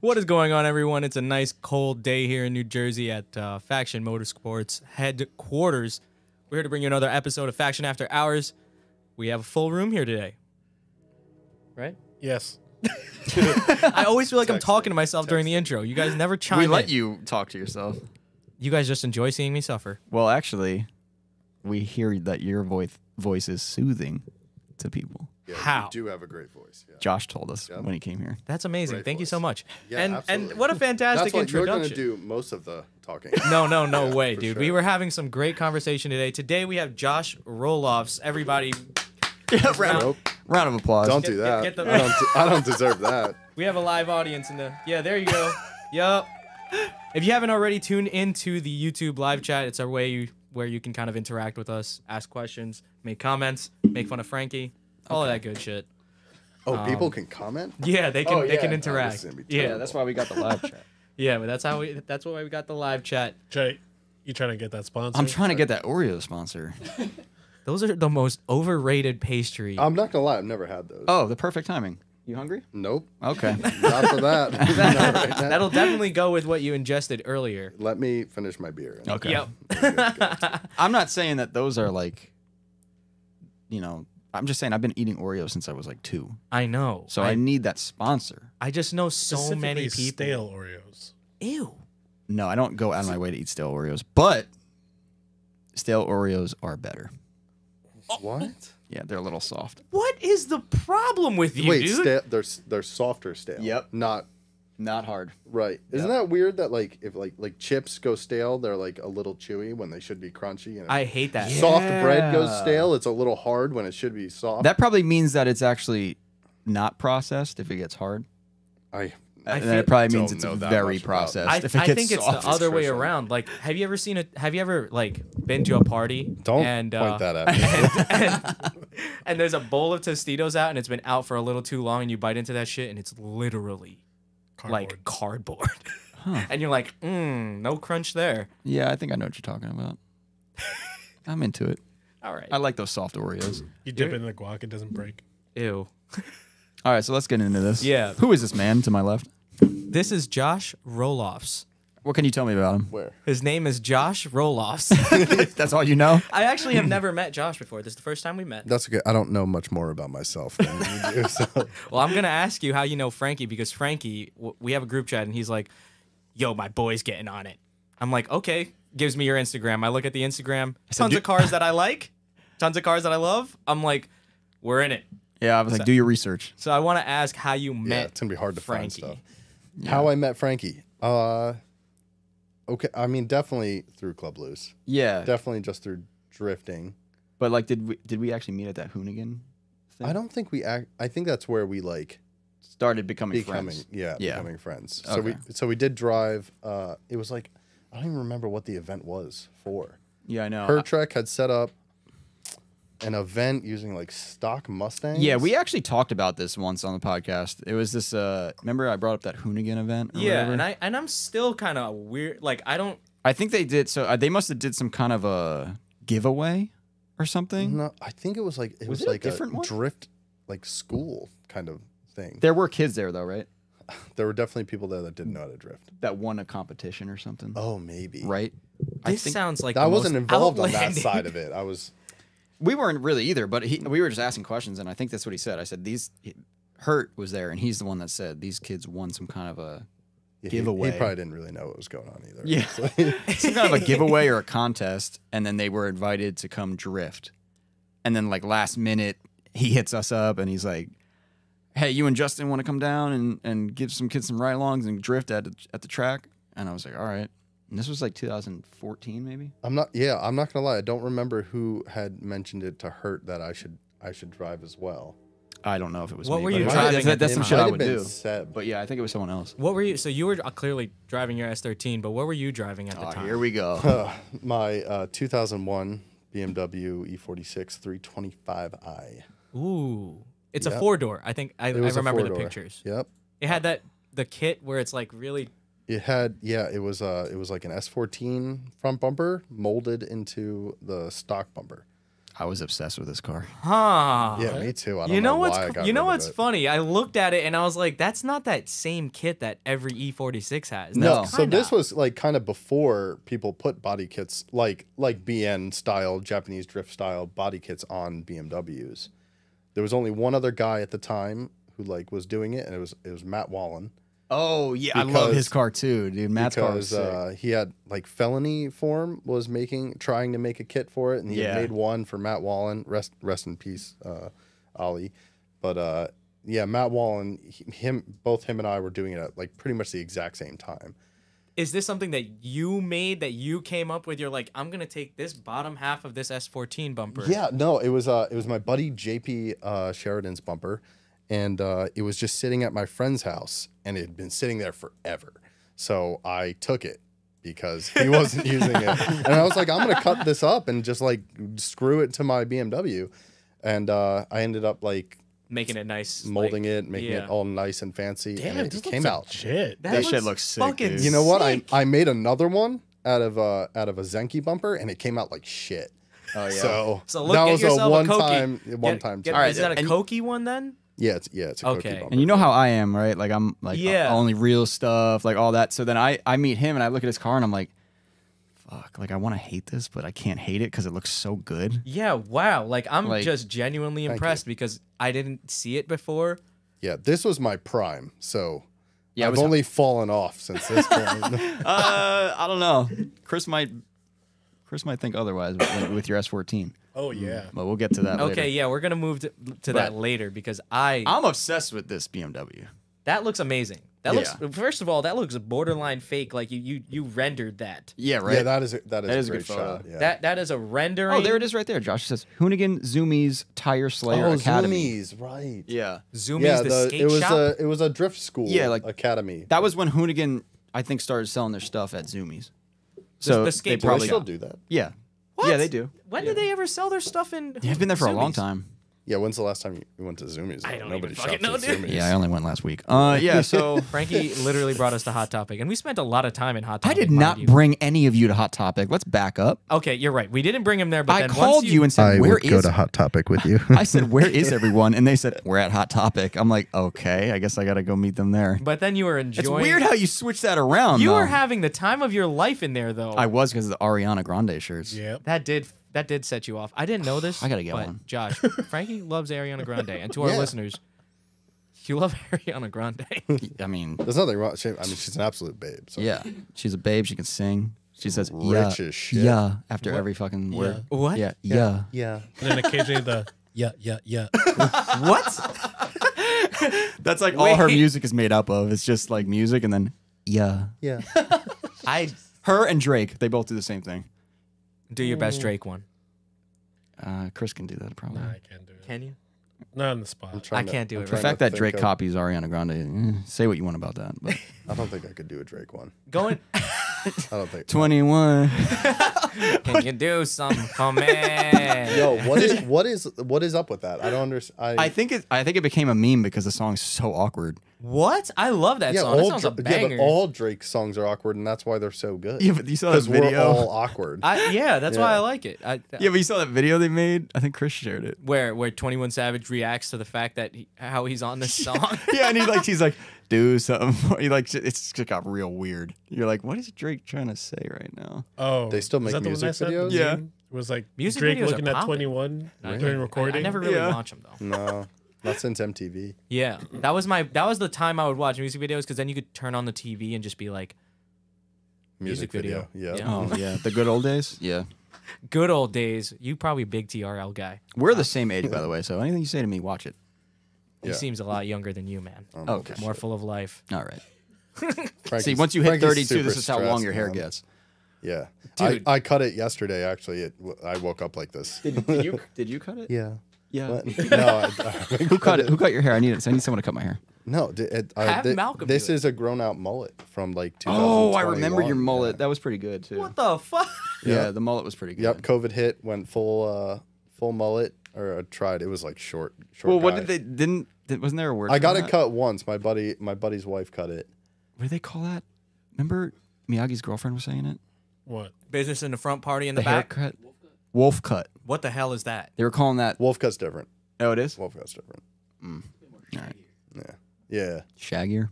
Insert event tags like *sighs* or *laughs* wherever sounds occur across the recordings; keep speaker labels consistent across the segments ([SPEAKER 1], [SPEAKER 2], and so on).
[SPEAKER 1] What is going on, everyone? It's a nice cold day here in New Jersey at uh, Faction Motorsports headquarters. We're here to bring you another episode of Faction After Hours. We have a full room here
[SPEAKER 2] *laughs*
[SPEAKER 1] today, right?
[SPEAKER 3] Yes.
[SPEAKER 1] I always feel like I'm
[SPEAKER 4] It's
[SPEAKER 1] talking to myself during the intro. You guys never chime
[SPEAKER 4] we
[SPEAKER 1] in.
[SPEAKER 4] let you talk to yourself.
[SPEAKER 1] You guys just enjoy seeing me suffer.
[SPEAKER 4] Well, actually, we hear that your voice voice is soothing to people.
[SPEAKER 2] Yeah,
[SPEAKER 1] How?
[SPEAKER 2] You do have a great voice. Yeah.
[SPEAKER 4] Josh told us when he came here.
[SPEAKER 1] That's amazing.
[SPEAKER 2] Great
[SPEAKER 1] Thank you so
[SPEAKER 2] voice.
[SPEAKER 1] much.
[SPEAKER 2] Yeah,
[SPEAKER 1] and and
[SPEAKER 2] absolutely.
[SPEAKER 1] what a fantastic
[SPEAKER 2] That's what you're
[SPEAKER 1] introduction.
[SPEAKER 2] going to do most of the talking.
[SPEAKER 1] *laughs*
[SPEAKER 2] *laughs*
[SPEAKER 1] No, no, no
[SPEAKER 2] Yeah,
[SPEAKER 1] way,
[SPEAKER 2] for
[SPEAKER 1] dude.
[SPEAKER 2] sure.
[SPEAKER 1] We were having some great conversation today. Today we have Josh Roloffs. Everybody,
[SPEAKER 2] Nope.
[SPEAKER 4] Round of applause.
[SPEAKER 2] Don't
[SPEAKER 1] Get-
[SPEAKER 2] do
[SPEAKER 1] get-
[SPEAKER 2] that.
[SPEAKER 1] get the-
[SPEAKER 2] I, don't de- I don't deserve
[SPEAKER 1] *laughs*
[SPEAKER 2] that.
[SPEAKER 1] we have a live audience in the. Yeah, there you go. yup. If you haven't already tuned into the YouTube live chat, it's our way you, where you can kind of interact with us, ask questions, make comments, make fun of Frankie, all of that good shit.
[SPEAKER 2] Oh, people
[SPEAKER 1] Um,
[SPEAKER 2] can comment?
[SPEAKER 1] Yeah, they can
[SPEAKER 2] Oh,
[SPEAKER 1] they
[SPEAKER 2] yeah.
[SPEAKER 1] can
[SPEAKER 2] Oh, this is
[SPEAKER 1] interact.
[SPEAKER 2] gonna be
[SPEAKER 1] yeah,
[SPEAKER 2] terrible.
[SPEAKER 1] that's
[SPEAKER 4] why we got the live chat.
[SPEAKER 1] yeah, but that's how we that's why we got the live chat.
[SPEAKER 3] Try, you trying to get that sponsor?
[SPEAKER 4] I'm trying to get that Oreo sponsor.
[SPEAKER 1] Those are the most overrated pastry.
[SPEAKER 2] I'm not going to lie. I've never had those.
[SPEAKER 4] Oh, the perfect timing. You hungry?
[SPEAKER 2] Nope.
[SPEAKER 4] *laughs* Okay.
[SPEAKER 2] Not for
[SPEAKER 1] *laughs*
[SPEAKER 2] that. *laughs* Not right now.
[SPEAKER 1] That'll definitely go with what you ingested earlier.
[SPEAKER 2] Let me finish my beer.
[SPEAKER 4] Okay.
[SPEAKER 1] Yep.
[SPEAKER 4] I'm not saying that those are like, you know, I'm just saying I've been eating Oreos since I was like two,
[SPEAKER 1] I know.
[SPEAKER 4] so I, need that sponsor.
[SPEAKER 1] I just know so many people.
[SPEAKER 3] Specifically stale Oreos.
[SPEAKER 1] Ew.
[SPEAKER 4] No, I don't go out of my way to eat stale Oreos, but stale Oreos are better.
[SPEAKER 2] *laughs* What?
[SPEAKER 4] Yeah, they're a little soft.
[SPEAKER 1] What is the problem with you,
[SPEAKER 2] Wait,
[SPEAKER 1] dude?
[SPEAKER 2] sta- they're, s- they're softer stale.
[SPEAKER 4] Yep.
[SPEAKER 2] Not
[SPEAKER 4] Not hard.
[SPEAKER 2] right. Isn't that weird that like if like like chips go stale, they're like a little chewy when they should be crunchy and if
[SPEAKER 1] I hate that.
[SPEAKER 2] soft bread goes
[SPEAKER 4] Yeah.
[SPEAKER 2] stale, it's a little hard when it should be soft.
[SPEAKER 4] That probably means that it's actually not processed if it gets hard.
[SPEAKER 2] I
[SPEAKER 1] I
[SPEAKER 4] and then it
[SPEAKER 1] feel-
[SPEAKER 4] probably means
[SPEAKER 2] don't
[SPEAKER 4] it's
[SPEAKER 2] know that
[SPEAKER 4] very
[SPEAKER 2] much about
[SPEAKER 4] processed.
[SPEAKER 1] I, I
[SPEAKER 4] if it gets
[SPEAKER 1] think it's
[SPEAKER 4] soft,
[SPEAKER 1] the other way
[SPEAKER 2] crushing.
[SPEAKER 1] around. Like, have you ever seen a? Have you ever like been to a party?
[SPEAKER 2] don't
[SPEAKER 1] and,
[SPEAKER 2] point
[SPEAKER 1] uh,
[SPEAKER 2] that at
[SPEAKER 1] *laughs*
[SPEAKER 2] me.
[SPEAKER 1] and, and there's a bowl of Tostitos out, and it's been out for a little too long, and you bite into that shit, and it's literally like
[SPEAKER 4] *laughs*
[SPEAKER 1] cardboard. and you're like, mm, no crunch there.
[SPEAKER 4] Yeah, I think I know what you're
[SPEAKER 1] *laughs*
[SPEAKER 4] talking about. I'm into it.
[SPEAKER 1] All right.
[SPEAKER 4] I like those soft Oreos.
[SPEAKER 3] you dip it in the guac, it doesn't break.
[SPEAKER 1] Ew.
[SPEAKER 4] All right, so let's get into this.
[SPEAKER 1] Yeah.
[SPEAKER 4] Who is this man to my left?
[SPEAKER 1] This is Josh Roloffs.
[SPEAKER 4] What can you tell me about him?
[SPEAKER 2] Where?
[SPEAKER 1] His name is Josh
[SPEAKER 4] *laughs*
[SPEAKER 1] Roloffs.
[SPEAKER 4] That's all
[SPEAKER 1] *laughs*
[SPEAKER 4] you know?
[SPEAKER 1] I actually have never met Josh before. This is the first time we met.
[SPEAKER 2] That's okay. I don't know much more about myself than
[SPEAKER 4] *laughs*
[SPEAKER 2] you do. So.
[SPEAKER 1] Well, I'm gonna ask you how you know Frankie because Frankie, w- we have a group chat and he's like, "Yo, my boy's getting on it." I'm like, "Okay." Gives me your Instagram. I look at the Instagram.
[SPEAKER 4] said,
[SPEAKER 1] Tons
[SPEAKER 4] "Do-
[SPEAKER 1] of cars that I like, tons of cars that I love. I'm like, "We're in it."
[SPEAKER 4] Yeah, I was like, do your research.
[SPEAKER 1] So I want to ask how you met.
[SPEAKER 2] it's gonna be hard to find
[SPEAKER 1] Frankie.
[SPEAKER 2] stuff. How I met Frankie. Uh, okay. I mean, definitely through Club Loose.
[SPEAKER 4] Yeah.
[SPEAKER 2] Definitely just through drifting.
[SPEAKER 4] But like did we did we actually meet at that Hoonigan thing?
[SPEAKER 2] I don't think we act. I think that's where we like
[SPEAKER 4] started becoming,
[SPEAKER 2] becoming.
[SPEAKER 4] friends.
[SPEAKER 2] Yeah,
[SPEAKER 4] Yeah.
[SPEAKER 2] becoming friends. So we
[SPEAKER 4] Okay.
[SPEAKER 2] so we did drive. Uh, it was like I don't even remember what the event was for.
[SPEAKER 4] Yeah, I know. Uh,
[SPEAKER 2] Her Trek had set up an event using like stock Mustangs.
[SPEAKER 4] Yeah, we actually talked about this once on the podcast. It was this. Uh, remember, I brought up that Hoonigan event. Or
[SPEAKER 1] Yeah,
[SPEAKER 4] whatever?
[SPEAKER 1] and I and I'm still kind of weird. Like I don't.
[SPEAKER 4] I think they did. So uh, they must have did some kind of a giveaway or something.
[SPEAKER 2] No, I think it was like it
[SPEAKER 4] Was
[SPEAKER 2] was,
[SPEAKER 4] it a
[SPEAKER 2] like a,
[SPEAKER 4] different one?
[SPEAKER 2] drift like school kind of thing. There,
[SPEAKER 4] There were kids there though, right?
[SPEAKER 2] were definitely people there that didn't know how to drift.
[SPEAKER 4] That won a competition or something,
[SPEAKER 2] Oh, maybe.
[SPEAKER 4] right? I
[SPEAKER 1] This
[SPEAKER 4] think
[SPEAKER 1] sounds like
[SPEAKER 2] I
[SPEAKER 1] the
[SPEAKER 2] wasn't
[SPEAKER 1] most
[SPEAKER 2] involved on that
[SPEAKER 1] outlandish-
[SPEAKER 2] side of it. I was
[SPEAKER 4] we weren't really either, but he, we were just asking questions, and I think that's what he said. I said these. He, Hurt was there, and he's the one that said these kids won some kind of a
[SPEAKER 2] yeah, he- He,
[SPEAKER 4] Giveaway.
[SPEAKER 2] probably didn't really know what was going on either.
[SPEAKER 4] Yeah.
[SPEAKER 2] So-
[SPEAKER 4] some kind of a giveaway or a contest, and then they were invited to come drift. And then like last minute, he hits us up and he's like, "Hey, you and Justin want to come down and and give some kids some ride alongs and drift at at the track?" And I was like, "All right." And this was like 2014, maybe.
[SPEAKER 2] *laughs* I'm not yeah, I'm not gonna lie, I don't remember who had mentioned it to Hurt that I should I should drive as well.
[SPEAKER 4] I don't know if it was.
[SPEAKER 1] What
[SPEAKER 4] me,
[SPEAKER 1] were
[SPEAKER 4] but
[SPEAKER 1] you
[SPEAKER 4] I-
[SPEAKER 1] driving
[SPEAKER 4] That's,
[SPEAKER 1] at
[SPEAKER 4] that's
[SPEAKER 1] the
[SPEAKER 4] some
[SPEAKER 1] time?
[SPEAKER 4] shit
[SPEAKER 2] Might
[SPEAKER 4] I
[SPEAKER 2] have
[SPEAKER 4] would
[SPEAKER 2] been
[SPEAKER 4] do.
[SPEAKER 2] Seb.
[SPEAKER 4] But yeah, I think it was someone else.
[SPEAKER 1] *laughs* What were you? So you were uh, clearly driving your S13, but what were you driving at the
[SPEAKER 2] Ah,
[SPEAKER 4] Aw,
[SPEAKER 1] time?
[SPEAKER 4] Ah, here we go.
[SPEAKER 2] Uh, my uh, 2001 BMW E46 325i.
[SPEAKER 1] Ooh, it's a
[SPEAKER 2] Yep.
[SPEAKER 1] four door. I think I, I
[SPEAKER 2] It was a
[SPEAKER 1] remember the
[SPEAKER 2] four-door.
[SPEAKER 1] pictures.
[SPEAKER 2] Yep.
[SPEAKER 1] It had that the kit where it's like really
[SPEAKER 2] It had yeah, it was uh it was like an S14 front bumper molded into the stock bumper.
[SPEAKER 4] I was obsessed with this car.
[SPEAKER 1] Huh.
[SPEAKER 2] Yeah, me too. I don't
[SPEAKER 1] You know,
[SPEAKER 2] why
[SPEAKER 1] what's
[SPEAKER 2] I got
[SPEAKER 1] you know
[SPEAKER 2] rid of
[SPEAKER 1] what's
[SPEAKER 2] it.
[SPEAKER 1] funny? I looked at it and I was like, that's not that same kit that every E46 has.
[SPEAKER 4] No.
[SPEAKER 1] That's
[SPEAKER 2] So this
[SPEAKER 1] kinda-
[SPEAKER 2] was like kind of before people put body kits like like BN style Japanese drift style body kits on BMWs. There was only one other guy at the time who like was doing it, and it was it was Matt Wallen
[SPEAKER 4] Oh yeah, I love
[SPEAKER 2] Because-
[SPEAKER 4] his car too, dude. Matt's car was
[SPEAKER 2] because
[SPEAKER 4] sick.
[SPEAKER 2] uh, he had like felony form was making trying to make a kit for it, and he
[SPEAKER 4] Yeah.
[SPEAKER 2] had made one for Matt Wallen. Rest rest in peace, uh, Ollie. But uh, yeah, Matt Wallen, he- him both him and I were doing it at like pretty much the exact same time.
[SPEAKER 1] Is this something that you made that you came up with? You're like, I'm gonna take this bottom half of this S14 bumper.
[SPEAKER 2] Yeah, no, it was uh, it was my buddy JP uh, Sheridan's bumper, and uh, it was just sitting at my friend's house, and it had been sitting there forever. So I took it because
[SPEAKER 1] *laughs*
[SPEAKER 2] he wasn't using it, and I was like, I'm gonna cut this up and just like screw it to my BMW, and uh, I ended up like
[SPEAKER 1] making it nice, like-
[SPEAKER 2] molding it, making
[SPEAKER 1] yeah.
[SPEAKER 2] it all nice and fancy,
[SPEAKER 3] Damn,
[SPEAKER 2] and it,
[SPEAKER 3] this
[SPEAKER 2] came
[SPEAKER 3] looks
[SPEAKER 2] out.
[SPEAKER 3] legit.
[SPEAKER 1] That
[SPEAKER 4] That shit looks sick,
[SPEAKER 1] fucking
[SPEAKER 4] dude.
[SPEAKER 2] You know what? I,
[SPEAKER 1] sick.
[SPEAKER 2] I made another one out of uh, out of a Zenki bumper, and it came out like shit.
[SPEAKER 4] oh yeah.
[SPEAKER 2] So,
[SPEAKER 1] So look,
[SPEAKER 2] that
[SPEAKER 1] get
[SPEAKER 2] was
[SPEAKER 1] yourself
[SPEAKER 2] a
[SPEAKER 1] a
[SPEAKER 2] one
[SPEAKER 1] Koki.
[SPEAKER 2] time, one
[SPEAKER 1] Get-
[SPEAKER 2] time.
[SPEAKER 1] get-
[SPEAKER 2] job.
[SPEAKER 4] All right,
[SPEAKER 1] Is that a
[SPEAKER 4] and-
[SPEAKER 1] Koki one then?
[SPEAKER 2] Yeah, it's yeah, it's a
[SPEAKER 1] Okay.
[SPEAKER 2] cookie bumper.
[SPEAKER 4] And you know how I am, right? Like I'm like
[SPEAKER 1] Yeah.
[SPEAKER 4] uh, only real stuff, like all that. So then I I meet him and I look at his car and I'm like, fuck, like I want to hate this, but I can't hate it because it looks so good.
[SPEAKER 1] Yeah. Wow. Like I'm
[SPEAKER 4] Like-
[SPEAKER 1] just genuinely
[SPEAKER 2] you.
[SPEAKER 1] impressed because I didn't see it before.
[SPEAKER 2] yeah, this was my prime, so
[SPEAKER 4] Yeah, it
[SPEAKER 2] I've
[SPEAKER 4] was-
[SPEAKER 2] only fallen off since this point.
[SPEAKER 4] Uh, I don't know. Chris might Chris might think otherwise with, with your S14,
[SPEAKER 3] Oh yeah.
[SPEAKER 1] Mm.
[SPEAKER 4] but we'll get to that.
[SPEAKER 1] Okay.
[SPEAKER 4] later.
[SPEAKER 1] Yeah, we're gonna move to, to that
[SPEAKER 4] But-
[SPEAKER 1] later because I
[SPEAKER 4] I'm obsessed with this BMW.
[SPEAKER 1] that looks amazing. That
[SPEAKER 4] Yeah.
[SPEAKER 1] looks first of all, that looks borderline fake. Like you you you rendered that.
[SPEAKER 4] Yeah, *laughs* right.
[SPEAKER 2] Yeah, that is a, that is
[SPEAKER 4] That
[SPEAKER 2] a
[SPEAKER 4] is a
[SPEAKER 2] great
[SPEAKER 4] good photo.
[SPEAKER 2] shot. Yeah.
[SPEAKER 1] That that is a rendering.
[SPEAKER 4] oh, there it is, right there. Josh says Hoonigan Zoomies Tire Slayer
[SPEAKER 2] oh,
[SPEAKER 4] Academy.
[SPEAKER 2] Zoomies, right?
[SPEAKER 4] Yeah,
[SPEAKER 1] Zoomies
[SPEAKER 2] Yeah,
[SPEAKER 1] the,
[SPEAKER 2] the-
[SPEAKER 1] skate
[SPEAKER 2] it was
[SPEAKER 1] shop.
[SPEAKER 2] a it was a drift school.
[SPEAKER 4] Yeah, like-
[SPEAKER 2] academy.
[SPEAKER 4] that was when Hoonigan I think started selling their stuff at Zoomies.
[SPEAKER 1] the
[SPEAKER 4] So they
[SPEAKER 1] skateboard
[SPEAKER 4] probably
[SPEAKER 2] they still do that.
[SPEAKER 4] yeah
[SPEAKER 1] What?
[SPEAKER 4] yeah they do.
[SPEAKER 1] When did they ever sell their stuff in?
[SPEAKER 4] They've been there for a long
[SPEAKER 1] Zoomies?
[SPEAKER 4] time.
[SPEAKER 2] Yeah, when's the last time you- you went to Zoomies?
[SPEAKER 1] I don't
[SPEAKER 2] Nobody
[SPEAKER 1] even fucking
[SPEAKER 2] shops at
[SPEAKER 1] know, dude.
[SPEAKER 2] Zoomies.
[SPEAKER 4] Yeah, I only went last week. Uh, yeah. So
[SPEAKER 1] Frankie literally brought us to Hot Topic, and we spent a lot of time in Hot
[SPEAKER 4] *laughs* I
[SPEAKER 1] Topic.
[SPEAKER 4] did
[SPEAKER 1] mind
[SPEAKER 4] not
[SPEAKER 1] you.
[SPEAKER 4] bring any of you to Hot Topic. Let's back up.
[SPEAKER 1] Okay, you're right. We didn't bring him there, but
[SPEAKER 4] I
[SPEAKER 1] then
[SPEAKER 4] called
[SPEAKER 1] once
[SPEAKER 4] you and said, "Where is?"
[SPEAKER 2] Hot Topic with you.
[SPEAKER 4] *laughs* I said, "Where
[SPEAKER 2] *laughs*
[SPEAKER 4] is everyone?" And they said, "We're at Hot Topic." I'm like, "Okay, I guess I gotta go meet them there."
[SPEAKER 1] But then you were enjoying.
[SPEAKER 4] It's weird how you switch that around.
[SPEAKER 1] you were
[SPEAKER 4] though.
[SPEAKER 1] having the time of your life in there, though.
[SPEAKER 4] I was because of the Ariana Grande shirts.
[SPEAKER 3] Yep.
[SPEAKER 1] that did that did set you off. *sighs* I didn't know this.
[SPEAKER 4] I gotta get
[SPEAKER 1] but
[SPEAKER 4] one.
[SPEAKER 1] *laughs* Josh, Frankie loves Ariana Grande, and to our
[SPEAKER 2] Yeah.
[SPEAKER 1] listeners, you love *laughs* Ariana Grande.
[SPEAKER 4] I mean,
[SPEAKER 2] There's nothing wrong. She, I mean, she's an absolute babe. So.
[SPEAKER 4] yeah, she's a babe. She can sing. She says,
[SPEAKER 2] Rich
[SPEAKER 4] "Yeah,
[SPEAKER 2] as shit.
[SPEAKER 4] yeah," after every fucking word.
[SPEAKER 1] What?
[SPEAKER 4] Yeah, yeah.
[SPEAKER 2] Yeah.
[SPEAKER 3] And then occasionally the
[SPEAKER 1] *laughs*
[SPEAKER 3] yeah yeah yeah.
[SPEAKER 1] what?
[SPEAKER 4] That's like all her
[SPEAKER 1] Wait.
[SPEAKER 4] music is made up of. It's just like music, and then yeah.
[SPEAKER 2] Yeah.
[SPEAKER 1] *laughs* I
[SPEAKER 4] Her and Drake, they both do the same thing.
[SPEAKER 1] do your best Drake one.
[SPEAKER 4] Uh, Chris can do that probably.
[SPEAKER 3] I can't do it.
[SPEAKER 1] Can you?
[SPEAKER 3] Not on the spot.
[SPEAKER 1] I can't do it
[SPEAKER 4] The
[SPEAKER 1] right.
[SPEAKER 4] fact that Drake
[SPEAKER 2] copy.
[SPEAKER 4] copies Ariana Grande, eh, say what you want about that. But *laughs*
[SPEAKER 2] I don't think I could do a Drake one.
[SPEAKER 1] Going.
[SPEAKER 2] I don't
[SPEAKER 4] *laughs*
[SPEAKER 2] think.
[SPEAKER 4] 21.
[SPEAKER 1] *laughs* *laughs* Can you do something for me?
[SPEAKER 2] Yo, what is what is what is up with that? I don't understand.
[SPEAKER 4] I think it. I think it became a meme because the song's so awkward.
[SPEAKER 1] *laughs* What? I love that song. That sounds a
[SPEAKER 2] Dra- yeah,
[SPEAKER 1] banger.
[SPEAKER 2] but all Drake songs are awkward, and that's why they're so good.
[SPEAKER 4] Yeah, but you saw that
[SPEAKER 2] because we're
[SPEAKER 4] video.
[SPEAKER 2] all awkward.
[SPEAKER 1] I, yeah, that's why
[SPEAKER 2] Yeah.
[SPEAKER 1] I like it. I,
[SPEAKER 4] *laughs* yeah, but you saw that video they made. I think Chris shared it.
[SPEAKER 1] where where Twenty One Savage reacts to the fact that he, how he's on *laughs* this song.
[SPEAKER 4] *laughs* Yeah, and he like he's like do something. for-" He like it's just got real weird. You're like, what is Drake trying to say right now?
[SPEAKER 3] Oh,
[SPEAKER 2] They still
[SPEAKER 3] is
[SPEAKER 2] make
[SPEAKER 3] that the one I
[SPEAKER 2] music
[SPEAKER 3] said?
[SPEAKER 2] videos?
[SPEAKER 4] Yeah.
[SPEAKER 3] It was like
[SPEAKER 1] Music
[SPEAKER 3] Drake
[SPEAKER 1] videos are
[SPEAKER 3] looking at
[SPEAKER 1] popping.
[SPEAKER 3] 21
[SPEAKER 1] I-
[SPEAKER 3] during recording.
[SPEAKER 1] I, never really
[SPEAKER 4] Yeah.
[SPEAKER 1] watch them though.
[SPEAKER 2] *laughs* no, not since MTV.
[SPEAKER 1] Yeah, that was my that was the time I would watch music videos because then you could turn on the TV and just be like, Music
[SPEAKER 2] Music,
[SPEAKER 1] video.
[SPEAKER 2] video. Yeah.
[SPEAKER 1] Yeah.
[SPEAKER 4] *laughs* Oh yeah, the good old days. Yeah,
[SPEAKER 1] "Good old days." You probably a big TRL guy.
[SPEAKER 4] we're *laughs* the same age by the way. So anything you say to me, watch it.
[SPEAKER 1] He
[SPEAKER 2] Yeah. Oh,
[SPEAKER 1] seems a lot younger than you, man.
[SPEAKER 4] Okay.
[SPEAKER 1] More full of life.
[SPEAKER 4] All right.
[SPEAKER 2] Frankie's-
[SPEAKER 4] See, once you hit
[SPEAKER 2] Frankie's
[SPEAKER 4] 32, this
[SPEAKER 2] super
[SPEAKER 4] is how long
[SPEAKER 2] stressed,
[SPEAKER 4] your hair
[SPEAKER 2] man.
[SPEAKER 4] gets.
[SPEAKER 2] Yeah.
[SPEAKER 1] Dude.
[SPEAKER 2] I, I cut it yesterday. Actually, it, w- I woke up like this.
[SPEAKER 4] Did, did you did you cut
[SPEAKER 2] *laughs*
[SPEAKER 4] it?
[SPEAKER 2] Yeah.
[SPEAKER 4] Yeah. *laughs*
[SPEAKER 2] What? no, I, I,
[SPEAKER 4] Who cut it? Who cut your hair? I need it. I need someone to cut my hair.
[SPEAKER 2] *laughs* no. d- It, I,
[SPEAKER 1] Have
[SPEAKER 2] thi-
[SPEAKER 1] Malcolm do
[SPEAKER 2] this
[SPEAKER 1] it.
[SPEAKER 2] is a grown-out mullet from like 2021.
[SPEAKER 4] Oh, I remember your mullet. That was pretty good too.
[SPEAKER 1] What the fuck?
[SPEAKER 4] Yeah,
[SPEAKER 2] Yeah.
[SPEAKER 4] the mullet was pretty good.
[SPEAKER 2] Yep, COVID hit, went full uh full mullet or I tried. It was like short short.
[SPEAKER 4] Well, what
[SPEAKER 2] guy.
[SPEAKER 4] did they didn't? Did, wasn't there a word?
[SPEAKER 2] I
[SPEAKER 4] for
[SPEAKER 2] got
[SPEAKER 4] that?
[SPEAKER 2] it cut once. My buddy my buddy's wife cut it.
[SPEAKER 4] What did they call that? Remember Miyagi's girlfriend was saying it.
[SPEAKER 3] What?
[SPEAKER 1] Business in the front, party in the,
[SPEAKER 4] The
[SPEAKER 1] back.
[SPEAKER 4] haircut. Wolf cut.
[SPEAKER 1] What the hell is that?
[SPEAKER 4] They were calling that.
[SPEAKER 2] Wolf cut's different.
[SPEAKER 4] Oh, it is?
[SPEAKER 2] Wolf cut's different.
[SPEAKER 4] Alright.
[SPEAKER 2] Yeah,
[SPEAKER 4] Shaggier.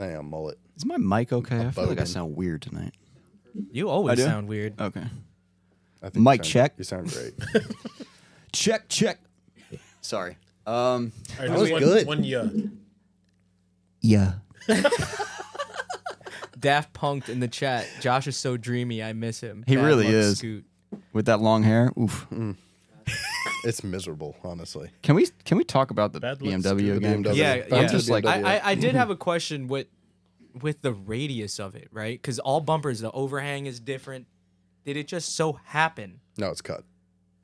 [SPEAKER 2] I am mullet.
[SPEAKER 4] Is my mic okay? I feel like I
[SPEAKER 2] Bogan.
[SPEAKER 4] sound weird tonight.
[SPEAKER 1] You
[SPEAKER 4] I
[SPEAKER 1] always
[SPEAKER 4] do?
[SPEAKER 1] sound weird.
[SPEAKER 4] Okay.
[SPEAKER 2] I think you sound-
[SPEAKER 4] Mic check.
[SPEAKER 2] You sound
[SPEAKER 4] *laughs*
[SPEAKER 2] great.
[SPEAKER 4] Check, check. Sorry. Um,
[SPEAKER 3] All right,
[SPEAKER 2] That
[SPEAKER 3] just
[SPEAKER 2] was
[SPEAKER 3] one,
[SPEAKER 2] good.
[SPEAKER 3] One yeah.
[SPEAKER 4] yeah.
[SPEAKER 1] Daft Punked in the chat. Josh is so dreamy. I miss him.
[SPEAKER 4] He really
[SPEAKER 1] luck,
[SPEAKER 4] is.
[SPEAKER 1] Scoot.
[SPEAKER 4] With that long hair. Oof.
[SPEAKER 2] Mm. it's miserable, honestly.
[SPEAKER 4] Can we can we talk about the
[SPEAKER 3] Bad luck,
[SPEAKER 4] BMW
[SPEAKER 2] The
[SPEAKER 4] again?
[SPEAKER 2] BMW.
[SPEAKER 1] Yeah,
[SPEAKER 2] Back
[SPEAKER 1] yeah.
[SPEAKER 2] to
[SPEAKER 4] just
[SPEAKER 2] the
[SPEAKER 4] like-
[SPEAKER 2] BMW.
[SPEAKER 1] I, I, I
[SPEAKER 2] *laughs*
[SPEAKER 1] did have a question with with the radius of it, right? Because all bumpers, the overhang is different. Did it just so happen
[SPEAKER 2] no, it's cut.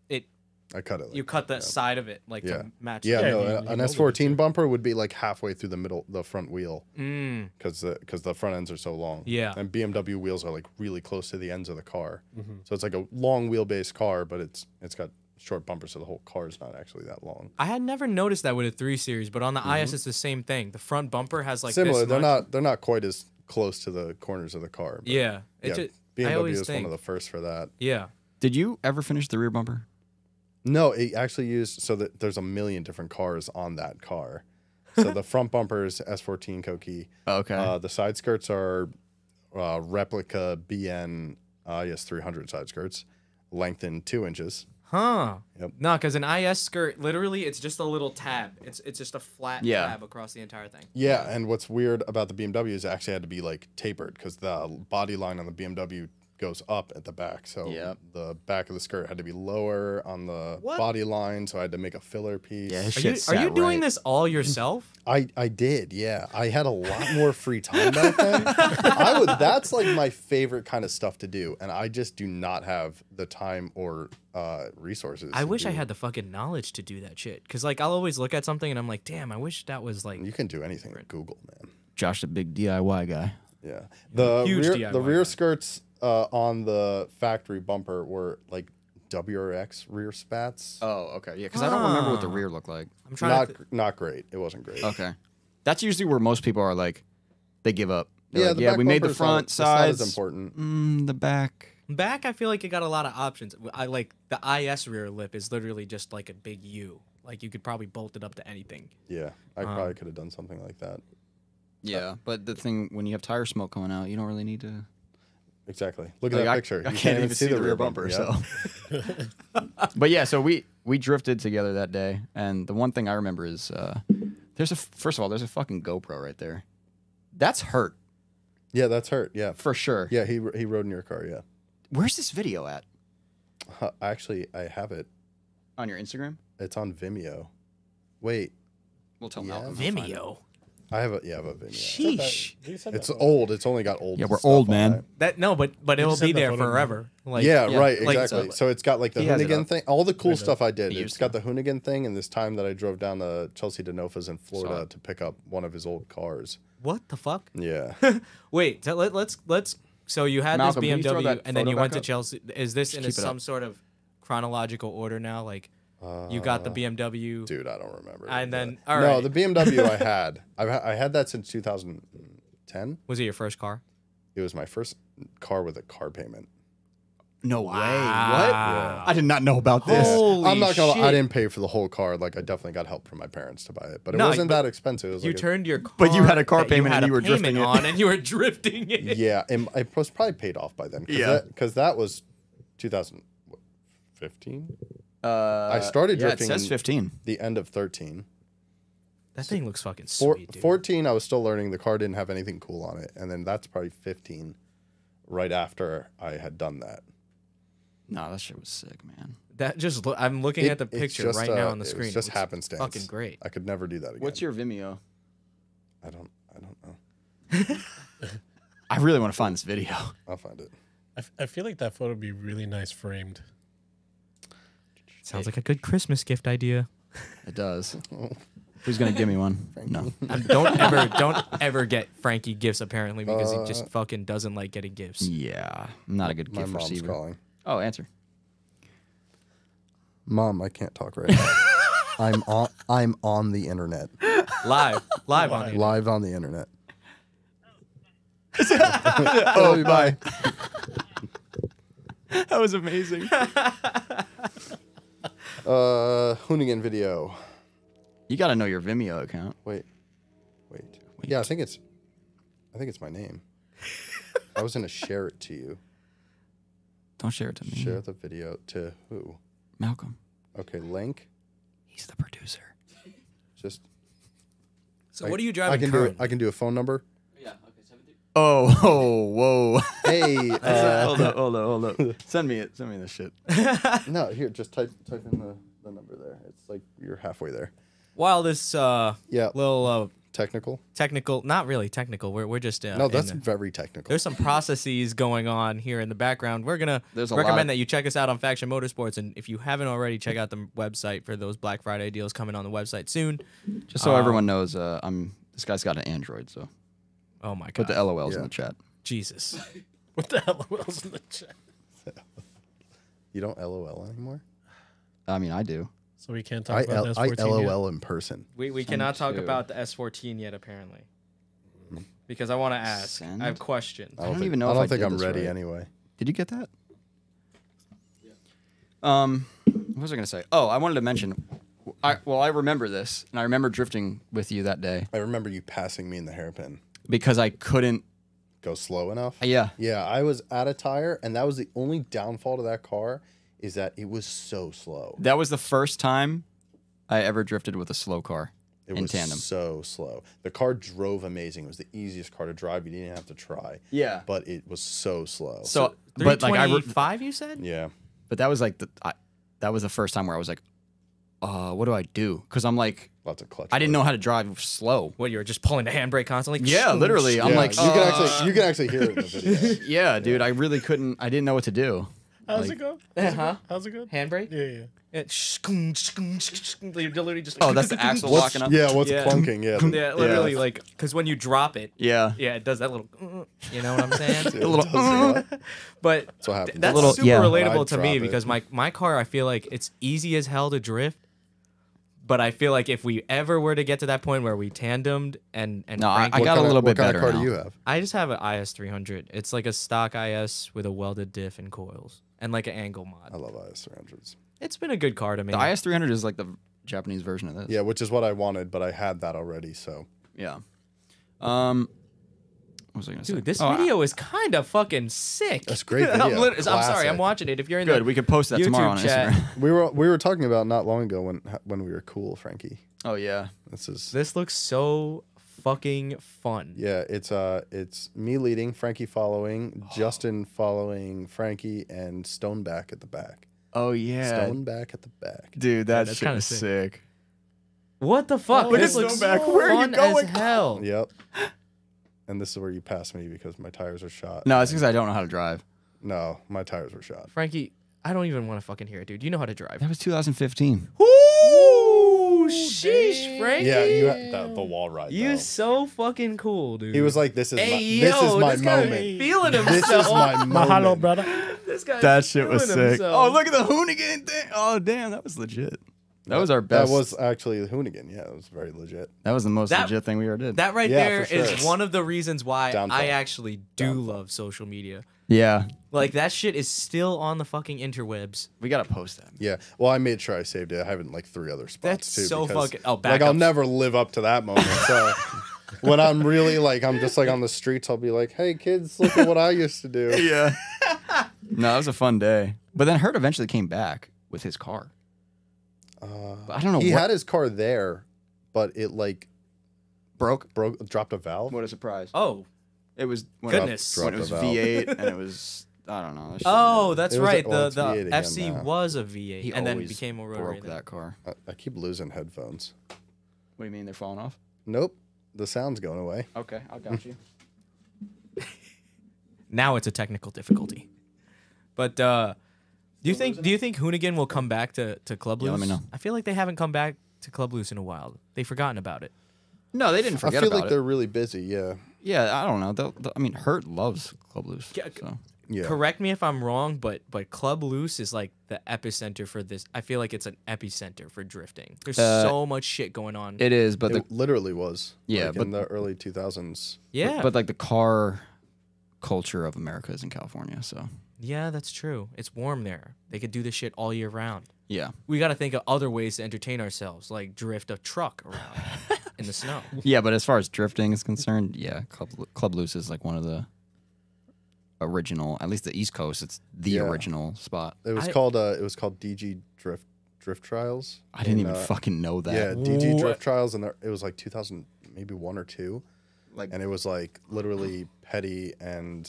[SPEAKER 1] it
[SPEAKER 2] I cut it. like
[SPEAKER 1] you cut the side of it like
[SPEAKER 2] Yeah.
[SPEAKER 1] to match?
[SPEAKER 2] Yeah,
[SPEAKER 1] the-
[SPEAKER 2] no,
[SPEAKER 3] you-
[SPEAKER 2] a-
[SPEAKER 3] you
[SPEAKER 2] an
[SPEAKER 3] know
[SPEAKER 2] S14 bumper would be like halfway through the middle, the front wheel,
[SPEAKER 1] Mm,
[SPEAKER 2] because the because the front ends are so long.
[SPEAKER 1] Yeah.
[SPEAKER 2] and BMW wheels are like really close to the ends of the car,
[SPEAKER 1] Mm-hmm.
[SPEAKER 2] so it's like a long wheelbase car, but it's it's got short bumpers, so the whole car is not actually that long.
[SPEAKER 1] I had never noticed that with a three series, but on the IS it's the same thing. The front bumper has like
[SPEAKER 2] Mm-hmm. Similar,
[SPEAKER 1] This
[SPEAKER 2] they're
[SPEAKER 1] much-
[SPEAKER 2] not they're not quite as close to the corners of the car. but
[SPEAKER 1] Yeah, it
[SPEAKER 2] yeah.
[SPEAKER 1] ju- I
[SPEAKER 2] BMW
[SPEAKER 1] always
[SPEAKER 2] is
[SPEAKER 1] think.
[SPEAKER 2] one of the first for that.
[SPEAKER 1] yeah,
[SPEAKER 4] Did you ever finish the rear bumper?
[SPEAKER 2] No, it actually used so that there's a million different cars on that car. So
[SPEAKER 1] *laughs*
[SPEAKER 2] the front bumper is S14 Koki.
[SPEAKER 4] Oh, Okay.
[SPEAKER 2] Uh, the side skirts are uh, replica uh, BN IS 300 side skirts, lengthened two inches.
[SPEAKER 1] huh?
[SPEAKER 2] Yep.
[SPEAKER 1] No, because an IS skirt literally it's just a little tab. It's it's just a flat
[SPEAKER 4] Yeah.
[SPEAKER 1] tab across the entire thing.
[SPEAKER 2] Yeah, and what's weird about the BMW is it actually had to be like tapered because the body line on the BMW goes up at the back. So
[SPEAKER 4] Yep.
[SPEAKER 2] the back of the skirt had to be lower on the
[SPEAKER 1] What?
[SPEAKER 2] body line. So I had to make a filler piece.
[SPEAKER 4] Yeah, his
[SPEAKER 1] Are
[SPEAKER 4] shit
[SPEAKER 1] you are
[SPEAKER 4] sat
[SPEAKER 1] you doing
[SPEAKER 4] right.
[SPEAKER 1] this all yourself?
[SPEAKER 2] *laughs* I, I did, yeah. I had a lot more free time back then. I would that's like my favorite kind of stuff to do, and I just do not have the time or uh, resources.
[SPEAKER 1] I
[SPEAKER 2] to
[SPEAKER 1] wish I
[SPEAKER 2] do-
[SPEAKER 1] had the fucking knowledge to do that shit. Cause like I'll always look at something and I'm like, damn, I wish that was like.
[SPEAKER 2] You can do anything with Google, man.
[SPEAKER 4] Josh, a big DIY guy.
[SPEAKER 2] Yeah, the
[SPEAKER 1] Huge
[SPEAKER 2] rear,
[SPEAKER 1] DIY
[SPEAKER 2] the rear
[SPEAKER 1] guy.
[SPEAKER 2] skirts uh, on the factory bumper were like WRX rear spats.
[SPEAKER 4] Oh, okay. Yeah, because I don't remember what the
[SPEAKER 1] Ah.
[SPEAKER 4] rear looked like.
[SPEAKER 1] I'm trying
[SPEAKER 2] not
[SPEAKER 1] to.
[SPEAKER 2] gr- not great. It wasn't great.
[SPEAKER 4] Okay. That's usually where most people are like, they give up. They're
[SPEAKER 2] Yeah,
[SPEAKER 4] like,
[SPEAKER 2] the
[SPEAKER 4] yeah
[SPEAKER 2] back
[SPEAKER 4] we made the
[SPEAKER 2] bumper's not-
[SPEAKER 4] front
[SPEAKER 2] it's not
[SPEAKER 4] sides.
[SPEAKER 2] as important.
[SPEAKER 4] Mm, the back.
[SPEAKER 1] th- back, I feel like it got a lot of options. I like the IS rear lip is literally just like a big U. Like you could probably bolt it up to anything.
[SPEAKER 2] Yeah, I
[SPEAKER 4] Uh-huh.
[SPEAKER 2] probably could have done something like that.
[SPEAKER 4] Yeah, but the thing when you have tire smoke coming out, you don't really need to.
[SPEAKER 2] Exactly. Look at
[SPEAKER 4] Like,
[SPEAKER 2] that
[SPEAKER 4] I,
[SPEAKER 2] picture.
[SPEAKER 4] I
[SPEAKER 2] You
[SPEAKER 4] can't, even see, the rear bumper.
[SPEAKER 2] yeah.
[SPEAKER 4] So, *laughs* but yeah, so we we drifted together that day, and the one thing I remember is uh, there's a first of all there's a fucking GoPro right there. That's hurt
[SPEAKER 2] yeah, that's hurt. Yeah,
[SPEAKER 4] for sure.
[SPEAKER 2] Yeah, he he rode in your car. Yeah,
[SPEAKER 4] Where's this video at
[SPEAKER 2] Huh, actually, I have it.
[SPEAKER 4] on your Instagram?
[SPEAKER 2] It's on Vimeo. Wait,
[SPEAKER 4] We'll tell
[SPEAKER 2] Yeah.
[SPEAKER 4] Malcolm.
[SPEAKER 1] Vimeo.
[SPEAKER 2] I have a yeah, I have a Vimeo.
[SPEAKER 1] Sheesh.
[SPEAKER 2] It's old. It's only got old.
[SPEAKER 4] Yeah, we're
[SPEAKER 2] stuff
[SPEAKER 4] old,
[SPEAKER 2] on
[SPEAKER 4] man.
[SPEAKER 2] it.
[SPEAKER 1] That no, but but it'll
[SPEAKER 3] just had
[SPEAKER 1] be
[SPEAKER 3] that
[SPEAKER 1] there
[SPEAKER 3] photo.
[SPEAKER 1] forever. Like
[SPEAKER 2] yeah,
[SPEAKER 4] yeah,
[SPEAKER 2] right.
[SPEAKER 4] like,
[SPEAKER 2] Exactly.
[SPEAKER 4] so-
[SPEAKER 2] so it's got like the
[SPEAKER 4] He has it
[SPEAKER 2] Hoonigan
[SPEAKER 4] up.
[SPEAKER 2] thing. All the cool
[SPEAKER 3] Right up.
[SPEAKER 2] stuff I did.
[SPEAKER 4] He
[SPEAKER 2] It's
[SPEAKER 4] used
[SPEAKER 2] got the Hoonigan thing, and this time that I drove down to Chelsea Denofa's in
[SPEAKER 4] Saw
[SPEAKER 2] Florida
[SPEAKER 4] it.
[SPEAKER 2] to pick up one of his old cars.
[SPEAKER 1] What the fuck?
[SPEAKER 4] *laughs*
[SPEAKER 2] Yeah.
[SPEAKER 1] Wait. So let, let's let's. So you had
[SPEAKER 4] Malcolm,
[SPEAKER 1] this
[SPEAKER 4] can you throw
[SPEAKER 1] BMW
[SPEAKER 4] that
[SPEAKER 1] and then
[SPEAKER 4] photo
[SPEAKER 1] you went to
[SPEAKER 4] back up?
[SPEAKER 1] Chelsea. Is this in a,
[SPEAKER 4] keep it up.
[SPEAKER 1] some sort of chronological order now? Like you got the
[SPEAKER 4] Uh,
[SPEAKER 1] BMW.
[SPEAKER 2] Dude, I don't remember.
[SPEAKER 1] And then-
[SPEAKER 2] But-
[SPEAKER 1] all
[SPEAKER 2] no,
[SPEAKER 1] right.
[SPEAKER 2] the
[SPEAKER 1] *laughs*
[SPEAKER 2] BMW I had. I've ha- I had that since 2010.
[SPEAKER 1] Was it your first car?
[SPEAKER 2] It was my first car with a car payment.
[SPEAKER 4] No way.
[SPEAKER 1] Wow.
[SPEAKER 4] What? I did not know about this.
[SPEAKER 1] Holy
[SPEAKER 2] I'm not gonna.
[SPEAKER 1] shit.
[SPEAKER 2] lie, I didn't pay for the whole car. Like I definitely got help from my parents to buy it, but it
[SPEAKER 1] No,
[SPEAKER 2] wasn't
[SPEAKER 1] but
[SPEAKER 2] that expensive. It was
[SPEAKER 1] You
[SPEAKER 2] like a-
[SPEAKER 1] turned your car.
[SPEAKER 4] But you had a car
[SPEAKER 1] that
[SPEAKER 4] payment
[SPEAKER 1] had
[SPEAKER 4] and
[SPEAKER 1] a
[SPEAKER 4] you were
[SPEAKER 1] payment
[SPEAKER 4] drifting it.
[SPEAKER 1] on, and you were *laughs* drifting it.
[SPEAKER 2] yeah, and it was probably paid off by then. Cause
[SPEAKER 4] Yeah.
[SPEAKER 2] because that was 2015.
[SPEAKER 4] Uh,
[SPEAKER 2] I started
[SPEAKER 4] yeah,
[SPEAKER 2] drifting
[SPEAKER 4] It says
[SPEAKER 2] in-
[SPEAKER 4] 15.
[SPEAKER 2] The end of 13.
[SPEAKER 1] That thing looks fucking
[SPEAKER 2] Four,
[SPEAKER 1] sweet, dude.
[SPEAKER 2] 14, I was still learning. The car didn't have anything cool on it, and then that's probably 15. Right after I had done that,
[SPEAKER 4] No, that shit was sick, man.
[SPEAKER 1] That just lo- I'm looking
[SPEAKER 2] It-
[SPEAKER 1] at the
[SPEAKER 2] it's
[SPEAKER 1] picture
[SPEAKER 2] just,
[SPEAKER 1] right
[SPEAKER 2] uh,
[SPEAKER 1] now on the
[SPEAKER 2] it was
[SPEAKER 1] screen.
[SPEAKER 2] just
[SPEAKER 1] It's
[SPEAKER 2] happenstance.
[SPEAKER 1] Fucking great.
[SPEAKER 2] I could never do that again.
[SPEAKER 4] What's your Vimeo?
[SPEAKER 2] I don't. I don't know.
[SPEAKER 4] I really want to find this video.
[SPEAKER 2] I'll find it.
[SPEAKER 3] I, f- I feel like that photo would be really nice framed. *laughs*
[SPEAKER 1] Sounds like a good Christmas gift idea.
[SPEAKER 4] *laughs* It does. *laughs* Who's gonna give me one? *laughs* No.
[SPEAKER 1] Um, don't ever, don't ever get Frankie gifts apparently because he
[SPEAKER 2] Uh,
[SPEAKER 1] just fucking doesn't like getting gifts.
[SPEAKER 4] Yeah, I'm not a good
[SPEAKER 2] My
[SPEAKER 4] gift
[SPEAKER 2] mom's
[SPEAKER 4] receiver.
[SPEAKER 2] calling.
[SPEAKER 4] Oh, answer.
[SPEAKER 2] Mom, I can't talk right now. I'm on. I'm on the internet,
[SPEAKER 1] Live, live on it.
[SPEAKER 2] live on the
[SPEAKER 1] *laughs*
[SPEAKER 2] internet. oh, bye.
[SPEAKER 4] *laughs* That was amazing.
[SPEAKER 2] Uh, Hoonigan video.
[SPEAKER 4] *laughs* You got to know your Vimeo account.
[SPEAKER 2] Wait, wait. Yeah, I think it's, I think it's my name. I was gonna share it to you.
[SPEAKER 4] Don't share it to me.
[SPEAKER 2] Share the video to who?
[SPEAKER 4] Malcolm.
[SPEAKER 2] Okay, link.
[SPEAKER 4] He's the producer.
[SPEAKER 2] Just.
[SPEAKER 1] So
[SPEAKER 2] I-
[SPEAKER 1] what are you
[SPEAKER 2] I
[SPEAKER 1] driving
[SPEAKER 2] can do.
[SPEAKER 1] current?
[SPEAKER 2] it. I can do a phone number.
[SPEAKER 4] Oh, oh *laughs* whoa. *laughs*
[SPEAKER 2] Hey. uh,
[SPEAKER 4] hold up, hold up, hold up. *laughs* Send me it. Send me this shit.
[SPEAKER 2] no, here. Just type type in the, the number there. It's like you're halfway there.
[SPEAKER 1] While this uh,
[SPEAKER 2] Yeah.
[SPEAKER 1] little uh,
[SPEAKER 2] Technical.
[SPEAKER 1] technical, not really technical. We're we're just uh,
[SPEAKER 2] No,
[SPEAKER 1] in
[SPEAKER 2] that's
[SPEAKER 1] the-
[SPEAKER 2] very technical.
[SPEAKER 1] there's some processes going on here in the background. We're gonna
[SPEAKER 4] There's a lot
[SPEAKER 1] recommend
[SPEAKER 4] of-
[SPEAKER 1] that you check us out on Faction Motorsports, and if you haven't already, check out the website for those Black Friday deals coming on the website soon.
[SPEAKER 4] Just so everyone knows, uh, I'm this guy's got an Android, so
[SPEAKER 1] Oh my god,
[SPEAKER 4] put the LOLs in
[SPEAKER 2] Yeah.
[SPEAKER 4] the chat.
[SPEAKER 2] *laughs*
[SPEAKER 1] Jesus!
[SPEAKER 3] What the hell *laughs* was in the chat?
[SPEAKER 2] You don't LOL anymore.
[SPEAKER 4] I mean, I do.
[SPEAKER 3] So we can't talk
[SPEAKER 2] I,
[SPEAKER 3] about
[SPEAKER 2] L-
[SPEAKER 3] this.
[SPEAKER 2] I
[SPEAKER 3] 14 yet?
[SPEAKER 2] LOL in person.
[SPEAKER 1] We we cannot talk
[SPEAKER 4] two.
[SPEAKER 1] about the S14 yet, apparently,
[SPEAKER 2] Mm.
[SPEAKER 1] because I want to ask.
[SPEAKER 4] Send?
[SPEAKER 1] I have questions.
[SPEAKER 2] Oh,
[SPEAKER 4] I don't even know
[SPEAKER 2] I
[SPEAKER 4] if
[SPEAKER 2] don't
[SPEAKER 4] I
[SPEAKER 2] think
[SPEAKER 4] did
[SPEAKER 2] I'm
[SPEAKER 4] this
[SPEAKER 2] ready
[SPEAKER 4] right.
[SPEAKER 2] anyway.
[SPEAKER 4] Did you get that? Um, what was I gonna say? Oh, I wanted to mention. I, well, I remember this, and I remember drifting with you that day
[SPEAKER 2] I remember you passing me in the hairpin.
[SPEAKER 4] because I couldn't.
[SPEAKER 2] Go slow enough.
[SPEAKER 4] Yeah,
[SPEAKER 2] Yeah, I was out of tire, and that was the only downfall to that car is that it was so slow.
[SPEAKER 4] that was the first time I ever drifted with a slow car
[SPEAKER 2] It
[SPEAKER 4] in
[SPEAKER 2] was
[SPEAKER 4] tandem.
[SPEAKER 2] so slow. The car drove amazing. It was the easiest car to drive. You didn't have to try.
[SPEAKER 4] Yeah.
[SPEAKER 2] But it was so slow.
[SPEAKER 4] So, but like I, re-
[SPEAKER 1] five, you said?
[SPEAKER 2] yeah.
[SPEAKER 4] but that was like the, I, that was the first time where I was like, uh, what do I do? Because I'm like,
[SPEAKER 2] Lots of clutch.
[SPEAKER 4] I didn't know how to drive slow.
[SPEAKER 1] What you were just pulling the handbrake constantly?
[SPEAKER 4] Yeah, literally. I'm
[SPEAKER 2] Yeah,
[SPEAKER 4] like, "Oh."
[SPEAKER 2] you can actually you can actually hear it in the video.
[SPEAKER 4] *laughs* yeah, dude, I really couldn't. I didn't know what to do.
[SPEAKER 3] How's
[SPEAKER 4] Like-
[SPEAKER 1] *laughs*
[SPEAKER 3] it go?
[SPEAKER 1] Uh-huh.
[SPEAKER 3] How's it go?
[SPEAKER 1] handbrake.
[SPEAKER 3] Yeah, yeah.
[SPEAKER 1] Yeah, shkoom, shkoom, shkoom, shkoom. You're literally just.
[SPEAKER 4] Oh, that's the
[SPEAKER 1] *laughs*
[SPEAKER 4] axle
[SPEAKER 2] what's,
[SPEAKER 4] locking up.
[SPEAKER 2] yeah, what's
[SPEAKER 1] Yeah.
[SPEAKER 2] clunking? Yeah. the-
[SPEAKER 1] Yeah, literally, like, because when you drop it,
[SPEAKER 4] yeah.
[SPEAKER 1] yeah, it does that little. *laughs* uh, You know what I'm saying?
[SPEAKER 2] it
[SPEAKER 4] little-
[SPEAKER 2] does
[SPEAKER 4] *laughs*
[SPEAKER 2] that.
[SPEAKER 1] but
[SPEAKER 2] That's what happens.
[SPEAKER 1] that's
[SPEAKER 4] little-
[SPEAKER 1] super
[SPEAKER 4] yeah.
[SPEAKER 1] relatable
[SPEAKER 2] I'd
[SPEAKER 1] to me
[SPEAKER 2] drop it.
[SPEAKER 1] because my my car, I feel like it's easy as hell to drift. But I feel like if we ever were to get to that point where we tandemed and and
[SPEAKER 4] No, I-
[SPEAKER 1] Frank-
[SPEAKER 4] I
[SPEAKER 2] What
[SPEAKER 4] got a
[SPEAKER 2] kinda-
[SPEAKER 4] little bit
[SPEAKER 2] what kinda
[SPEAKER 4] better
[SPEAKER 2] car
[SPEAKER 4] now.
[SPEAKER 2] do you have?
[SPEAKER 1] I just have an IS 300. It's like a stock IS with a welded diff and coils and like an angle
[SPEAKER 2] I
[SPEAKER 1] mod.
[SPEAKER 2] love IS 300s.
[SPEAKER 1] It's been a good car to me.
[SPEAKER 4] The IS 300 is like the Japanese version of this.
[SPEAKER 2] Yeah, which is what I wanted, but I had that already. So
[SPEAKER 4] Yeah. Um, what was I gonna say?
[SPEAKER 1] Dude, this
[SPEAKER 4] Oh, I-
[SPEAKER 1] video is kind of fucking sick.
[SPEAKER 2] That's great
[SPEAKER 1] *laughs* I'm,
[SPEAKER 2] video.
[SPEAKER 1] lit- I'm sorry, I'm
[SPEAKER 2] Classic.
[SPEAKER 1] watching it. If you're in
[SPEAKER 4] good.
[SPEAKER 1] the
[SPEAKER 4] We could post that tomorrow on
[SPEAKER 1] YouTube chat.
[SPEAKER 4] Instagram.
[SPEAKER 2] we were we were talking about not long ago when when we were cool, Frankie.
[SPEAKER 4] oh yeah.
[SPEAKER 2] This
[SPEAKER 1] *laughs*
[SPEAKER 2] is
[SPEAKER 1] This looks so fucking fun.
[SPEAKER 2] yeah. It's uh, it's me leading, Frankie following, Justin following Frankie, and Stoneback at the back.
[SPEAKER 4] Oh yeah.
[SPEAKER 2] Stoneback at the back.
[SPEAKER 4] Dude, that
[SPEAKER 1] that's
[SPEAKER 4] shit
[SPEAKER 1] kinda
[SPEAKER 4] is
[SPEAKER 1] sick.
[SPEAKER 4] sick.
[SPEAKER 1] What the fuck?
[SPEAKER 4] look
[SPEAKER 1] this
[SPEAKER 4] at
[SPEAKER 1] looks
[SPEAKER 4] Snowback.
[SPEAKER 1] so
[SPEAKER 4] Where are you
[SPEAKER 1] fun
[SPEAKER 4] going?
[SPEAKER 1] as hell.
[SPEAKER 2] Yep. *gasps* And this is where you pass me because my tires are shot.
[SPEAKER 4] No, it's because I don't know how to drive.
[SPEAKER 2] No, my tires were shot.
[SPEAKER 1] Frankie, I don't even want to fucking hear it, dude. You know how to drive.
[SPEAKER 4] *laughs* That was 2015.
[SPEAKER 1] Ooh, sheesh, Frankie.
[SPEAKER 2] Yeah, you had the, the wall ride.
[SPEAKER 1] You
[SPEAKER 4] Oh.
[SPEAKER 2] though.
[SPEAKER 1] so fucking cool, dude.
[SPEAKER 2] He was like, "This is my,
[SPEAKER 1] Hey,
[SPEAKER 2] this
[SPEAKER 1] yo,
[SPEAKER 2] is my
[SPEAKER 1] this guy
[SPEAKER 2] moment.
[SPEAKER 1] *laughs* Feeling himself.
[SPEAKER 2] This is my moment."
[SPEAKER 3] Mahalo, brother.
[SPEAKER 1] This guy
[SPEAKER 4] That
[SPEAKER 1] is
[SPEAKER 4] shit was
[SPEAKER 1] feeling
[SPEAKER 4] sick.
[SPEAKER 1] himself.
[SPEAKER 4] Oh look at the Hoonigan thing. Oh damn, that was legit. That was our
[SPEAKER 2] That
[SPEAKER 4] best.
[SPEAKER 2] was actually the Hoonigan. Yeah, it was very legit.
[SPEAKER 4] that was the most
[SPEAKER 1] That-
[SPEAKER 4] legit thing we ever did.
[SPEAKER 1] That right
[SPEAKER 2] Yeah,
[SPEAKER 1] there is
[SPEAKER 2] for sure.
[SPEAKER 1] one of the reasons why
[SPEAKER 2] Downfall.
[SPEAKER 1] I actually do love social media.
[SPEAKER 4] yeah,
[SPEAKER 1] Like that shit is still on the fucking interwebs.
[SPEAKER 4] we gotta post that.
[SPEAKER 2] Yeah. Well, I made sure I saved it. I have it in like three other
[SPEAKER 1] That's
[SPEAKER 2] spots too.
[SPEAKER 1] so
[SPEAKER 2] because,
[SPEAKER 1] fucking- oh,
[SPEAKER 2] like I'll
[SPEAKER 1] backups.
[SPEAKER 2] never live up to that moment.
[SPEAKER 4] *laughs*
[SPEAKER 2] So when I'm really like I'm just like on the streets, I'll be like, "Hey kids, look at what I used to do."
[SPEAKER 1] *laughs*
[SPEAKER 4] *laughs* Yeah. no, that was a fun day. But then Hurt eventually came back with his car.
[SPEAKER 2] Uh,
[SPEAKER 4] But I don't know.
[SPEAKER 2] he
[SPEAKER 4] what,
[SPEAKER 2] had his car there, but it like
[SPEAKER 4] broke.
[SPEAKER 2] broke, dropped a valve.
[SPEAKER 4] What a surprise!
[SPEAKER 1] Oh,
[SPEAKER 4] It was when
[SPEAKER 1] Goodness.
[SPEAKER 4] It, when it was
[SPEAKER 2] Dropped a valve.
[SPEAKER 4] V8 and it was I don't know. that shit
[SPEAKER 1] oh,
[SPEAKER 4] never-
[SPEAKER 1] that's
[SPEAKER 2] It was a-
[SPEAKER 1] right.
[SPEAKER 2] well,
[SPEAKER 1] The
[SPEAKER 2] it's V8
[SPEAKER 1] the
[SPEAKER 2] again
[SPEAKER 1] FC
[SPEAKER 2] now.
[SPEAKER 1] was a V8
[SPEAKER 4] He
[SPEAKER 1] and then
[SPEAKER 4] always
[SPEAKER 1] became a rotary.
[SPEAKER 4] broke
[SPEAKER 1] then.
[SPEAKER 4] that car.
[SPEAKER 2] I, I keep losing headphones.
[SPEAKER 4] What do you mean they're falling off?
[SPEAKER 2] Nope, the sound's going away.
[SPEAKER 4] Okay, I got
[SPEAKER 2] *laughs*
[SPEAKER 4] you.
[SPEAKER 1] Now it's a technical difficulty. But uh, do you think do you think Hoonigan will come back to to Club Loose?
[SPEAKER 4] Yeah, let me know.
[SPEAKER 1] I feel like they haven't come back to Club Loose in a while. They've forgotten about it.
[SPEAKER 4] No, they didn't
[SPEAKER 2] I
[SPEAKER 4] forget
[SPEAKER 2] feel
[SPEAKER 4] about
[SPEAKER 2] like
[SPEAKER 4] it.
[SPEAKER 2] they're really busy. Yeah.
[SPEAKER 4] Yeah, I don't know. They'll, they'll- I mean, Hurt loves Club Loose.
[SPEAKER 1] Yeah,
[SPEAKER 4] so.
[SPEAKER 2] Yeah.
[SPEAKER 1] Correct me if I'm wrong, but but Club Loose is like the epicenter for this. I feel like it's an epicenter for drifting. There's
[SPEAKER 4] Uh,
[SPEAKER 1] so much shit going on.
[SPEAKER 4] It is, but the
[SPEAKER 2] It literally was.
[SPEAKER 4] Yeah,
[SPEAKER 2] like,
[SPEAKER 4] but-
[SPEAKER 2] in the early 2000s.
[SPEAKER 1] yeah,
[SPEAKER 4] but like the car culture of America is in California. So
[SPEAKER 1] Yeah, that's true. It's warm there. They could do this shit all year round.
[SPEAKER 4] Yeah.
[SPEAKER 1] We got to think of other ways to entertain ourselves, like drift a truck around
[SPEAKER 2] *laughs*
[SPEAKER 1] in the snow.
[SPEAKER 4] Yeah, but as far as drifting is concerned, yeah, Club, Club Loose is like one of the original, at least the East Coast, it's the
[SPEAKER 2] Yeah.
[SPEAKER 4] original spot.
[SPEAKER 2] It was
[SPEAKER 1] I-
[SPEAKER 2] called uh, it was called DG Drift Drift Trials.
[SPEAKER 4] I didn't
[SPEAKER 2] in,
[SPEAKER 4] even
[SPEAKER 2] uh,
[SPEAKER 4] fucking know that.
[SPEAKER 2] Yeah, DG
[SPEAKER 1] What?
[SPEAKER 2] Drift Trials, and there- it was like 2000, maybe one or two,
[SPEAKER 4] Like,
[SPEAKER 2] and it was like literally Petty and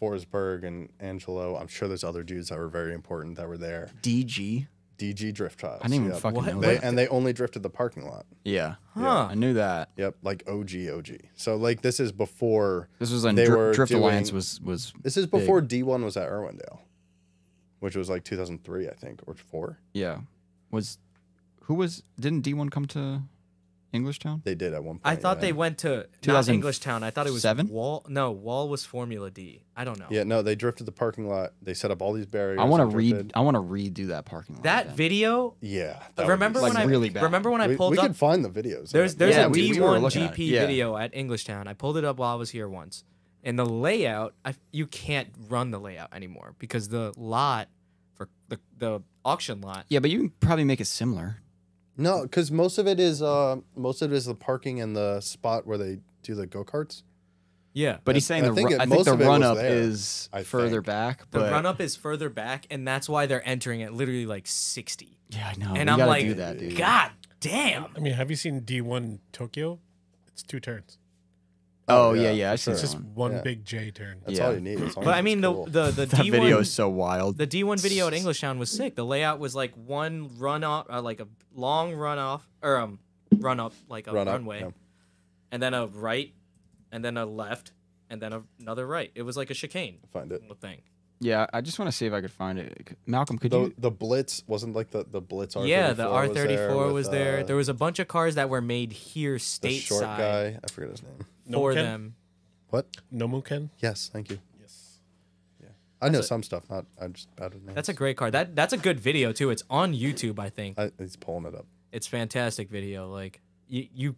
[SPEAKER 2] Forsberg and Angelo. I'm sure there's other dudes that were very important that were there.
[SPEAKER 4] DG.
[SPEAKER 2] DG Drift Trials.
[SPEAKER 4] I didn't even
[SPEAKER 2] yep.
[SPEAKER 4] fucking
[SPEAKER 1] What?
[SPEAKER 4] know
[SPEAKER 2] They,
[SPEAKER 4] that.
[SPEAKER 2] and they only drifted the parking lot.
[SPEAKER 4] Yeah.
[SPEAKER 1] Huh.
[SPEAKER 4] I knew that.
[SPEAKER 2] Yep, like OG OG. So like this is before
[SPEAKER 4] This was when
[SPEAKER 2] They
[SPEAKER 4] Dri-
[SPEAKER 2] were
[SPEAKER 4] Drift Alliance
[SPEAKER 2] doing-
[SPEAKER 4] was was
[SPEAKER 2] this is before D1 was at Irwindale, which was like 2003, I think, or four.
[SPEAKER 4] yeah was who was didn't D one come to Englishtown?
[SPEAKER 2] They did at one point.
[SPEAKER 1] I thought they
[SPEAKER 2] yeah.
[SPEAKER 1] went to not
[SPEAKER 4] 2007?
[SPEAKER 1] English Town. I thought it was
[SPEAKER 4] Seven?
[SPEAKER 1] Wall. No, Wall was Formula D. I don't know.
[SPEAKER 2] Yeah, no, they drifted the parking lot. They set up all these barriers.
[SPEAKER 4] I want to
[SPEAKER 2] and
[SPEAKER 4] read.
[SPEAKER 2] drifted.
[SPEAKER 4] I want to redo that parking lot.
[SPEAKER 1] That
[SPEAKER 4] again.
[SPEAKER 1] video.
[SPEAKER 2] Yeah. that would be
[SPEAKER 1] Remember
[SPEAKER 2] sick.
[SPEAKER 1] when
[SPEAKER 4] Like,
[SPEAKER 1] I
[SPEAKER 4] really bad.
[SPEAKER 1] remember when I
[SPEAKER 2] we,
[SPEAKER 1] pulled
[SPEAKER 2] we
[SPEAKER 1] up?
[SPEAKER 2] could find the videos. of
[SPEAKER 1] There's
[SPEAKER 2] it.
[SPEAKER 1] there's
[SPEAKER 4] Yeah,
[SPEAKER 1] a
[SPEAKER 4] we- we were
[SPEAKER 1] D1
[SPEAKER 4] looking at
[SPEAKER 1] GP
[SPEAKER 4] it. Yeah.
[SPEAKER 1] video at Englishtown. I pulled it up while I was here once, and the layout I, you can't run the layout anymore because the lot for the the auction lot.
[SPEAKER 4] Yeah, but you can probably make it similar.
[SPEAKER 2] no, because most of it is uh most of it is the parking and the spot where they do the go karts.
[SPEAKER 1] Yeah,
[SPEAKER 4] But
[SPEAKER 2] I-
[SPEAKER 4] he's saying
[SPEAKER 2] I
[SPEAKER 4] the
[SPEAKER 2] think
[SPEAKER 4] ru-
[SPEAKER 2] it-
[SPEAKER 4] I think
[SPEAKER 2] most
[SPEAKER 4] the
[SPEAKER 2] of it was
[SPEAKER 4] run up
[SPEAKER 2] there,
[SPEAKER 4] is
[SPEAKER 2] I
[SPEAKER 4] further
[SPEAKER 2] think.
[SPEAKER 4] back.
[SPEAKER 1] the
[SPEAKER 4] But
[SPEAKER 1] run up is further back, and that's why they're entering at literally like 60.
[SPEAKER 4] yeah, I know.
[SPEAKER 1] And
[SPEAKER 4] Oh,
[SPEAKER 1] I'm
[SPEAKER 4] we gotta
[SPEAKER 1] like,
[SPEAKER 4] do that, dude.
[SPEAKER 1] God damn.
[SPEAKER 3] I mean, have you seen D1 Tokyo? It's two turns.
[SPEAKER 4] Oh
[SPEAKER 2] Oh,
[SPEAKER 4] yeah,
[SPEAKER 2] yeah,
[SPEAKER 4] yeah. I've
[SPEAKER 2] for
[SPEAKER 4] seen
[SPEAKER 3] It's
[SPEAKER 4] that
[SPEAKER 3] just
[SPEAKER 4] one.
[SPEAKER 3] one
[SPEAKER 2] Yeah.
[SPEAKER 3] big J turn.
[SPEAKER 2] That's
[SPEAKER 4] Yeah.
[SPEAKER 2] all you need. as long
[SPEAKER 1] But
[SPEAKER 2] as
[SPEAKER 1] I
[SPEAKER 2] it's
[SPEAKER 1] mean,
[SPEAKER 2] cool.
[SPEAKER 1] the the the
[SPEAKER 4] *laughs* That
[SPEAKER 1] D1
[SPEAKER 4] video is so wild.
[SPEAKER 1] the D1 video at Englishtown was sick. The layout was like one run off, uh, like a long run off or um run up, like a
[SPEAKER 2] Run up,
[SPEAKER 1] runway,
[SPEAKER 2] yeah.
[SPEAKER 1] and then a right, and then a left, and then a, another right. It was like a chicane
[SPEAKER 2] find it.
[SPEAKER 1] thing.
[SPEAKER 4] yeah, I just want to see if I could find it. C- Malcolm, could
[SPEAKER 2] The,
[SPEAKER 4] you?
[SPEAKER 2] the Blitz wasn't like the the Blitz R34.
[SPEAKER 1] yeah, the R
[SPEAKER 2] was there
[SPEAKER 1] thirty four
[SPEAKER 2] with,
[SPEAKER 1] was there.
[SPEAKER 2] uh,
[SPEAKER 1] There was a bunch of cars that were made here
[SPEAKER 2] the short
[SPEAKER 1] stateside
[SPEAKER 2] guy. I forget his name.
[SPEAKER 3] No
[SPEAKER 1] for
[SPEAKER 3] Ken?
[SPEAKER 1] them.
[SPEAKER 2] What?
[SPEAKER 3] No Muken?
[SPEAKER 2] Yes, thank you.
[SPEAKER 3] Yes.
[SPEAKER 2] I know some stuff. Not I'm just bad with names.
[SPEAKER 1] That's a great car. That that's a good video too. It's on YouTube, I think.
[SPEAKER 2] I, he's pulling it up.
[SPEAKER 1] It's fantastic video. Like you, you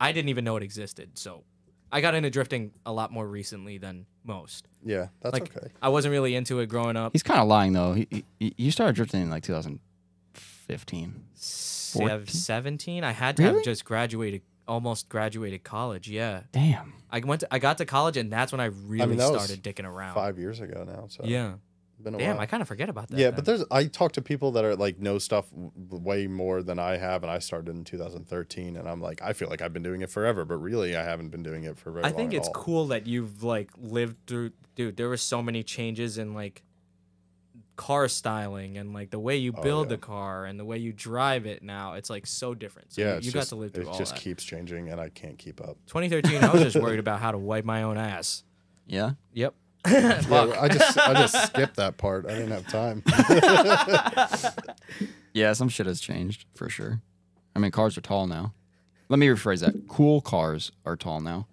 [SPEAKER 1] I didn't even know it existed. So I got into drifting a lot more recently than most.
[SPEAKER 2] Yeah, that's
[SPEAKER 1] Like
[SPEAKER 2] okay.
[SPEAKER 1] I wasn't really into it growing up.
[SPEAKER 4] He's kind of lying though. He, he, you started drifting in like 2015.
[SPEAKER 1] Sev- 17. I had to
[SPEAKER 4] Really?
[SPEAKER 1] have just graduated almost graduated college. Yeah.
[SPEAKER 4] Damn.
[SPEAKER 1] I went to, I got to college and that's when I really
[SPEAKER 2] that was
[SPEAKER 1] started dicking around.
[SPEAKER 2] Five years ago now. So
[SPEAKER 1] Yeah.
[SPEAKER 2] been a
[SPEAKER 1] Damn,
[SPEAKER 2] while.
[SPEAKER 1] I kind of forget about that.
[SPEAKER 2] yeah,
[SPEAKER 1] then.
[SPEAKER 2] but there's I talk to people that are like know stuff w- way more than I have, and I started in 2013, and I'm like I feel like I've been doing it forever, but really I haven't been doing it for very
[SPEAKER 1] I
[SPEAKER 2] long
[SPEAKER 1] think
[SPEAKER 2] at
[SPEAKER 1] it's
[SPEAKER 2] all.
[SPEAKER 1] cool that you've like lived through dude, there were so many changes in like car styling and like the way you
[SPEAKER 2] Oh,
[SPEAKER 1] build
[SPEAKER 2] yeah.
[SPEAKER 1] the car and the way you drive it now. It's like so different. So
[SPEAKER 2] Yeah,
[SPEAKER 1] you,
[SPEAKER 2] it's
[SPEAKER 1] you
[SPEAKER 2] just,
[SPEAKER 1] got to live through
[SPEAKER 2] it
[SPEAKER 1] all
[SPEAKER 2] just
[SPEAKER 1] that.
[SPEAKER 2] keeps changing, and I can't
[SPEAKER 1] *laughs*
[SPEAKER 2] keep up.
[SPEAKER 1] 2013, I was just
[SPEAKER 2] *laughs*
[SPEAKER 1] worried about how to wipe my own ass.
[SPEAKER 4] Yeah.
[SPEAKER 1] Yep.
[SPEAKER 2] Yeah, I just
[SPEAKER 1] *laughs*
[SPEAKER 2] I just skipped that part. I didn't have time.
[SPEAKER 4] Yeah, some shit has changed for sure. I mean, cars are tall now. Let me rephrase that. Cool cars are tall now.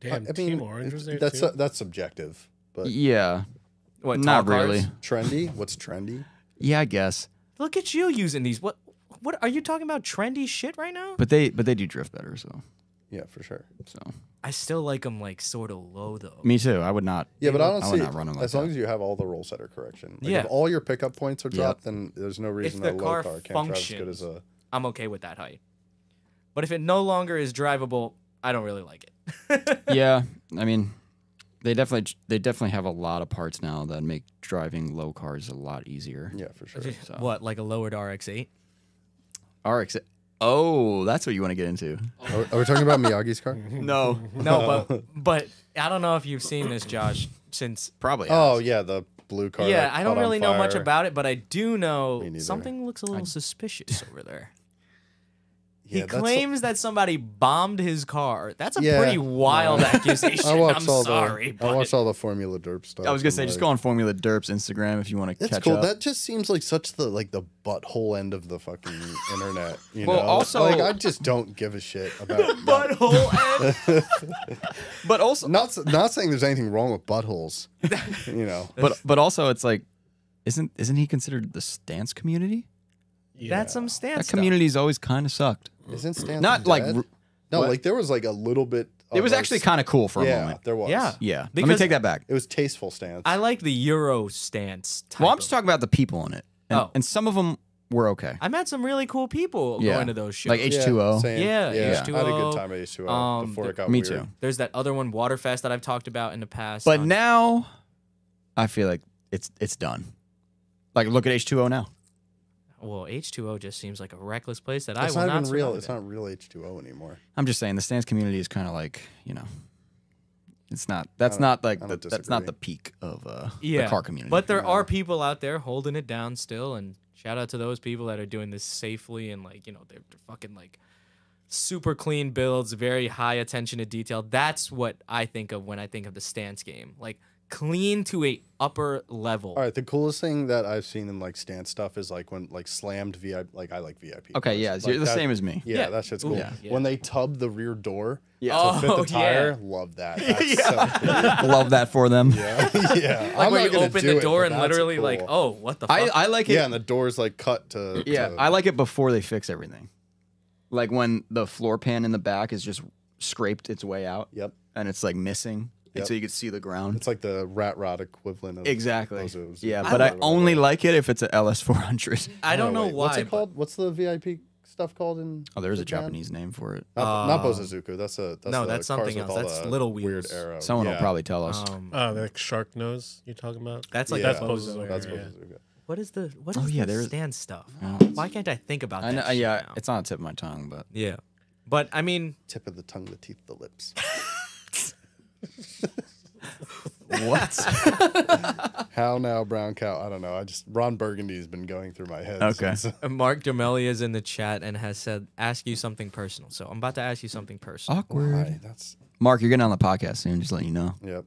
[SPEAKER 3] Damn,
[SPEAKER 2] I mean,
[SPEAKER 3] Team Orange was there
[SPEAKER 2] that's
[SPEAKER 3] too.
[SPEAKER 2] that's subjective, but
[SPEAKER 4] Yeah,
[SPEAKER 1] What,
[SPEAKER 4] not
[SPEAKER 1] tall cars?
[SPEAKER 4] really.
[SPEAKER 2] trendy. What's trendy?
[SPEAKER 4] Yeah, I guess.
[SPEAKER 1] Look at you using these. What what are you talking about trendy shit right now?
[SPEAKER 4] But they but they do drift better. So
[SPEAKER 2] Yeah, for sure.
[SPEAKER 4] so
[SPEAKER 1] I still like them like sort of low though.
[SPEAKER 4] me too. I would not.
[SPEAKER 2] Yeah, but
[SPEAKER 4] would
[SPEAKER 2] honestly,
[SPEAKER 4] not run 'em like
[SPEAKER 2] as long
[SPEAKER 4] that.
[SPEAKER 2] as you have all the rules that are correction, like
[SPEAKER 1] Yeah.
[SPEAKER 2] if all your pickup points are
[SPEAKER 4] Yep.
[SPEAKER 2] dropped, then there's no reason that a
[SPEAKER 1] the
[SPEAKER 2] low
[SPEAKER 1] car
[SPEAKER 2] car, can't drive as good as a.
[SPEAKER 1] I'm okay with that height. But if it no longer is drivable, I don't really like it.
[SPEAKER 4] yeah, I mean, they definitely they definitely have a lot of parts now that make driving low cars a lot easier.
[SPEAKER 2] Yeah, for
[SPEAKER 4] *laughs*
[SPEAKER 2] sure.
[SPEAKER 4] So-
[SPEAKER 1] *laughs* What, like a lowered RX8?
[SPEAKER 4] RX. Oh, that's what you want to get into.
[SPEAKER 2] Are, are we talking about Miyagi's car?
[SPEAKER 4] *laughs* No,
[SPEAKER 1] No,
[SPEAKER 2] *laughs*
[SPEAKER 1] but but I don't know if you've seen this, Josh. Since
[SPEAKER 4] probably.
[SPEAKER 2] Oh yeah, the blue car.
[SPEAKER 1] yeah,
[SPEAKER 2] that
[SPEAKER 1] I don't
[SPEAKER 2] caught on
[SPEAKER 1] really know much
[SPEAKER 2] fire.
[SPEAKER 1] about it, but I do know
[SPEAKER 2] neither.
[SPEAKER 1] something looks a little suspicious over
[SPEAKER 2] *laughs*
[SPEAKER 1] there.
[SPEAKER 2] Yeah,
[SPEAKER 1] he
[SPEAKER 2] that's-
[SPEAKER 1] claims that somebody bombed his car. That's a
[SPEAKER 2] Yeah, *laughs*
[SPEAKER 1] pretty wild accusation.
[SPEAKER 2] *laughs* I watched
[SPEAKER 1] I'm
[SPEAKER 2] all
[SPEAKER 1] sorry,
[SPEAKER 2] the.
[SPEAKER 1] but
[SPEAKER 2] I watched all the Formula Derp stuff.
[SPEAKER 4] I was gonna
[SPEAKER 2] and,
[SPEAKER 4] say just
[SPEAKER 2] like,
[SPEAKER 4] go on Formula Derp's Instagram if you want to
[SPEAKER 2] That's
[SPEAKER 4] catch
[SPEAKER 2] cool.
[SPEAKER 4] up.
[SPEAKER 2] That just seems like such the like the butthole end of the fucking
[SPEAKER 4] *laughs*
[SPEAKER 2] internet. You
[SPEAKER 4] Well,
[SPEAKER 2] know?
[SPEAKER 4] also-
[SPEAKER 2] like I just don't give a shit
[SPEAKER 4] *laughs*
[SPEAKER 2] about that. *laughs*
[SPEAKER 1] butthole. Ed.
[SPEAKER 4] but also,
[SPEAKER 2] Not s- not saying there's anything wrong with buttholes. you
[SPEAKER 4] *laughs*
[SPEAKER 2] know.
[SPEAKER 4] but but also it's like isn't isn't he considered the stance community
[SPEAKER 3] Yeah.
[SPEAKER 1] That's some stance.
[SPEAKER 4] that community's always kind of sucked
[SPEAKER 2] Isn't Stan
[SPEAKER 4] not like
[SPEAKER 2] dead?
[SPEAKER 4] r-
[SPEAKER 2] no
[SPEAKER 4] what?
[SPEAKER 2] like there was like a little bit
[SPEAKER 4] It was actually kind of cool for a
[SPEAKER 2] yeah,
[SPEAKER 4] moment.
[SPEAKER 2] there was.
[SPEAKER 1] Yeah.
[SPEAKER 4] Yeah. Let me
[SPEAKER 1] Because-
[SPEAKER 4] take that back.
[SPEAKER 2] It was tasteful stance.
[SPEAKER 1] I like the Euro stance. Type
[SPEAKER 4] Well, I'm
[SPEAKER 1] of-
[SPEAKER 4] just talking about the people in it. And,
[SPEAKER 1] Oh.
[SPEAKER 4] and some of them were okay.
[SPEAKER 1] I met some really cool people
[SPEAKER 4] Yeah.
[SPEAKER 1] going to those shows.
[SPEAKER 4] Like H2O.
[SPEAKER 2] same.
[SPEAKER 1] Yeah,
[SPEAKER 2] I had a
[SPEAKER 1] H2O.
[SPEAKER 2] good time at H2O
[SPEAKER 1] Um,
[SPEAKER 2] before it got
[SPEAKER 4] Me
[SPEAKER 2] weird.
[SPEAKER 4] too.
[SPEAKER 1] There's that other one, Waterfest, that I've talked about in the past. Um,
[SPEAKER 4] But
[SPEAKER 1] on-
[SPEAKER 4] now I feel like it's it's done. Like look at H2O now.
[SPEAKER 1] well, H2O just seems like a reckless place that
[SPEAKER 2] It's
[SPEAKER 1] I will
[SPEAKER 2] not,
[SPEAKER 1] not
[SPEAKER 2] even real.
[SPEAKER 1] survive
[SPEAKER 2] It's
[SPEAKER 1] in.
[SPEAKER 2] not real H2O anymore.
[SPEAKER 4] I'm just saying the stance community is kind of like, you know, it's not that's not like
[SPEAKER 2] I
[SPEAKER 4] the,
[SPEAKER 2] don't
[SPEAKER 4] that's not
[SPEAKER 2] disagree.
[SPEAKER 4] the peak of uh
[SPEAKER 1] Yeah,
[SPEAKER 4] the car community.
[SPEAKER 1] But there are people out there holding it down still, and shout out to those people that are doing this safely and like you know they're, they're fucking like super clean builds, very high attention to detail. That's what I think of when I think of the stance game, like clean to a upper level.
[SPEAKER 2] All right, the coolest thing that I've seen in like stance stuff is like when like slammed VIP. Like I like VIP.
[SPEAKER 4] Okay,
[SPEAKER 2] cars.
[SPEAKER 4] yeah,
[SPEAKER 2] Like,
[SPEAKER 4] you're the
[SPEAKER 2] that-
[SPEAKER 4] same as *laughs* me.
[SPEAKER 2] Yeah,
[SPEAKER 1] Yeah.
[SPEAKER 2] that shit's
[SPEAKER 1] Ooh,
[SPEAKER 2] cool.
[SPEAKER 1] yeah. Yeah.
[SPEAKER 2] When they tub the rear door
[SPEAKER 4] Yeah.
[SPEAKER 2] to fit
[SPEAKER 1] Oh,
[SPEAKER 2] the tire,
[SPEAKER 1] yeah. *laughs*
[SPEAKER 2] love that. That's so cool.
[SPEAKER 4] Love that for them.
[SPEAKER 2] Yeah, yeah.
[SPEAKER 1] Like
[SPEAKER 2] I'm
[SPEAKER 1] where
[SPEAKER 2] not
[SPEAKER 1] you
[SPEAKER 2] gonna
[SPEAKER 1] open
[SPEAKER 2] do
[SPEAKER 1] the
[SPEAKER 2] it,
[SPEAKER 1] door
[SPEAKER 2] but
[SPEAKER 1] and
[SPEAKER 2] that's
[SPEAKER 1] literally like,
[SPEAKER 2] cool.
[SPEAKER 1] oh, what the fuck?
[SPEAKER 4] I, I like it.
[SPEAKER 2] yeah, and the door's like cut to
[SPEAKER 4] Yeah,
[SPEAKER 2] to-
[SPEAKER 4] I like it before they fix everything. Like when the floor pan in the back is just scraped its way out
[SPEAKER 2] yep.
[SPEAKER 4] and it's like missing. And
[SPEAKER 2] Yep.
[SPEAKER 4] so you could see the ground.
[SPEAKER 2] It's like the rat rod equivalent of
[SPEAKER 4] Exactly.
[SPEAKER 2] those- those-
[SPEAKER 4] yeah,
[SPEAKER 2] those-
[SPEAKER 4] but I,
[SPEAKER 2] whatever.
[SPEAKER 4] only like it if it's a LS400.
[SPEAKER 1] I don't
[SPEAKER 2] Oh,
[SPEAKER 1] know why.
[SPEAKER 2] wait, What's it
[SPEAKER 1] but-
[SPEAKER 2] called? What's the VIP stuff called in?
[SPEAKER 4] Oh, there is a
[SPEAKER 2] Japan?
[SPEAKER 4] Japanese name for it.
[SPEAKER 2] Not, not
[SPEAKER 1] Uh,
[SPEAKER 2] Bozazuku. That's a that's
[SPEAKER 1] no,
[SPEAKER 2] the
[SPEAKER 1] that's
[SPEAKER 2] cars
[SPEAKER 1] something
[SPEAKER 2] with
[SPEAKER 1] else.
[SPEAKER 2] all
[SPEAKER 1] that's
[SPEAKER 2] the
[SPEAKER 1] Little
[SPEAKER 2] Weird
[SPEAKER 1] Wheels.
[SPEAKER 2] arrow.
[SPEAKER 4] Someone will
[SPEAKER 2] Yeah,
[SPEAKER 4] probably tell us.
[SPEAKER 1] Um,
[SPEAKER 3] Uh, the shark nose you're talking about.
[SPEAKER 1] that's like
[SPEAKER 2] Yeah.
[SPEAKER 1] the
[SPEAKER 3] That's
[SPEAKER 1] Bozo
[SPEAKER 3] Bozo,
[SPEAKER 1] area.
[SPEAKER 2] That's
[SPEAKER 3] Yeah.
[SPEAKER 2] Bozazuku.
[SPEAKER 1] What is the what is
[SPEAKER 4] Oh, yeah,
[SPEAKER 1] the
[SPEAKER 4] there is-
[SPEAKER 1] stand stuff?
[SPEAKER 4] Yeah, it's-
[SPEAKER 1] Why can't I think about that?
[SPEAKER 4] I know,
[SPEAKER 1] shit
[SPEAKER 4] yeah,
[SPEAKER 1] now?
[SPEAKER 4] it's on the tip of my
[SPEAKER 1] *laughs*
[SPEAKER 4] tongue, but
[SPEAKER 1] yeah. But I mean,
[SPEAKER 2] Tip of the tongue, the teeth, the lips. *laughs*
[SPEAKER 4] what?
[SPEAKER 2] How now, brown cow? I don't know. I just Ron Burgundy's been going through my head.
[SPEAKER 4] Okay.
[SPEAKER 2] since- *laughs*
[SPEAKER 1] Mark Domelli is in the chat and has said, "Ask you something personal." So I'm about to ask you something personal.
[SPEAKER 4] Awkward.
[SPEAKER 2] Why? That's
[SPEAKER 4] Mark, you're getting on the podcast soon. Just letting you know.
[SPEAKER 2] yep.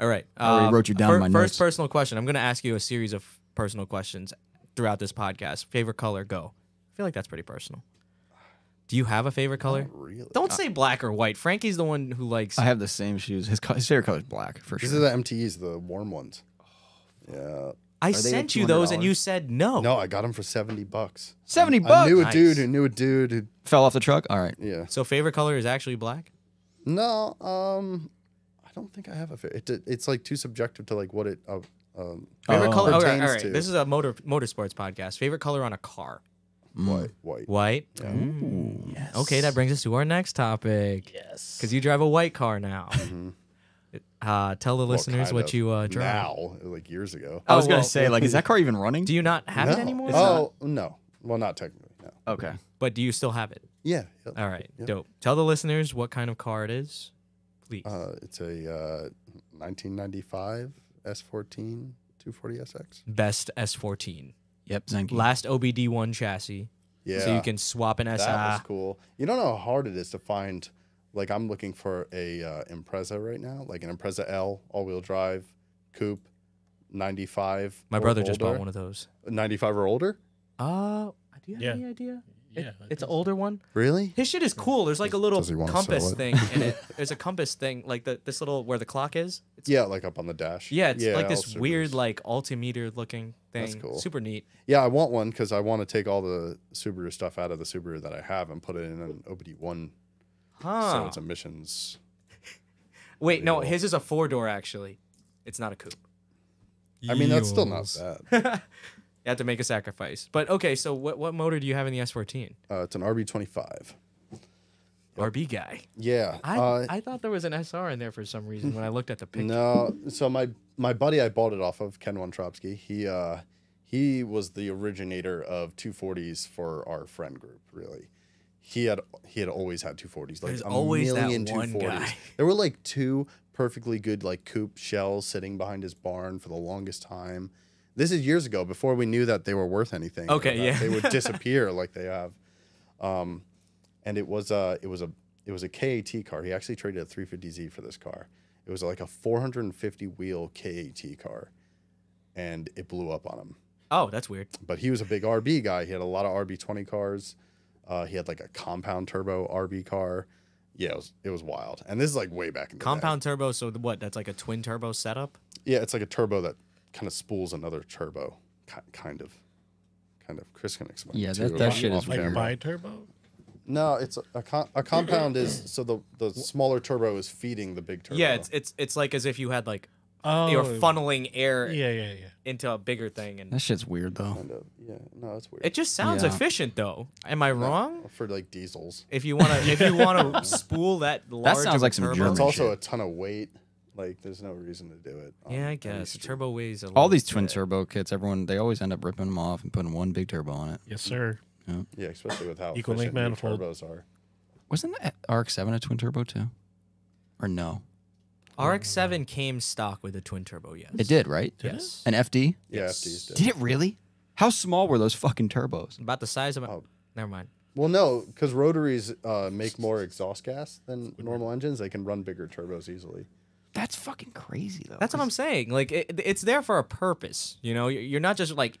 [SPEAKER 1] All right.
[SPEAKER 4] Oh.
[SPEAKER 1] uh,
[SPEAKER 4] already wrote you down in my
[SPEAKER 1] First
[SPEAKER 4] notes.
[SPEAKER 1] personal question. I'm going to ask you a series of personal questions throughout this podcast. Favorite color? Go. I feel like that's pretty personal. Do you have a favorite color?
[SPEAKER 2] Really? Uh,
[SPEAKER 1] Don't say black or white. Frankie's the one who likes.
[SPEAKER 4] I have the same shoes. His, co- his favorite color is black for
[SPEAKER 2] These
[SPEAKER 4] sure.
[SPEAKER 2] are the MTEs, the warm ones. Yeah.
[SPEAKER 1] I
[SPEAKER 4] they
[SPEAKER 1] sent
[SPEAKER 4] like
[SPEAKER 1] you those and
[SPEAKER 4] $200?
[SPEAKER 1] you said no.
[SPEAKER 2] No, I got them for seventy bucks.
[SPEAKER 4] Seventy
[SPEAKER 2] I
[SPEAKER 4] bucks.
[SPEAKER 2] knew a
[SPEAKER 1] Nice.
[SPEAKER 2] dude who knew a dude who.
[SPEAKER 4] Fell off the truck. All right.
[SPEAKER 2] Yeah.
[SPEAKER 1] So favorite color is actually black.
[SPEAKER 2] No, um, I don't think I have a favorite. It, it's like too subjective to like what it. Uh, um,
[SPEAKER 1] Favorite
[SPEAKER 4] Oh.
[SPEAKER 1] color. All right,
[SPEAKER 2] Pertains
[SPEAKER 1] all right.
[SPEAKER 2] to-
[SPEAKER 1] This is a motor motorsports podcast. Favorite color on a car?
[SPEAKER 2] white, white.
[SPEAKER 1] White. Mm.
[SPEAKER 4] Yes.
[SPEAKER 1] Okay, that brings us to our next topic. Yes. Because you drive a white car
[SPEAKER 2] *laughs*
[SPEAKER 1] now. Uh, tell the
[SPEAKER 2] Mm-hmm. Well,
[SPEAKER 1] listeners
[SPEAKER 2] kind
[SPEAKER 1] what
[SPEAKER 2] of
[SPEAKER 1] you uh, drive.
[SPEAKER 2] now, like years ago.
[SPEAKER 4] I was
[SPEAKER 1] Oh,
[SPEAKER 4] gonna
[SPEAKER 1] well,
[SPEAKER 4] say, like, is that car even running?
[SPEAKER 1] Do you not have
[SPEAKER 2] no.
[SPEAKER 1] it anymore?
[SPEAKER 2] Oh no, well not technically. No.
[SPEAKER 4] okay.
[SPEAKER 1] But do you still have it?
[SPEAKER 2] Yeah. yep.
[SPEAKER 1] All right,
[SPEAKER 2] Yep.
[SPEAKER 1] dope. Tell the listeners what kind of car it is, please.
[SPEAKER 2] Uh, it's a uh, 1995 S14 240SX.
[SPEAKER 1] Best S14.
[SPEAKER 4] Yep. Thank you.
[SPEAKER 1] Last OBD1 chassis.
[SPEAKER 2] Yeah.
[SPEAKER 1] So you can swap an SI.
[SPEAKER 2] That was cool. You don't know how hard it is to find. Like I'm looking for a uh, Impreza right now, like an Impreza L all-wheel drive, coupe, 95.
[SPEAKER 1] My
[SPEAKER 2] or
[SPEAKER 1] brother just bought
[SPEAKER 2] older.
[SPEAKER 1] one of those.
[SPEAKER 2] 95 or older.
[SPEAKER 1] Uh, do you have
[SPEAKER 3] Yeah.
[SPEAKER 1] any idea? It-
[SPEAKER 3] Yeah, I
[SPEAKER 1] it's an
[SPEAKER 3] think
[SPEAKER 1] older one.
[SPEAKER 2] Really?
[SPEAKER 1] His shit is cool. There's like a little
[SPEAKER 2] Does he wanna
[SPEAKER 1] compass
[SPEAKER 2] sell it?
[SPEAKER 1] thing in
[SPEAKER 2] *laughs*
[SPEAKER 1] it. There's a compass thing, like the this little where the clock is. It's
[SPEAKER 2] Yeah, like up on the dash.
[SPEAKER 1] Yeah, it's like this
[SPEAKER 2] I'll
[SPEAKER 1] weird
[SPEAKER 2] Subarus.
[SPEAKER 1] like altimeter looking thing.
[SPEAKER 2] That's cool.
[SPEAKER 1] Super neat.
[SPEAKER 2] Yeah, I want one because I want to take all the Subaru stuff out of the Subaru that I have and put it in an OBD one,
[SPEAKER 1] Huh.
[SPEAKER 2] so it's emissions.
[SPEAKER 1] Wait, no, his is a four door actually. It's not a coupe.
[SPEAKER 2] I mean, that's still not
[SPEAKER 1] Yeels.
[SPEAKER 2] bad.
[SPEAKER 1] You have to make a sacrifice. But okay, so what what motor do you have in the S14?
[SPEAKER 2] Uh, it's an RB twenty five.
[SPEAKER 1] RB guy.
[SPEAKER 2] Yeah.
[SPEAKER 1] I
[SPEAKER 2] uh,
[SPEAKER 1] I thought there was an SR in there for some reason when I looked at the picture.
[SPEAKER 2] *laughs* No, so my my buddy I bought it off of Ken Wontrobsky. He uh he was the originator of 240s for our friend group, really. He had he had always had 240s, like
[SPEAKER 1] There's
[SPEAKER 2] a
[SPEAKER 1] always that
[SPEAKER 2] million
[SPEAKER 1] one
[SPEAKER 2] 240s.
[SPEAKER 1] guy.
[SPEAKER 2] There were like two perfectly good like coupe shells sitting behind his barn for the longest time. This is years ago before we knew that they were worth anything. or
[SPEAKER 1] Okay,
[SPEAKER 2] that
[SPEAKER 1] yeah.
[SPEAKER 2] They would
[SPEAKER 1] *laughs*
[SPEAKER 2] disappear like they have. Um and it was uh it was a it was a KAT car. He actually traded a 350Z for this car. It was like a 450 wheel KAT car, and it blew up on him.
[SPEAKER 1] Oh, that's weird.
[SPEAKER 2] But he was a big RB guy. He had a lot of RB20 cars. Uh, he had like a compound turbo RB car. Yeah, it was, it was wild. And this is like way back in the day.
[SPEAKER 1] Compound turbo, so the- what? That's like a twin turbo setup?
[SPEAKER 2] Yeah, it's like a turbo that kind of spools another turbo, ki- kind of. Kind of. Chris can explain.
[SPEAKER 4] Yeah,
[SPEAKER 2] it
[SPEAKER 4] that-
[SPEAKER 2] too,
[SPEAKER 4] that
[SPEAKER 2] off-
[SPEAKER 4] shit is
[SPEAKER 2] off
[SPEAKER 3] Like
[SPEAKER 2] camera.
[SPEAKER 3] bi turbo.
[SPEAKER 2] No, it's a, a, com- a compound is so the the smaller turbo is feeding the big turbo.
[SPEAKER 1] Yeah, it's it's it's like as if you had like
[SPEAKER 3] Oh,
[SPEAKER 1] you're funneling air
[SPEAKER 3] Yeah, yeah, yeah.
[SPEAKER 1] into a bigger thing, and
[SPEAKER 4] That shit's weird though.
[SPEAKER 2] kind of yeah. No, it's weird.
[SPEAKER 1] it just sounds
[SPEAKER 4] Yeah.
[SPEAKER 1] efficient though. Am I wrong?
[SPEAKER 2] for like diesels.
[SPEAKER 1] If you want to, if you want
[SPEAKER 4] *laughs*
[SPEAKER 1] to spool that large,
[SPEAKER 4] sounds
[SPEAKER 1] of a
[SPEAKER 4] like some
[SPEAKER 1] turbo-
[SPEAKER 4] German
[SPEAKER 2] It's also
[SPEAKER 4] shit.
[SPEAKER 2] a ton of weight. Like there's no reason to do it. on
[SPEAKER 1] Yeah, I
[SPEAKER 2] any
[SPEAKER 1] guess
[SPEAKER 2] street.
[SPEAKER 1] turbo weighs a
[SPEAKER 4] All
[SPEAKER 1] little
[SPEAKER 4] these twin
[SPEAKER 1] bit.
[SPEAKER 4] turbo kits, everyone they always end up ripping them off and putting one big turbo on it.
[SPEAKER 3] Yes, sir.
[SPEAKER 2] Yeah, especially with how
[SPEAKER 3] Equal link
[SPEAKER 2] efficient the
[SPEAKER 3] manifold.
[SPEAKER 2] turbos are.
[SPEAKER 4] Wasn't the RX-7 a twin turbo too? Or no?
[SPEAKER 1] RX-7 came stock with a twin turbo. Yes.
[SPEAKER 4] It did, right?
[SPEAKER 3] Did it?
[SPEAKER 1] Yes.
[SPEAKER 4] An FD?
[SPEAKER 2] Yeah,
[SPEAKER 1] Yes.
[SPEAKER 2] FDs did.
[SPEAKER 4] Did it really? How small were those fucking turbos?
[SPEAKER 1] About the size of my.
[SPEAKER 2] Oh.
[SPEAKER 1] Never mind.
[SPEAKER 2] Well, no, because rotaries uh, make more exhaust gas than normal engines. They can run bigger turbos easily.
[SPEAKER 4] That's fucking crazy though.
[SPEAKER 1] That's what I'm saying. Like it, it's there for a purpose. You know, you're you're not just like,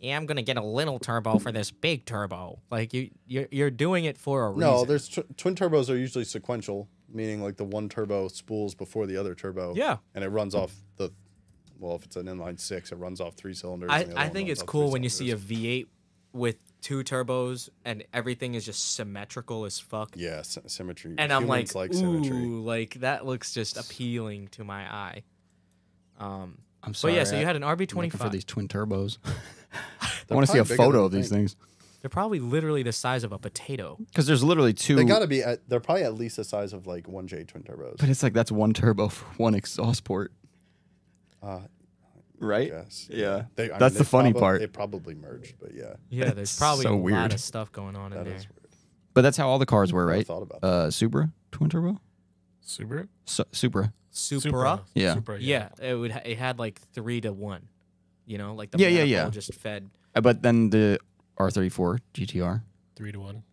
[SPEAKER 1] yeah, I'm gonna get a little turbo for this big turbo. Like you, you're, you're doing it for a reason.
[SPEAKER 2] No, there's tw- twin turbos are usually sequential, meaning like the one turbo spools before the other turbo.
[SPEAKER 1] Yeah.
[SPEAKER 2] and it runs off the. Well, if it's an inline six, it runs off three cylinders.
[SPEAKER 1] I,
[SPEAKER 2] and the other
[SPEAKER 1] I
[SPEAKER 2] one
[SPEAKER 1] think
[SPEAKER 2] runs
[SPEAKER 1] it's
[SPEAKER 2] off
[SPEAKER 1] cool
[SPEAKER 2] three
[SPEAKER 1] when you see a
[SPEAKER 2] cylinders.
[SPEAKER 1] V8 with two turbos and everything is just symmetrical as fuck.
[SPEAKER 2] Yeah, sy- symmetry.
[SPEAKER 1] and I'm
[SPEAKER 2] Humans
[SPEAKER 1] like, ooh,
[SPEAKER 2] symmetry.
[SPEAKER 1] like that looks just appealing to my eye. Um,
[SPEAKER 4] I'm
[SPEAKER 1] but
[SPEAKER 4] sorry.
[SPEAKER 1] yeah, so you had an
[SPEAKER 4] I'm looking for
[SPEAKER 1] RB25.
[SPEAKER 4] these twin turbos. *laughs* I want to see
[SPEAKER 2] probably
[SPEAKER 4] a
[SPEAKER 2] bigger
[SPEAKER 4] photo
[SPEAKER 2] than
[SPEAKER 4] of
[SPEAKER 2] you
[SPEAKER 4] these
[SPEAKER 2] think.
[SPEAKER 4] things
[SPEAKER 1] They're probably literally the size of a potato.
[SPEAKER 4] because there's literally two.
[SPEAKER 2] They gotta be. At, they're probably at least the size of like one J twin turbos.
[SPEAKER 4] *laughs* But it's like that's one turbo for *laughs* one exhaust port.
[SPEAKER 2] Uh,
[SPEAKER 4] Right?
[SPEAKER 2] yes.
[SPEAKER 4] Yeah.
[SPEAKER 2] They, I
[SPEAKER 4] That's
[SPEAKER 2] mean,
[SPEAKER 4] the
[SPEAKER 2] they
[SPEAKER 4] funny
[SPEAKER 2] probab-
[SPEAKER 4] part.
[SPEAKER 2] They probably merged, but yeah.
[SPEAKER 1] Yeah, there's
[SPEAKER 4] It's
[SPEAKER 1] probably
[SPEAKER 4] so
[SPEAKER 1] a
[SPEAKER 4] weird.
[SPEAKER 1] lot of stuff going on in
[SPEAKER 2] That
[SPEAKER 1] there.
[SPEAKER 2] is weird.
[SPEAKER 4] But that's how all the cars were,
[SPEAKER 2] Never
[SPEAKER 4] right?
[SPEAKER 2] thought about that.
[SPEAKER 4] Uh, Supra twin turbo.
[SPEAKER 3] Subaru.
[SPEAKER 4] Su- Supra.
[SPEAKER 1] Supra.
[SPEAKER 4] Yeah.
[SPEAKER 3] Supra,
[SPEAKER 1] Yeah, it would. It had like three to one. You know, like the
[SPEAKER 4] Yeah, yeah,
[SPEAKER 1] manifold
[SPEAKER 4] yeah.
[SPEAKER 1] just fed.
[SPEAKER 4] Uh, But then the R34 GTR,
[SPEAKER 3] Three to one.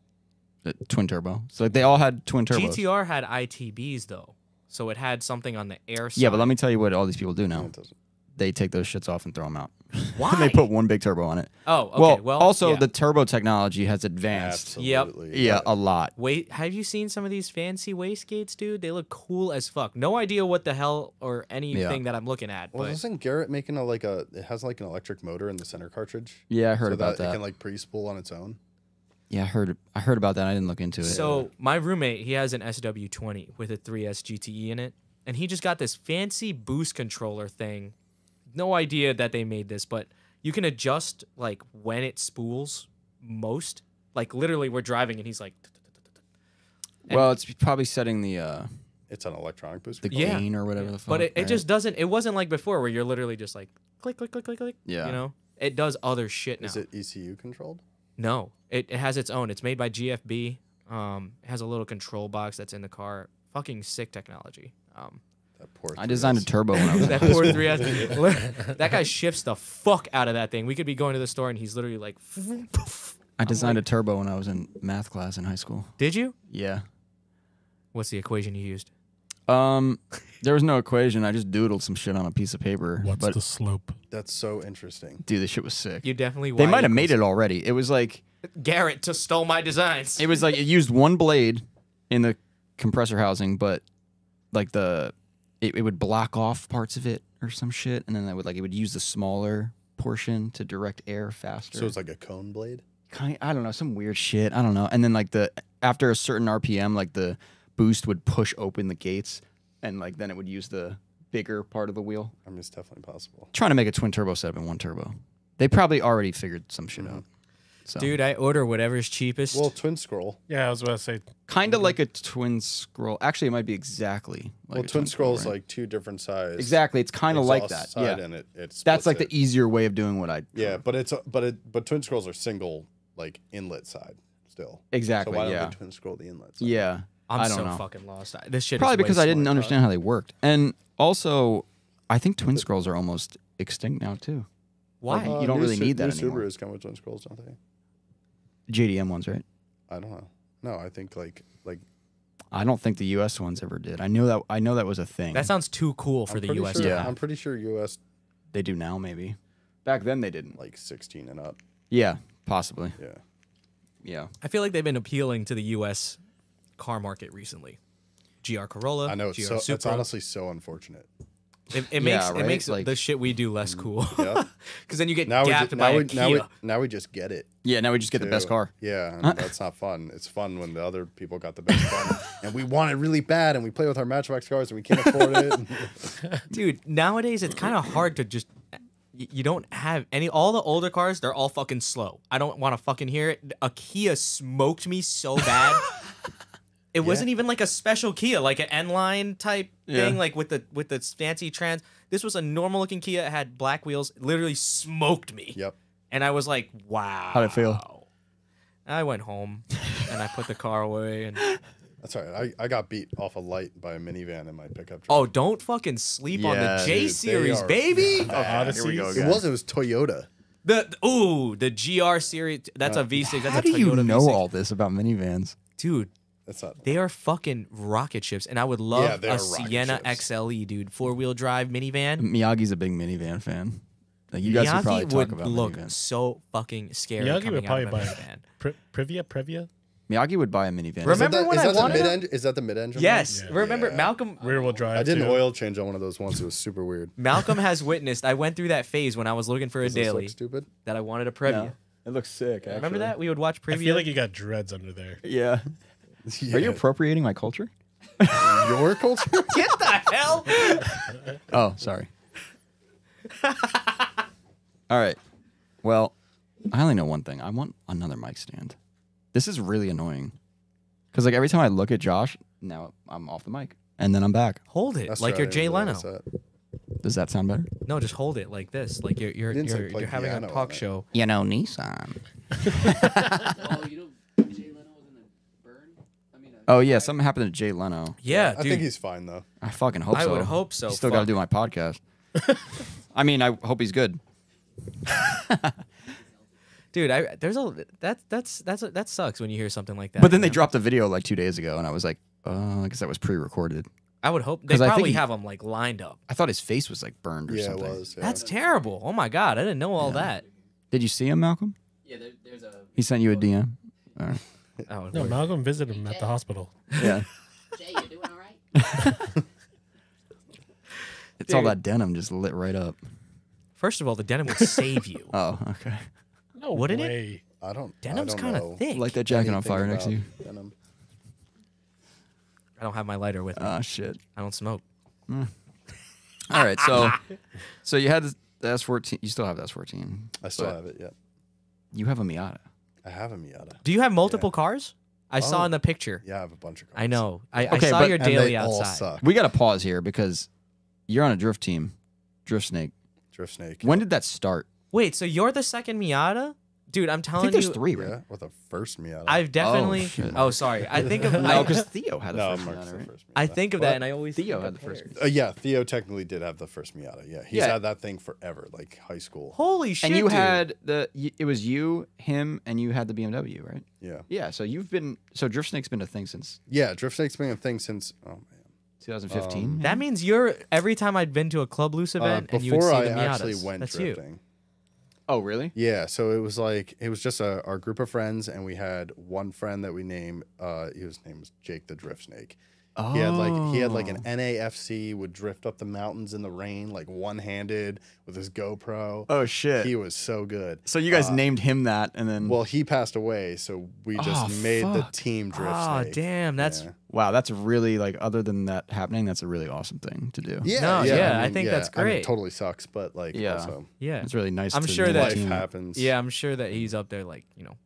[SPEAKER 4] uh, twin turbo. So like they all had twin turbos.
[SPEAKER 1] GTR had ITBs though, so it had something on the air side.
[SPEAKER 4] Yeah, but let me tell you what all these people do
[SPEAKER 2] No,
[SPEAKER 4] now.
[SPEAKER 2] it doesn't.
[SPEAKER 4] They take those shits off and throw them out. *laughs*
[SPEAKER 1] Why?
[SPEAKER 4] and they put one big turbo on it.
[SPEAKER 1] oh, okay.
[SPEAKER 4] well,
[SPEAKER 1] Well,
[SPEAKER 4] also
[SPEAKER 1] yeah.
[SPEAKER 4] the turbo technology has advanced.
[SPEAKER 2] Absolutely.
[SPEAKER 4] Yeah, a lot.
[SPEAKER 1] Wait, have you seen some of these fancy wastegates, dude? They look cool as fuck. No idea what the hell or anything that I'm looking at,
[SPEAKER 2] Well,
[SPEAKER 1] but
[SPEAKER 2] isn't Garrett making a like a? It has like an electric motor in the center cartridge.
[SPEAKER 4] Yeah, I heard
[SPEAKER 2] so
[SPEAKER 4] about
[SPEAKER 2] It
[SPEAKER 4] that.
[SPEAKER 2] can like pre-spool on its own.
[SPEAKER 4] yeah, I heard. I heard about that. I didn't look into it.
[SPEAKER 1] so my roommate, he has an SW20 with a 3S GTE E in it, and he just got this fancy boost controller thing. No idea that they made this, but you can adjust like when it spools most. Like literally, we're driving and he's like,
[SPEAKER 4] well, it's probably setting the uh,
[SPEAKER 2] It's an electronic boost.
[SPEAKER 4] the
[SPEAKER 2] control.
[SPEAKER 1] Yeah.
[SPEAKER 4] gain or whatever the fuck.
[SPEAKER 1] but it, it
[SPEAKER 4] right?
[SPEAKER 1] just doesn't. It wasn't like before where you're literally just like click, click, click, click, click.
[SPEAKER 4] Yeah.
[SPEAKER 1] You know, it does other shit now.
[SPEAKER 2] Is it ECU controlled?
[SPEAKER 1] No, it, it has its own. It's made by GFB. Um, it has a little control box that's in the car. Fucking sick technology. Um,
[SPEAKER 2] That poor.
[SPEAKER 4] I designed a
[SPEAKER 2] 3S.
[SPEAKER 4] turbo when I
[SPEAKER 1] *laughs*
[SPEAKER 4] was
[SPEAKER 1] that
[SPEAKER 4] in high
[SPEAKER 1] poor
[SPEAKER 4] school.
[SPEAKER 1] 3S. li- that guy shifts the fuck out of that thing. We could be going to the store and he's literally like,
[SPEAKER 4] *laughs*
[SPEAKER 1] *laughs*
[SPEAKER 4] I designed a turbo when I was in math class in high school.
[SPEAKER 1] "Did you?
[SPEAKER 4] Yeah.
[SPEAKER 1] What's the equation you used?"
[SPEAKER 4] Um, there was no equation. I just doodled some shit on a piece of paper.
[SPEAKER 3] What's
[SPEAKER 4] but
[SPEAKER 3] the slope?
[SPEAKER 2] That's so interesting.
[SPEAKER 4] dude, this shit was sick.
[SPEAKER 1] You definitely.
[SPEAKER 4] they might have made it already. It was like
[SPEAKER 1] *laughs* Garrett just stole my designs.
[SPEAKER 4] it was like it used one blade in the compressor housing, but like the it, it would block off parts of it or some shit, and then it would like it would use the smaller portion to direct air faster.
[SPEAKER 2] So it's like a cone blade.
[SPEAKER 4] kind I don't know, some weird shit. I don't know. And then like the after a certain RPM, like the boost would push open the gates and like then it would use the bigger part of the wheel.
[SPEAKER 2] I mean, it's definitely possible.
[SPEAKER 4] Trying to make a twin turbo setup in one turbo. They probably already figured some
[SPEAKER 2] Mm-hmm.
[SPEAKER 4] shit out. So
[SPEAKER 1] Dude, I order whatever's cheapest.
[SPEAKER 2] Well, twin scroll.
[SPEAKER 3] Yeah, I was about to say.
[SPEAKER 4] kinda like a twin scroll. Actually it might be exactly like
[SPEAKER 2] Mm-hmm. well,
[SPEAKER 4] a
[SPEAKER 2] twin scroll is
[SPEAKER 4] right?
[SPEAKER 2] like two different size.
[SPEAKER 4] Exactly. It's kinda like that.
[SPEAKER 2] exhaust
[SPEAKER 4] Yeah.
[SPEAKER 2] side And it, it
[SPEAKER 4] That's
[SPEAKER 2] splits
[SPEAKER 4] like
[SPEAKER 2] it.
[SPEAKER 4] the E-, easier way of doing what I
[SPEAKER 2] Yeah, but it's a, but it but twin scrolls are single like inlet side still.
[SPEAKER 4] Exactly.
[SPEAKER 2] so why
[SPEAKER 4] yeah.
[SPEAKER 2] don't they twin scroll the inlet? Side?
[SPEAKER 4] Yeah.
[SPEAKER 1] I'm
[SPEAKER 4] I don't
[SPEAKER 1] so
[SPEAKER 4] know.
[SPEAKER 1] fucking lost. I- This shit. is
[SPEAKER 4] Probably
[SPEAKER 1] way
[SPEAKER 4] because I didn't
[SPEAKER 1] smarter.
[SPEAKER 4] understand how they worked. And also I think twin scrolls are almost extinct now too.
[SPEAKER 1] Why?
[SPEAKER 4] you don't
[SPEAKER 2] Uh, new
[SPEAKER 4] really
[SPEAKER 2] Su-
[SPEAKER 4] need that
[SPEAKER 2] new
[SPEAKER 4] anymore.
[SPEAKER 2] Subarus come with twin scrolls, don't they?
[SPEAKER 4] JDM ones, right?
[SPEAKER 2] I don't know. No, I think like like
[SPEAKER 4] I don't think the U.S. ones ever did. I know that. I know that was a thing.
[SPEAKER 1] that sounds too cool for
[SPEAKER 2] I'm
[SPEAKER 1] the
[SPEAKER 2] pretty
[SPEAKER 1] U.S.
[SPEAKER 2] Sure,
[SPEAKER 1] to
[SPEAKER 4] Yeah.
[SPEAKER 1] have.
[SPEAKER 2] I'm pretty sure U.S.
[SPEAKER 4] they do now, maybe. Back then they didn't.
[SPEAKER 2] like 16 and up.
[SPEAKER 4] Yeah, possibly.
[SPEAKER 2] Yeah.
[SPEAKER 4] Yeah.
[SPEAKER 1] I feel like they've been appealing to the U.S. car market recently. GR Corolla.
[SPEAKER 2] I know it's
[SPEAKER 1] GR
[SPEAKER 2] so it's
[SPEAKER 1] Supra.
[SPEAKER 2] honestly so unfortunate.
[SPEAKER 1] It, it makes
[SPEAKER 4] Yeah,
[SPEAKER 1] it
[SPEAKER 4] right?
[SPEAKER 1] makes
[SPEAKER 4] Like-
[SPEAKER 1] the shit we do less cool. *laughs*
[SPEAKER 2] Yep.
[SPEAKER 1] Because then you get
[SPEAKER 2] Now we,
[SPEAKER 1] gapped
[SPEAKER 2] ju-
[SPEAKER 1] by
[SPEAKER 2] now, we,
[SPEAKER 1] a
[SPEAKER 2] now,
[SPEAKER 1] Kia.
[SPEAKER 2] we, now we just get it.
[SPEAKER 4] Yeah, now we just get the best
[SPEAKER 2] too.
[SPEAKER 4] car.
[SPEAKER 2] Yeah,
[SPEAKER 1] *laughs*
[SPEAKER 2] and that's not fun. It's fun when the other people got the best car, and we want it really bad, and we play with our Matchbox cars, and we can't
[SPEAKER 1] *laughs*
[SPEAKER 2] afford it.
[SPEAKER 1] Dude, nowadays it's kind of hard to just. y- You don't have any. All the older cars, they're all fucking slow. I don't want to fucking hear it. A Kia smoked me so bad.
[SPEAKER 4] *laughs*
[SPEAKER 1] it wasn't even like a special Kia, like an N line type
[SPEAKER 4] Yeah.
[SPEAKER 1] thing, like with the with the fancy trans. This was a normal looking Kia. It had black wheels. It literally smoked me.
[SPEAKER 2] yep.
[SPEAKER 1] And I was like, wow.
[SPEAKER 4] How'd it feel?
[SPEAKER 1] I went home and I put the car away and
[SPEAKER 2] That's all right. I, I got beat off a light by a minivan in my pickup truck.
[SPEAKER 1] oh, don't fucking sleep on
[SPEAKER 4] Yeah,
[SPEAKER 1] the J
[SPEAKER 4] dude,
[SPEAKER 2] they
[SPEAKER 1] series,
[SPEAKER 2] are-
[SPEAKER 4] *laughs*
[SPEAKER 1] baby.
[SPEAKER 4] here we go
[SPEAKER 2] it was it was Toyota.
[SPEAKER 1] The, the ooh, the GR series. That's a V6. That's
[SPEAKER 4] How
[SPEAKER 1] a
[SPEAKER 4] do you
[SPEAKER 1] Toyota
[SPEAKER 4] know
[SPEAKER 1] V6.
[SPEAKER 4] all this about minivans?
[SPEAKER 1] Dude,
[SPEAKER 2] That's not.
[SPEAKER 1] they are fucking rocket ships, and I would love
[SPEAKER 2] they are
[SPEAKER 1] a
[SPEAKER 2] rocket
[SPEAKER 1] Sienna
[SPEAKER 2] ships.
[SPEAKER 1] XLE, dude, four wheel drive minivan.
[SPEAKER 4] Miyagi's a big minivan fan. Like you guys
[SPEAKER 1] Miyagi
[SPEAKER 4] should probably talk
[SPEAKER 1] would
[SPEAKER 4] about
[SPEAKER 1] look
[SPEAKER 4] minivans.
[SPEAKER 1] so fucking scary.
[SPEAKER 3] Miyagi would
[SPEAKER 1] coming
[SPEAKER 3] probably
[SPEAKER 1] out of a
[SPEAKER 3] buy it.
[SPEAKER 1] minivan.
[SPEAKER 3] Pri- Privia, Privia.
[SPEAKER 4] Miyagi would buy a minivan.
[SPEAKER 1] Remember-
[SPEAKER 2] Is that the-
[SPEAKER 1] when
[SPEAKER 2] is
[SPEAKER 1] I
[SPEAKER 2] that the
[SPEAKER 1] wanted
[SPEAKER 2] mid-engine- Is that the mid
[SPEAKER 1] *laughs*
[SPEAKER 2] engine?
[SPEAKER 1] Yes, remember
[SPEAKER 2] Yeah.
[SPEAKER 1] Malcolm?
[SPEAKER 3] Rear wheel drive.
[SPEAKER 2] I did an
[SPEAKER 3] too.
[SPEAKER 2] oil change on one of those once. It was super weird.
[SPEAKER 1] Malcolm has witnessed. I went through that phase when I was looking for a
[SPEAKER 2] Does this
[SPEAKER 1] daily
[SPEAKER 2] look stupid?
[SPEAKER 1] that I wanted a Previa.
[SPEAKER 4] It looks sick. Actually.
[SPEAKER 1] Remember that we would watch
[SPEAKER 3] I
[SPEAKER 1] Previa.
[SPEAKER 3] feel like you got dreads under there.
[SPEAKER 4] *laughs* Yeah. Are you appropriating my culture?
[SPEAKER 2] your
[SPEAKER 1] *laughs*
[SPEAKER 2] culture?
[SPEAKER 1] *laughs* Get the hell?
[SPEAKER 4] Oh, sorry. All right. Well, I only know one thing. I want another mic stand. This is really annoying. Cause like every time I look at Josh, now I'm off the mic. And then I'm back.
[SPEAKER 1] *laughs* Hold it
[SPEAKER 2] That's
[SPEAKER 1] like
[SPEAKER 2] right,
[SPEAKER 1] you're
[SPEAKER 2] I didn't
[SPEAKER 1] Jay Leno.
[SPEAKER 2] realize that.
[SPEAKER 4] Does that sound better?
[SPEAKER 1] No, just hold it like this, like you're you're
[SPEAKER 2] didn't say
[SPEAKER 1] you're,
[SPEAKER 2] play
[SPEAKER 1] you're having
[SPEAKER 2] piano
[SPEAKER 1] a talk
[SPEAKER 2] on it.
[SPEAKER 1] show.
[SPEAKER 4] You know, Nissan. *laughs*
[SPEAKER 5] Oh, you know, Jay Leno was in a burn. I mean, uh, a,
[SPEAKER 4] Oh yeah, something happened to Jay Leno.
[SPEAKER 1] Yeah,
[SPEAKER 2] I
[SPEAKER 1] dude.
[SPEAKER 2] think he's fine though.
[SPEAKER 4] I fucking hope
[SPEAKER 1] I
[SPEAKER 4] so.
[SPEAKER 1] would hope so,
[SPEAKER 4] You still got to
[SPEAKER 1] fuck.
[SPEAKER 4] do my
[SPEAKER 1] *laughs*
[SPEAKER 4] podcast. I mean, I hope he's good.
[SPEAKER 1] dude i there's a that that's that's that sucks when you hear something like that
[SPEAKER 4] But then they
[SPEAKER 1] you know?
[SPEAKER 4] dropped the video like two days ago, and I was like, uh, I guess that was pre-recorded.
[SPEAKER 1] i would hope they
[SPEAKER 4] 'Cause I think
[SPEAKER 1] probably
[SPEAKER 4] he-
[SPEAKER 1] have them like lined up
[SPEAKER 4] I thought his face was like burned or
[SPEAKER 2] Yeah,
[SPEAKER 4] something.
[SPEAKER 2] it was. yeah.
[SPEAKER 1] that's terrible oh my god i didn't know all that
[SPEAKER 4] Did you see him, Malcolm?
[SPEAKER 5] yeah, there, there's a
[SPEAKER 4] He sent you a
[SPEAKER 5] *laughs*
[SPEAKER 4] DM. All right.
[SPEAKER 1] oh, it
[SPEAKER 3] No,
[SPEAKER 1] worked.
[SPEAKER 3] Malcolm visited him at the hospital.
[SPEAKER 4] Yeah,
[SPEAKER 5] Jay. You're doing all right.
[SPEAKER 4] it's all that denim just lit right up.
[SPEAKER 1] first of all the denim would save
[SPEAKER 4] *laughs*
[SPEAKER 1] you
[SPEAKER 4] Oh, okay.
[SPEAKER 5] *laughs*
[SPEAKER 3] No
[SPEAKER 1] Wouldn't it?
[SPEAKER 3] way.
[SPEAKER 2] I don't.
[SPEAKER 1] denim's kind of thick
[SPEAKER 4] Light that jacket on fire next to you.
[SPEAKER 2] Denim.
[SPEAKER 1] i don't have my lighter with me
[SPEAKER 4] Ah, shit.
[SPEAKER 1] i don't smoke
[SPEAKER 4] All right,
[SPEAKER 2] *laughs*
[SPEAKER 4] so, so you had the S14. You still have the S14.
[SPEAKER 2] I still
[SPEAKER 4] but
[SPEAKER 2] have it. Yeah,
[SPEAKER 4] You have a Miata.
[SPEAKER 2] I have a Miata.
[SPEAKER 1] do you have multiple cars i saw
[SPEAKER 2] Oh.
[SPEAKER 1] in the picture
[SPEAKER 2] Yeah, I have a bunch of. Cars.
[SPEAKER 1] i know i,
[SPEAKER 4] Okay,
[SPEAKER 1] I saw
[SPEAKER 4] but-
[SPEAKER 1] your
[SPEAKER 2] And
[SPEAKER 1] daily
[SPEAKER 2] they all
[SPEAKER 1] outside
[SPEAKER 2] suck.
[SPEAKER 4] We got to pause here because you're on a drift team, Drift Snake.
[SPEAKER 2] Drift Snake.
[SPEAKER 4] When did that start?
[SPEAKER 1] wait so you're the second miata dude i'm
[SPEAKER 4] I
[SPEAKER 1] telling
[SPEAKER 4] think there's
[SPEAKER 1] you
[SPEAKER 4] three, right?
[SPEAKER 2] Yeah, with the first Miata.
[SPEAKER 1] i've definitely
[SPEAKER 4] shit.
[SPEAKER 1] oh, sorry i think of
[SPEAKER 4] *laughs* No,
[SPEAKER 1] I,
[SPEAKER 4] because Theo had the
[SPEAKER 2] no,
[SPEAKER 4] first
[SPEAKER 2] Mark's
[SPEAKER 4] Miata,
[SPEAKER 2] the
[SPEAKER 4] right?
[SPEAKER 2] first Miata.
[SPEAKER 1] I think of
[SPEAKER 2] But-
[SPEAKER 1] that and i always
[SPEAKER 4] Theo
[SPEAKER 1] think
[SPEAKER 4] had
[SPEAKER 1] of
[SPEAKER 4] the first
[SPEAKER 1] pairs.
[SPEAKER 2] Uh, yeah, Theo technically did have the first Miata. Yeah, he's
[SPEAKER 4] Yeah.
[SPEAKER 2] had that thing forever, like high school.
[SPEAKER 1] holy shit
[SPEAKER 4] and you
[SPEAKER 1] dude.
[SPEAKER 4] had the y- it was you, him, and you had the BMW, right?
[SPEAKER 2] Yeah,
[SPEAKER 4] Yeah. So you've been so Drift Snake's been a thing since
[SPEAKER 2] yeah. Drift Snake's been a thing since. Oh man.
[SPEAKER 4] 2015.
[SPEAKER 1] That means you're every time I'd been to a Club Loose
[SPEAKER 2] Uh,
[SPEAKER 1] event and you would
[SPEAKER 2] before
[SPEAKER 1] see
[SPEAKER 2] I
[SPEAKER 1] the Miatas.
[SPEAKER 2] actually went
[SPEAKER 1] That's you.
[SPEAKER 2] drifting.
[SPEAKER 4] oh, really?
[SPEAKER 2] Yeah, so it was like it was just a, our group of friends, and we had one friend that we named. Uh, his name was Jake the Drift Snake.
[SPEAKER 4] Oh.
[SPEAKER 2] He had like he had like an
[SPEAKER 1] Oh.
[SPEAKER 2] NAFC would drift up the mountains in the rain like one handed with his GoPro.
[SPEAKER 4] Oh shit.
[SPEAKER 2] He was so good.
[SPEAKER 4] so you guys named him that, and then
[SPEAKER 2] Uh, Well, he passed away, so we just
[SPEAKER 4] Oh,
[SPEAKER 2] made the
[SPEAKER 4] fuck.
[SPEAKER 2] team drift.
[SPEAKER 1] Oh
[SPEAKER 2] Snake.
[SPEAKER 1] damn, that's
[SPEAKER 2] Yeah.
[SPEAKER 4] wow, that's really like other than that happening, that's a really awesome thing to do.
[SPEAKER 2] Yeah,
[SPEAKER 1] No,
[SPEAKER 2] yeah,
[SPEAKER 1] yeah, I think
[SPEAKER 2] yeah,
[SPEAKER 1] that's
[SPEAKER 2] I mean,
[SPEAKER 1] great.
[SPEAKER 2] it totally sucks, but like,
[SPEAKER 4] Yeah.
[SPEAKER 2] also,
[SPEAKER 1] yeah.
[SPEAKER 4] It's really nice.
[SPEAKER 1] I'm
[SPEAKER 4] to
[SPEAKER 1] sure
[SPEAKER 4] name a
[SPEAKER 1] that-
[SPEAKER 2] life
[SPEAKER 4] team.
[SPEAKER 2] happens.
[SPEAKER 1] Yeah, I'm sure that he's up there like, you know.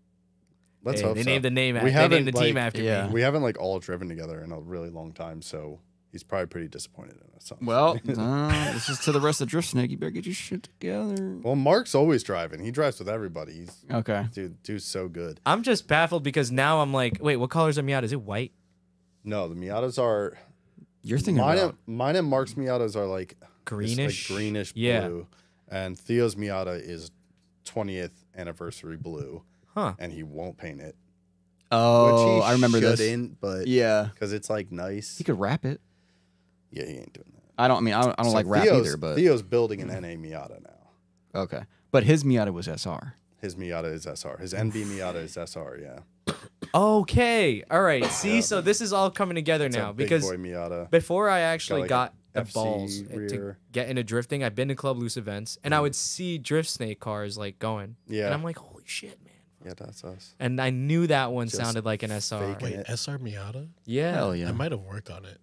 [SPEAKER 2] let's
[SPEAKER 1] hey,
[SPEAKER 2] hope
[SPEAKER 1] they
[SPEAKER 2] so.
[SPEAKER 1] named the name after
[SPEAKER 2] We
[SPEAKER 1] they named
[SPEAKER 2] haven't,
[SPEAKER 1] the team
[SPEAKER 2] like-
[SPEAKER 1] after
[SPEAKER 4] Yeah.
[SPEAKER 1] me.
[SPEAKER 2] We haven't like all driven together in a really long time, so he's probably pretty disappointed in us. honestly. *laughs*
[SPEAKER 4] Well, uh, this is to the rest of Drift Snake. You better get your shit together.
[SPEAKER 2] well, Mark's always driving. He drives with everybody. He's
[SPEAKER 4] Okay.
[SPEAKER 2] dude, dude's so good.
[SPEAKER 1] I'm just baffled because now I'm like, wait, what color is a Miata? Is it white?
[SPEAKER 2] No, the Miatas are
[SPEAKER 4] You're thinking
[SPEAKER 2] mine.
[SPEAKER 4] about
[SPEAKER 2] And, mine and Mark's Miatas are like this,
[SPEAKER 1] Greenish.
[SPEAKER 2] like greenish
[SPEAKER 1] Yeah.
[SPEAKER 2] blue, and Theo's Miata is twentieth anniversary blue,
[SPEAKER 1] Huh.
[SPEAKER 2] and he won't paint it.
[SPEAKER 4] Oh,
[SPEAKER 2] which he
[SPEAKER 4] I remember
[SPEAKER 2] shouldn't,
[SPEAKER 4] this.
[SPEAKER 2] but yeah,
[SPEAKER 4] Yeah.
[SPEAKER 2] because it's like nice.
[SPEAKER 4] He could rap it.
[SPEAKER 2] Yeah, he ain't doing that.
[SPEAKER 4] I don't I mean I don't, I don't
[SPEAKER 2] So
[SPEAKER 4] like rap
[SPEAKER 2] Theo's-
[SPEAKER 4] either, but
[SPEAKER 2] Theo's building an NA Miata now.
[SPEAKER 4] okay. But his Miata was SR.
[SPEAKER 2] His Miata is SR. His NB Miata is SR. Yeah,
[SPEAKER 1] Okay. All right. See, so this is all coming together
[SPEAKER 2] It's a
[SPEAKER 1] now
[SPEAKER 2] big
[SPEAKER 1] because
[SPEAKER 2] boy Miata.
[SPEAKER 1] before I actually
[SPEAKER 2] like,
[SPEAKER 1] got the
[SPEAKER 2] FC
[SPEAKER 1] balls eh, to
[SPEAKER 2] rear. Mm-hmm.
[SPEAKER 1] get into drifting. I've been to Club Loose events, and I would see drift snake cars like going,
[SPEAKER 2] Yeah.
[SPEAKER 1] and I'm like, holy shit, man!
[SPEAKER 2] yeah, that's us.
[SPEAKER 1] And I knew that one
[SPEAKER 2] Just
[SPEAKER 1] sounded like an SR.
[SPEAKER 2] faking
[SPEAKER 3] Wait, SR Miata?
[SPEAKER 1] Yeah,
[SPEAKER 4] Hell
[SPEAKER 3] I
[SPEAKER 4] yeah.
[SPEAKER 3] might have worked on it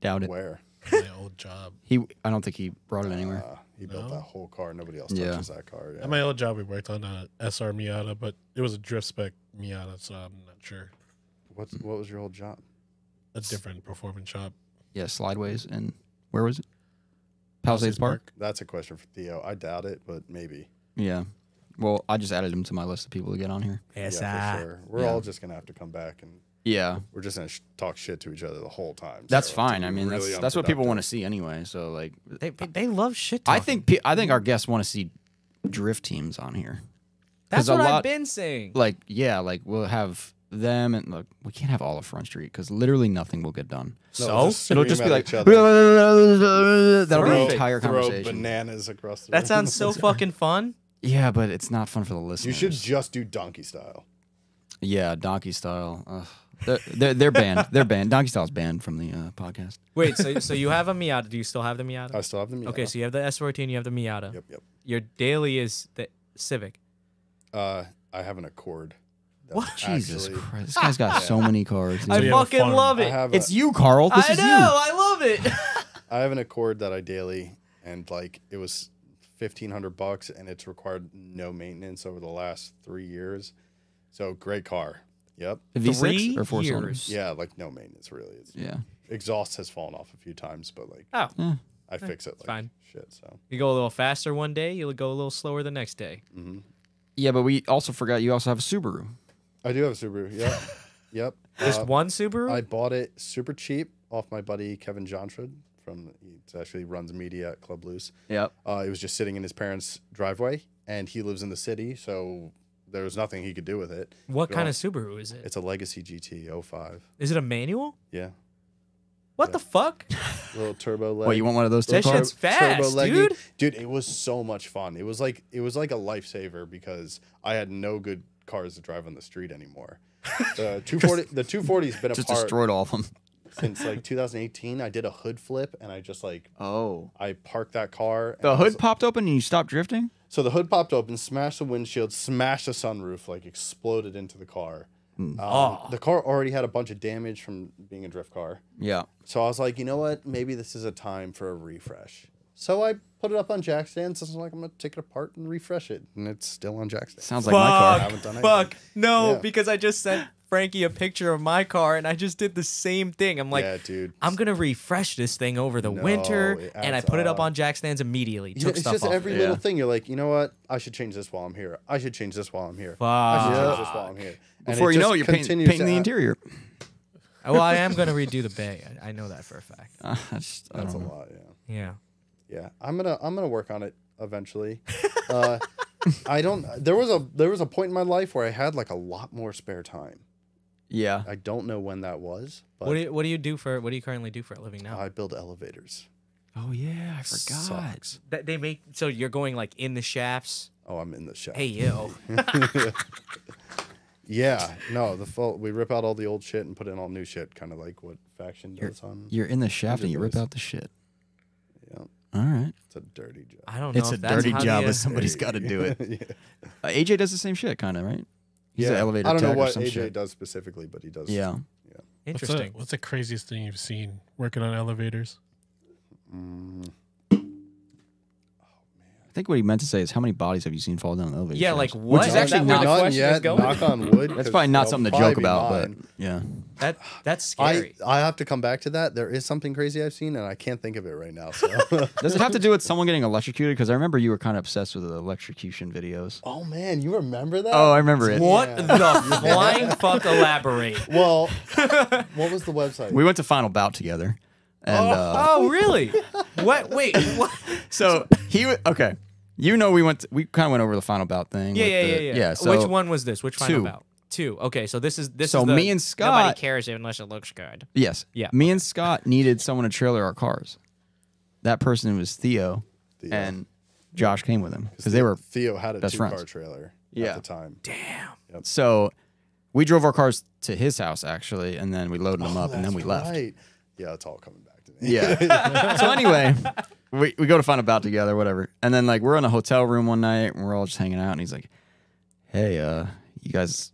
[SPEAKER 4] Doubt it.
[SPEAKER 2] Where?
[SPEAKER 3] at my
[SPEAKER 1] *laughs*
[SPEAKER 3] old job.
[SPEAKER 4] He, I don't think he brought it anywhere.
[SPEAKER 2] Uh, he built
[SPEAKER 3] No?
[SPEAKER 2] that whole car. Nobody else
[SPEAKER 4] Yeah.
[SPEAKER 2] touches that car. Yeah.
[SPEAKER 3] At my old job, we worked on a SR Miata, but it was a drift spec Miata, so I'm not sure.
[SPEAKER 2] What's, what was your old job?
[SPEAKER 3] A different performance shop.
[SPEAKER 4] Yeah, slideways and where was it? Palisades Park.
[SPEAKER 2] That's a question for Theo. I doubt it, but maybe.
[SPEAKER 4] Yeah. Well, I just added him to my list of people to get on here.
[SPEAKER 2] yeah, for sure. We're
[SPEAKER 4] Yeah.
[SPEAKER 2] all just gonna have to come back and
[SPEAKER 4] Yeah,
[SPEAKER 2] we're just gonna sh- talk shit to each other the whole time.
[SPEAKER 4] that's
[SPEAKER 2] so it's
[SPEAKER 4] fine.
[SPEAKER 2] gonna
[SPEAKER 4] I
[SPEAKER 2] be
[SPEAKER 4] mean,
[SPEAKER 2] really
[SPEAKER 4] that's that's what people
[SPEAKER 2] unproductive.
[SPEAKER 4] want to see anyway. So like,
[SPEAKER 1] They, they, they love shit.
[SPEAKER 4] I
[SPEAKER 1] Talking.
[SPEAKER 4] think pe- I think our guests want to see drift teams on here.
[SPEAKER 1] that's
[SPEAKER 4] 'cause a
[SPEAKER 1] what I've
[SPEAKER 4] lot-
[SPEAKER 1] been saying.
[SPEAKER 4] Like, yeah, like we'll have them and look, we can't have all of Front Street because literally nothing will get done.
[SPEAKER 1] so
[SPEAKER 2] No, just
[SPEAKER 4] It'll
[SPEAKER 2] scream
[SPEAKER 4] just
[SPEAKER 2] at
[SPEAKER 4] be like *laughs*
[SPEAKER 2] each other.
[SPEAKER 4] that'll be the
[SPEAKER 1] Perfect.
[SPEAKER 4] entire
[SPEAKER 2] throw
[SPEAKER 4] conversation.
[SPEAKER 2] bananas across the
[SPEAKER 1] that
[SPEAKER 2] room.
[SPEAKER 1] sounds so fucking fun.
[SPEAKER 4] Yeah, but it's not fun for the listeners.
[SPEAKER 2] You should just do donkey style.
[SPEAKER 4] Yeah, Donkey Style. Ugh. They're, they're they're banned.
[SPEAKER 2] *laughs*
[SPEAKER 4] They're banned. Donkey Style's banned from the uh, podcast.
[SPEAKER 1] Wait, so so you have a Miata? Do you still have the Miata?
[SPEAKER 2] I still have the Miata.
[SPEAKER 1] Okay, so you have the S14, you have the Miata.
[SPEAKER 2] Oh, yep, yep.
[SPEAKER 1] Your daily is the Civic.
[SPEAKER 2] Uh, I have an Accord. That's
[SPEAKER 1] What?
[SPEAKER 4] Jesus
[SPEAKER 2] actually- *laughs*
[SPEAKER 4] Christ, this guy's got so many cars.
[SPEAKER 1] I
[SPEAKER 4] dude.
[SPEAKER 3] you have a
[SPEAKER 1] fucking
[SPEAKER 3] farm.
[SPEAKER 1] love
[SPEAKER 2] I
[SPEAKER 1] it.
[SPEAKER 2] have
[SPEAKER 4] it's
[SPEAKER 2] a-
[SPEAKER 4] you, Carl. This
[SPEAKER 1] I
[SPEAKER 4] is
[SPEAKER 1] know.
[SPEAKER 4] you.
[SPEAKER 1] I love it. *laughs*
[SPEAKER 2] I have an Accord that I daily and like it was fifteen hundred bucks and it's required no maintenance over the last three years. So great car. Yep.
[SPEAKER 4] A V6
[SPEAKER 1] Three
[SPEAKER 4] or four cylinder?
[SPEAKER 1] years.
[SPEAKER 2] Yeah, like no maintenance really. It's,
[SPEAKER 4] Yeah.
[SPEAKER 2] Exhaust has fallen off a few times, but like
[SPEAKER 1] Oh,
[SPEAKER 2] I fix it like
[SPEAKER 1] fine.
[SPEAKER 2] shit. So
[SPEAKER 1] you go a little faster one day, you'll go a little slower the next day.
[SPEAKER 2] mm-hmm.
[SPEAKER 4] Yeah, but we also forgot you also have a Subaru.
[SPEAKER 2] I do have a Subaru.
[SPEAKER 1] *laughs*
[SPEAKER 2] Yep. yep.
[SPEAKER 1] Just
[SPEAKER 2] Uh,
[SPEAKER 1] one Subaru?
[SPEAKER 2] I bought it super cheap off my buddy Kevin Johnson from he actually runs media at Club Loose.
[SPEAKER 4] Yep.
[SPEAKER 2] Uh, it was just sitting in his parents' driveway, and he lives in the city, so there was nothing he could do with it.
[SPEAKER 1] what
[SPEAKER 2] Go
[SPEAKER 1] kind
[SPEAKER 2] on.
[SPEAKER 1] of Subaru is it?
[SPEAKER 2] It's a legacy GT 05.
[SPEAKER 1] Is it a manual?
[SPEAKER 2] Yeah,
[SPEAKER 1] What the fuck?
[SPEAKER 2] little turbo leg.
[SPEAKER 4] What you want one of those two
[SPEAKER 1] That
[SPEAKER 4] cars?
[SPEAKER 1] shit's fast, dude.
[SPEAKER 2] Dude, it was so much fun. It was like it was like a lifesaver because I had no good cars to drive on the street anymore. The 240, the 240's been
[SPEAKER 4] Just
[SPEAKER 2] apart
[SPEAKER 4] destroyed all of them.
[SPEAKER 2] since like 2018. I did a hood flip, and I just like
[SPEAKER 4] Oh.
[SPEAKER 2] I parked that car. and
[SPEAKER 4] The
[SPEAKER 2] I was
[SPEAKER 4] hood popped open and you stopped drifting.
[SPEAKER 2] So the hood popped open, smashed the windshield, smashed the sunroof, like exploded into the car. Um,
[SPEAKER 4] Ah.
[SPEAKER 2] The car already had a bunch of damage from being a drift car.
[SPEAKER 4] Yeah.
[SPEAKER 2] So I was like, you know what? Maybe this is a time for a refresh. So I put it up on jack stands. I was like, I'm gonna take it apart and refresh it, and it's still on jack stands.
[SPEAKER 4] Sounds like my car.
[SPEAKER 2] I haven't done anything.
[SPEAKER 1] fuck. No,
[SPEAKER 2] Yeah.
[SPEAKER 1] because I just sent Frankie a picture of my car and I just did the same thing. I'm like,
[SPEAKER 2] yeah, dude.
[SPEAKER 1] I'm gonna refresh this thing over the
[SPEAKER 2] No,
[SPEAKER 1] winter,
[SPEAKER 2] it
[SPEAKER 1] and I
[SPEAKER 2] adds
[SPEAKER 1] put it up
[SPEAKER 2] up.
[SPEAKER 1] on jack stands immediately.
[SPEAKER 2] You know,
[SPEAKER 1] Took
[SPEAKER 2] it's
[SPEAKER 1] stuff
[SPEAKER 2] just
[SPEAKER 1] off.
[SPEAKER 2] every
[SPEAKER 4] it.
[SPEAKER 2] little
[SPEAKER 4] Yeah.
[SPEAKER 2] thing. You're like, you know what? I should change this while I'm here. I should change this while I'm here. I should change this while I'm here. And
[SPEAKER 4] Before you know,
[SPEAKER 2] just
[SPEAKER 4] it, you're paint,
[SPEAKER 2] continues to
[SPEAKER 4] painting the
[SPEAKER 2] add-
[SPEAKER 4] interior.
[SPEAKER 1] well, I am gonna redo the bay. I, I know that for a fact.
[SPEAKER 4] Uh, *laughs* I just- I
[SPEAKER 2] That's a
[SPEAKER 4] don't know.
[SPEAKER 2] lot. Yeah.
[SPEAKER 1] Yeah.
[SPEAKER 2] Yeah, I'm gonna I'm gonna work on it eventually. *laughs* uh, I don't. There was a there was a point in my life where I had like a lot more spare time.
[SPEAKER 4] Yeah.
[SPEAKER 2] I don't know when that was, but
[SPEAKER 1] What do you, What do you do for What do you currently do for a living now?
[SPEAKER 2] I build elevators.
[SPEAKER 4] Oh yeah, I forgot.
[SPEAKER 2] Sucks.
[SPEAKER 1] That they make so you're going like in the shafts.
[SPEAKER 2] Oh, I'm in the shop.
[SPEAKER 1] Hey yo,
[SPEAKER 2] Yeah. No, the full, we rip out all the old shit and put in all new shit, kind of like what faction does on.
[SPEAKER 4] You're in the shaft and you rip
[SPEAKER 2] Underboys.
[SPEAKER 4] out the shit.
[SPEAKER 2] Yeah.
[SPEAKER 4] All right.
[SPEAKER 2] It's a dirty job. *laughs*
[SPEAKER 1] I don't know.
[SPEAKER 4] It's
[SPEAKER 1] if
[SPEAKER 4] a
[SPEAKER 1] that's
[SPEAKER 4] dirty
[SPEAKER 1] how
[SPEAKER 4] job,
[SPEAKER 1] the, uh,
[SPEAKER 4] but somebody's got to do it. *laughs* Uh, AJ does the same shit, kind of, right? He's an elevator
[SPEAKER 2] I don't know
[SPEAKER 4] tech or
[SPEAKER 2] what
[SPEAKER 4] some
[SPEAKER 2] AJ
[SPEAKER 4] shit.
[SPEAKER 2] does specifically, but he does.
[SPEAKER 4] Yeah.
[SPEAKER 3] What's the,
[SPEAKER 1] interesting.
[SPEAKER 3] what's the craziest thing you've seen working on elevators?
[SPEAKER 4] I think what he meant to say is, how many bodies have you seen fall down an elevator?
[SPEAKER 1] Yeah,
[SPEAKER 4] shaft?
[SPEAKER 1] like,
[SPEAKER 4] Which
[SPEAKER 1] what?
[SPEAKER 4] is
[SPEAKER 1] That-
[SPEAKER 4] actually
[SPEAKER 1] that-
[SPEAKER 4] not.
[SPEAKER 1] the
[SPEAKER 2] None
[SPEAKER 1] question is
[SPEAKER 2] yet.
[SPEAKER 1] going?
[SPEAKER 2] Knock on wood.
[SPEAKER 4] That's
[SPEAKER 2] 'cause
[SPEAKER 4] probably not
[SPEAKER 2] they'll
[SPEAKER 4] something to
[SPEAKER 2] probably
[SPEAKER 4] joke
[SPEAKER 2] be
[SPEAKER 4] about,
[SPEAKER 2] mine.
[SPEAKER 4] but yeah.
[SPEAKER 2] *laughs*
[SPEAKER 1] That that's
[SPEAKER 2] I,
[SPEAKER 1] scary.
[SPEAKER 2] I have to come back to that. There is something crazy I've seen, and I can't think of it right now. So,
[SPEAKER 4] *laughs* Does it have to do with someone getting electrocuted? Because I remember you were kind of obsessed with the electrocution videos.
[SPEAKER 2] oh man, you remember that?
[SPEAKER 4] Oh, I remember it.
[SPEAKER 1] what
[SPEAKER 2] *laughs* Yeah.
[SPEAKER 1] the flying fuck? Elaborate.
[SPEAKER 4] *laughs*
[SPEAKER 2] well, what was the website?
[SPEAKER 4] We went to Final Bout together, and uh,
[SPEAKER 1] Oh really? What? Wait. What?
[SPEAKER 4] so he wa- okay. You know, we went. To, we kind of went over the Final Bout thing.
[SPEAKER 1] Yeah,
[SPEAKER 4] with
[SPEAKER 1] yeah,
[SPEAKER 4] the-
[SPEAKER 1] yeah, yeah.
[SPEAKER 4] So
[SPEAKER 1] Which one was this? Which final
[SPEAKER 4] two.
[SPEAKER 1] bout? Two. Okay, so this is this
[SPEAKER 4] So
[SPEAKER 1] is the,
[SPEAKER 4] me and
[SPEAKER 1] Nobody
[SPEAKER 4] Scott-
[SPEAKER 1] cares unless it looks good.
[SPEAKER 4] Yes.
[SPEAKER 1] Yeah,
[SPEAKER 4] Me and Scott needed someone to trailer our cars. That person was Theo,
[SPEAKER 2] Theo.
[SPEAKER 4] and Josh came with him because they were
[SPEAKER 2] Theo had a
[SPEAKER 4] Best
[SPEAKER 2] two car
[SPEAKER 4] friends.
[SPEAKER 2] trailer
[SPEAKER 4] Yeah.
[SPEAKER 2] at the time.
[SPEAKER 4] so. We drove our cars to his house actually, and then we loaded them up, and then we
[SPEAKER 2] Oh, That's
[SPEAKER 4] left.
[SPEAKER 2] Right. Yeah, it's all coming back. back to me.
[SPEAKER 4] Yeah. *laughs* so anyway, we, we go to find a bout together, whatever. And then like we're in a hotel room one night and we're all just hanging out and he's like, Hey, uh, you guys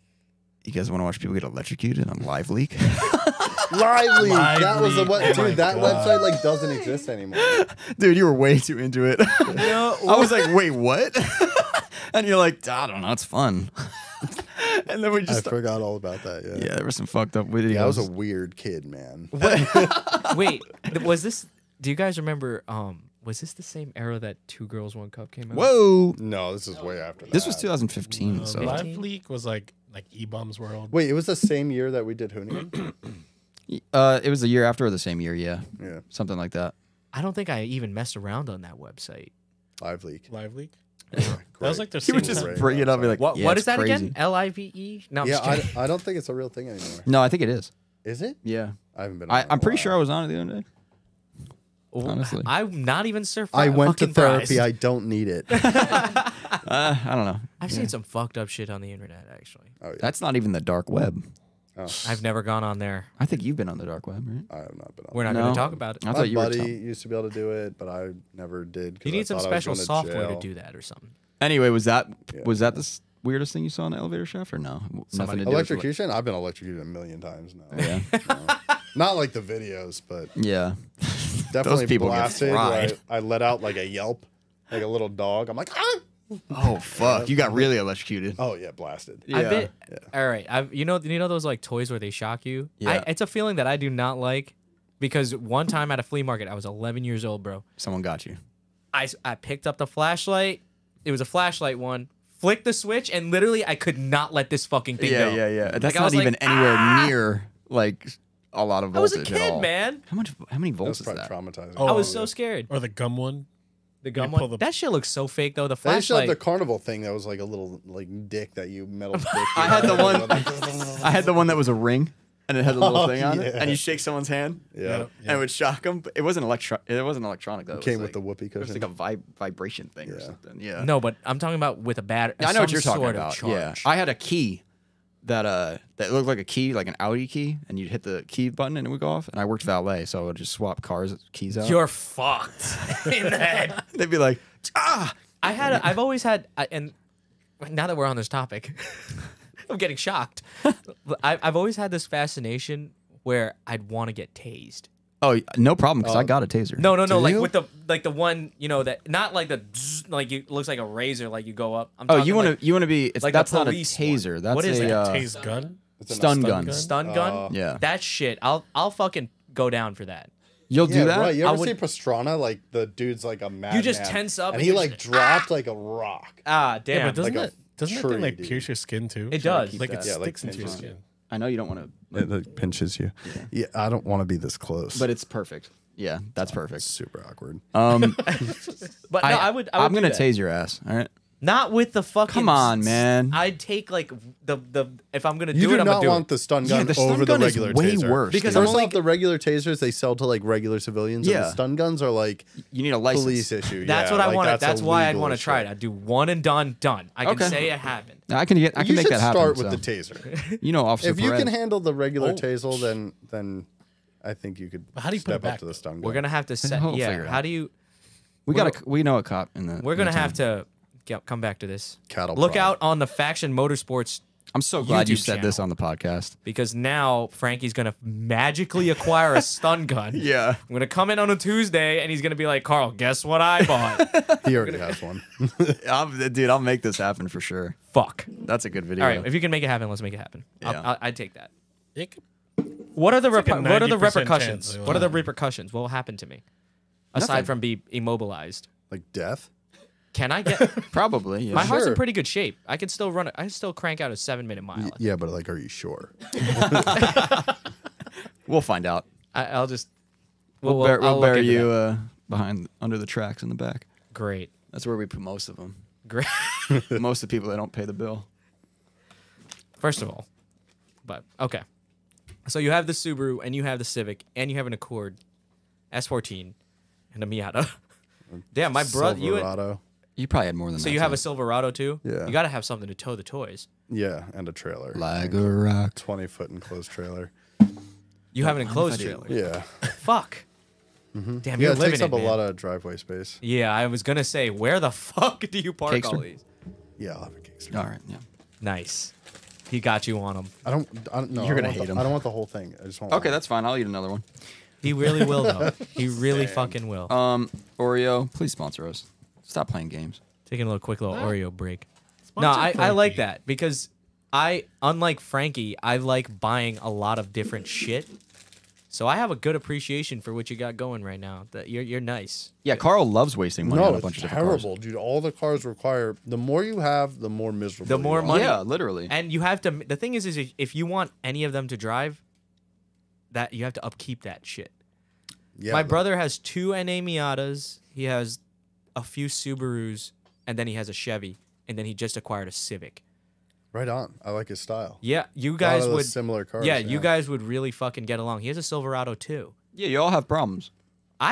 [SPEAKER 4] you guys want to watch people get electrocuted on live leak?
[SPEAKER 2] *laughs* Lively. That was the
[SPEAKER 3] Lively.
[SPEAKER 2] web-
[SPEAKER 3] Oh my
[SPEAKER 2] dude. That
[SPEAKER 3] God.
[SPEAKER 2] website like doesn't exist
[SPEAKER 4] *laughs*
[SPEAKER 2] anymore.
[SPEAKER 4] Dude, you were way too
[SPEAKER 2] *laughs*
[SPEAKER 4] into it. *laughs* I was like, wait, what? *laughs* and you're like, I don't know, it's fun. *laughs* and then we
[SPEAKER 2] I
[SPEAKER 4] just
[SPEAKER 2] forgot all about that. Yeah.
[SPEAKER 4] Yeah, there were some fucked up videos.
[SPEAKER 2] Yeah, I *laughs* was a weird kid, man.
[SPEAKER 1] Wait, th- was this? Do you guys remember? Um, was this the same era that Two Girls One Cup came out?
[SPEAKER 4] Whoa.
[SPEAKER 2] No, this is way after that.
[SPEAKER 4] This was 2015,
[SPEAKER 3] Uh,
[SPEAKER 4] so
[SPEAKER 3] Live
[SPEAKER 1] 15?
[SPEAKER 3] Leak was like like E Bombs World.
[SPEAKER 2] Wait, it was the same year that we did
[SPEAKER 4] *clears throat*
[SPEAKER 2] Hoonigan?
[SPEAKER 4] uh it was the year after or the same year, yeah.
[SPEAKER 2] yeah.
[SPEAKER 4] Something like that.
[SPEAKER 1] I don't think I even messed around on that website.
[SPEAKER 2] Live Leak.
[SPEAKER 3] Live Leak. That
[SPEAKER 2] Great.
[SPEAKER 3] was like their
[SPEAKER 4] He would
[SPEAKER 3] single
[SPEAKER 4] just
[SPEAKER 3] one.
[SPEAKER 2] Right.
[SPEAKER 4] bring it up and be like,
[SPEAKER 1] What?
[SPEAKER 4] yeah,
[SPEAKER 1] what
[SPEAKER 4] it's
[SPEAKER 1] is that
[SPEAKER 4] crazy.
[SPEAKER 1] again? L I V E? No, I'm
[SPEAKER 2] Yeah,
[SPEAKER 1] just kidding.
[SPEAKER 2] I, I don't think it's a real thing anymore.
[SPEAKER 4] No, I think it is.
[SPEAKER 2] Is it?
[SPEAKER 4] Yeah.
[SPEAKER 2] I haven't been. on
[SPEAKER 4] I,
[SPEAKER 2] in a
[SPEAKER 4] I'm pretty
[SPEAKER 2] while.
[SPEAKER 4] sure I was on it
[SPEAKER 2] *laughs*
[SPEAKER 4] the other day.
[SPEAKER 1] Well,
[SPEAKER 4] honestly.
[SPEAKER 1] I'm not even surprised.
[SPEAKER 2] I went to therapy. I don't
[SPEAKER 1] *laughs*
[SPEAKER 2] need it. oh,
[SPEAKER 4] Uh, I don't know.
[SPEAKER 1] I've seen some fucked up shit on the internet. Actually,
[SPEAKER 2] yeah.
[SPEAKER 4] That's not even the dark web.
[SPEAKER 1] I've never gone on there.
[SPEAKER 4] I think you've been on the dark web, right?
[SPEAKER 2] Oh, I have not been on.
[SPEAKER 1] We're not
[SPEAKER 4] No.
[SPEAKER 1] going to talk about it.
[SPEAKER 4] I
[SPEAKER 2] My
[SPEAKER 4] thought you were.
[SPEAKER 2] buddy
[SPEAKER 4] Telling.
[SPEAKER 2] used to be able to do it, but I never did. 'cause
[SPEAKER 1] You
[SPEAKER 2] I
[SPEAKER 1] need some
[SPEAKER 2] thought I was
[SPEAKER 1] special
[SPEAKER 2] going
[SPEAKER 1] software
[SPEAKER 2] jail.
[SPEAKER 1] to do that or something.
[SPEAKER 4] Anyway, was that was that the s- weirdest thing you saw in the elevator shaft or no? W- Nothing
[SPEAKER 1] Somebody-
[SPEAKER 4] to do with elec-
[SPEAKER 2] Electrocution? I've been electrocuted a million times now. Yeah. Not like the videos, but
[SPEAKER 4] *laughs* Yeah.
[SPEAKER 2] definitely
[SPEAKER 4] people get
[SPEAKER 2] blasted. where I,
[SPEAKER 4] fried.
[SPEAKER 2] I let out like a yelp, like a little dog. I'm like, ah!
[SPEAKER 4] oh fuck! You got really electrocuted.
[SPEAKER 2] oh yeah, blasted.
[SPEAKER 1] I bet. All right. I've, you know, you know those like toys where they shock you.
[SPEAKER 4] Yeah.
[SPEAKER 1] I, it's a feeling that I do not like because one time at a flea market, I was 11 years old, bro.
[SPEAKER 4] Someone got you.
[SPEAKER 1] I s- I picked up the flashlight. It was a flashlight one. Flicked the switch and literally I could not let this fucking thing go.
[SPEAKER 4] yeah. That's
[SPEAKER 1] Like, I
[SPEAKER 4] not
[SPEAKER 1] was like, "Ah!"
[SPEAKER 4] even anywhere near like a lot of
[SPEAKER 1] I was
[SPEAKER 4] voltage
[SPEAKER 1] a
[SPEAKER 4] at
[SPEAKER 1] kid,
[SPEAKER 4] all.
[SPEAKER 1] man.
[SPEAKER 4] How much? How many
[SPEAKER 2] That was
[SPEAKER 4] volts is
[SPEAKER 2] probably
[SPEAKER 4] that?
[SPEAKER 2] traumatizing.
[SPEAKER 3] Oh,
[SPEAKER 1] I was so scared.
[SPEAKER 3] Or the gum one.
[SPEAKER 1] The gum
[SPEAKER 3] pull
[SPEAKER 1] one.
[SPEAKER 3] the- *laughs*
[SPEAKER 1] That shit looks so fake though. The
[SPEAKER 2] They used to have
[SPEAKER 1] flashlight.
[SPEAKER 2] the carnival thing that was like a little like dick that you metal dick.
[SPEAKER 4] I had
[SPEAKER 2] *laughs*
[SPEAKER 4] the *laughs* one. I had the one that was a ring, and it had a little
[SPEAKER 2] Oh,
[SPEAKER 4] thing on it,
[SPEAKER 2] yeah.
[SPEAKER 4] and you shake someone's hand,
[SPEAKER 2] yeah.
[SPEAKER 4] and it would shock them. But it wasn't electro. It wasn't electronic though. It
[SPEAKER 2] Came
[SPEAKER 4] was
[SPEAKER 2] with the
[SPEAKER 4] like,
[SPEAKER 2] whoopee
[SPEAKER 4] It was
[SPEAKER 2] cushion.
[SPEAKER 4] like a vib- vibration thing or
[SPEAKER 2] Yeah.
[SPEAKER 4] something. Yeah.
[SPEAKER 1] no, but I'm talking about with a battery.
[SPEAKER 4] I know what you're talking
[SPEAKER 1] sort of
[SPEAKER 4] about.
[SPEAKER 1] Charge.
[SPEAKER 4] Yeah. I had a key that uh that looked like a key, like an Audi key, and you'd hit the key button and it would go off. And I worked valet, so I would just swap cars keys out.
[SPEAKER 1] You're fucked *laughs* in the head.
[SPEAKER 4] They'd be like, ah.
[SPEAKER 1] I had. A, I've always had. I, and now that we're on this topic, *laughs* I'm getting shocked. I, I've always had this fascination where I'd want to get tased.
[SPEAKER 4] Oh, no problem, because I got a taser.
[SPEAKER 1] No, no, no.
[SPEAKER 2] Do
[SPEAKER 1] like
[SPEAKER 2] you?
[SPEAKER 1] with the like the one you know that not like the zzz, like you looks like a razor like you go up. I'm
[SPEAKER 4] Oh,
[SPEAKER 1] talking
[SPEAKER 4] you want to
[SPEAKER 1] like
[SPEAKER 4] you want to be? It's
[SPEAKER 1] like a
[SPEAKER 4] that's not a
[SPEAKER 1] police one.
[SPEAKER 4] taser. That's
[SPEAKER 1] What is
[SPEAKER 4] a
[SPEAKER 1] that?
[SPEAKER 4] uh,
[SPEAKER 3] Tase gun.
[SPEAKER 2] It's in a
[SPEAKER 4] stun gun.
[SPEAKER 1] stun gun?
[SPEAKER 2] Uh,
[SPEAKER 4] Yeah.
[SPEAKER 1] That shit. I'll I'll fucking go down for that.
[SPEAKER 4] You'll
[SPEAKER 2] yeah,
[SPEAKER 4] do that.
[SPEAKER 2] Right. You
[SPEAKER 1] I
[SPEAKER 2] ever
[SPEAKER 1] would-
[SPEAKER 2] see Pastrana? Like the dude's like a madman.
[SPEAKER 1] just tense up
[SPEAKER 2] and
[SPEAKER 1] and
[SPEAKER 2] he
[SPEAKER 1] you
[SPEAKER 2] like
[SPEAKER 1] just-
[SPEAKER 2] dropped like a rock.
[SPEAKER 1] Ah, damn.
[SPEAKER 3] Yeah, but doesn't
[SPEAKER 2] Like a
[SPEAKER 3] that doesn't that
[SPEAKER 2] tree,
[SPEAKER 3] thing like
[SPEAKER 2] dude.
[SPEAKER 3] pierce your skin too?
[SPEAKER 1] It does.
[SPEAKER 3] Like it
[SPEAKER 2] Yeah, like
[SPEAKER 3] sticks into your
[SPEAKER 2] pinches you.
[SPEAKER 3] skin.
[SPEAKER 4] I know you don't want to,
[SPEAKER 2] It like, pinches you. Yeah. I don't want to be this close.
[SPEAKER 4] but it's perfect. Yeah,
[SPEAKER 1] *laughs*
[SPEAKER 4] that's perfect.
[SPEAKER 2] super awkward.
[SPEAKER 4] Um,
[SPEAKER 1] but no, I would. I would
[SPEAKER 4] am
[SPEAKER 1] do
[SPEAKER 4] gonna
[SPEAKER 1] that.
[SPEAKER 4] tase your ass. All right.
[SPEAKER 1] Not with the fucking.
[SPEAKER 4] Come on,
[SPEAKER 1] zzz,
[SPEAKER 4] man.
[SPEAKER 1] I'd take like the the if I'm gonna
[SPEAKER 2] You
[SPEAKER 1] do
[SPEAKER 2] do,
[SPEAKER 1] it, I'm
[SPEAKER 2] not
[SPEAKER 1] gonna do
[SPEAKER 2] want
[SPEAKER 1] it.
[SPEAKER 2] the stun
[SPEAKER 4] Yeah,
[SPEAKER 2] gun
[SPEAKER 4] the stun
[SPEAKER 2] over
[SPEAKER 4] gun
[SPEAKER 2] the
[SPEAKER 4] is
[SPEAKER 2] regular
[SPEAKER 4] way
[SPEAKER 2] taser.
[SPEAKER 4] worse,
[SPEAKER 2] Because
[SPEAKER 4] dude.
[SPEAKER 2] first
[SPEAKER 4] I'm only-
[SPEAKER 2] off, the regular tasers they sell to like regular civilians, and
[SPEAKER 4] Yeah.
[SPEAKER 2] the stun guns are like
[SPEAKER 4] You need a license.
[SPEAKER 2] police issue.
[SPEAKER 1] That's
[SPEAKER 2] Yeah,
[SPEAKER 1] what I
[SPEAKER 2] like,
[SPEAKER 1] wanted. That's, why I'd
[SPEAKER 2] illegal
[SPEAKER 1] want to
[SPEAKER 2] as
[SPEAKER 1] try
[SPEAKER 2] shit.
[SPEAKER 1] it. I'd do one and done. Done. I can
[SPEAKER 4] Okay.
[SPEAKER 1] say it happened.
[SPEAKER 4] I can get. I can
[SPEAKER 2] you
[SPEAKER 4] make
[SPEAKER 2] should
[SPEAKER 4] that happen.
[SPEAKER 2] start
[SPEAKER 4] so.
[SPEAKER 2] with
[SPEAKER 1] *laughs*
[SPEAKER 2] the taser.
[SPEAKER 4] You know, Officer.
[SPEAKER 2] if you
[SPEAKER 4] Perez.
[SPEAKER 2] can handle the
[SPEAKER 1] Oh,
[SPEAKER 2] regular taser, then then I think you could
[SPEAKER 3] how do you
[SPEAKER 2] step
[SPEAKER 3] put it
[SPEAKER 2] up
[SPEAKER 3] back,
[SPEAKER 2] to the stun gun.
[SPEAKER 1] We're gonna
[SPEAKER 4] *laughs*
[SPEAKER 1] have to set.
[SPEAKER 4] I'll figure
[SPEAKER 1] yeah.
[SPEAKER 4] it
[SPEAKER 1] How
[SPEAKER 4] out.
[SPEAKER 1] do you?
[SPEAKER 4] we got a. We know a cop in the.
[SPEAKER 1] We're
[SPEAKER 4] in
[SPEAKER 1] gonna
[SPEAKER 4] the town.
[SPEAKER 1] have to get, come back to this.
[SPEAKER 2] Cattle
[SPEAKER 1] Look
[SPEAKER 2] prod.
[SPEAKER 1] out on the Faction Motorsports
[SPEAKER 4] I'm so glad you
[SPEAKER 1] YouTube
[SPEAKER 4] said this on the podcast.
[SPEAKER 1] because now Frankie's gonna magically acquire
[SPEAKER 4] *laughs*
[SPEAKER 1] a stun gun.
[SPEAKER 4] Yeah.
[SPEAKER 1] I'm gonna come in on a Tuesday and he's gonna be like, Carl, guess what I
[SPEAKER 4] *laughs*
[SPEAKER 1] bought?
[SPEAKER 2] he already has
[SPEAKER 1] *laughs*
[SPEAKER 2] one. *laughs*
[SPEAKER 4] I'm, dude, I'll make this happen for sure.
[SPEAKER 1] Fuck.
[SPEAKER 4] That's a good video.
[SPEAKER 1] All right, if you can make it happen, let's make it happen. I'll-
[SPEAKER 4] Yeah.
[SPEAKER 1] I'll, I'd take that.
[SPEAKER 3] It could-
[SPEAKER 1] What are the
[SPEAKER 3] like a
[SPEAKER 1] reper- what are the
[SPEAKER 3] 90%
[SPEAKER 1] repercussions?
[SPEAKER 3] chance it
[SPEAKER 1] What are the repercussions? What will happen to me aside
[SPEAKER 4] Nothing.
[SPEAKER 1] from be immobilized?
[SPEAKER 2] like death.
[SPEAKER 1] Can I
[SPEAKER 2] *laughs*
[SPEAKER 1] get
[SPEAKER 4] Probably. Yeah.
[SPEAKER 1] my heart's in
[SPEAKER 2] Sure.
[SPEAKER 1] pretty good shape? I can still run. a- I can still crank out a seven minute mile.
[SPEAKER 2] Yeah, but like, are you sure?
[SPEAKER 4] we'll find out.
[SPEAKER 1] I, I'll just
[SPEAKER 4] We'll,
[SPEAKER 1] we'll-
[SPEAKER 4] bur- we'll
[SPEAKER 1] I'll look
[SPEAKER 4] bury
[SPEAKER 1] into
[SPEAKER 4] you
[SPEAKER 1] that.
[SPEAKER 4] uh, behind under the tracks in the back.
[SPEAKER 1] Great,
[SPEAKER 4] That's where we put most of them.
[SPEAKER 1] great. *laughs*
[SPEAKER 4] *laughs* most of the people that don't pay the bill.
[SPEAKER 1] First of all, but okay. So you have the Subaru and you have the Civic and you have an Accord, S14, and a Miata. *laughs* Damn, my brother. You had-
[SPEAKER 2] Silverado.
[SPEAKER 4] You probably had more than
[SPEAKER 1] so
[SPEAKER 4] that.
[SPEAKER 1] you have a
[SPEAKER 4] too.
[SPEAKER 1] Silverado too.
[SPEAKER 2] Yeah.
[SPEAKER 1] You got to have something to tow the toys.
[SPEAKER 2] yeah, and a trailer.
[SPEAKER 4] like a
[SPEAKER 1] *laughs*
[SPEAKER 4] rock.
[SPEAKER 2] Twenty foot enclosed trailer.
[SPEAKER 1] You have an enclosed
[SPEAKER 4] I do.
[SPEAKER 1] trailer.
[SPEAKER 2] Yeah.
[SPEAKER 1] Fuck. Damn,
[SPEAKER 2] Mm-hmm. Yeah,
[SPEAKER 1] you're
[SPEAKER 2] it
[SPEAKER 1] living
[SPEAKER 2] takes up
[SPEAKER 1] it,
[SPEAKER 2] a
[SPEAKER 1] man.
[SPEAKER 2] lot of driveway space.
[SPEAKER 1] Yeah, I was gonna say, where the *laughs* fuck do you park
[SPEAKER 4] Cakester?
[SPEAKER 1] all these?
[SPEAKER 2] Yeah, I'll have a Kickstarter.
[SPEAKER 4] All right. Yeah.
[SPEAKER 1] Nice. He got you on him.
[SPEAKER 2] I don't. I don't know.
[SPEAKER 4] You're gonna
[SPEAKER 2] I don't want
[SPEAKER 4] hate
[SPEAKER 2] the,
[SPEAKER 4] 'em.
[SPEAKER 2] I don't want the whole thing. I just want.
[SPEAKER 4] Okay,
[SPEAKER 2] one.
[SPEAKER 4] that's fine. I'll eat another one.
[SPEAKER 1] He really will though. He really fucking will.
[SPEAKER 4] Um, Oreo, please sponsor us. Stop playing games.
[SPEAKER 1] Taking a little quick little Oreo break. No,
[SPEAKER 3] Sponsor
[SPEAKER 1] I, I like
[SPEAKER 3] Frankie.
[SPEAKER 1] that because I, unlike Frankie, I like buying a lot of different shit. So I have a good appreciation for what you got going right now. That you're you're nice.
[SPEAKER 4] Yeah, Carl loves wasting money
[SPEAKER 2] no,
[SPEAKER 4] on a
[SPEAKER 2] it's
[SPEAKER 4] bunch of different
[SPEAKER 2] terrible, dude. All the cars require. The more you have, the more miserable.
[SPEAKER 1] The
[SPEAKER 2] you
[SPEAKER 1] more
[SPEAKER 2] are.
[SPEAKER 4] cars.
[SPEAKER 1] money.
[SPEAKER 4] Yeah, literally.
[SPEAKER 1] And you have to. The thing is, is if- if you want any of them to drive, that you have to upkeep that shit.
[SPEAKER 2] Yeah,
[SPEAKER 1] My
[SPEAKER 2] the-
[SPEAKER 1] brother has two NA Miatas. He has a few Subarus, and then he has a Chevy, and then he just acquired a Civic.
[SPEAKER 2] Right on. I like his style.
[SPEAKER 1] Yeah, you
[SPEAKER 2] A lot
[SPEAKER 1] guys
[SPEAKER 2] of those
[SPEAKER 1] would.
[SPEAKER 2] similar cars.
[SPEAKER 1] yeah, you guys would really fucking get along. He has a Silverado too.
[SPEAKER 4] Yeah, you all have problems. Mm-hmm.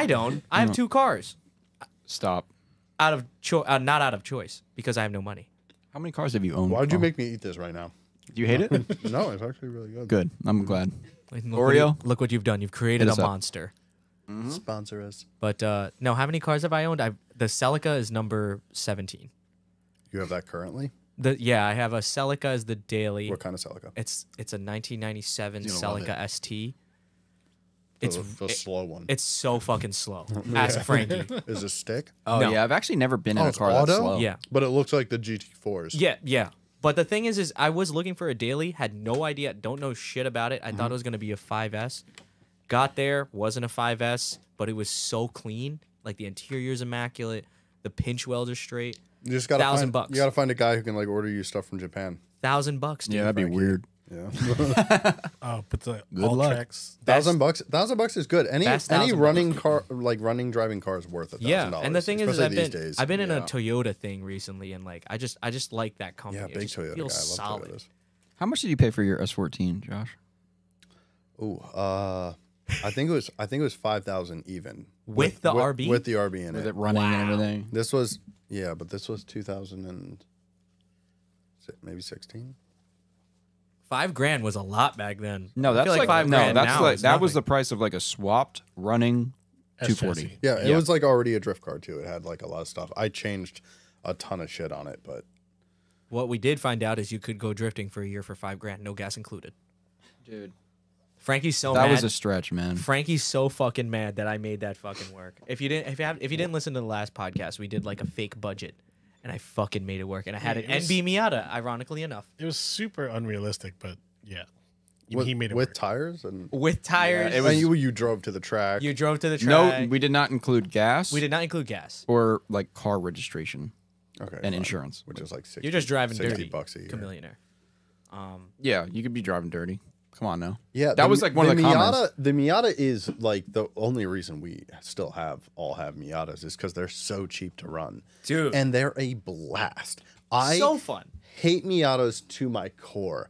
[SPEAKER 1] I don't. I have two cars.
[SPEAKER 4] Stop.
[SPEAKER 1] Out of choice, uh, not out of choice, because I have no money.
[SPEAKER 4] How many cars have you owned?
[SPEAKER 2] Why'd you
[SPEAKER 4] Carl?
[SPEAKER 2] make me eat this right now?
[SPEAKER 4] You hate it?
[SPEAKER 2] No, it's actually really good.
[SPEAKER 4] *laughs* Good. I'm glad.
[SPEAKER 1] Look
[SPEAKER 4] Oreo?
[SPEAKER 1] What you, look what you've done. You've created
[SPEAKER 4] Hit
[SPEAKER 1] a
[SPEAKER 4] us up.
[SPEAKER 1] monster. Uh-huh.
[SPEAKER 2] Sponsor us.
[SPEAKER 1] But uh, no, how many cars have I owned? I the Celica is number seventeen.
[SPEAKER 2] You have that currently?
[SPEAKER 1] The yeah, I have a Celica as the daily.
[SPEAKER 2] What kind of Celica?
[SPEAKER 1] It's it's a 1997
[SPEAKER 4] You're gonna love
[SPEAKER 1] Celica ST.
[SPEAKER 2] The-
[SPEAKER 1] It's
[SPEAKER 2] the,
[SPEAKER 1] it-
[SPEAKER 2] slow one.
[SPEAKER 1] it's so fucking
[SPEAKER 4] *laughs*
[SPEAKER 1] slow. Ask Frankie.
[SPEAKER 2] Is it stick?
[SPEAKER 4] Oh
[SPEAKER 1] No.
[SPEAKER 4] yeah, I've actually never been *laughs* in
[SPEAKER 2] Oh,
[SPEAKER 4] a
[SPEAKER 2] it's
[SPEAKER 4] car
[SPEAKER 2] auto?
[SPEAKER 4] that's slow.
[SPEAKER 1] Yeah,
[SPEAKER 2] But it looks like the GT4s.
[SPEAKER 1] yeah, yeah. But the thing is, is I was looking for a daily, had no idea, don't know shit about it. I
[SPEAKER 4] Mm-hmm.
[SPEAKER 1] thought it was gonna be a 5S. Got there, wasn't a 5S, but it was so clean. Like the interior's immaculate. The pinch welds are straight.
[SPEAKER 2] You just gotta
[SPEAKER 1] Thousand
[SPEAKER 2] find,
[SPEAKER 1] bucks.
[SPEAKER 2] You gotta find a guy who can like order you stuff from Japan.
[SPEAKER 1] Thousand bucks, dude.
[SPEAKER 4] Yeah, that'd be weird.
[SPEAKER 1] *laughs*
[SPEAKER 2] Yeah.
[SPEAKER 3] Oh, but the
[SPEAKER 4] Good
[SPEAKER 3] all
[SPEAKER 4] luck.
[SPEAKER 3] tracks.
[SPEAKER 2] thousand bucks. Thousand bucks is good. Any
[SPEAKER 1] Best
[SPEAKER 2] any
[SPEAKER 1] $1,000
[SPEAKER 2] running car like running driving car is worth a thousand
[SPEAKER 1] Yeah,
[SPEAKER 2] dollars.
[SPEAKER 1] and the thing is, is I've been
[SPEAKER 2] especially these days.
[SPEAKER 1] I've been in a
[SPEAKER 2] Yeah.
[SPEAKER 1] Toyota thing recently, and like I just I just like that company.
[SPEAKER 2] Yeah,
[SPEAKER 1] It
[SPEAKER 2] big
[SPEAKER 1] just
[SPEAKER 2] Toyota guy. I love
[SPEAKER 1] feels solid.
[SPEAKER 2] Toyotas.
[SPEAKER 4] How much did you pay for your S14, Josh?
[SPEAKER 2] Ooh, uh, I think it was I think it was five thousand even
[SPEAKER 1] With the RB?
[SPEAKER 2] with the RB in
[SPEAKER 4] With
[SPEAKER 2] it.
[SPEAKER 4] it running and everything.
[SPEAKER 2] This was yeah, but this was two thousand and si- maybe sixteen.
[SPEAKER 1] Five grand was a lot back then.
[SPEAKER 4] No,
[SPEAKER 1] I
[SPEAKER 4] that's
[SPEAKER 1] feel
[SPEAKER 4] like,
[SPEAKER 1] five
[SPEAKER 4] no,
[SPEAKER 1] grand
[SPEAKER 4] that's
[SPEAKER 1] now
[SPEAKER 4] like
[SPEAKER 1] is
[SPEAKER 4] that was the
[SPEAKER 1] nothing.
[SPEAKER 4] price of like a swapped running
[SPEAKER 3] S
[SPEAKER 4] 240.
[SPEAKER 3] chassis.
[SPEAKER 2] Yeah, it
[SPEAKER 4] Yeah.
[SPEAKER 2] was like already a drift car too. It had like a lot of stuff. I changed a ton of shit on it, but
[SPEAKER 1] What we did find out is you could go drifting for a year for five grand, no gas included.
[SPEAKER 5] Dude.
[SPEAKER 1] Frankie's so
[SPEAKER 4] That
[SPEAKER 1] mad.
[SPEAKER 4] was a stretch, man.
[SPEAKER 1] Frankie's so fucking mad that I made that fucking work. If you didn't, if you, have, if you didn't listen to the last podcast, we did like a fake budget, and I fucking made it work. And I had an
[SPEAKER 3] Yeah, it was-
[SPEAKER 1] NB Miata, ironically enough,
[SPEAKER 3] It was super unrealistic, but yeah, He-
[SPEAKER 2] with,
[SPEAKER 3] he made it
[SPEAKER 2] with
[SPEAKER 3] work.
[SPEAKER 2] tires and
[SPEAKER 1] with tires.
[SPEAKER 4] it
[SPEAKER 2] it
[SPEAKER 4] was-
[SPEAKER 2] was, you, you drove to the track.
[SPEAKER 1] you drove to the track.
[SPEAKER 4] No, we did not include gas.
[SPEAKER 1] we did not include gas.
[SPEAKER 4] or like car registration
[SPEAKER 2] okay,
[SPEAKER 4] and
[SPEAKER 2] fine.
[SPEAKER 4] insurance.
[SPEAKER 2] which is like 60,
[SPEAKER 1] You're just driving
[SPEAKER 2] 60
[SPEAKER 1] dirty,
[SPEAKER 2] bucks a year.
[SPEAKER 1] chameleonaire. Um,
[SPEAKER 4] Yeah, you could be driving dirty. Come on now.
[SPEAKER 2] Yeah,
[SPEAKER 4] that
[SPEAKER 2] the-
[SPEAKER 4] was like one of the
[SPEAKER 2] Miata,
[SPEAKER 4] comments.
[SPEAKER 2] The Miata is like the only reason we still have all have Miatas is because they're so cheap to run,
[SPEAKER 1] Dude.
[SPEAKER 2] and they're a blast. I
[SPEAKER 1] so fun.
[SPEAKER 2] hate Miatas to my core.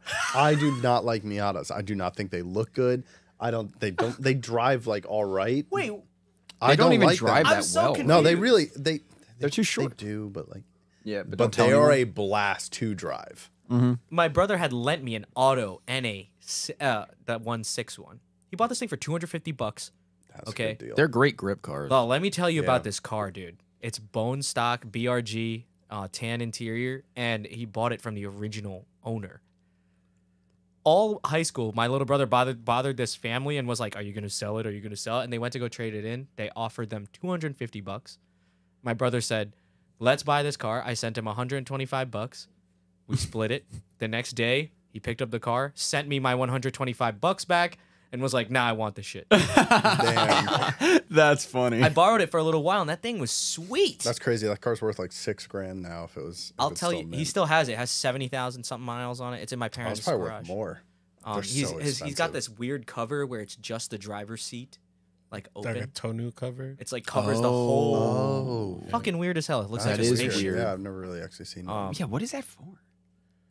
[SPEAKER 1] *laughs*
[SPEAKER 2] I do not like Miatas. I do not think they look good. I don't. They don't. They drive like all right.
[SPEAKER 1] Wait,
[SPEAKER 2] I
[SPEAKER 4] don't even
[SPEAKER 2] like them.
[SPEAKER 4] drive
[SPEAKER 1] I'm
[SPEAKER 4] that
[SPEAKER 1] so
[SPEAKER 4] well.
[SPEAKER 1] confused.
[SPEAKER 2] No, they really they.
[SPEAKER 4] They're too short.
[SPEAKER 2] They do, but like,
[SPEAKER 4] Yeah, but,
[SPEAKER 2] but they are a blast to drive.
[SPEAKER 1] my brother had lent me an auto NA, s- uh, that one six one. He bought this thing for two hundred fifty bucks.
[SPEAKER 2] That's
[SPEAKER 1] Okay.
[SPEAKER 2] a good deal.
[SPEAKER 4] They're great grip cars.
[SPEAKER 1] Well, let me tell you about this car, dude. It's bone stock BRG, uh, tan interior, and he bought it from the original owner. All high school, my little brother bothered bothered this family and was like, "Are you going to sell it? Are you going to sell it?" And they went to go trade it in. They offered them two hundred fifty bucks. My brother said, "Let's buy this car." I sent him one hundred twenty-five bucks. We split it. The next day, he picked up the car, sent me my one hundred twenty-five bucks back, and was like, "Nah, I want this shit."
[SPEAKER 2] Damn,
[SPEAKER 4] *laughs* That's funny.
[SPEAKER 2] *laughs*
[SPEAKER 1] I borrowed it for a little while, and that thing was sweet.
[SPEAKER 2] that's crazy. That car's worth like six grand now. If it was, if
[SPEAKER 1] I'll
[SPEAKER 2] it's
[SPEAKER 1] tell
[SPEAKER 2] still
[SPEAKER 1] you, he
[SPEAKER 2] mint.
[SPEAKER 1] still has it. It Has seventy thousand something miles on it. It's in my
[SPEAKER 2] Oh, it's
[SPEAKER 1] parents'
[SPEAKER 2] probably
[SPEAKER 1] garage.
[SPEAKER 2] worth more.
[SPEAKER 1] Um,
[SPEAKER 2] They're
[SPEAKER 1] he's
[SPEAKER 2] so
[SPEAKER 1] his, he's got
[SPEAKER 2] expensive.
[SPEAKER 1] this weird cover where it's just the driver's seat, like
[SPEAKER 3] like a
[SPEAKER 1] open.
[SPEAKER 3] tonu cover.
[SPEAKER 1] It's like covers the whole.
[SPEAKER 2] Oh,
[SPEAKER 1] Fucking weird as hell. It looks
[SPEAKER 4] That
[SPEAKER 1] like a
[SPEAKER 4] is
[SPEAKER 1] spaceship.
[SPEAKER 4] weird.
[SPEAKER 2] Yeah, I've never really actually seen that.
[SPEAKER 1] Um,
[SPEAKER 4] yeah, what is that for?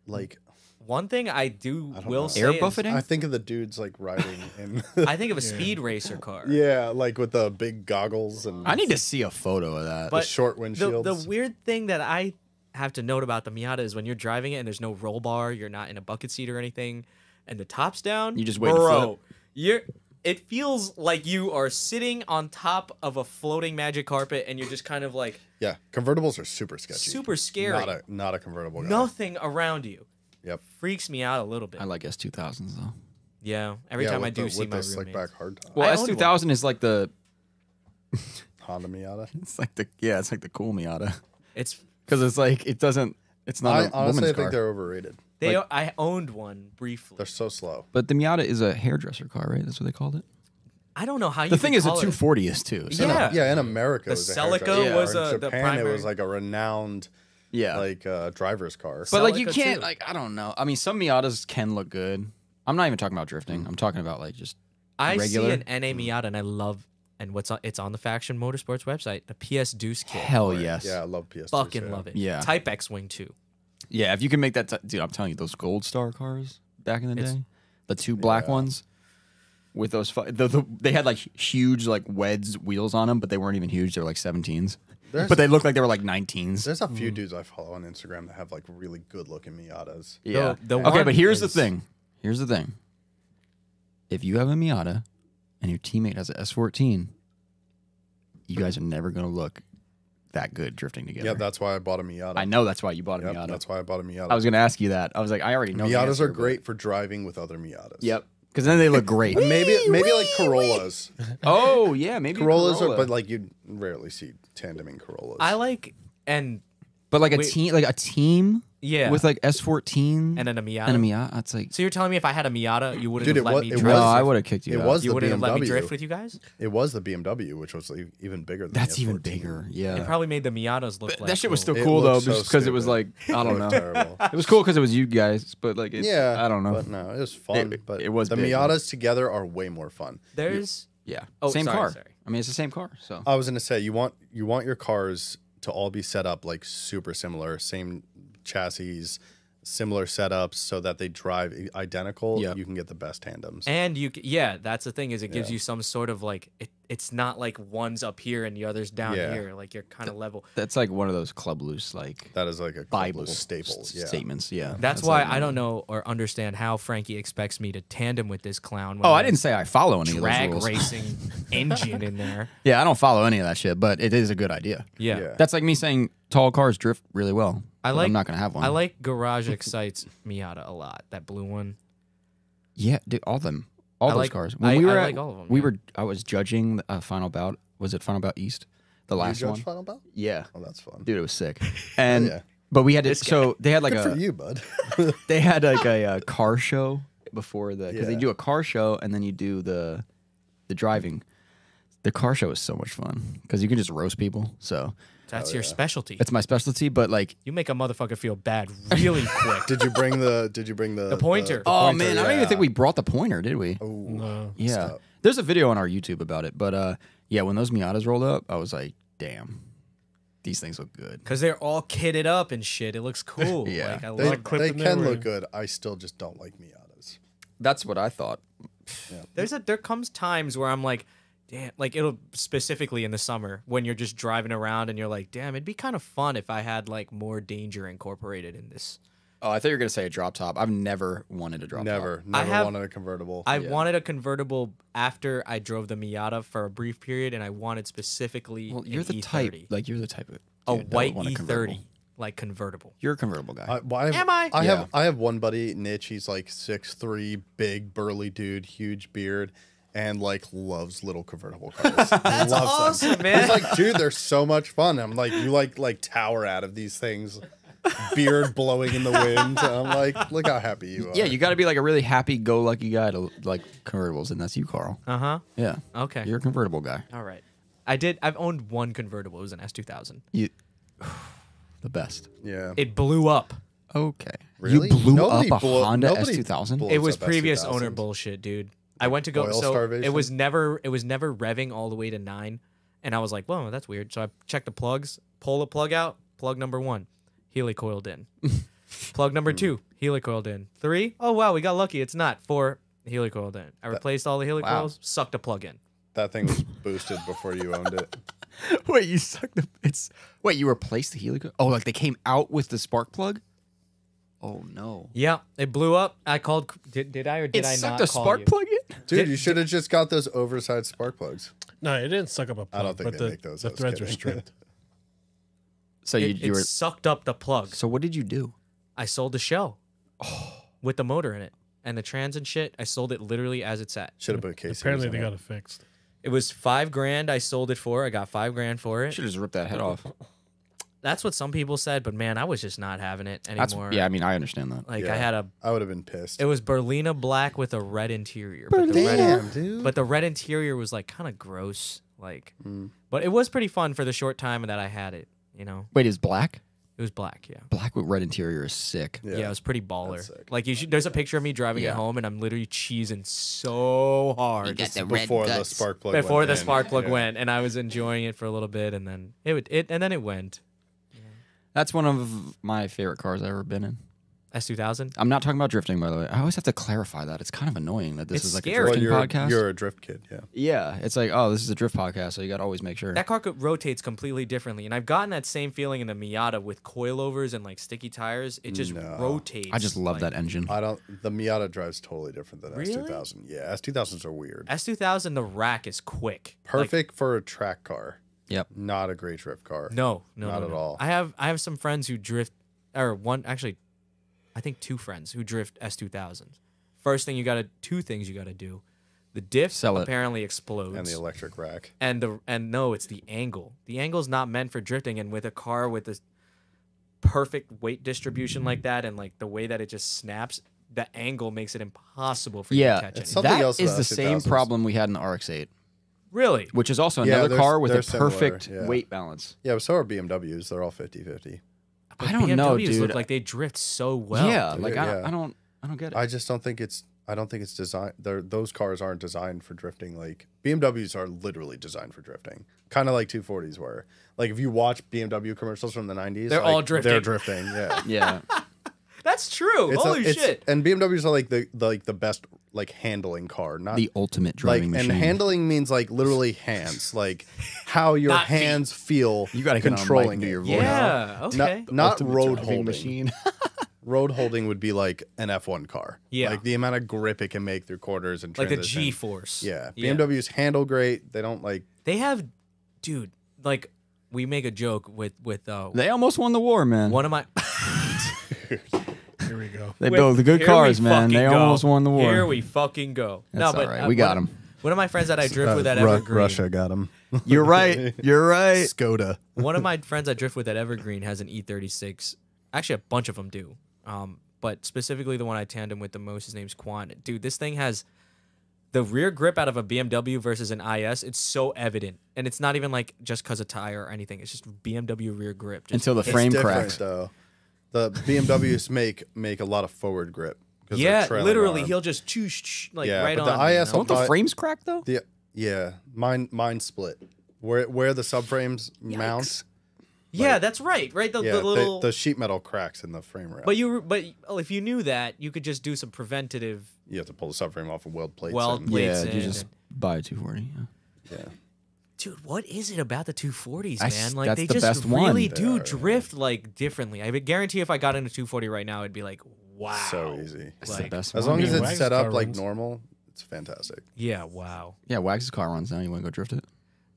[SPEAKER 2] like
[SPEAKER 1] One thing I do
[SPEAKER 2] I don't
[SPEAKER 1] will
[SPEAKER 2] know.
[SPEAKER 1] say
[SPEAKER 4] Air
[SPEAKER 1] is
[SPEAKER 4] buffeting?
[SPEAKER 2] I think of the dudes like riding
[SPEAKER 1] *laughs*
[SPEAKER 2] in. *laughs*
[SPEAKER 1] I think of a speed racer car.
[SPEAKER 2] yeah, like with the big goggles and
[SPEAKER 4] I need to see a photo of that.
[SPEAKER 2] the
[SPEAKER 1] But
[SPEAKER 2] short
[SPEAKER 1] The,
[SPEAKER 2] windshields.
[SPEAKER 1] the weird thing that I have to note about the Miata is when you're driving it and there's no roll bar, you're not in a bucket seat or anything, and the top's down.
[SPEAKER 4] You just wait to
[SPEAKER 1] bro, You're it feels like you are sitting on top of a floating magic carpet and you're just kind of like
[SPEAKER 2] Yeah, convertibles are super sketchy.
[SPEAKER 1] super scary.
[SPEAKER 2] Not a uh, not a convertible guy.
[SPEAKER 1] Nothing around you.
[SPEAKER 2] Yep.
[SPEAKER 1] Freaks me out a little bit.
[SPEAKER 4] I like S two thousands though.
[SPEAKER 1] yeah. Every
[SPEAKER 2] Yeah,
[SPEAKER 1] time I
[SPEAKER 2] with
[SPEAKER 1] do
[SPEAKER 2] the,
[SPEAKER 1] see
[SPEAKER 2] with
[SPEAKER 1] my
[SPEAKER 2] the slick
[SPEAKER 1] roommates.
[SPEAKER 2] back hard top.
[SPEAKER 4] Well,
[SPEAKER 1] I
[SPEAKER 4] S
[SPEAKER 1] owned
[SPEAKER 4] two thousand is like the
[SPEAKER 2] Honda Miata.
[SPEAKER 4] it's like the yeah it's like the cool Miata *laughs*
[SPEAKER 1] It's
[SPEAKER 4] because it's like it doesn't it's not
[SPEAKER 2] I
[SPEAKER 4] a
[SPEAKER 2] honestly
[SPEAKER 4] woman's
[SPEAKER 2] I think
[SPEAKER 4] car.
[SPEAKER 2] they're overrated.
[SPEAKER 1] they.
[SPEAKER 2] Like,
[SPEAKER 1] o- I owned one briefly.
[SPEAKER 2] they're so slow.
[SPEAKER 4] But the Miata is a hairdresser car, right? That's what they called it.
[SPEAKER 1] I don't know how you.
[SPEAKER 4] The
[SPEAKER 1] could
[SPEAKER 4] thing is, a
[SPEAKER 1] call it.
[SPEAKER 4] 240 is too. so-
[SPEAKER 1] Yeah.
[SPEAKER 2] yeah. In America,
[SPEAKER 1] The
[SPEAKER 2] it was a
[SPEAKER 1] Celica
[SPEAKER 2] hairdresser car.
[SPEAKER 1] was a-
[SPEAKER 2] in
[SPEAKER 1] the
[SPEAKER 2] Japan. It
[SPEAKER 1] primary-
[SPEAKER 2] was like a renowned
[SPEAKER 4] yeah.
[SPEAKER 2] like uh, driver's car.
[SPEAKER 4] but like you
[SPEAKER 1] Celica,
[SPEAKER 4] can't
[SPEAKER 1] too.
[SPEAKER 4] like I don't know. I mean, some Miatas can look good. I'm not even talking about drifting. I'm talking about like just
[SPEAKER 1] I
[SPEAKER 4] regular. Mm.
[SPEAKER 1] see an NA Miata and I love and what's on, it's on the Faction Motorsports website. The PS Deuce kit.
[SPEAKER 4] hell yes.
[SPEAKER 2] yeah, I
[SPEAKER 4] Yeah.
[SPEAKER 2] love PS.
[SPEAKER 1] Fucking love it.
[SPEAKER 4] Yeah.
[SPEAKER 1] Type X Wing 2.
[SPEAKER 4] If you can make that, t- dude, I'm telling you, those Gold Star cars back in the
[SPEAKER 1] It's-
[SPEAKER 4] day, the two black
[SPEAKER 2] Yeah.
[SPEAKER 4] ones with those, fu- the, the, they had like huge like weds wheels on them, but they weren't even huge. They were like 17s,
[SPEAKER 2] There's-
[SPEAKER 4] but they Mm. looked like they were like 19s.
[SPEAKER 2] There's a few dudes I follow on Instagram that have like really good looking Miatas.
[SPEAKER 4] Yeah.
[SPEAKER 1] the
[SPEAKER 4] okay,
[SPEAKER 1] one
[SPEAKER 4] but here's
[SPEAKER 1] is-
[SPEAKER 4] the thing. Here's the thing. If you have a Miata and your teammate has a S14, you guys are never going to look that good drifting together.
[SPEAKER 2] Yeah, that's why I bought a Miata.
[SPEAKER 4] I know that's why you bought a
[SPEAKER 2] Yep,
[SPEAKER 4] Miata.
[SPEAKER 2] That's why I bought a Miata.
[SPEAKER 4] I was going to ask you that. I was like, I already know. the
[SPEAKER 2] Miatas
[SPEAKER 4] answer,
[SPEAKER 2] are
[SPEAKER 4] but-
[SPEAKER 2] great for driving with other Miatas.
[SPEAKER 4] Yep. Because then they look great.
[SPEAKER 2] Maybe maybe like Corollas.
[SPEAKER 4] oh, yeah. Maybe a
[SPEAKER 2] Corollas
[SPEAKER 4] Corolla.
[SPEAKER 2] are, but like you rarely see tandeming Corollas.
[SPEAKER 1] I like and
[SPEAKER 4] But like a
[SPEAKER 1] wait.
[SPEAKER 4] team, like a team
[SPEAKER 1] yeah.
[SPEAKER 4] with like S14
[SPEAKER 1] and then a Miata.
[SPEAKER 4] and a Miata. That's like,
[SPEAKER 1] So you're telling me if I had a Miata, you wouldn't
[SPEAKER 2] Dude,
[SPEAKER 1] have
[SPEAKER 2] it
[SPEAKER 1] let
[SPEAKER 2] wa-
[SPEAKER 1] me
[SPEAKER 2] it
[SPEAKER 4] no,
[SPEAKER 1] drive?
[SPEAKER 2] was-
[SPEAKER 4] I would have kicked you
[SPEAKER 2] it
[SPEAKER 4] out.
[SPEAKER 2] was
[SPEAKER 1] you
[SPEAKER 2] the
[SPEAKER 1] wouldn't have let me
[SPEAKER 2] BMW.
[SPEAKER 1] drift with you guys?
[SPEAKER 2] It was the BMW, which was e- even bigger. Than
[SPEAKER 4] That's
[SPEAKER 2] the
[SPEAKER 4] even
[SPEAKER 2] F14.
[SPEAKER 4] bigger. Yeah.
[SPEAKER 1] It probably made the Miatas look
[SPEAKER 4] Th-
[SPEAKER 1] like
[SPEAKER 4] that shit was
[SPEAKER 1] little-
[SPEAKER 4] still
[SPEAKER 2] It
[SPEAKER 4] cool though,
[SPEAKER 2] looked so
[SPEAKER 4] just because it was like
[SPEAKER 2] stupid.
[SPEAKER 4] I don't
[SPEAKER 2] It
[SPEAKER 4] know.
[SPEAKER 2] was terrible.
[SPEAKER 4] *laughs* It was cool because it was you guys, but like it's,
[SPEAKER 2] Yeah,
[SPEAKER 4] I don't know.
[SPEAKER 2] But no, it was fun.
[SPEAKER 4] It-
[SPEAKER 2] but
[SPEAKER 4] it was
[SPEAKER 2] the
[SPEAKER 4] big, yeah.
[SPEAKER 2] Miatas together are way more fun.
[SPEAKER 1] There's
[SPEAKER 4] yeah,
[SPEAKER 1] Oh,
[SPEAKER 4] same
[SPEAKER 1] sorry,
[SPEAKER 4] car.
[SPEAKER 1] sorry.
[SPEAKER 4] I mean, it's the same car. So
[SPEAKER 2] I was gonna say you want you want your cars to all be set up like super similar, same chassis, similar setups, so that they drive i- identical.
[SPEAKER 4] Yep.
[SPEAKER 2] You can get the best tandems.
[SPEAKER 1] and you c- yeah, that's the thing is it gives you some sort of like it, it's not like one's up here and the other's down
[SPEAKER 2] Yeah.
[SPEAKER 1] here, like you're kind of level.
[SPEAKER 4] that's like one of those club loose like
[SPEAKER 2] that is like a
[SPEAKER 4] Bible
[SPEAKER 2] Bible staple.
[SPEAKER 4] s-
[SPEAKER 2] Yeah.
[SPEAKER 4] statements. Yeah,
[SPEAKER 1] That's, why
[SPEAKER 4] like-
[SPEAKER 1] I don't know or understand how Frankie expects me to tandem with this clown. when
[SPEAKER 4] Oh, I
[SPEAKER 1] I'm
[SPEAKER 4] didn't say I follow any
[SPEAKER 1] drag
[SPEAKER 4] of those rules.
[SPEAKER 1] racing engine in there.
[SPEAKER 4] *laughs* yeah, I don't follow any of that shit, but it is a good idea.
[SPEAKER 1] Yeah.
[SPEAKER 2] Yeah.
[SPEAKER 4] That's like me saying tall cars drift really well.
[SPEAKER 1] I
[SPEAKER 4] but
[SPEAKER 1] like-
[SPEAKER 4] I'm not gonna have one.
[SPEAKER 1] I like Garage Excites Miata a lot. That blue one.
[SPEAKER 4] Yeah, dude, all them, all
[SPEAKER 1] I
[SPEAKER 4] those
[SPEAKER 1] like-
[SPEAKER 4] cars. When
[SPEAKER 1] I-
[SPEAKER 4] we were
[SPEAKER 1] I
[SPEAKER 4] at,
[SPEAKER 1] like all of 'em,
[SPEAKER 4] we
[SPEAKER 1] yeah.
[SPEAKER 4] were. I was judging uh, Final Bout. Was it Final Bout East? The
[SPEAKER 2] You
[SPEAKER 4] last
[SPEAKER 2] judge
[SPEAKER 4] one.
[SPEAKER 2] final bell?
[SPEAKER 4] Yeah.
[SPEAKER 2] Oh, that's fun.
[SPEAKER 4] dude, it was sick. And
[SPEAKER 2] yeah.
[SPEAKER 4] but we had to, so they had like
[SPEAKER 2] Good
[SPEAKER 4] a
[SPEAKER 2] for you, bud.
[SPEAKER 4] they had like a, uh car show before the because they
[SPEAKER 2] Yeah.
[SPEAKER 4] do a car show and then you do the the driving. The car show is so much fun because you can just roast people. So
[SPEAKER 1] That's your specialty.
[SPEAKER 4] it's my specialty. But like,
[SPEAKER 1] You make a motherfucker feel bad
[SPEAKER 4] *laughs*
[SPEAKER 1] really quick.
[SPEAKER 2] *laughs* did you bring the? Did you bring the? The
[SPEAKER 1] pointer.
[SPEAKER 2] the
[SPEAKER 4] oh
[SPEAKER 2] pointer,
[SPEAKER 4] man, I don't
[SPEAKER 2] yeah.
[SPEAKER 4] even think we brought the pointer, did we?
[SPEAKER 2] Ooh.
[SPEAKER 3] No.
[SPEAKER 4] yeah,
[SPEAKER 2] stop.
[SPEAKER 4] there's a video on our YouTube about it. But uh, yeah, when those Miatas rolled up, I was like, damn, these things look good.
[SPEAKER 1] Cause they're all kitted up and shit. It looks cool.
[SPEAKER 4] Yeah.
[SPEAKER 1] Like, I
[SPEAKER 2] They,
[SPEAKER 1] love
[SPEAKER 3] a clip
[SPEAKER 2] they
[SPEAKER 3] in there
[SPEAKER 2] can
[SPEAKER 3] where-
[SPEAKER 2] look good. I still just don't like Miatas.
[SPEAKER 4] That's what I thought.
[SPEAKER 1] There's a there comes times where I'm like, damn, like it'll specifically in the summer when you're just driving around and you're like, damn, it'd be kind of fun if I had like more danger incorporated in this.
[SPEAKER 4] Oh, I thought you were gonna say a drop top. I've never wanted a drop top.
[SPEAKER 2] Never, never
[SPEAKER 1] have-
[SPEAKER 2] wanted a convertible.
[SPEAKER 1] I wanted a convertible after I drove the Miata for a brief period, and I wanted specifically
[SPEAKER 4] Well, you're
[SPEAKER 1] an E E30,
[SPEAKER 2] E
[SPEAKER 4] the type. Like you're the type of
[SPEAKER 1] a
[SPEAKER 4] dude that would
[SPEAKER 1] white
[SPEAKER 4] want a E
[SPEAKER 1] E30,
[SPEAKER 4] convertible.
[SPEAKER 1] like convertible.
[SPEAKER 4] You're a convertible guy.
[SPEAKER 2] I, well, I have,
[SPEAKER 1] Am I?
[SPEAKER 2] I
[SPEAKER 4] Yeah.
[SPEAKER 2] have I have one buddy, Niche. He's like six three, big burly dude, huge beard, and like loves little convertible cars. That's loves
[SPEAKER 1] awesome,
[SPEAKER 2] them.
[SPEAKER 1] man.
[SPEAKER 2] He's like, dude, they're so much fun. I'm like, you like like tower out of these things, beard blowing in the wind. I'm like, look how happy you are.
[SPEAKER 4] yeah, you got to be like a really happy-go-lucky guy to like convertibles, and that's you, Carl.
[SPEAKER 1] Uh
[SPEAKER 2] Uh-huh.
[SPEAKER 1] huh.
[SPEAKER 4] Yeah.
[SPEAKER 1] Okay.
[SPEAKER 4] You're a convertible guy.
[SPEAKER 1] All right. I did. I've owned one convertible. It was an S2000.
[SPEAKER 4] You, *sighs* the best.
[SPEAKER 2] yeah.
[SPEAKER 1] It blew up.
[SPEAKER 4] Okay.
[SPEAKER 2] Really?
[SPEAKER 4] You blew
[SPEAKER 2] Nobody
[SPEAKER 4] up a
[SPEAKER 2] blew-
[SPEAKER 4] Honda
[SPEAKER 2] nobody
[SPEAKER 4] S2000.
[SPEAKER 2] blew-
[SPEAKER 1] it
[SPEAKER 2] Blows
[SPEAKER 1] was
[SPEAKER 2] up S
[SPEAKER 1] previous
[SPEAKER 2] 2000s.
[SPEAKER 1] owner bullshit, dude. I went to go.
[SPEAKER 2] Oil
[SPEAKER 1] so it
[SPEAKER 2] starvation?
[SPEAKER 1] was never. It was never revving all the way to nine, and I was like, "Whoa, that's weird." So I checked the plugs. Pull the plug out. Plug number one, helicoiled
[SPEAKER 4] *laughs*
[SPEAKER 1] in. plug number
[SPEAKER 4] Hmm.
[SPEAKER 1] two, helicoiled in. Three, oh wow, we got lucky. It's not four. Helicoiled in. I replaced all the helicoils. Sucked a plug in.
[SPEAKER 2] that
[SPEAKER 1] *laughs*
[SPEAKER 2] thing was boosted before you owned it.
[SPEAKER 4] *laughs* wait, you sucked the. It's wait, you replaced the helico? Oh, like they came out with the spark plug. Oh no.
[SPEAKER 1] Yeah, it blew up. I called. Did, did I or did
[SPEAKER 4] it
[SPEAKER 1] I
[SPEAKER 4] sucked
[SPEAKER 1] not
[SPEAKER 4] a
[SPEAKER 1] call
[SPEAKER 4] spark
[SPEAKER 1] you?
[SPEAKER 4] plug in. it.
[SPEAKER 2] Dude,
[SPEAKER 1] Did-
[SPEAKER 2] you should have just got those oversized spark plugs.
[SPEAKER 3] No, it didn't suck up a plug.
[SPEAKER 2] I don't think
[SPEAKER 3] but
[SPEAKER 2] they
[SPEAKER 3] the,
[SPEAKER 2] make those. I
[SPEAKER 3] The
[SPEAKER 2] was
[SPEAKER 3] threads are
[SPEAKER 2] kidding. *laughs*
[SPEAKER 3] stripped.
[SPEAKER 4] So Oh, you,
[SPEAKER 1] it,
[SPEAKER 4] you
[SPEAKER 1] it
[SPEAKER 4] were.
[SPEAKER 1] sucked up the plug.
[SPEAKER 4] So what did you do?
[SPEAKER 1] I sold the
[SPEAKER 4] *sighs*
[SPEAKER 1] shell with the motor in it and the trans and shit. I sold it literally as it sat.
[SPEAKER 2] Should have put cases.
[SPEAKER 3] Apparently
[SPEAKER 2] on
[SPEAKER 3] they
[SPEAKER 2] it.
[SPEAKER 3] got it fixed.
[SPEAKER 1] It was five grand. I sold it for. I got five grand for it.
[SPEAKER 4] Should have just ripped that head off.
[SPEAKER 1] That's what some people said, but man, I was just not having it
[SPEAKER 4] That's,
[SPEAKER 1] anymore.
[SPEAKER 4] yeah, I mean, I understand that.
[SPEAKER 1] Like I
[SPEAKER 2] Yeah.
[SPEAKER 1] had a.
[SPEAKER 2] I would have been pissed.
[SPEAKER 1] It was Berlina black with a red interior. But the red,
[SPEAKER 2] Damn, dude.
[SPEAKER 1] but the red interior was like kind of gross. Like,
[SPEAKER 2] Mm.
[SPEAKER 1] but it was pretty fun for the short time that I had it. You know,
[SPEAKER 4] Wait, is black?
[SPEAKER 1] it was black. Yeah.
[SPEAKER 4] Black with red interior is sick.
[SPEAKER 1] Yeah, it was pretty baller.
[SPEAKER 2] that's sick.
[SPEAKER 1] Like you should, there's a picture of me driving
[SPEAKER 4] Yeah.
[SPEAKER 1] it home, and I'm literally cheesing so hard
[SPEAKER 2] This is before the spark plug.
[SPEAKER 1] before
[SPEAKER 2] went
[SPEAKER 1] the
[SPEAKER 2] in.
[SPEAKER 1] spark plug
[SPEAKER 2] Yeah.
[SPEAKER 1] went, and I was enjoying it for a little bit, and then it would, it and then it went.
[SPEAKER 4] That's one of my favorite cars I've ever been in.
[SPEAKER 1] S2000.
[SPEAKER 4] I'm not talking about drifting, by the way. I always have to clarify that. It's kind of annoying that this
[SPEAKER 1] It's
[SPEAKER 4] is like
[SPEAKER 1] scary.
[SPEAKER 4] a
[SPEAKER 2] Well,
[SPEAKER 4] drifting
[SPEAKER 2] you're,
[SPEAKER 4] podcast.
[SPEAKER 2] you're a drift kid, yeah.
[SPEAKER 4] Yeah, it's like, oh, this is a drift podcast, so you got to always make sure.
[SPEAKER 1] That car co- rotates completely differently, and I've gotten that same feeling in the Miata with coilovers and like sticky tires. It just rotates.
[SPEAKER 4] I just love
[SPEAKER 1] like-
[SPEAKER 4] that engine.
[SPEAKER 2] I don't. The Miata drives totally different than
[SPEAKER 1] Really?
[SPEAKER 2] S2000. Yeah, S2000s are weird.
[SPEAKER 1] S2000. The rack is quick. Like,
[SPEAKER 2] Perfect for a track car.
[SPEAKER 4] Yep.
[SPEAKER 2] Not a great drift car.
[SPEAKER 1] No, no,
[SPEAKER 2] Not
[SPEAKER 1] no,
[SPEAKER 2] at
[SPEAKER 1] no.
[SPEAKER 2] all.
[SPEAKER 1] I have I have some friends who drift, or one actually, I think two friends who drift S two thousands. First thing you gotta, two things you gotta do. The diff
[SPEAKER 4] Sell it.
[SPEAKER 1] apparently explodes,
[SPEAKER 2] And the electric rack.
[SPEAKER 1] and the and no, it's the angle. The angle's not meant for drifting, and with a car with this perfect weight distribution like that, and like the way that it just snaps, the angle makes it impossible for you
[SPEAKER 4] Yeah,
[SPEAKER 1] to catch
[SPEAKER 2] It's
[SPEAKER 1] it.
[SPEAKER 2] so- Something
[SPEAKER 4] that
[SPEAKER 2] else
[SPEAKER 4] is
[SPEAKER 2] about
[SPEAKER 4] the same
[SPEAKER 2] 2000s.
[SPEAKER 4] problem we had in the RX-8,
[SPEAKER 1] Really,
[SPEAKER 4] which is also
[SPEAKER 2] Yeah,
[SPEAKER 4] another
[SPEAKER 2] they're-
[SPEAKER 4] car with
[SPEAKER 2] they're
[SPEAKER 4] a
[SPEAKER 2] similar,
[SPEAKER 4] perfect
[SPEAKER 2] yeah.
[SPEAKER 4] weight balance.
[SPEAKER 2] Yeah, but so are BMWs. They're all 50 50.
[SPEAKER 1] But
[SPEAKER 4] I don't know,
[SPEAKER 1] BMWs Look
[SPEAKER 4] dude.
[SPEAKER 1] like they drift so well.
[SPEAKER 4] yeah,
[SPEAKER 2] dude,
[SPEAKER 4] like I,
[SPEAKER 2] yeah.
[SPEAKER 4] I don't, I don't get it.
[SPEAKER 2] I just don't think it's. I don't think it's designed. They're, those cars aren't designed for drifting. Like BMWs are literally designed for drifting, kind of like 240s were. Like if you watch BMW commercials from the 90s,
[SPEAKER 1] They're
[SPEAKER 2] like,
[SPEAKER 1] all drifting.
[SPEAKER 2] They're drifting.
[SPEAKER 1] *laughs*
[SPEAKER 2] Yeah. *laughs*
[SPEAKER 4] yeah,
[SPEAKER 1] that's true.
[SPEAKER 2] It's a-
[SPEAKER 1] Holy
[SPEAKER 2] it's-
[SPEAKER 1] shit!
[SPEAKER 2] And BMWs are like the, the like the best like handling car, not
[SPEAKER 4] the ultimate
[SPEAKER 2] like
[SPEAKER 4] driving
[SPEAKER 2] and
[SPEAKER 4] machine.
[SPEAKER 2] handling means like literally hands, like how your
[SPEAKER 1] Not feet.
[SPEAKER 2] hands feel.
[SPEAKER 4] You gotta get on a mic and
[SPEAKER 2] controlling
[SPEAKER 4] do
[SPEAKER 2] it,
[SPEAKER 4] your
[SPEAKER 2] you know?
[SPEAKER 1] Yeah. Okay.
[SPEAKER 2] Not, not
[SPEAKER 4] Ultimate
[SPEAKER 2] road
[SPEAKER 4] driving
[SPEAKER 2] holding. *laughs*
[SPEAKER 4] machine.
[SPEAKER 2] Road holding would be like an F1 car.
[SPEAKER 1] Yeah.
[SPEAKER 2] Like the amount of grip it can make through quarters and
[SPEAKER 1] like the
[SPEAKER 2] transition.
[SPEAKER 1] G force.
[SPEAKER 2] Yeah. BMWs handle great. They don't like.
[SPEAKER 1] They have, dude. Like we make a joke with with uh
[SPEAKER 4] they almost won the war, man.
[SPEAKER 1] one of
[SPEAKER 2] *laughs*
[SPEAKER 1] my.
[SPEAKER 3] Here we go.
[SPEAKER 4] they built the good cars, man. They almost won the war.
[SPEAKER 1] Here we fucking go. uh,
[SPEAKER 4] That's all right. We got
[SPEAKER 1] one,
[SPEAKER 4] 'em.
[SPEAKER 1] One of my friends that I drift with at
[SPEAKER 2] Ru-
[SPEAKER 1] Evergreen.
[SPEAKER 2] Russia got them.
[SPEAKER 4] *laughs* You're right. You're right.
[SPEAKER 2] *laughs* Skoda.
[SPEAKER 1] one of
[SPEAKER 2] *laughs*
[SPEAKER 1] my friends I drift with at Evergreen has an E36. Actually, a bunch of them do. Um, but specifically the one I tandem with the most, his name's Quan. Dude, this thing has the rear grip out of a BMW versus an IS. It's so evident, and it's not even like just cause of tire or anything. It's just BMW rear grip. Just
[SPEAKER 4] Until the frame
[SPEAKER 2] different,
[SPEAKER 4] cracks.
[SPEAKER 2] though. The BMWs make make a lot of forward grip. 'cause they're
[SPEAKER 1] yeah,
[SPEAKER 2] trailing
[SPEAKER 1] literally,
[SPEAKER 2] arm.
[SPEAKER 1] he'll just choosh, choosh, like
[SPEAKER 2] Yeah,
[SPEAKER 1] right
[SPEAKER 2] but the
[SPEAKER 1] on. me, you
[SPEAKER 2] IS
[SPEAKER 1] know?
[SPEAKER 4] Don't the
[SPEAKER 2] But-
[SPEAKER 4] frames crack though?
[SPEAKER 2] The yeah, mine mine split. Where where the subframes mount,
[SPEAKER 1] yeah, that's right, right. The,
[SPEAKER 2] yeah,
[SPEAKER 1] the
[SPEAKER 2] the,
[SPEAKER 1] little.
[SPEAKER 2] the sheet metal cracks in the frame rail.
[SPEAKER 1] but you, but oh, if you knew that, you could just do some preventative
[SPEAKER 2] you have to pull the subframe off and weld plates.
[SPEAKER 1] weld
[SPEAKER 2] in.
[SPEAKER 1] plates.
[SPEAKER 4] Yeah, you
[SPEAKER 1] in.
[SPEAKER 4] just buy a 240. Yeah.
[SPEAKER 2] Yeah.
[SPEAKER 1] Dude, what is it about the 240s,
[SPEAKER 4] I
[SPEAKER 1] man?
[SPEAKER 4] s-
[SPEAKER 1] like
[SPEAKER 4] that's
[SPEAKER 1] they
[SPEAKER 4] the
[SPEAKER 1] just
[SPEAKER 4] best one.
[SPEAKER 1] really do drift like differently. I would guarantee if I got into 240 right now, it'd be like, wow.
[SPEAKER 2] So easy.
[SPEAKER 4] It's the
[SPEAKER 1] Like-
[SPEAKER 4] best.
[SPEAKER 2] As
[SPEAKER 4] one.
[SPEAKER 2] long
[SPEAKER 3] I
[SPEAKER 2] as
[SPEAKER 3] mean,
[SPEAKER 2] it's
[SPEAKER 3] Wags
[SPEAKER 2] set up
[SPEAKER 3] car
[SPEAKER 2] like
[SPEAKER 3] runs.
[SPEAKER 2] normal, it's fantastic.
[SPEAKER 1] Yeah, wow.
[SPEAKER 4] yeah, Wags' car runs now. You want to go drift it?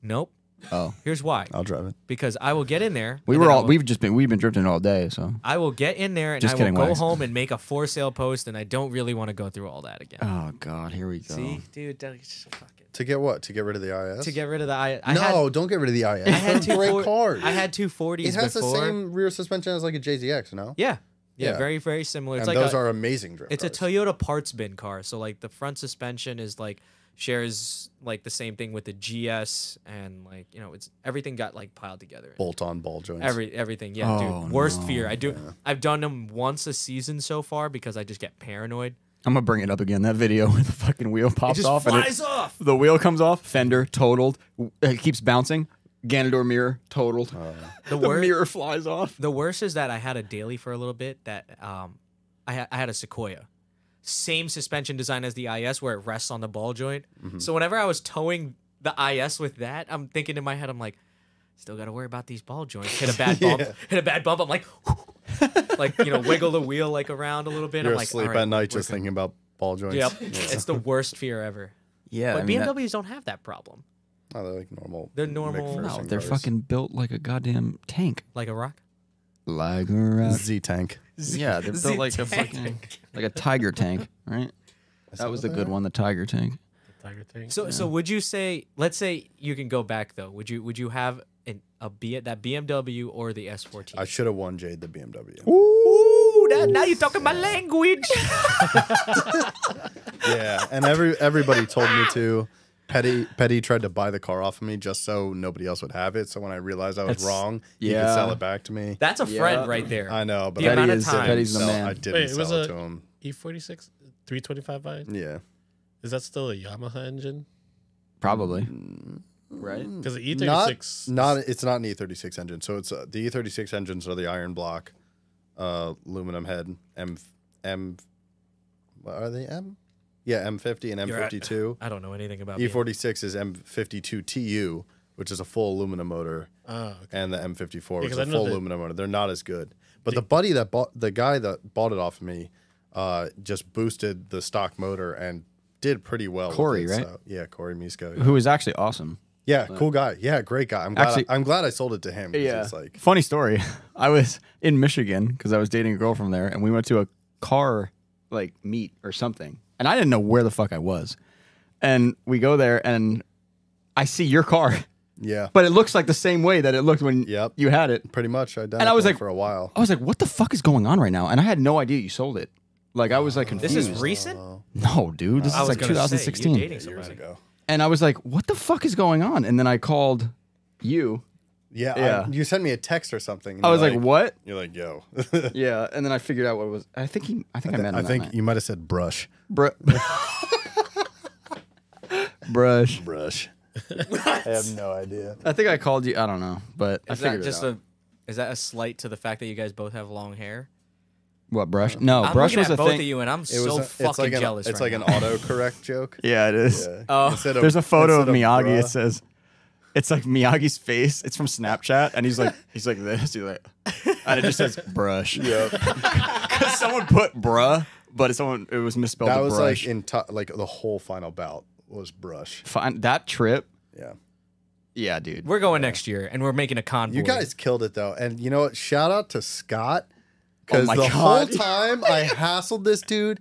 [SPEAKER 1] Nope.
[SPEAKER 4] Oh,
[SPEAKER 1] Here's why.
[SPEAKER 2] I'll drive it.
[SPEAKER 1] Because I will get in there.
[SPEAKER 4] we
[SPEAKER 1] and
[SPEAKER 4] were
[SPEAKER 1] then I
[SPEAKER 4] all.
[SPEAKER 1] will-
[SPEAKER 4] We've just been. We've been drifting all day. So.
[SPEAKER 1] I will get in there and
[SPEAKER 4] Just
[SPEAKER 1] I will
[SPEAKER 4] kidding,
[SPEAKER 1] go
[SPEAKER 4] Wags.
[SPEAKER 1] home and make a for sale post, and I don't really want to go through all that again.
[SPEAKER 4] Oh God, here we go.
[SPEAKER 1] See, dude, that is just fucking.
[SPEAKER 2] To get what? To get rid of the IS?
[SPEAKER 1] To get rid of the I, I
[SPEAKER 2] no,
[SPEAKER 1] had,
[SPEAKER 2] don't get rid of the IS.
[SPEAKER 1] I had
[SPEAKER 2] They're great
[SPEAKER 1] 240
[SPEAKER 2] cars.
[SPEAKER 1] I had 240s
[SPEAKER 2] it has
[SPEAKER 1] before.
[SPEAKER 2] the same rear suspension as like a JZX, no?
[SPEAKER 1] Yeah. yeah,
[SPEAKER 2] Yeah.
[SPEAKER 1] very very similar. It's
[SPEAKER 2] and
[SPEAKER 1] like
[SPEAKER 2] those
[SPEAKER 1] a,
[SPEAKER 2] are amazing drift
[SPEAKER 1] It's
[SPEAKER 2] cars.
[SPEAKER 1] a Toyota parts bin car, so like the front suspension is like shares like the same thing with the GS, and like you know, it's everything got like piled together.
[SPEAKER 2] bolt on ball joints.
[SPEAKER 1] Every everything, yeah,
[SPEAKER 4] Oh,
[SPEAKER 1] dude. Worst
[SPEAKER 4] no.
[SPEAKER 1] fear. I do. I've done them once a season so far because I just get paranoid.
[SPEAKER 4] I'm gonna bring it up again. That video *laughs* where the fucking wheel
[SPEAKER 1] It
[SPEAKER 4] pops
[SPEAKER 1] just
[SPEAKER 4] off and it,
[SPEAKER 1] flies
[SPEAKER 2] *laughs*
[SPEAKER 1] off.
[SPEAKER 4] the wheel comes off, fender totaled. w- It keeps bouncing. Ganador mirror totaled.
[SPEAKER 1] The
[SPEAKER 4] the
[SPEAKER 1] worst.
[SPEAKER 4] mirror flies off.
[SPEAKER 1] The worst is that I had a daily for a little bit that um, I, ha- I had a Sequoia. Same suspension design as the IS where it rests on the ball joint.
[SPEAKER 2] Mm-hmm.
[SPEAKER 1] So whenever I was towing the IS with that, I'm thinking in my head, I'm like, still got to worry about these ball joints. Hit a
[SPEAKER 2] *laughs*
[SPEAKER 1] bad bump, hit a bad bump. I'm *laughs* like, like, you know, wiggle the wheel like around a little bit.
[SPEAKER 2] You're
[SPEAKER 1] I'm like,
[SPEAKER 2] asleep
[SPEAKER 1] "All right,
[SPEAKER 2] at night
[SPEAKER 1] we're
[SPEAKER 2] just
[SPEAKER 1] good."
[SPEAKER 2] thinking about ball joints.
[SPEAKER 1] Yep.
[SPEAKER 2] *laughs* Yeah.
[SPEAKER 1] It's the worst fear ever.
[SPEAKER 4] Yeah,
[SPEAKER 1] But
[SPEAKER 4] I mean, that-
[SPEAKER 1] BMWs don't have that problem.
[SPEAKER 2] Oh, they're like normal.
[SPEAKER 1] They're normal-
[SPEAKER 2] McPherson
[SPEAKER 1] No,
[SPEAKER 4] no, they're
[SPEAKER 2] cars. *laughs*
[SPEAKER 4] fucking built like a goddamn tank.
[SPEAKER 1] Like a rock.
[SPEAKER 4] Like a rock.
[SPEAKER 2] Z tank.
[SPEAKER 4] Yeah, they're built like a fucking like a tiger tank, *laughs* right? That was the good one, the tiger tank.
[SPEAKER 3] The tiger tank.
[SPEAKER 1] So so would you say let's say you can go back though. Would you would you have an a B that BMW or the S14?
[SPEAKER 2] I should have won Jade the BMW.
[SPEAKER 1] Ooh, that, now you're talking my language.
[SPEAKER 2] *laughs* Yeah, and every everybody told me to. Petty Petty tried to buy the car off of me just so nobody else would have it. So when I realized I was
[SPEAKER 1] That's-
[SPEAKER 2] wrong, he could
[SPEAKER 4] yeah.
[SPEAKER 2] sell it back to me.
[SPEAKER 1] That's a friend
[SPEAKER 4] Yeah.
[SPEAKER 1] right there.
[SPEAKER 2] I know, but
[SPEAKER 1] The
[SPEAKER 2] I
[SPEAKER 1] amount of
[SPEAKER 2] didn't
[SPEAKER 1] times-
[SPEAKER 4] Petty's the
[SPEAKER 2] sell-
[SPEAKER 4] man.
[SPEAKER 2] I didn't
[SPEAKER 3] Wait, it was
[SPEAKER 2] sell it
[SPEAKER 3] a-
[SPEAKER 2] to him.
[SPEAKER 3] E E46 325i.
[SPEAKER 2] Yeah,
[SPEAKER 3] Is that still a Yamaha engine?
[SPEAKER 4] Probably. Mm. Right?
[SPEAKER 3] Because Mm. the E
[SPEAKER 2] not
[SPEAKER 3] E36
[SPEAKER 2] not it's not an E36 engine. So it's uh, the E36 engines are the iron block, uh, aluminum head M M. What are they M? Yeah, M50 and
[SPEAKER 1] You're at- *laughs*
[SPEAKER 2] M52.
[SPEAKER 1] I don't know anything
[SPEAKER 2] E
[SPEAKER 1] about BMW.
[SPEAKER 2] E46 is M52TU, which is a full aluminum motor.
[SPEAKER 3] Ah, okay.
[SPEAKER 2] and the M54 which is
[SPEAKER 3] Because I
[SPEAKER 2] a
[SPEAKER 3] know
[SPEAKER 2] full
[SPEAKER 3] that-
[SPEAKER 2] aluminum motor. They're not as good. But
[SPEAKER 3] The-
[SPEAKER 2] the buddy that bought the guy that bought it off of me uh, just boosted the stock motor and did pretty well. with
[SPEAKER 4] Corey,
[SPEAKER 2] it,
[SPEAKER 4] right?
[SPEAKER 2] so- yeah, Corey Misko. Yeah.
[SPEAKER 4] Who is actually awesome.
[SPEAKER 2] Yeah, cool guy. Yeah, great guy. I'm glad.
[SPEAKER 4] Actually-
[SPEAKER 2] I, am glad I sold it to him. 'cause it's like
[SPEAKER 4] Funny story. *laughs* I was in Michigan because I was dating a girl from there, and we went to a car like meet or something, and I didn't know where the fuck I was. And we go there, and I see your car, *laughs*
[SPEAKER 2] yeah,
[SPEAKER 4] but it looks like the same way that it looked when
[SPEAKER 2] Yep.
[SPEAKER 4] you had it.
[SPEAKER 2] pretty much. I
[SPEAKER 4] I was like- oh,
[SPEAKER 2] for a while.
[SPEAKER 4] I was like, "What the fuck is going on right now?" And I had no idea you sold it. Like I was like
[SPEAKER 1] This
[SPEAKER 4] confused.
[SPEAKER 1] is recent?
[SPEAKER 4] no, dude. This
[SPEAKER 1] I was
[SPEAKER 4] is like
[SPEAKER 1] gonna say, you're
[SPEAKER 4] 2016.
[SPEAKER 1] dating
[SPEAKER 2] Years
[SPEAKER 1] somebody.
[SPEAKER 2] ago.
[SPEAKER 4] and I was like, "What the fuck is going on?" And then I called you.
[SPEAKER 2] Yeah,
[SPEAKER 4] Yeah.
[SPEAKER 2] I, you sent me a text or something. and
[SPEAKER 4] I was
[SPEAKER 2] you're
[SPEAKER 4] like, "What?"
[SPEAKER 2] You're like, yo.
[SPEAKER 4] Yeah, and then I figured out what it was. I think he. *laughs*
[SPEAKER 2] *laughs*
[SPEAKER 4] I think I, met him.
[SPEAKER 2] I
[SPEAKER 4] that night.
[SPEAKER 2] think you might have said brush,
[SPEAKER 4] Br- *laughs*
[SPEAKER 1] *laughs*
[SPEAKER 4] brush.
[SPEAKER 2] brush. I have no idea.
[SPEAKER 4] I think I called you. I don't know, but I
[SPEAKER 1] Is
[SPEAKER 4] figured
[SPEAKER 1] that just
[SPEAKER 4] it out.
[SPEAKER 1] a is that a slight to the fact that you guys both have long hair?
[SPEAKER 4] what brush? No,
[SPEAKER 1] I'm
[SPEAKER 4] brush
[SPEAKER 1] looking
[SPEAKER 4] was
[SPEAKER 1] at
[SPEAKER 4] a
[SPEAKER 1] both
[SPEAKER 4] thing.
[SPEAKER 1] of you and I'm
[SPEAKER 2] It was
[SPEAKER 1] so
[SPEAKER 2] a-
[SPEAKER 1] fucking
[SPEAKER 2] it's like
[SPEAKER 1] jealous.
[SPEAKER 2] An, it's
[SPEAKER 1] right
[SPEAKER 2] like
[SPEAKER 1] now. *laughs*
[SPEAKER 2] an autocorrect joke.
[SPEAKER 4] Yeah, it is.
[SPEAKER 2] Yeah.
[SPEAKER 1] Oh.
[SPEAKER 2] Instead of-
[SPEAKER 4] There's a photo of
[SPEAKER 2] instead
[SPEAKER 4] Miyagi.
[SPEAKER 2] bruh,
[SPEAKER 4] It says, "It's like Miyagi's face. It's from Snapchat, and he's like, he's like this. He's like, and it just says brush. Yeah, because someone put bruh, but someone it was misspelled.
[SPEAKER 2] that
[SPEAKER 4] to
[SPEAKER 2] was
[SPEAKER 4] Oh, brush.
[SPEAKER 2] like in t- like the whole final bout was brush.
[SPEAKER 4] Fine, that trip.
[SPEAKER 2] Yeah,
[SPEAKER 4] Yeah, dude.
[SPEAKER 1] We're going next year and we're making a convoy.
[SPEAKER 2] you guys killed it though, and you know what? Shout out to Scott
[SPEAKER 4] Oh
[SPEAKER 2] because
[SPEAKER 4] my
[SPEAKER 2] the whole
[SPEAKER 4] God. *laughs*
[SPEAKER 2] time I hassled this dude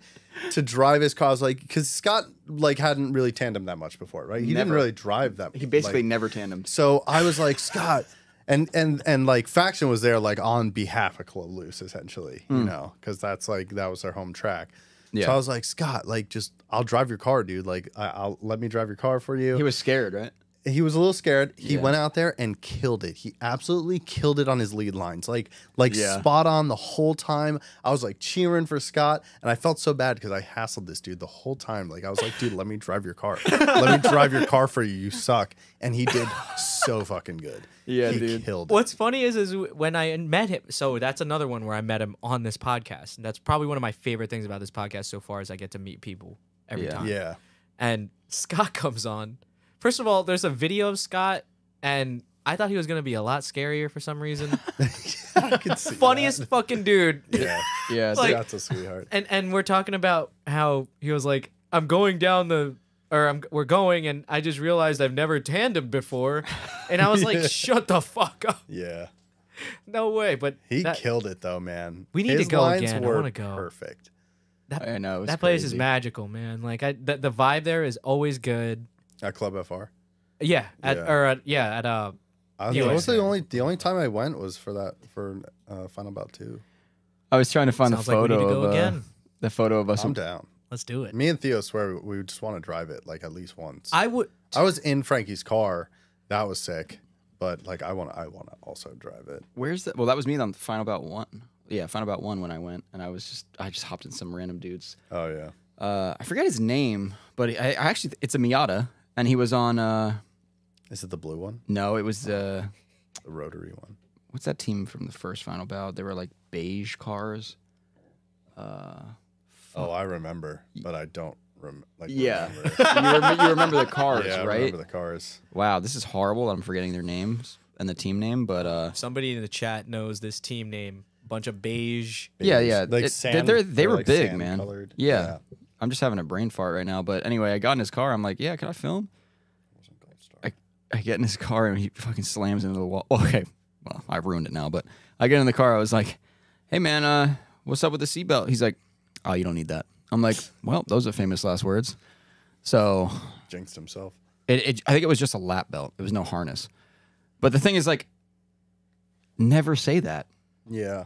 [SPEAKER 2] to drive his cars, like because Scott like hadn't really tandem that much before, right? He didn't
[SPEAKER 4] Never.
[SPEAKER 2] really drive that.
[SPEAKER 4] He basically
[SPEAKER 2] like-
[SPEAKER 4] never tandemed.
[SPEAKER 2] So I was like, Scott, and and and like Faction was there like on behalf of Clovis essentially, you know, because that's like that was their home track. So
[SPEAKER 4] Mm. Yeah.
[SPEAKER 2] I was like, Scott, like just I'll drive your car, dude. Like I, I'll let me drive your car for you.
[SPEAKER 4] He was scared, right?
[SPEAKER 2] he was a little scared. He
[SPEAKER 4] Yeah.
[SPEAKER 2] went out there and killed it. He absolutely killed it on his lead lines. Like like
[SPEAKER 4] Yeah.
[SPEAKER 2] spot on the whole time. I was like cheering for Scott and I felt so bad because I hassled this dude the whole time. Like I was like, dude, let me drive your car. let me drive your car for you. You suck. And he did so fucking good.
[SPEAKER 4] Yeah,
[SPEAKER 2] he
[SPEAKER 4] dude.
[SPEAKER 2] Killed it.
[SPEAKER 1] What's funny is is when I met him. So that's another one where I met him on this podcast. And that's probably one of my favorite things about this podcast so far is I get to meet people every
[SPEAKER 4] Yeah.
[SPEAKER 1] time.
[SPEAKER 4] *laughs*
[SPEAKER 2] Yeah.
[SPEAKER 1] And Scott *laughs* comes on. First of all, there's a video of Scott, and I thought he was gonna be a lot scarier for some reason.
[SPEAKER 2] I could see
[SPEAKER 1] Funniest
[SPEAKER 4] *laughs*
[SPEAKER 1] fucking dude.
[SPEAKER 2] that. Yeah.
[SPEAKER 4] Yeah,
[SPEAKER 1] Like-
[SPEAKER 2] Scott's a sweetheart.
[SPEAKER 1] and and we're talking about how he was like, I'm going down the or I'm we're going, and I just realized I've never tandemed before, and I was like, shut the fuck up,
[SPEAKER 2] Yeah.
[SPEAKER 1] no way. But
[SPEAKER 2] He
[SPEAKER 1] that,
[SPEAKER 2] killed it though, man.
[SPEAKER 1] We need to
[SPEAKER 2] His
[SPEAKER 1] go
[SPEAKER 2] lines
[SPEAKER 1] again. I
[SPEAKER 2] were
[SPEAKER 1] wanna go.
[SPEAKER 2] Perfect.
[SPEAKER 4] I know. it was
[SPEAKER 1] that place is
[SPEAKER 4] crazy.
[SPEAKER 1] magical, man. Like I, the, the vibe there is always good.
[SPEAKER 2] At Club FR.
[SPEAKER 1] Yeah, at
[SPEAKER 2] Yeah.
[SPEAKER 1] or at, yeah at uh
[SPEAKER 2] I
[SPEAKER 1] You
[SPEAKER 2] that was
[SPEAKER 1] went.
[SPEAKER 2] the only the only time I went was for that for uh, Final Bout Two.
[SPEAKER 4] I was trying to find
[SPEAKER 1] Sounds
[SPEAKER 4] the
[SPEAKER 1] like we need
[SPEAKER 4] photo
[SPEAKER 1] to go
[SPEAKER 4] of uh,
[SPEAKER 1] again.
[SPEAKER 4] the photo of us.
[SPEAKER 2] I'm down.
[SPEAKER 1] let's do it.
[SPEAKER 2] Me and Theo swear we we just want to drive it like at least once. I,
[SPEAKER 1] I would.
[SPEAKER 2] was in Frankie's car, that was sick, but like I want I want to also drive it.
[SPEAKER 4] Where's that? Well, that was me on Final Bout One. Yeah, Final Bout One when I went, and I was just I just hopped in some random dudes.
[SPEAKER 2] Oh yeah,
[SPEAKER 4] Uh, I forget his name, but I, I actually it's a Miata, and he was on. Uh,
[SPEAKER 2] is it the blue one,
[SPEAKER 4] no, it was uh,
[SPEAKER 2] the rotary one?
[SPEAKER 4] what's that team from the first Final Bout? They were like beige cars. Uh,
[SPEAKER 2] Oh, I remember, but I don't rem- like.
[SPEAKER 4] Yeah.
[SPEAKER 2] remember.
[SPEAKER 4] you, rem- you remember the cars,
[SPEAKER 2] yeah, I
[SPEAKER 4] right?
[SPEAKER 2] remember the cars.
[SPEAKER 4] wow, this is horrible. I'm forgetting their names and the team name, but uh,
[SPEAKER 1] Somebody in the chat knows this team name. Bunch of beige.
[SPEAKER 4] Yeah, yeah.
[SPEAKER 2] Like
[SPEAKER 4] It- they-
[SPEAKER 2] sand,
[SPEAKER 4] they're- they
[SPEAKER 2] they're,
[SPEAKER 4] were
[SPEAKER 2] like,
[SPEAKER 4] big, man.
[SPEAKER 2] sand-colored.
[SPEAKER 4] Yeah. I'm just having a brain fart right now. But anyway, I got in his car. I'm like, yeah, can I film? I, I get in his car and he fucking slams into the wall. *laughs* Okay, well, I ruined it now. But I get in the car. I was like, hey man, uh, what's up with the seatbelt? He's like, oh, you don't need that. I'm like, well, those are famous last words. So
[SPEAKER 2] Jinxed himself.
[SPEAKER 4] it, it, I think it was just a lap belt. It was no harness. But the thing is, like, never say that.
[SPEAKER 2] Yeah.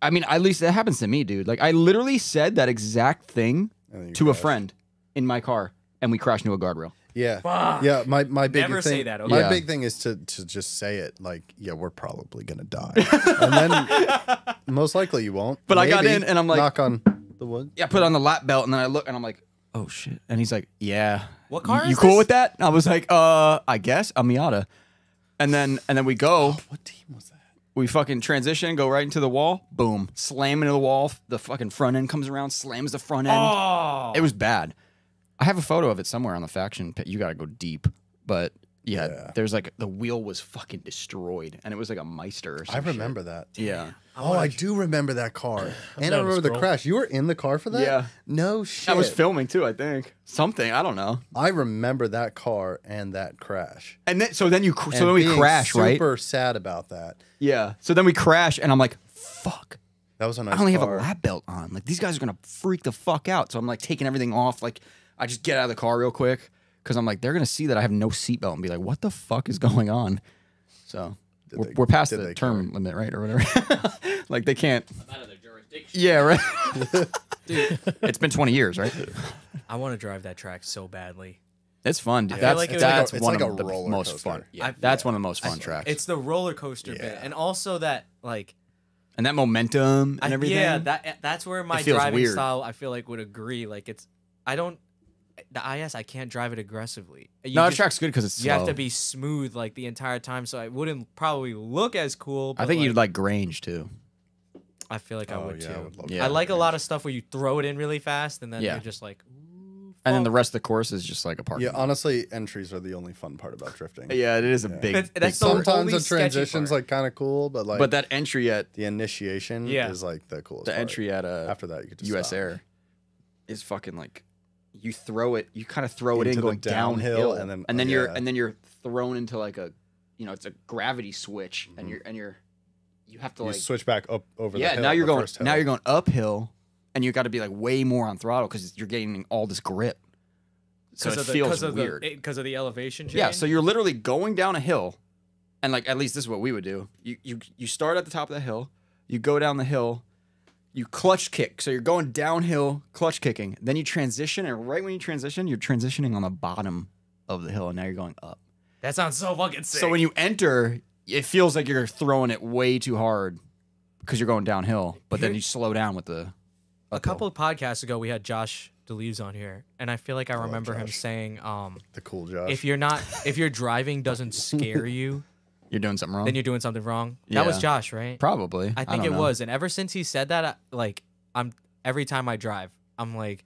[SPEAKER 4] I mean, at least that happens to me, dude. Like, I literally said that exact thing
[SPEAKER 2] And then you
[SPEAKER 4] to a
[SPEAKER 2] crashed.
[SPEAKER 4] friend in my car, and we crashed into a guardrail.
[SPEAKER 2] Yeah.
[SPEAKER 1] Fuck.
[SPEAKER 2] Yeah, my my big
[SPEAKER 1] Never
[SPEAKER 2] thing,
[SPEAKER 1] say that,
[SPEAKER 2] My
[SPEAKER 4] okay?
[SPEAKER 2] big thing is to to just say it like, yeah, we're probably gonna
[SPEAKER 1] *laughs*
[SPEAKER 2] die, and then most likely you won't.
[SPEAKER 4] But I got
[SPEAKER 2] Maybe.
[SPEAKER 4] in and I'm like-
[SPEAKER 2] knock on the wood.
[SPEAKER 4] Yeah, I put on the lap belt, and then I look, and I'm like, oh shit. And he's like, yeah.
[SPEAKER 1] What
[SPEAKER 4] You-
[SPEAKER 1] car
[SPEAKER 4] You,
[SPEAKER 1] is
[SPEAKER 4] cool
[SPEAKER 1] this?
[SPEAKER 4] with that? And I was like, uh, I guess a Miata. And then and then we go,
[SPEAKER 2] What team was that?
[SPEAKER 4] we fucking transition, go right into the wall, boom, slam into the wall. The fucking front end comes around, slams the front end.
[SPEAKER 1] Oh.
[SPEAKER 4] It was bad. I have a photo of it somewhere on the faction pit. You got to go deep, but yeah,
[SPEAKER 2] Yeah.
[SPEAKER 4] there's like the wheel was fucking destroyed, and it was like a Meister. Or
[SPEAKER 2] I
[SPEAKER 4] some
[SPEAKER 2] remember that.
[SPEAKER 4] Shit. Yeah,
[SPEAKER 2] Oh, I do remember that car, and I
[SPEAKER 3] down to
[SPEAKER 2] remember the
[SPEAKER 3] scroll.
[SPEAKER 2] crash. You were in the car for that.
[SPEAKER 4] Yeah.
[SPEAKER 2] No shit.
[SPEAKER 4] I was filming too. I think something. I don't know.
[SPEAKER 2] I remember that car and that crash.
[SPEAKER 4] And then so then you cr- so
[SPEAKER 2] And
[SPEAKER 4] then we
[SPEAKER 2] being
[SPEAKER 4] crash, right?
[SPEAKER 2] Super sad about that.
[SPEAKER 4] Yeah. So then we crash, and I'm like, fuck.
[SPEAKER 2] That was a nice
[SPEAKER 4] I only have a
[SPEAKER 2] car.
[SPEAKER 4] lap belt on. Like these guys are gonna freak the fuck out. So I'm like taking everything off. Like I just get out of the car real quick because I'm like they're gonna see that I have no seatbelt and be like, what the fuck is going on? So we're,
[SPEAKER 2] they-
[SPEAKER 4] we're past
[SPEAKER 2] did
[SPEAKER 4] the
[SPEAKER 2] they
[SPEAKER 4] term limit, right, or whatever. *laughs* like they can't.
[SPEAKER 5] I'm out of their jurisdiction.
[SPEAKER 2] *laughs*
[SPEAKER 4] Yeah, right. it's been 20 years, right?
[SPEAKER 1] I want to drive that track so badly.
[SPEAKER 4] It's fun. Dude.
[SPEAKER 1] feel
[SPEAKER 4] That's
[SPEAKER 1] like it was-
[SPEAKER 4] that's
[SPEAKER 2] It's
[SPEAKER 4] one
[SPEAKER 2] like
[SPEAKER 4] of
[SPEAKER 2] a
[SPEAKER 4] the
[SPEAKER 2] roller
[SPEAKER 4] most
[SPEAKER 2] coaster.
[SPEAKER 4] fun. Yeah,
[SPEAKER 1] I-
[SPEAKER 4] that's one of the most fun tracks.
[SPEAKER 1] It's the roller coaster bit,
[SPEAKER 2] Yeah.
[SPEAKER 1] and also that like
[SPEAKER 4] and that momentum and
[SPEAKER 1] I-
[SPEAKER 4] everything.
[SPEAKER 1] Yeah, that that's where my
[SPEAKER 4] feels
[SPEAKER 1] driving
[SPEAKER 4] weird.
[SPEAKER 1] style I feel like would agree. Like it's I don't the IS I can't drive it aggressively. You
[SPEAKER 4] no, that
[SPEAKER 1] just-
[SPEAKER 4] track's good because it's
[SPEAKER 1] you
[SPEAKER 4] slow.
[SPEAKER 1] have to be smooth like the entire time, so I wouldn't probably look as cool. But,
[SPEAKER 4] I think
[SPEAKER 1] like,
[SPEAKER 4] you'd like Grange too.
[SPEAKER 1] I feel like I
[SPEAKER 2] Oh,
[SPEAKER 1] would
[SPEAKER 2] yeah, I
[SPEAKER 1] too.
[SPEAKER 2] would love
[SPEAKER 4] Yeah.
[SPEAKER 1] I like a lot of stuff where you throw it in really fast and then
[SPEAKER 4] Yeah.
[SPEAKER 1] you're just like,
[SPEAKER 4] And then the
[SPEAKER 1] fuck.
[SPEAKER 4] rest of the course is just like a park.
[SPEAKER 2] Yeah, honestly, entries are the only fun part about drifting.
[SPEAKER 4] Yeah, it is a big.
[SPEAKER 1] That's-
[SPEAKER 4] big
[SPEAKER 1] that's the
[SPEAKER 4] part.
[SPEAKER 1] whole-
[SPEAKER 2] Sometimes
[SPEAKER 1] only
[SPEAKER 2] the
[SPEAKER 1] sketchy
[SPEAKER 2] transition's
[SPEAKER 1] part.
[SPEAKER 2] like kind of cool, but like
[SPEAKER 4] but that entry at
[SPEAKER 2] the initiation
[SPEAKER 1] Yeah.
[SPEAKER 2] is like the coolest.
[SPEAKER 4] the
[SPEAKER 2] part.
[SPEAKER 4] entry at uh,
[SPEAKER 2] after that, you could just
[SPEAKER 4] U.S.
[SPEAKER 2] stop.
[SPEAKER 4] Air is fucking like you throw it, you kind of throw it
[SPEAKER 2] Into
[SPEAKER 4] in
[SPEAKER 2] the
[SPEAKER 4] going downhill,
[SPEAKER 2] downhill, and then-
[SPEAKER 4] and then you're
[SPEAKER 2] yeah.
[SPEAKER 4] and then you're thrown into like a, you know, it's a gravity switch, and
[SPEAKER 2] Mhm.
[SPEAKER 4] you're and you're you have to
[SPEAKER 2] You
[SPEAKER 4] like
[SPEAKER 2] switch back up over. the
[SPEAKER 4] yeah
[SPEAKER 2] hill,
[SPEAKER 4] now you're
[SPEAKER 2] the
[SPEAKER 4] going
[SPEAKER 2] first hill.
[SPEAKER 4] now you're going uphill, and you got to be like way more on throttle because you're getting all this grip, so it
[SPEAKER 1] of the,
[SPEAKER 4] feels
[SPEAKER 1] 'cause of
[SPEAKER 4] weird.
[SPEAKER 1] the because of the elevation change.
[SPEAKER 4] Yeah, so you're literally going down a hill, and like at least this is what we would do. You you you start at the top of the hill, you go down the hill, you clutch kick. So you're going downhill, clutch kicking. Then you transition, and right when you transition, you're transitioning on the bottom of the hill, and now you're going up.
[SPEAKER 1] that sounds so fucking sick.
[SPEAKER 4] So when you enter, it feels like you're throwing it way too hard because you're going downhill, but then
[SPEAKER 1] Here-
[SPEAKER 4] you slow down with the
[SPEAKER 1] a couple of podcasts ago we had Josh DeLeves on here, and I feel like I remember him
[SPEAKER 2] Oh, Josh.
[SPEAKER 1] saying, um,
[SPEAKER 2] the cool Josh.
[SPEAKER 1] if you're not if your driving
[SPEAKER 4] *laughs*
[SPEAKER 1] doesn't scare you,
[SPEAKER 4] You're doing something wrong.
[SPEAKER 1] then you're doing something wrong. That was
[SPEAKER 4] Yeah.
[SPEAKER 1] Josh, right?
[SPEAKER 4] Probably.
[SPEAKER 1] I think
[SPEAKER 4] don't
[SPEAKER 1] it
[SPEAKER 4] know.
[SPEAKER 1] was. And ever since he said that, I, like I'm every time I drive, I'm like,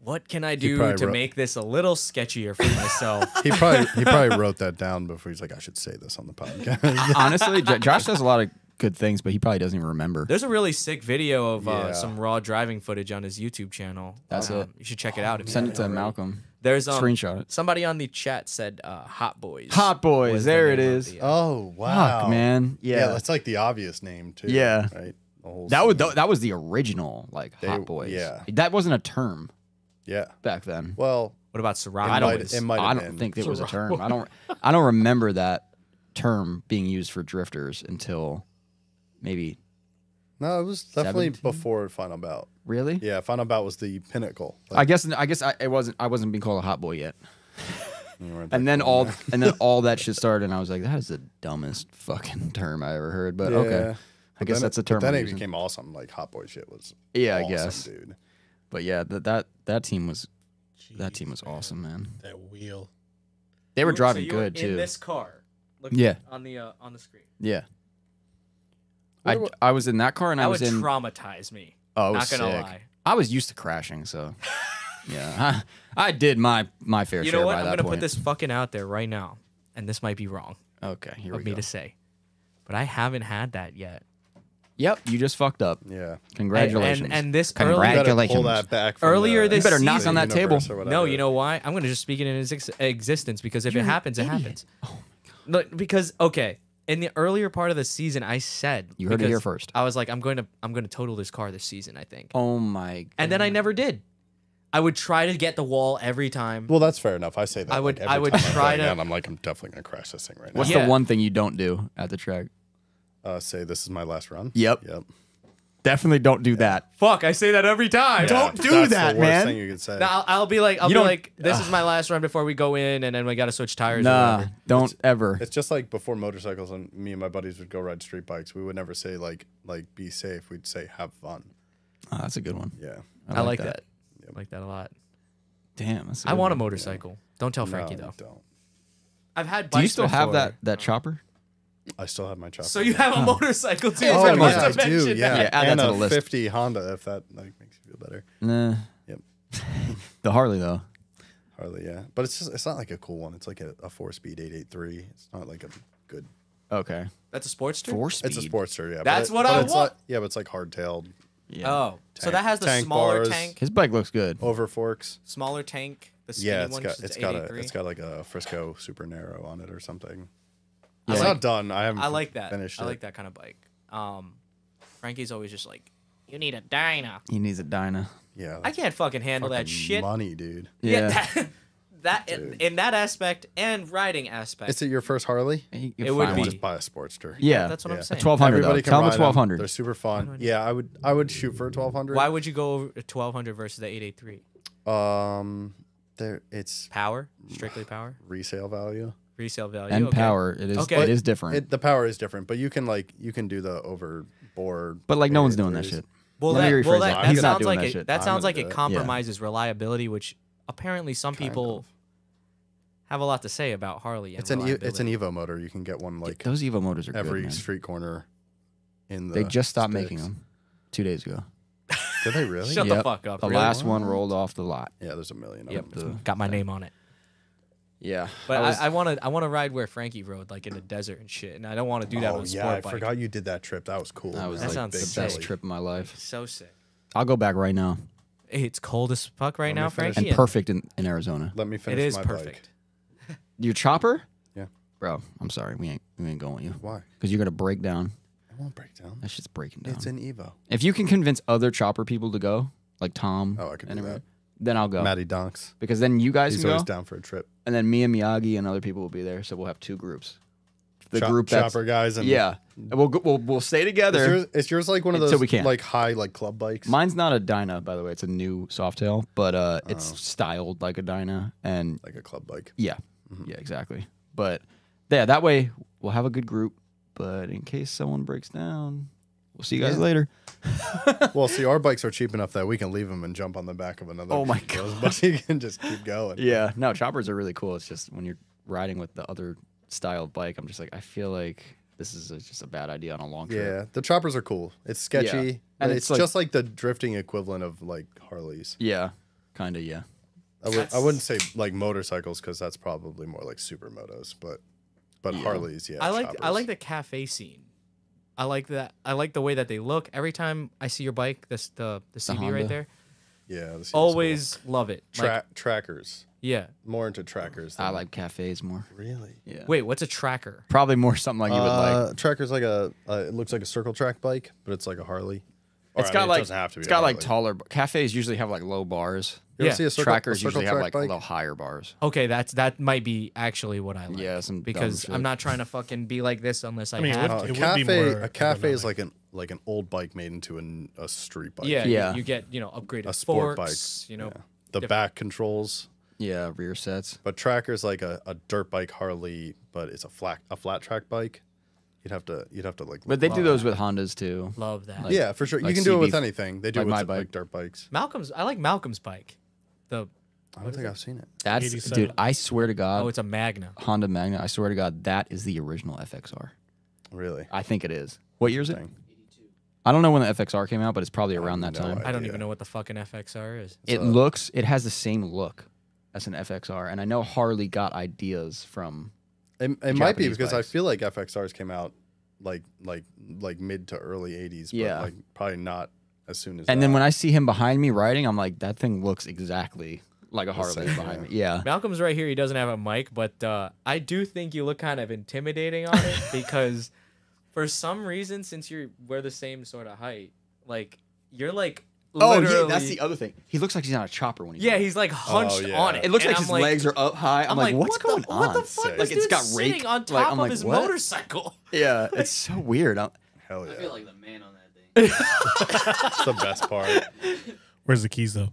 [SPEAKER 1] what can I do
[SPEAKER 2] probably
[SPEAKER 1] to
[SPEAKER 2] wrote-
[SPEAKER 1] make this a little sketchier for
[SPEAKER 4] *laughs*
[SPEAKER 1] myself? *laughs*
[SPEAKER 2] he probably he probably wrote that down before he's like, I should say this on the
[SPEAKER 4] *laughs*
[SPEAKER 2] podcast.
[SPEAKER 4] Honestly, Jo- Josh does a lot of good things, but he probably doesn't even remember.
[SPEAKER 1] There's a really sick video of
[SPEAKER 2] Yeah.
[SPEAKER 1] uh, some raw driving footage on his YouTube channel.
[SPEAKER 4] That's
[SPEAKER 1] Um,
[SPEAKER 4] it.
[SPEAKER 1] You should check it out. If you
[SPEAKER 4] Send it
[SPEAKER 1] haven't
[SPEAKER 4] to
[SPEAKER 1] already.
[SPEAKER 4] Malcolm.
[SPEAKER 1] There's um,
[SPEAKER 4] Screenshot it.
[SPEAKER 1] Somebody on the chat said uh, "Hot Boys."
[SPEAKER 4] Hot Boys,
[SPEAKER 1] was the
[SPEAKER 4] there it
[SPEAKER 1] name of
[SPEAKER 4] is.
[SPEAKER 1] the, uh,
[SPEAKER 2] oh wow,
[SPEAKER 4] Fuck, man.
[SPEAKER 2] Yeah.
[SPEAKER 4] Yeah.
[SPEAKER 2] that's like the obvious name too.
[SPEAKER 4] Yeah.
[SPEAKER 2] right. The whole
[SPEAKER 4] that was
[SPEAKER 2] scene.
[SPEAKER 4] that was the original like
[SPEAKER 2] They-
[SPEAKER 4] Hot Boys.
[SPEAKER 2] yeah.
[SPEAKER 4] That wasn't a term
[SPEAKER 2] yeah.
[SPEAKER 4] back then.
[SPEAKER 2] Well,
[SPEAKER 1] what about Syrah?
[SPEAKER 2] I
[SPEAKER 4] I
[SPEAKER 2] don't-
[SPEAKER 4] don't.
[SPEAKER 2] might- it might have
[SPEAKER 4] I don't
[SPEAKER 2] been.
[SPEAKER 4] think there was a term.
[SPEAKER 2] *laughs*
[SPEAKER 4] I don't. I don't remember that term being used for drifters until maybe
[SPEAKER 2] no, it was definitely
[SPEAKER 4] 17?
[SPEAKER 2] before Final Bout.
[SPEAKER 4] really.
[SPEAKER 2] Yeah, Final Bout was the pinnacle.
[SPEAKER 4] I guess. I guess I it wasn't. I wasn't being called a hot boy yet.
[SPEAKER 2] You weren't
[SPEAKER 4] And
[SPEAKER 2] that
[SPEAKER 4] then
[SPEAKER 2] cool.
[SPEAKER 4] all. and
[SPEAKER 2] *laughs*
[SPEAKER 4] then all that shit started, and I was like, "That is the dumbest fucking term I ever heard." But okay.
[SPEAKER 2] Yeah.
[SPEAKER 4] I
[SPEAKER 2] Then
[SPEAKER 4] guess
[SPEAKER 2] it-
[SPEAKER 4] that's a
[SPEAKER 2] but
[SPEAKER 4] term.
[SPEAKER 2] Then
[SPEAKER 4] I'm
[SPEAKER 2] it
[SPEAKER 4] using.
[SPEAKER 2] became awesome. Like Hot Boy shit was.
[SPEAKER 4] Yeah, I
[SPEAKER 2] awesome,
[SPEAKER 4] guess.
[SPEAKER 2] dude.
[SPEAKER 4] But yeah, that that that team was that team
[SPEAKER 3] Jeez,
[SPEAKER 4] was
[SPEAKER 3] man.
[SPEAKER 4] awesome, man.
[SPEAKER 3] That wheel.
[SPEAKER 4] They were
[SPEAKER 1] You- so
[SPEAKER 4] driving
[SPEAKER 1] you were
[SPEAKER 4] good too.
[SPEAKER 1] In this car. Look
[SPEAKER 4] Yeah.
[SPEAKER 1] On the uh, on the screen.
[SPEAKER 4] Yeah.
[SPEAKER 2] What
[SPEAKER 4] I,
[SPEAKER 2] about-
[SPEAKER 4] I was in that car and I
[SPEAKER 1] that
[SPEAKER 4] was
[SPEAKER 1] would
[SPEAKER 4] in.
[SPEAKER 1] traumatize me.
[SPEAKER 4] oh, it
[SPEAKER 1] Not
[SPEAKER 4] was
[SPEAKER 1] gonna
[SPEAKER 4] sick.
[SPEAKER 1] lie.
[SPEAKER 4] I was used to
[SPEAKER 1] *laughs*
[SPEAKER 4] crashing, so yeah, *laughs* I, I did my my fair
[SPEAKER 1] You
[SPEAKER 4] share
[SPEAKER 1] know what?
[SPEAKER 4] by
[SPEAKER 1] I'm
[SPEAKER 4] that
[SPEAKER 1] gonna put
[SPEAKER 4] point.
[SPEAKER 1] this fucking out there right now, and this might be wrong
[SPEAKER 4] okay, here
[SPEAKER 1] of
[SPEAKER 4] we
[SPEAKER 1] me
[SPEAKER 4] go.
[SPEAKER 1] to say, but I haven't had that yet.
[SPEAKER 4] Yep, you just fucked up.
[SPEAKER 2] Yeah.
[SPEAKER 4] Congratulations.
[SPEAKER 1] And, and this
[SPEAKER 2] You
[SPEAKER 1] early.
[SPEAKER 4] Congrat-
[SPEAKER 2] gotta pull
[SPEAKER 4] Congratulations.
[SPEAKER 2] that back. from
[SPEAKER 1] Earlier
[SPEAKER 2] the-
[SPEAKER 1] this You better knock
[SPEAKER 2] the
[SPEAKER 1] on
[SPEAKER 4] that
[SPEAKER 2] universe
[SPEAKER 4] table.
[SPEAKER 1] No,
[SPEAKER 2] or whatever.
[SPEAKER 1] you know why? I'm going to just speak it in its ex- existence because if it happens, it happens.
[SPEAKER 4] Oh
[SPEAKER 1] Look, because okay, in the earlier part of the season, I said
[SPEAKER 4] You heard it here
[SPEAKER 1] because
[SPEAKER 4] first.
[SPEAKER 1] I was like, I'm going to I'm going to total this car this season. I think,
[SPEAKER 4] oh my.
[SPEAKER 1] and then I never did. I would try to get the wall every time.
[SPEAKER 2] Well, that's fair enough. I say that.
[SPEAKER 1] I would-
[SPEAKER 2] like, every
[SPEAKER 1] I would
[SPEAKER 2] time I'm
[SPEAKER 1] try
[SPEAKER 2] going
[SPEAKER 1] to-
[SPEAKER 2] out, I'm like, I'm definitely gonna crash this thing right now.
[SPEAKER 4] What's
[SPEAKER 1] Yeah.
[SPEAKER 4] the one thing you don't do at the track?
[SPEAKER 2] Uh, say this is my last run.
[SPEAKER 4] Yep.
[SPEAKER 2] Yep.
[SPEAKER 4] Definitely don't do that.
[SPEAKER 1] Fuck, I say that every time.
[SPEAKER 4] Don't do
[SPEAKER 2] that's
[SPEAKER 4] that,
[SPEAKER 2] the worst
[SPEAKER 4] man.
[SPEAKER 2] Thing you could say.
[SPEAKER 1] No, I'll, I'll be like, I'll be
[SPEAKER 4] You don't-
[SPEAKER 1] like, this is my last run before we go in, and then we got to switch tires. or
[SPEAKER 4] Nah,
[SPEAKER 1] whatever.
[SPEAKER 4] don't ever.
[SPEAKER 2] It's just like before motorcycles, and me and my buddies would go ride street bikes. We would never say like like be safe. We'd say have fun.
[SPEAKER 4] Oh, that's a good one.
[SPEAKER 2] Yeah.
[SPEAKER 1] I, like that. I like that a lot.
[SPEAKER 4] Damn. That's a
[SPEAKER 1] I
[SPEAKER 4] good
[SPEAKER 1] want a
[SPEAKER 4] one.
[SPEAKER 1] motorcycle. Don't tell Frankie
[SPEAKER 2] no,
[SPEAKER 1] though.
[SPEAKER 2] Don't.
[SPEAKER 1] I've had.
[SPEAKER 4] Do you
[SPEAKER 1] bikes
[SPEAKER 4] still have
[SPEAKER 1] before.
[SPEAKER 4] that that chopper?
[SPEAKER 2] I still have my chopper. Oh,
[SPEAKER 1] So you have a motorcycle too. *laughs*
[SPEAKER 4] Oh,
[SPEAKER 1] forgot
[SPEAKER 4] yeah,
[SPEAKER 1] to
[SPEAKER 2] I
[SPEAKER 1] mention
[SPEAKER 2] do.
[SPEAKER 1] that.
[SPEAKER 2] Yeah.
[SPEAKER 4] Yeah, add that
[SPEAKER 2] and
[SPEAKER 4] to
[SPEAKER 2] a
[SPEAKER 4] the list.
[SPEAKER 2] 50 Honda, if that like makes you feel better.
[SPEAKER 4] Nah.
[SPEAKER 2] Yep.
[SPEAKER 4] *laughs* the Harley though.
[SPEAKER 2] Harley, yeah. But it's just it's not like a cool one. It's like a, a four speed 883. It's not like a good.
[SPEAKER 4] Okay.
[SPEAKER 1] That's a sports
[SPEAKER 4] Four speed.
[SPEAKER 2] It's a sportster, yeah. but
[SPEAKER 1] That's
[SPEAKER 2] it-
[SPEAKER 1] what
[SPEAKER 2] but
[SPEAKER 1] I
[SPEAKER 2] it's
[SPEAKER 1] want.
[SPEAKER 2] Like, yeah, but it's like hard tailed,
[SPEAKER 4] Yeah.
[SPEAKER 1] Oh, so
[SPEAKER 2] Tank-
[SPEAKER 1] that has the
[SPEAKER 2] tank
[SPEAKER 1] smaller
[SPEAKER 2] bars.
[SPEAKER 1] tank,
[SPEAKER 4] His bike looks good.
[SPEAKER 2] over forks.
[SPEAKER 1] smaller tank. The skinny
[SPEAKER 2] Yeah, it's
[SPEAKER 1] one,
[SPEAKER 2] got
[SPEAKER 1] 'cause
[SPEAKER 2] it's got a
[SPEAKER 1] 83.
[SPEAKER 2] it's got like a Frisco super narrow on it or something.
[SPEAKER 4] Yeah.
[SPEAKER 2] It's
[SPEAKER 4] I like-
[SPEAKER 2] not done. I haven't.
[SPEAKER 1] I like that.
[SPEAKER 2] Finished
[SPEAKER 1] I
[SPEAKER 2] it.
[SPEAKER 1] like that kind of bike. Um, Frankie's always just like, you need a dyna.
[SPEAKER 4] He needs a Dyna.
[SPEAKER 2] Yeah.
[SPEAKER 1] I can't fucking handle that shit.
[SPEAKER 2] Money, dude.
[SPEAKER 4] Yeah.
[SPEAKER 1] *laughs* that, that in, in that aspect and riding aspect.
[SPEAKER 2] Is it your first Harley?
[SPEAKER 4] He can
[SPEAKER 1] It would
[SPEAKER 4] find
[SPEAKER 2] I
[SPEAKER 1] be.
[SPEAKER 4] one.
[SPEAKER 2] just buy a Sportster.
[SPEAKER 4] Yeah.
[SPEAKER 1] That's what
[SPEAKER 2] Yeah.
[SPEAKER 1] I'm
[SPEAKER 2] A
[SPEAKER 1] saying.
[SPEAKER 4] Twelve hundred though.
[SPEAKER 2] Everybody can
[SPEAKER 4] Tell him
[SPEAKER 2] ride
[SPEAKER 4] it's
[SPEAKER 2] 'em.
[SPEAKER 4] twelve
[SPEAKER 2] They're
[SPEAKER 4] hundred.
[SPEAKER 2] super fun. Yeah, I would I would shoot for a 1200.
[SPEAKER 1] Why would you go over 1200 versus the 883?
[SPEAKER 2] Um, there it's
[SPEAKER 1] Power, strictly power,
[SPEAKER 2] resale value.
[SPEAKER 1] resale value,
[SPEAKER 4] And
[SPEAKER 1] okay.
[SPEAKER 4] power. It is
[SPEAKER 1] Okay.
[SPEAKER 4] it is different.
[SPEAKER 2] It, the power is different, but you can like you can do the overboard.
[SPEAKER 4] but like no one's doing that
[SPEAKER 2] threes.
[SPEAKER 4] shit.
[SPEAKER 1] Well,
[SPEAKER 4] Let me
[SPEAKER 1] that, well,
[SPEAKER 4] rephrase
[SPEAKER 1] that,
[SPEAKER 4] that.
[SPEAKER 1] that
[SPEAKER 4] He's not
[SPEAKER 1] sounds
[SPEAKER 4] doing
[SPEAKER 1] like
[SPEAKER 4] that
[SPEAKER 1] it,
[SPEAKER 4] shit.
[SPEAKER 1] that
[SPEAKER 2] I'm
[SPEAKER 1] sounds
[SPEAKER 2] gonna
[SPEAKER 1] like
[SPEAKER 2] do
[SPEAKER 1] it
[SPEAKER 2] it. Yeah.
[SPEAKER 1] compromises reliability, which apparently some
[SPEAKER 2] Kind
[SPEAKER 1] people
[SPEAKER 2] of.
[SPEAKER 1] have a lot to say about Harley. And
[SPEAKER 2] It's an e- it's an
[SPEAKER 1] reliability.
[SPEAKER 2] Evo motor. You can get one like
[SPEAKER 4] Those Evo motors are
[SPEAKER 2] every
[SPEAKER 4] good. Man.
[SPEAKER 2] street corner. In the
[SPEAKER 4] They just stopped
[SPEAKER 2] sticks.
[SPEAKER 4] making them two days ago.
[SPEAKER 2] Did they really?
[SPEAKER 1] Shut the
[SPEAKER 4] Yep.
[SPEAKER 1] fuck up.
[SPEAKER 4] The
[SPEAKER 1] really.
[SPEAKER 4] last one rolled off the lot.
[SPEAKER 2] Yeah, there's a million. Of
[SPEAKER 1] Yep.
[SPEAKER 2] them.
[SPEAKER 1] Got my name on it.
[SPEAKER 4] Yeah.
[SPEAKER 1] But
[SPEAKER 4] was-
[SPEAKER 1] I want to I want to ride where Frankie rode, like in the desert and shit. And I don't want to do that
[SPEAKER 2] oh
[SPEAKER 1] with a
[SPEAKER 2] yeah,
[SPEAKER 1] sport
[SPEAKER 2] I
[SPEAKER 1] bike.
[SPEAKER 2] forgot you did that trip. That was cool.
[SPEAKER 4] That was
[SPEAKER 1] That
[SPEAKER 4] like
[SPEAKER 1] sounds
[SPEAKER 4] the
[SPEAKER 1] sick.
[SPEAKER 4] best trip of my life.
[SPEAKER 1] So sick.
[SPEAKER 4] I'll go back right now.
[SPEAKER 1] Hey, It's cold as fuck right
[SPEAKER 2] Let
[SPEAKER 1] now,
[SPEAKER 2] me finish
[SPEAKER 1] Frankie.
[SPEAKER 4] And perfect in, in Arizona.
[SPEAKER 2] Let me
[SPEAKER 1] It
[SPEAKER 2] finish.
[SPEAKER 1] is
[SPEAKER 2] my
[SPEAKER 1] perfect.
[SPEAKER 4] Your chopper?
[SPEAKER 2] Yeah.
[SPEAKER 4] Bro, I'm sorry. We ain't we ain't going with you.
[SPEAKER 2] Bike. Why?
[SPEAKER 4] Because you're gonna break down.
[SPEAKER 2] It won't break down.
[SPEAKER 4] That shit's breaking down.
[SPEAKER 2] It's an Evo.
[SPEAKER 4] if you can convince other chopper people to go, like Tom,
[SPEAKER 2] Oh, I could do
[SPEAKER 4] anyway,
[SPEAKER 2] that.
[SPEAKER 4] then I'll go.
[SPEAKER 2] Matty Donks.
[SPEAKER 4] Because then you guys
[SPEAKER 2] He's
[SPEAKER 4] can
[SPEAKER 2] always
[SPEAKER 4] go,
[SPEAKER 2] down for a trip.
[SPEAKER 4] and then me and Miyagi and other people will be there. So we'll have two groups. The
[SPEAKER 2] Chop-
[SPEAKER 4] group that's
[SPEAKER 2] chopper guys and
[SPEAKER 4] yeah, and we'll go- we'll we'll stay
[SPEAKER 2] Is
[SPEAKER 4] together.
[SPEAKER 2] yours, is yours like one of
[SPEAKER 4] Until
[SPEAKER 2] those
[SPEAKER 4] we can't.
[SPEAKER 2] like high like club bikes?
[SPEAKER 4] Mine's not a Dyna, by the way. It's a new Softail, but uh, it's
[SPEAKER 2] Oh.
[SPEAKER 4] styled like a Dyna, and
[SPEAKER 2] like a club bike.
[SPEAKER 4] Yeah.
[SPEAKER 2] Mm-hmm.
[SPEAKER 4] Yeah, exactly. But yeah, that way we'll have a good group. But in case someone breaks down, we'll see you guys later.
[SPEAKER 2] Well, see, our bikes are cheap enough that we can leave them and jump on the back of another. *laughs*
[SPEAKER 4] Oh my
[SPEAKER 2] one of those, But you can just keep going.
[SPEAKER 4] Yeah. No, choppers are really cool. It's just when you're riding with the other styled bike, I'm just like, I feel like this is a, just a bad idea on a long trip.
[SPEAKER 2] Yeah, the choppers are cool. It's sketchy,
[SPEAKER 4] Yeah.
[SPEAKER 2] but
[SPEAKER 4] And
[SPEAKER 2] it's,
[SPEAKER 4] it's like-
[SPEAKER 2] just like the drifting equivalent of like Harleys.
[SPEAKER 4] Yeah. Yeah. Kind of, yeah.
[SPEAKER 2] I, would, I wouldn't say like motorcycles because that's probably more like supermotos, but but Harleys, yeah.
[SPEAKER 1] I like I
[SPEAKER 2] choppers.
[SPEAKER 1] like the cafe scene. I like that. I like the way that they look. Every time I see your bike, this the the CB
[SPEAKER 4] Honda.
[SPEAKER 1] right there.
[SPEAKER 2] yeah. the seat's cool.
[SPEAKER 1] Always love it. Like,
[SPEAKER 2] Tra- trackers.
[SPEAKER 1] yeah.
[SPEAKER 2] More into trackers.
[SPEAKER 4] I
[SPEAKER 2] than-
[SPEAKER 4] like cafes more.
[SPEAKER 2] really.
[SPEAKER 4] Yeah.
[SPEAKER 1] Wait, what's a tracker?
[SPEAKER 4] Probably more something like you would like.
[SPEAKER 2] Uh, Tracker's like a uh, it looks like a circle track bike, but it's like a Harley. Or,
[SPEAKER 4] It's
[SPEAKER 2] I
[SPEAKER 4] got
[SPEAKER 2] mean, it
[SPEAKER 4] like
[SPEAKER 2] doesn't have to be
[SPEAKER 4] it's
[SPEAKER 2] a
[SPEAKER 4] got like
[SPEAKER 2] Harley.
[SPEAKER 4] taller cafes usually have like low bars.
[SPEAKER 2] You ever
[SPEAKER 1] Yeah.
[SPEAKER 2] see a circle,
[SPEAKER 4] Trackers
[SPEAKER 2] a circle
[SPEAKER 4] usually have
[SPEAKER 2] track
[SPEAKER 4] like
[SPEAKER 2] bike?
[SPEAKER 4] a little higher bars.
[SPEAKER 1] Okay, that's that might be actually what I like.
[SPEAKER 4] Yeah, some dumb
[SPEAKER 1] because
[SPEAKER 4] shit.
[SPEAKER 1] I'm not trying to fucking be like this unless I,
[SPEAKER 3] mean,
[SPEAKER 1] have
[SPEAKER 3] what-
[SPEAKER 1] to.
[SPEAKER 2] a
[SPEAKER 3] It would be
[SPEAKER 2] cafe
[SPEAKER 3] more
[SPEAKER 2] a cafe is
[SPEAKER 3] ergonomic.
[SPEAKER 2] like an like an old bike made into an, a street bike.
[SPEAKER 1] Yeah, you-
[SPEAKER 4] Yeah.
[SPEAKER 1] You, get you know upgraded
[SPEAKER 2] a sport
[SPEAKER 1] forks.
[SPEAKER 2] bike.
[SPEAKER 1] You know,
[SPEAKER 2] Yeah. the back controls,
[SPEAKER 4] Yeah, rear sets.
[SPEAKER 2] but Tracker's like a, a dirt bike Harley, but it's a flat a flat track bike. You'd have to you'd have to like.
[SPEAKER 4] But they do those with Hondas too.
[SPEAKER 1] love that.
[SPEAKER 4] Like-
[SPEAKER 2] yeah, for sure.
[SPEAKER 4] like
[SPEAKER 2] you can do it with
[SPEAKER 4] CB
[SPEAKER 2] anything. They do
[SPEAKER 4] like
[SPEAKER 2] it with
[SPEAKER 4] my
[SPEAKER 2] like
[SPEAKER 4] bike.
[SPEAKER 2] dirt bikes.
[SPEAKER 1] Malcolm's. I like Malcolm's bike. The
[SPEAKER 2] I don't think I've seen it.
[SPEAKER 4] That's
[SPEAKER 3] 87.
[SPEAKER 4] dude. I swear to God,
[SPEAKER 1] oh, it's a Magna.
[SPEAKER 4] Honda Magna. I swear to God, that is the original FXR.
[SPEAKER 2] Really?
[SPEAKER 4] I think it is. What year is it?
[SPEAKER 2] Thing.
[SPEAKER 4] I don't know when the FXR came out, but it's probably around that
[SPEAKER 2] no
[SPEAKER 4] time.
[SPEAKER 2] idea.
[SPEAKER 1] I don't
[SPEAKER 2] Yeah.
[SPEAKER 1] even know what the fucking FXR is.
[SPEAKER 4] It looks. It has the same look as an FXR, and I know Harley got ideas from.
[SPEAKER 2] It, it might be
[SPEAKER 4] Japanese
[SPEAKER 2] because I
[SPEAKER 4] bikes.
[SPEAKER 2] feel like FXRs came out like like like mid to early 80s, but
[SPEAKER 4] Yeah.
[SPEAKER 2] like probably not as soon as.
[SPEAKER 4] And then when I see him behind me riding, I'm like, that thing looks exactly like a Harley
[SPEAKER 2] same,
[SPEAKER 4] behind
[SPEAKER 2] yeah.
[SPEAKER 4] me. Yeah.
[SPEAKER 1] Malcolm's right here. He doesn't have a mic, but uh, I do think you look kind of intimidating on
[SPEAKER 4] *laughs*
[SPEAKER 1] it because for some reason, since you're we're the same sort of height, like you're like
[SPEAKER 4] Oh, yeah, that's
[SPEAKER 1] literally-
[SPEAKER 4] the other thing. He looks like he's on a chopper when he's
[SPEAKER 1] Oh, yeah
[SPEAKER 4] on it.
[SPEAKER 1] he's like hunched
[SPEAKER 2] yeah.
[SPEAKER 1] on it.
[SPEAKER 4] It looks
[SPEAKER 1] and
[SPEAKER 4] like
[SPEAKER 1] I'm
[SPEAKER 4] his legs are up high. I'm, like, what's
[SPEAKER 1] what
[SPEAKER 4] going
[SPEAKER 1] the,
[SPEAKER 4] on?
[SPEAKER 1] What the fuck?
[SPEAKER 2] Sick.
[SPEAKER 1] This
[SPEAKER 4] Like, it's
[SPEAKER 1] dude's
[SPEAKER 4] got
[SPEAKER 1] sitting
[SPEAKER 4] raked.
[SPEAKER 1] on top
[SPEAKER 4] Like, I'm
[SPEAKER 1] of
[SPEAKER 4] like,
[SPEAKER 1] his
[SPEAKER 4] what?
[SPEAKER 1] motorcycle.
[SPEAKER 4] Yeah, it's so weird. I'm,
[SPEAKER 2] hell
[SPEAKER 5] *laughs* I
[SPEAKER 2] yeah,
[SPEAKER 5] feel like the man on that thing.
[SPEAKER 2] that's the best part.
[SPEAKER 3] Where's the keys though?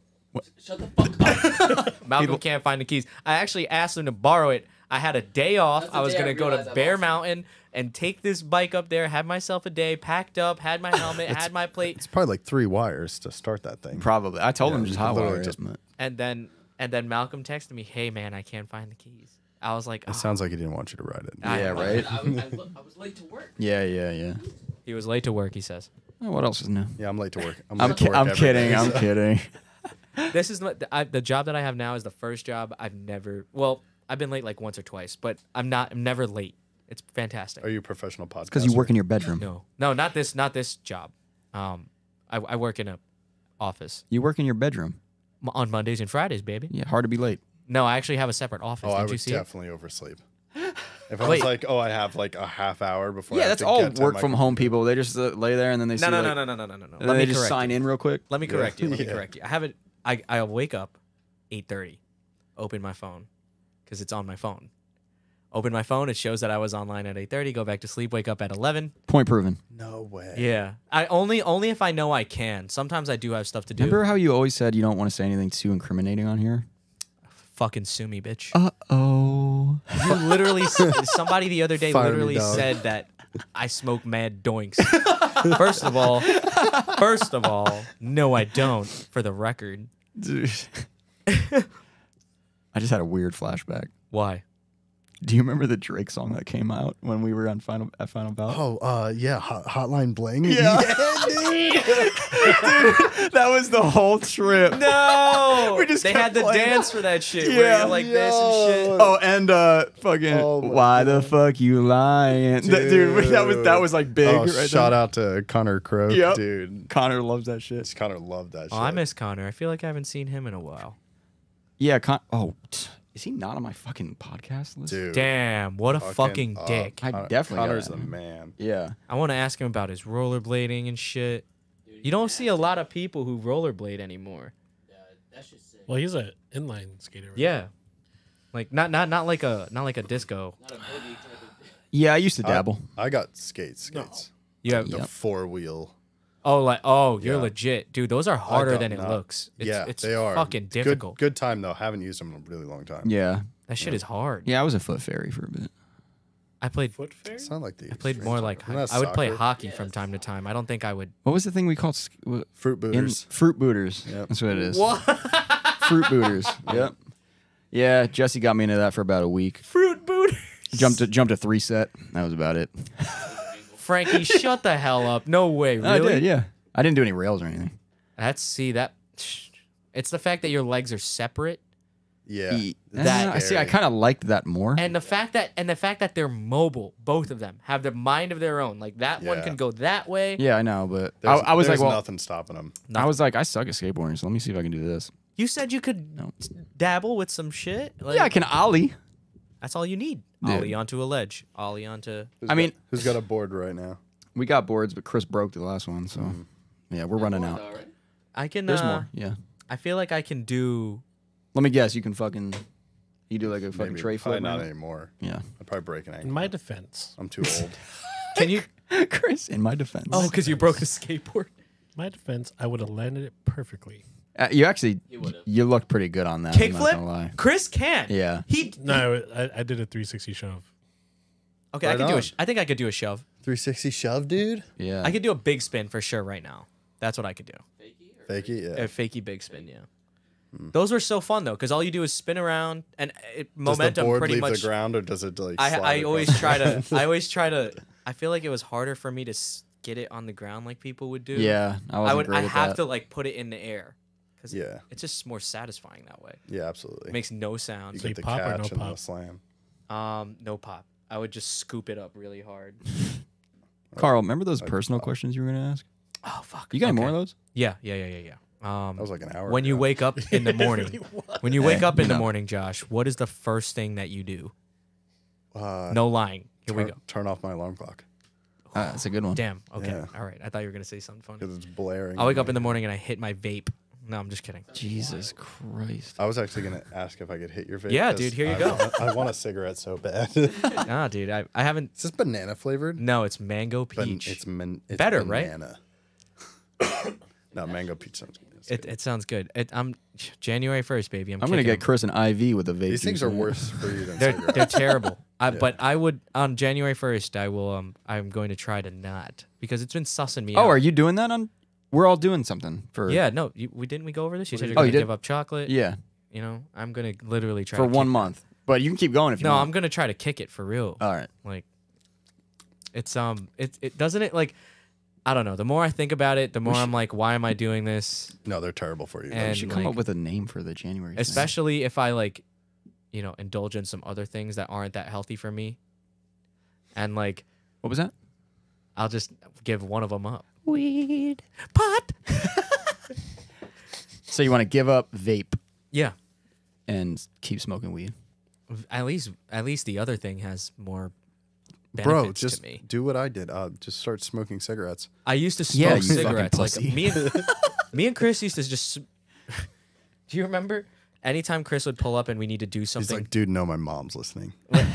[SPEAKER 5] Shut the fuck
[SPEAKER 1] *laughs*
[SPEAKER 5] up.
[SPEAKER 1] Malcolm can't find the keys. I actually asked him to borrow it. I had a day off.
[SPEAKER 5] That's the
[SPEAKER 1] I was
[SPEAKER 5] day I
[SPEAKER 1] gonna go
[SPEAKER 5] realized
[SPEAKER 1] to
[SPEAKER 5] I
[SPEAKER 1] Bear
[SPEAKER 5] lost it.
[SPEAKER 1] Mountain and take this bike up there. Had myself a day, packed up, had
[SPEAKER 4] *laughs*
[SPEAKER 1] my helmet, had my plate,
[SPEAKER 2] *laughs* It's probably like three wires to start that thing.
[SPEAKER 4] probably. I told
[SPEAKER 2] Yeah,
[SPEAKER 4] him just
[SPEAKER 2] you could
[SPEAKER 4] hot
[SPEAKER 2] literally
[SPEAKER 4] water.
[SPEAKER 2] just-
[SPEAKER 4] it.
[SPEAKER 1] and then and then Malcolm texted me, "Hey man, I can't find the keys." I was like,
[SPEAKER 2] It
[SPEAKER 1] "Oh."
[SPEAKER 2] sounds like he didn't want you to ride it.
[SPEAKER 1] I-
[SPEAKER 4] Yeah, *laughs* right.
[SPEAKER 5] I, was, I, was, I was late to work.
[SPEAKER 4] Yeah, yeah, yeah.
[SPEAKER 1] He was late to work. He says,
[SPEAKER 4] Oh, what else is new?
[SPEAKER 2] Yeah, I'm late to work. I'm,
[SPEAKER 4] I'm,
[SPEAKER 2] late
[SPEAKER 4] ki-
[SPEAKER 2] to work
[SPEAKER 4] I'm
[SPEAKER 2] every
[SPEAKER 4] kidding.
[SPEAKER 2] day,
[SPEAKER 4] I'm
[SPEAKER 2] so-
[SPEAKER 4] kidding.
[SPEAKER 1] "This is not, I, the job that I have now is the first job I've never. Well, I've been late like once or twice, but I'm not. I'm never late. It's fantastic."
[SPEAKER 2] *laughs* Are you a professional podcast?
[SPEAKER 4] Because you work in your bedroom.
[SPEAKER 1] no, no, not this, not this job. Um, I, I work in a office
[SPEAKER 4] You work in your bedroom.
[SPEAKER 1] M- on Mondays and Fridays, baby.
[SPEAKER 4] Yeah, hard to be late.
[SPEAKER 1] No, I actually have a separate office.
[SPEAKER 2] Oh, I
[SPEAKER 1] Did you
[SPEAKER 2] would
[SPEAKER 1] see? it?
[SPEAKER 2] definitely
[SPEAKER 4] *gasps*
[SPEAKER 2] oversleep. If I
[SPEAKER 1] Wait.
[SPEAKER 2] was like, oh, I have like a half hour before. I
[SPEAKER 4] yeah,
[SPEAKER 2] have
[SPEAKER 4] that's
[SPEAKER 2] to
[SPEAKER 4] all
[SPEAKER 2] get to
[SPEAKER 4] work
[SPEAKER 2] my *laughs*
[SPEAKER 4] from home people. They just uh, lay there and then they
[SPEAKER 1] No,
[SPEAKER 4] see,
[SPEAKER 1] no,
[SPEAKER 4] like,
[SPEAKER 1] no, no, no, no, no, no, no. Let
[SPEAKER 4] And then
[SPEAKER 1] me
[SPEAKER 4] they just
[SPEAKER 1] correct.
[SPEAKER 4] sign in real quick.
[SPEAKER 1] Let me
[SPEAKER 2] Yeah.
[SPEAKER 1] correct
[SPEAKER 2] *laughs*
[SPEAKER 1] you. Let me
[SPEAKER 2] Yeah.
[SPEAKER 1] correct you. I haven't. I I wake up, eight thirty, open my phone, because it's on my phone. Open my phone. It shows that I was online at eight thirty. Go back to sleep. Wake up at eleven.
[SPEAKER 4] Point proven.
[SPEAKER 2] No way.
[SPEAKER 1] Yeah. I only only if I know I can. Sometimes I do have stuff to do.
[SPEAKER 4] Remember how you always said you don't want to say anything too incriminating on here?
[SPEAKER 1] Fucking sue me, bitch.
[SPEAKER 4] Uh oh.
[SPEAKER 1] *laughs* You literally s- somebody the other day
[SPEAKER 2] Fire me,
[SPEAKER 1] literally
[SPEAKER 2] dog.
[SPEAKER 1] said that I smoke mad doinks. first of all, first of all, no, I don't. For the record,
[SPEAKER 4] Dude. *laughs* I just had a weird flashback.
[SPEAKER 1] why?
[SPEAKER 4] Do you remember the Drake song that came out when we were on final at Final Bout?
[SPEAKER 2] Oh, uh, yeah. Hot, hotline bling.
[SPEAKER 4] *laughs*
[SPEAKER 2] *laughs*
[SPEAKER 4] Yeah.
[SPEAKER 2] dude.
[SPEAKER 4] that was the whole
[SPEAKER 1] *laughs*
[SPEAKER 4] trip.
[SPEAKER 1] No,
[SPEAKER 4] We just
[SPEAKER 1] they
[SPEAKER 4] kept
[SPEAKER 1] had the
[SPEAKER 4] playing.
[SPEAKER 1] dance for that shit. where
[SPEAKER 4] Yeah.
[SPEAKER 1] you're like this and shit.
[SPEAKER 4] Oh, and uh, fucking,
[SPEAKER 2] Oh my
[SPEAKER 4] why the fuck you lying, dude? *laughs* dude that was that was like big.
[SPEAKER 2] Oh,
[SPEAKER 4] right
[SPEAKER 2] shout
[SPEAKER 4] there.
[SPEAKER 2] out to Connor Croak,
[SPEAKER 4] Yep.
[SPEAKER 2] dude.
[SPEAKER 4] Connor loves that shit.
[SPEAKER 2] Just Connor loved that shit.
[SPEAKER 1] Oh, I miss Connor. I feel like I haven't seen him in a while.
[SPEAKER 4] Yeah. Con- oh, t- is he not on my fucking podcast list?
[SPEAKER 2] dude.
[SPEAKER 1] Damn, what a fucking,
[SPEAKER 2] up.
[SPEAKER 1] dick.
[SPEAKER 4] I
[SPEAKER 2] Connor-
[SPEAKER 4] definitely got
[SPEAKER 2] Connor's
[SPEAKER 4] that,
[SPEAKER 2] the
[SPEAKER 4] man.
[SPEAKER 2] man.
[SPEAKER 4] Yeah.
[SPEAKER 1] I want to ask him about his rollerblading and shit. You don't see a lot of people who rollerblade anymore.
[SPEAKER 5] Yeah, that shit's sick.
[SPEAKER 3] Well, he's an inline skater. Right?
[SPEAKER 1] Yeah. Like not not not like a not like a disco.
[SPEAKER 5] Not a boogie type of.
[SPEAKER 4] Yeah, I used
[SPEAKER 2] Uh,
[SPEAKER 4] to dabble.
[SPEAKER 2] I got skates, skates.
[SPEAKER 1] You have
[SPEAKER 2] The
[SPEAKER 4] Yep.
[SPEAKER 2] four wheel.
[SPEAKER 1] oh like oh you're
[SPEAKER 2] Yeah.
[SPEAKER 1] legit, dude. Those are harder
[SPEAKER 2] got
[SPEAKER 1] than it
[SPEAKER 2] not-
[SPEAKER 1] looks. It's,
[SPEAKER 2] Yeah,
[SPEAKER 1] it's
[SPEAKER 2] they are
[SPEAKER 1] fucking
[SPEAKER 2] Good-
[SPEAKER 1] difficult.
[SPEAKER 2] Good, time though. Haven't used them in a really long time.
[SPEAKER 4] yeah.
[SPEAKER 1] That shit is hard.
[SPEAKER 4] Yeah, I was a foot fairy for a bit.
[SPEAKER 1] I played
[SPEAKER 3] Foot fair?
[SPEAKER 2] It's not like the.
[SPEAKER 1] I played more like ho- I would play hockey from time to time. I don't think I would.
[SPEAKER 4] What was the thing we called sk- what-
[SPEAKER 2] Fruit
[SPEAKER 4] in-
[SPEAKER 2] booters.
[SPEAKER 4] fruit booters?
[SPEAKER 2] Yep.
[SPEAKER 4] That's what it is.
[SPEAKER 2] *laughs*
[SPEAKER 4] fruit booters. *laughs* Yep. Yeah, Jesse got me into that for about a week.
[SPEAKER 1] Fruit boot.
[SPEAKER 4] Jumped to, jumped a three set. That was about it.
[SPEAKER 2] *laughs*
[SPEAKER 1] Frankie, shut the hell up. No way, really?
[SPEAKER 4] Oh, I did. Yeah, I didn't do any rails or anything.
[SPEAKER 1] That's see that it's the fact that your legs are separate
[SPEAKER 2] yeah.
[SPEAKER 4] E-
[SPEAKER 2] it's
[SPEAKER 1] That-
[SPEAKER 4] Ah, I see.
[SPEAKER 2] scary.
[SPEAKER 4] I kind of liked that more.
[SPEAKER 1] and the fact that and the fact that they're mobile, both of them have their mind of their own. Like that one
[SPEAKER 2] Yeah.
[SPEAKER 1] can go that way.
[SPEAKER 4] yeah, I know, but I,
[SPEAKER 2] There's-
[SPEAKER 4] I was like,
[SPEAKER 2] there's
[SPEAKER 4] well,
[SPEAKER 2] nothing stopping them.
[SPEAKER 4] I was like, I suck at skateboarding, so let me see if I can do this.
[SPEAKER 1] You said you could
[SPEAKER 4] No.
[SPEAKER 1] dabble with some shit. Like,
[SPEAKER 4] Yeah, I can ollie.
[SPEAKER 1] That's all you need.
[SPEAKER 4] Yeah.
[SPEAKER 1] Ollie onto a ledge. Ollie onto.
[SPEAKER 2] Who's
[SPEAKER 4] I mean-
[SPEAKER 2] got, who's got a board right now?
[SPEAKER 4] We got boards, but Chris broke the last one, so
[SPEAKER 2] Mm.
[SPEAKER 4] yeah, we're running out.
[SPEAKER 5] All right.
[SPEAKER 1] I can.
[SPEAKER 4] There's
[SPEAKER 1] uh,
[SPEAKER 4] more. Yeah.
[SPEAKER 1] I feel like I can do.
[SPEAKER 4] Let me guess. You can fucking. You do like a fucking
[SPEAKER 2] Maybe.
[SPEAKER 4] tray
[SPEAKER 2] Probably
[SPEAKER 4] flip.
[SPEAKER 2] not
[SPEAKER 4] right?
[SPEAKER 2] anymore.
[SPEAKER 4] Yeah.
[SPEAKER 1] *laughs*
[SPEAKER 2] I'd probably break an
[SPEAKER 3] In
[SPEAKER 2] ankle.
[SPEAKER 3] my defense,
[SPEAKER 2] I'm too old.
[SPEAKER 1] Can you?
[SPEAKER 4] Chris, in my defense,
[SPEAKER 1] oh, because you broke the skateboard.
[SPEAKER 3] my defense, I would have landed it perfectly.
[SPEAKER 4] Uh, you actually
[SPEAKER 5] You would've.
[SPEAKER 4] you looked pretty good on that. *laughs* I'm not gonna lie.
[SPEAKER 1] Kickflip. Chris can.
[SPEAKER 4] Yeah.
[SPEAKER 1] He.
[SPEAKER 3] No, I would- I, I did a 360 shove.
[SPEAKER 1] Okay, I
[SPEAKER 2] Right
[SPEAKER 1] could do. A
[SPEAKER 2] on.
[SPEAKER 1] sh- I think I could do a shove.
[SPEAKER 2] 360 shove, dude.
[SPEAKER 4] Yeah.
[SPEAKER 1] I could do a big spin for sure right now. That's what I could do.
[SPEAKER 5] Fakey or
[SPEAKER 2] Fake it, yeah.
[SPEAKER 1] A fakey big spin, yeah.
[SPEAKER 4] Hmm.
[SPEAKER 1] Those were so fun though, because all you do is spin around and uh, it,
[SPEAKER 2] Does the
[SPEAKER 1] momentum
[SPEAKER 2] board
[SPEAKER 1] pretty
[SPEAKER 2] leave
[SPEAKER 1] much.
[SPEAKER 2] the ground or does it like?
[SPEAKER 1] I
[SPEAKER 2] slide
[SPEAKER 1] I always
[SPEAKER 2] across?
[SPEAKER 1] try to. I always try to. I feel like it was harder for me to s- get it on the ground like people would do.
[SPEAKER 4] yeah. I,
[SPEAKER 1] I
[SPEAKER 4] wasn't
[SPEAKER 1] would.
[SPEAKER 4] Great
[SPEAKER 1] I
[SPEAKER 4] at
[SPEAKER 1] have
[SPEAKER 4] that.
[SPEAKER 1] to like put it in the air, because
[SPEAKER 2] Yeah.
[SPEAKER 1] it's just more satisfying that way.
[SPEAKER 2] *laughs* Yeah, absolutely.
[SPEAKER 1] It makes no
[SPEAKER 2] you
[SPEAKER 1] sound.
[SPEAKER 3] Say
[SPEAKER 2] get the
[SPEAKER 3] pop or no
[SPEAKER 2] catch and the
[SPEAKER 3] pop?
[SPEAKER 2] slam.
[SPEAKER 1] Um, no pop. I would just scoop it up really hard.
[SPEAKER 4] Carl, remember those personal questions you were gonna ask?
[SPEAKER 1] Oh fuck.
[SPEAKER 4] You got any more of
[SPEAKER 1] Okay. *sighs*
[SPEAKER 4] those?
[SPEAKER 1] Yeah, yeah, yeah, yeah, yeah. Um,
[SPEAKER 2] That was like an hour.
[SPEAKER 1] when you
[SPEAKER 2] ago.
[SPEAKER 1] wake up in the morning, when you wake
[SPEAKER 4] Yeah,
[SPEAKER 1] up in the
[SPEAKER 4] no.
[SPEAKER 1] morning, Josh, what is the first thing that you do?
[SPEAKER 2] uh,
[SPEAKER 1] No lying. Here we
[SPEAKER 2] turn,
[SPEAKER 1] go.
[SPEAKER 2] turn off my alarm clock
[SPEAKER 4] Uh, that's a good one.
[SPEAKER 1] Damn. Okay.
[SPEAKER 2] Yeah.
[SPEAKER 1] All right. I thought you were gonna say something funny.
[SPEAKER 2] because it's blaring.
[SPEAKER 1] I wake up in the morning and I hit my vape. No, I'm just kidding.
[SPEAKER 4] Jesus Christ.
[SPEAKER 2] I was actually gonna ask if I could hit your vape.
[SPEAKER 1] Yeah,
[SPEAKER 2] 'cause
[SPEAKER 1] dude, here you
[SPEAKER 2] I
[SPEAKER 1] go.
[SPEAKER 2] want- I want a cigarette so bad. *laughs* Is
[SPEAKER 1] nah, dude. I, I haven't.
[SPEAKER 2] this banana flavored?
[SPEAKER 1] No, it's mango
[SPEAKER 2] Ban-
[SPEAKER 1] peach.
[SPEAKER 2] it's, man- it's
[SPEAKER 1] Better, right?
[SPEAKER 2] banana. *coughs* no, mango peach sounds good.
[SPEAKER 1] it, it sounds good. It, I'm January 1st, baby. I'm,
[SPEAKER 4] I'm gonna
[SPEAKER 1] kicking 'em.
[SPEAKER 4] get Chris an IV with a vape.
[SPEAKER 2] These things
[SPEAKER 4] juice
[SPEAKER 2] are
[SPEAKER 4] in it.
[SPEAKER 2] worse for you than
[SPEAKER 1] They're
[SPEAKER 2] cigarettes.
[SPEAKER 1] they're
[SPEAKER 4] *laughs*
[SPEAKER 1] terrible. I, But I would on January first. I will. Um, I'm going to try to not because it's been sussing me.
[SPEAKER 4] Oh,
[SPEAKER 1] out.
[SPEAKER 4] are you doing that on? We're all doing something for.
[SPEAKER 1] Yeah, no, you, we didn't we go over this? You said you're
[SPEAKER 4] Oh,
[SPEAKER 1] gonna
[SPEAKER 4] you did?
[SPEAKER 1] give up chocolate.
[SPEAKER 4] Yeah.
[SPEAKER 1] You know, I'm gonna literally try
[SPEAKER 4] For
[SPEAKER 1] to
[SPEAKER 4] one
[SPEAKER 1] Kick,
[SPEAKER 4] month, but you can keep going if you Uh.
[SPEAKER 1] no, I'm
[SPEAKER 4] want.
[SPEAKER 1] gonna try to kick it for real.
[SPEAKER 4] All right.
[SPEAKER 1] like, it's um, it it doesn't it like, I don't know. The more I think about it, the more I'm like, why am I doing this?
[SPEAKER 2] no, they're terrible for you.
[SPEAKER 1] And-
[SPEAKER 4] We should come
[SPEAKER 1] like-
[SPEAKER 4] up with a name for the January. thing.
[SPEAKER 1] Especially if I like, you know, indulge in some other things that aren't that healthy for me, and like.
[SPEAKER 4] What was that?
[SPEAKER 1] I'll just give one of them up. Weed, pot.
[SPEAKER 4] So you want to give up vape
[SPEAKER 1] Yeah,
[SPEAKER 4] and keep smoking weed?
[SPEAKER 1] at least at least the other thing has more benefits
[SPEAKER 2] Bro, just
[SPEAKER 1] to me.
[SPEAKER 2] do what I did. Uh, just start smoking cigarettes.
[SPEAKER 1] I used to smoke
[SPEAKER 4] Yeah, you fucking
[SPEAKER 1] cigarettes. Like
[SPEAKER 4] pussy.
[SPEAKER 1] me and me and Chris used to just. s- *laughs* Do you remember? Anytime Chris would pull up and we need to do
[SPEAKER 2] He's
[SPEAKER 1] something,
[SPEAKER 2] like, dude, no, my mom's listening.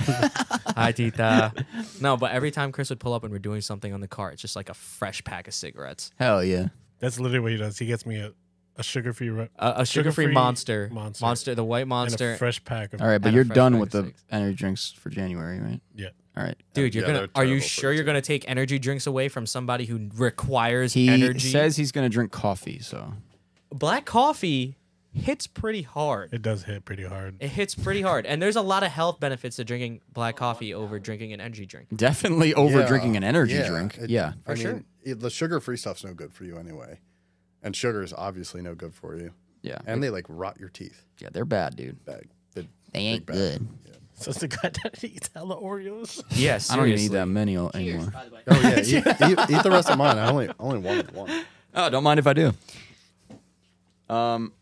[SPEAKER 1] hi Tita. No, but every time Chris would pull up and we're doing something on the car, it's just like a fresh pack of cigarettes,
[SPEAKER 4] Hell yeah.
[SPEAKER 3] That's literally what he does. He gets me a, a sugar-free re-
[SPEAKER 1] a, a sugar-free,
[SPEAKER 3] Sugar-free
[SPEAKER 1] monster,
[SPEAKER 3] Monster.
[SPEAKER 1] the white
[SPEAKER 3] and
[SPEAKER 1] monster.
[SPEAKER 3] a fresh pack of.
[SPEAKER 4] All right, but
[SPEAKER 1] And a
[SPEAKER 4] you're
[SPEAKER 1] fresh
[SPEAKER 4] done
[SPEAKER 1] bag
[SPEAKER 4] with
[SPEAKER 1] of
[SPEAKER 4] the
[SPEAKER 1] six.
[SPEAKER 4] energy drinks for January, right?
[SPEAKER 3] Yeah.
[SPEAKER 4] All right.
[SPEAKER 1] Dude, you're
[SPEAKER 2] Yeah,
[SPEAKER 1] gonna.
[SPEAKER 2] they're
[SPEAKER 1] Are you
[SPEAKER 2] terrible for
[SPEAKER 1] sure
[SPEAKER 2] you,
[SPEAKER 1] you're
[SPEAKER 2] too.
[SPEAKER 1] gonna take energy drinks away from somebody who requires
[SPEAKER 4] He
[SPEAKER 1] energy?
[SPEAKER 4] says he's gonna drink coffee, so
[SPEAKER 1] black coffee hits pretty hard.
[SPEAKER 3] It does hit pretty hard.
[SPEAKER 1] It hits pretty hard, and there's a lot of health benefits to drinking black coffee over drinking an energy drink.
[SPEAKER 4] *laughs* definitely over
[SPEAKER 2] Yeah,
[SPEAKER 4] drinking an energy
[SPEAKER 2] yeah,
[SPEAKER 4] drink.
[SPEAKER 2] it-
[SPEAKER 4] yeah.
[SPEAKER 2] I
[SPEAKER 1] For sure.
[SPEAKER 2] mean, it- the sugar-free stuff's no good for you anyway, and sugar is obviously no good for you.
[SPEAKER 4] Yeah.
[SPEAKER 2] And they like rot your teeth.
[SPEAKER 4] yeah, they're bad, dude.
[SPEAKER 2] Bad. They-
[SPEAKER 4] They ain't
[SPEAKER 2] bad.
[SPEAKER 4] good.
[SPEAKER 3] *laughs* So it's the guy that *laughs* eats hella Oreos.
[SPEAKER 1] Yes,
[SPEAKER 4] I don't even need that many o-
[SPEAKER 5] Cheers,
[SPEAKER 4] anymore.
[SPEAKER 5] by the way.
[SPEAKER 2] Oh yeah, eat, eat, eat the rest of mine. I only only wanted one.
[SPEAKER 4] Oh, don't mind if I do. Um,